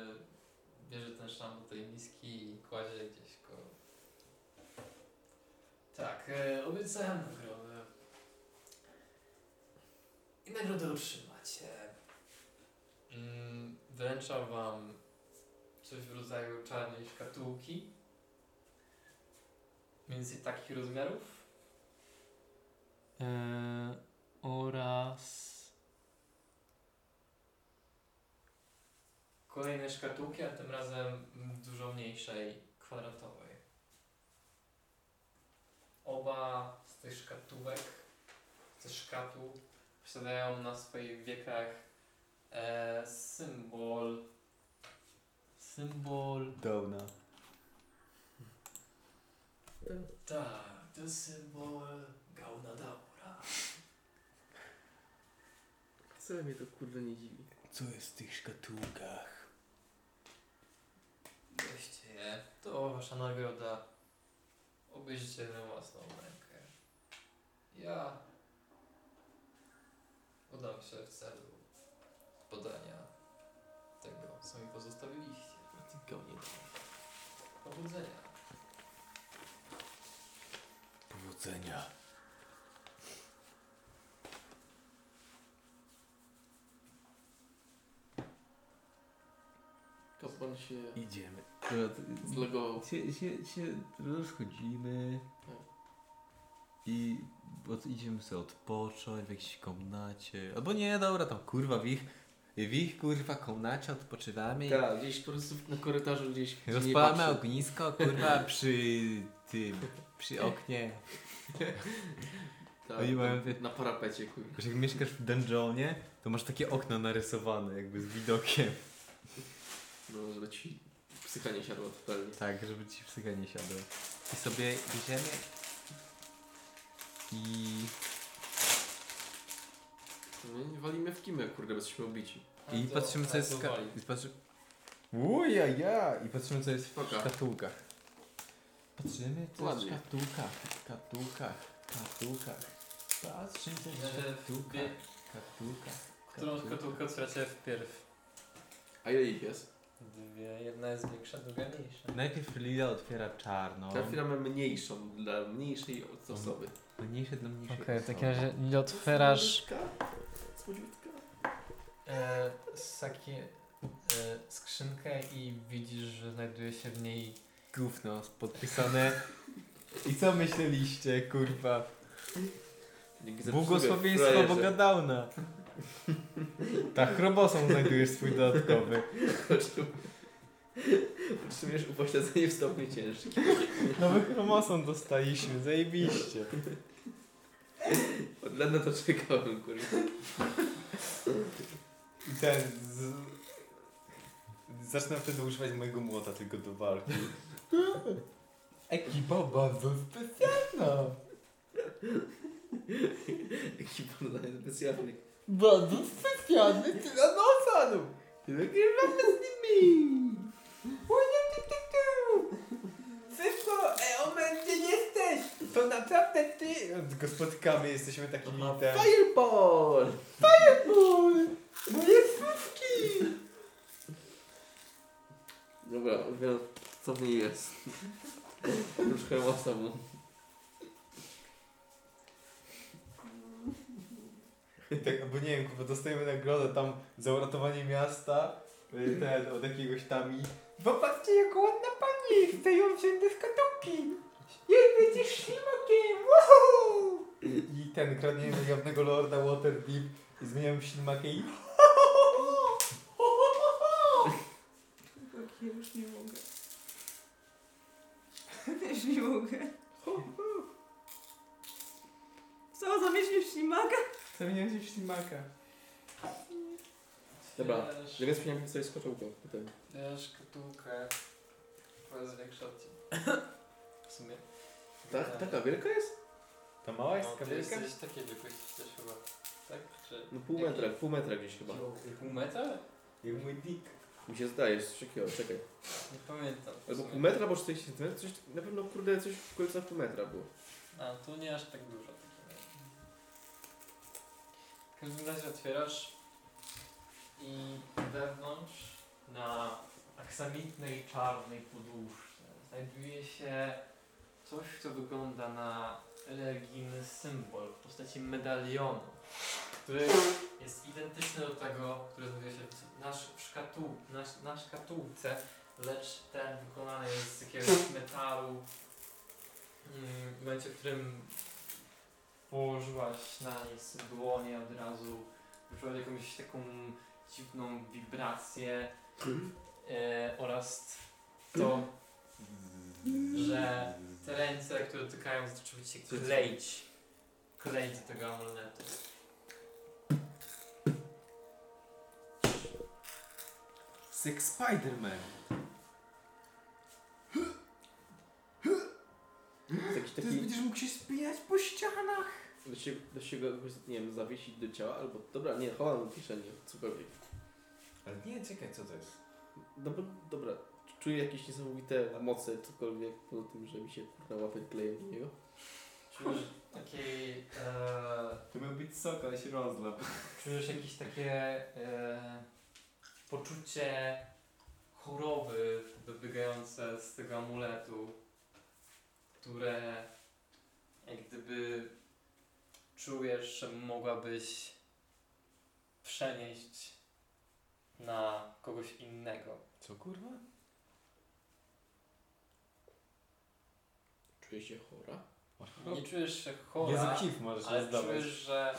bierze ten szlam do tej miski i kładzie gdzieś koło. Tak, e, obiecałem nagrodę. I nagrodę otrzymacie. Mm, Wręczam wam coś w rodzaju czarnej szkatułki. Mniej więcej takich rozmiarów.
E, oraz...
Kolejne szkatułki, a tym razem mm, dużo mniejszej, kwadratowej. Oba z tych szkatułek, z tych szkatuł, posiadają na swoich wiekach e, symbol. Symbol
Dona.
Tak, to symbol Gauna Daura.
Wcale mnie to kurde nie dziwi.
co jest w tych szkatułkach?
Weźcie je, to wasza nagroda. Obierzcie na własną rękę. Ja udam się w celu podania tego, co mi pozostawiliście.
Tylko nie
Powodzenia.
Powodzenia.
Kapłan się
Idziemy.
zlogował.
Się, się, się rozchodzimy i od, idziemy sobie odpocząć w jakiejś komnacie. Albo nie, dobra, tam kurwa w ich, w ich kurwa komnacie odpoczywamy. i
Tak, gdzieś po prostu na korytarzu gdzieś. gdzie nie
Rozpalamy
patrzą.
ognisko, kurwa, przy tym, przy oknie.
Tak,
Oni mają te-
na parapecie kurde.
Wiesz, jak mieszkasz w dungeonie, to masz takie okno narysowane jakby z widokiem.
No, żeby ci psycha nie siadła totalnie.
Tak, żeby ci psycha nie siadła. I sobie bierzemy i...
My No walimy w kimę, kurde, bo jesteśmy obici.
I
Bardzo
patrzymy co jest w
pracowali.
ska- i patrzy... Uja, ja! I patrzymy co jest w
Spoko.
szkatułkach. Patrzymy co jest w
Ładnie.
szkatułkach, szkatułkach, szkatułkach. Patrzymy co jest w
Ja się
szkatułkach,
wbie-
szkatułkach.
Którą
szkatułkach.
szkatułkę otwieracie wpierw?
A ile ich jest?
Dwie. Jedna jest większa, druga mniejsza.
Najpierw Lila otwiera czarną.
Otwieramy mniejszą, dla mniejszej od- osoby.
Mniejsze dla mniejszej
Okej, w
osoby.
takim razie nie otwierasz
Słodziutka? Słodziutka?
e, saki, e, skrzynkę i widzisz, że znajduje się w niej
Gówno podpisane. I co myśleliście, kurwa?
Błogosławieństwo Boga
Downa. Tak, chrobosą znajdujesz swój dodatkowy. Otrzymujesz upośledzenie w stopniu ciężkim.
Nowy chromosom dostaliśmy, zajebiście.
Od lat na to czekałem, kurwa.
I ten... Z... Zacznę wtedy używać mojego młota tylko do walki.
Ekipa bardzo specjalna.
Jaki porównanie specjalny.
Bardzo specjalny tyranosaur.
Wygrywamy z nimi!
Szybko, Eomen, gdzie jesteś? To naprawdę ty!
Go spotykamy, jesteśmy takimi ten...
Fireball!
Ból! Moje słówki!
Dobra, wiem co w niej jest. Już chyba osobą.
Tak, bo nie wiem, kurwa, dostajemy nagrodę tam za uratowanie miasta, y, ten, od jakiegoś tam i...
Popatrzcie, jak ładna pani jest! Zdają się do skatoki! Jej, będziesz ślimakiem! Woohoo!
I ten, kradniemy jawnego lorda Waterdeep i zmieniamy w ślimakę i...
Tak, ja już nie mogę. Też nie mogę. Co, zamieślisz ślimaka?
Zamieniam się w ślimaka.
Dobra,
Wiesz,
że No więc powinienem sobie skoczył go potem.
Wiesz, szkatułkę. Chyba jest większa od ciebie. W sumie.
Tak, taka wielka jest?
Ta mała jest
No,
taka
ty
wielka?
jesteś takiej wielkości też chyba. Tak? Czy...
No pół metra, pół metra gdzieś chyba.
Pół metra?
Jak mój dick.
Mi się zdaje, jest coś takiego, czekaj.
Nie pamiętam. w
Albo
sumie.
pół metra, bo 40 cm, coś, na pewno kurde coś w okolicach pół metra było.
A, tu nie aż tak dużo. w takim razie. W każdym razie otwierasz i wewnątrz na aksamitnej czarnej podłóżce znajduje się coś, co wygląda na religijny symbol w postaci medalionu, który jest identyczny do tego, który znajduje się w, nasz, w, szkatu, nasz, na szkatułce, lecz ten wykonany jest z jakiegoś metalu, Mm, w momencie, w którym położyłaś na niej dłonie od razu wyczułaś jakąś taką dziwną wibrację e, oraz to, że te ręce, które dotykają zaczęły się kleić, kleić do tego amuletu.
Six Spider-Man.
Jest jakiś
Ty
taki,
będziesz mógł się spinać po ścianach!
do się, do się go jakoś, nie wiem, zawiesić do ciała albo, dobra, nie, chowam w kieszeni, cokolwiek.
Ale nie, czekaj, co to jest?
Dobra, dobra, czuję jakieś niesamowite moce, cokolwiek, poza tym, że mi się kurna łapy kleją do niego.
Czujesz takiej... E,
To miał być sok, ale się rozlał.
czujesz jakieś takie e, poczucie choroby wybiegające z tego amuletu, które jak gdyby czujesz, że mogłabyś przenieść na kogoś innego.
Co kurwa?
Czuję się chora.
Nie czujesz się
Jezu,
chora,
kif możesz
ale
rozdawać.
czujesz, że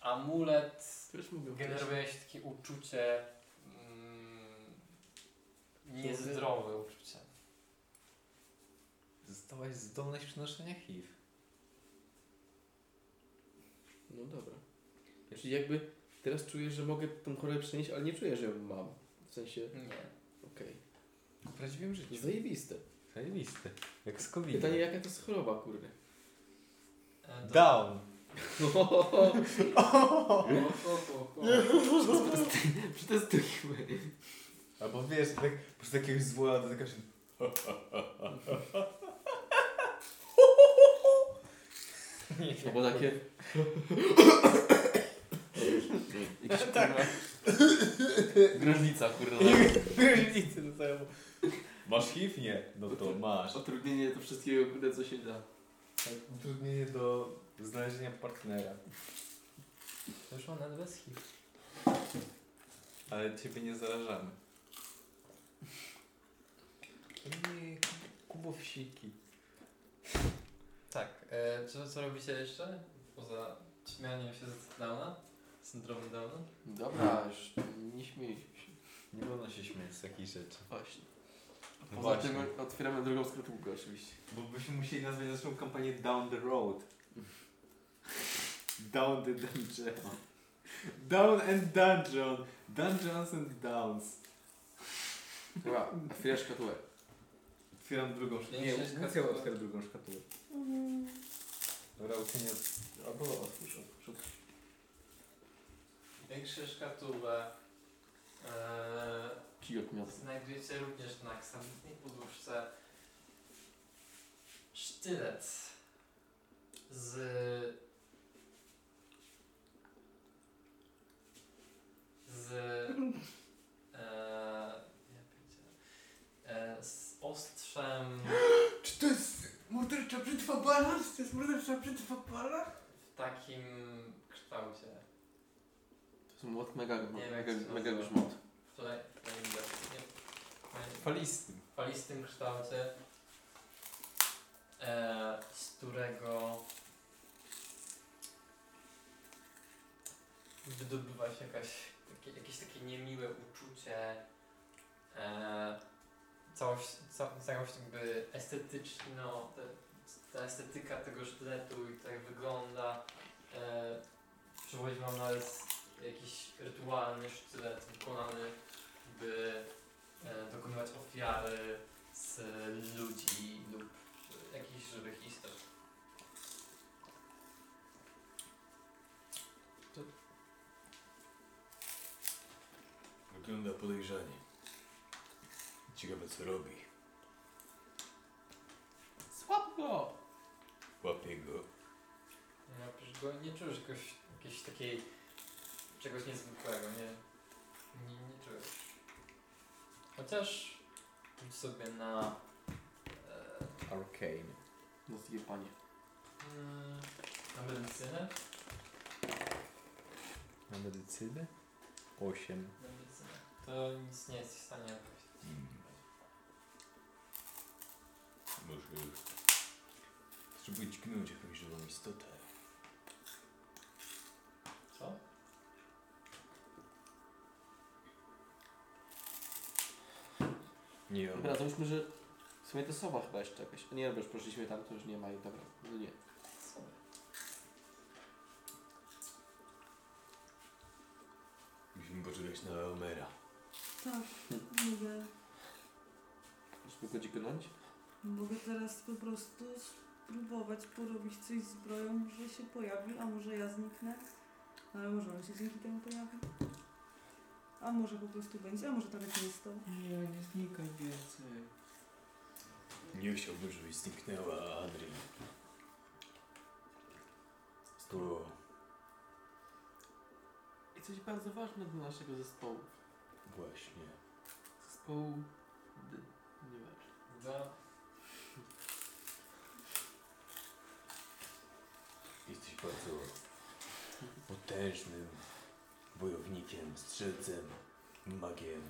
amulet
Też mówią.
generuje się takie uczucie mm, niezdrowe uczucie.
Zostałaś zdolność przenoszenia HIV.
No dobra. Czyli jakby teraz czuję, że mogę tą chorobę przenieść, ale nie czuję, że ją mam. W sensie,
Nie.
okej.
W prawdziwym życiu.
Zajebiste.
Zajebiste. Jak z covid
Pytanie, jaka to jest choroba, kurde.
E, do-
Down.
Przetestujmy.
Albo wiesz, tak, po prostu jakiegoś zła dotykasz i...
Albo takie... Jakiś, tak. Groźnica, kurde.
Różnicy do całego. Masz HIV? Nie. No to masz. Tak,
Utrudnienie do wszystkiego, kurde, co się da.
Utrudnienie do znalezienia partnera.
Wyszło nawet bez HIV.
Ale ciebie nie zarażamy.
Nie, kubowsiki.
Tak, e, co, co robicie jeszcze? Poza śmianiem się z Downa? Syndromu Downa?
Dobra, już nie śmiejmy się.
Nie wolno się śmiać z takich rzeczy.
Właśnie.
No
Poza
właśnie.
tym otwieramy drugą skrytówkę oczywiście.
Bo byśmy musieli nazwać naszą kampanię Down the Road. Down the Dungeon. Down and Dungeon. Dungeons and Downs.
Dobra, otwierasz szkatułę.
Otwieram drugą szkatułę. Nie,
Większość
Lucjan
szkatułek.
otwiera drugą szkatułę.
Mm.
Dobra, uczynię... Albo otwórz, otwórz.
Większe szkatułę e,
Kij od miasta.
Znajdujecie również na aksamitnej poduszce sztylet z z e, ja pierdzielę, e, z ostrzem
Czy to jest mordercza brzytwa bala? Czy to jest mordercza brzytwa bala?
w takim kształcie.
To jest młot mega,
Nie wiem,
mega,
jak to się
mega
nazywa.
grzmot.
Tutaj, tutaj nie,
Falisty.
w falistym kształcie, e, z którego wydobywa się jakaś, takie, jakieś takie niemiłe uczucie, e, całość, ca, całość jakby estetyczno, te, ta estetyka tego sztyletu i to jak wygląda, e, przychodzi wam nawet jakiś rytualny sztylet wykonany, by e, dokonywać ofiary z ludzi lub e, jakichś żywych istot.
Wygląda podejrzanie. Ciekawe co robi.
Słab go!
Łapie go.
No, przecież go nie czujesz jakoś, jakiejś takiej czegoś niezwykłego, nie, nie, nie czujesz. Chociaż idź sobie na e,
Arcane.
No takie panie.
mm, na medycynę.
Na medycynę? 8.
Na medycynę. To nic nie jest w stanie jakoś.
Mm. Może spróbuj dźgnąć jakąś żywą istotę.
Co?
Nie
Dobra, załóżmy, że w sumie to sowa chyba jeszcze jakaś. A Nie, dobra, już poszliśmy tam, to już nie ma i dobra. No nie.
Co?
Musimy poczekać na Omera.
Tak, mogę.
Musimy go dźgnąć.
Mogę teraz po prostu spróbować porobić coś z broją, może się pojawi, a może ja zniknę. No, Ale może on się dzięki temu pojawi. A może po prostu będzie, a może nawet nie jest to.
Nie, nie znikaj więcej.
Nie chciałbym, żebyś zniknęła, Adrian. Skoro
I coś bardzo ważne dla naszego zespołu.
właśnie
Zespołu... D. Nieważne.
Da.
jesteś bardzo potężnym wojownikiem, strzelcem, magiem,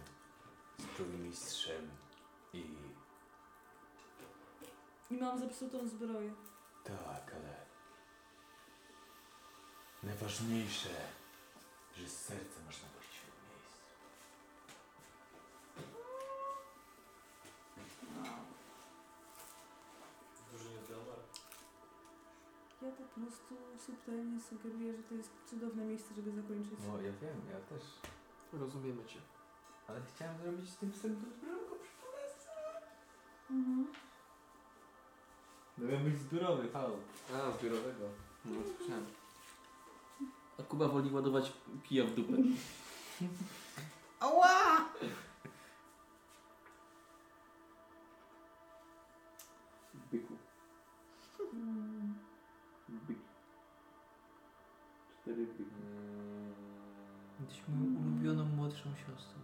zbrojmistrzem i
I mam zepsutą zbroję.
tak, ale najważniejsze, że serce masz na właściwym miejscu.
Dużo nie wiadomo.
Ja po prostu subtelnie sugeruję, że to jest cudowne miejsce, żeby zakończyć.
No ja wiem, ja też.
Rozumiemy cię.
Ale chciałem zrobić tym psem dobrego
Mhm.
No miał być zbiorowy, Paweł.
A, zbiorowego. No, słyszałem. A Kuba woli ładować kija w dupę. Ała! Byku.
Mm.
Byki. Cztery byki.
Jesteś moją ulubioną młodszą siostrą.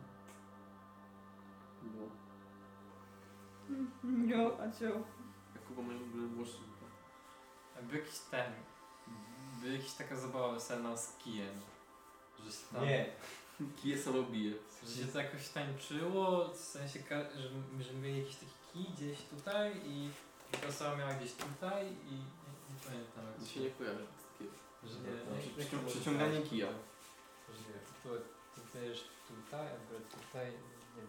No.
No, a cię.
A Kuba ma w ogóle włosy.
Był jakiś ten. Był jakiś taka zabawa weselna z kijem. Że się tam.
Nie.
Kije samobije. Że się to jakoś tańczyło, w sensie, ka- że, że mieli jakiś taki kij gdzieś tutaj i ta osoba miała gdzieś tutaj i nie, nie pamiętam jak
Mi
to
się nie kojarzy. takie-
Że
No, no,
nie,
przy-
nie,
przyciąganie kija.
Możliwe. To dajesz tutaj, a biorę tutaj, nie wiem.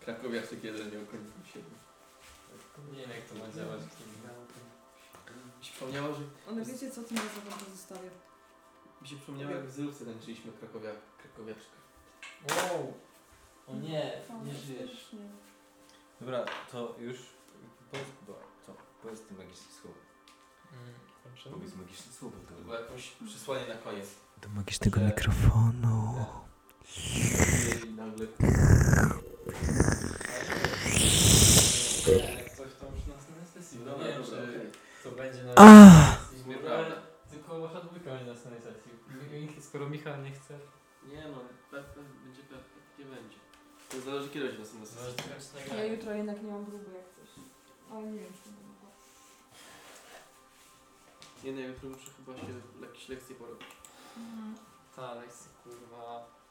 Krakowiaczyk jeden nie ukończył siebie.
Nie wiem jak to ma działać.
Mi się przypomniało, że
One wiecie, co tym razem wam pozostawię.
mi się przypomniało jak w Zylce tańczyliśmy Krakowia, Krakowiaczka.
Wow! O nie, nie żyjesz.
Fantastycznie.
Dobra, to już powiedz, bo, co? Powiedz to magiczne słowo.
Mm, kończymy?
Powiedz magiczne słowo
To
to.
było jakieś przesłanie na koniec.
Do magicznego
Że-
mikrofonu.
I nagle
Jak coś to już na następnej sesji.
No
nie wiem,
dobra,
czy
okej.
to będzie na sesji.
Nie,
Nieprawda.
prawda.
Tylko wasza dwójka będzie na następnej sesji. Mi- mi- Skoro Michał nie chce,
Nie no, pe- pe- będzie pe- pe- nie będzie. To zależy kiedy będzie następna
to może
sesja.
coś tego.
Ja jutro jednak nie mam próby jak coś. Ale nie wiem, czy to mogło.
no, Nie, nie, jutro muszę chyba się jakieś lekcje porobić.
Mhm.
Ta lekcja kurwa.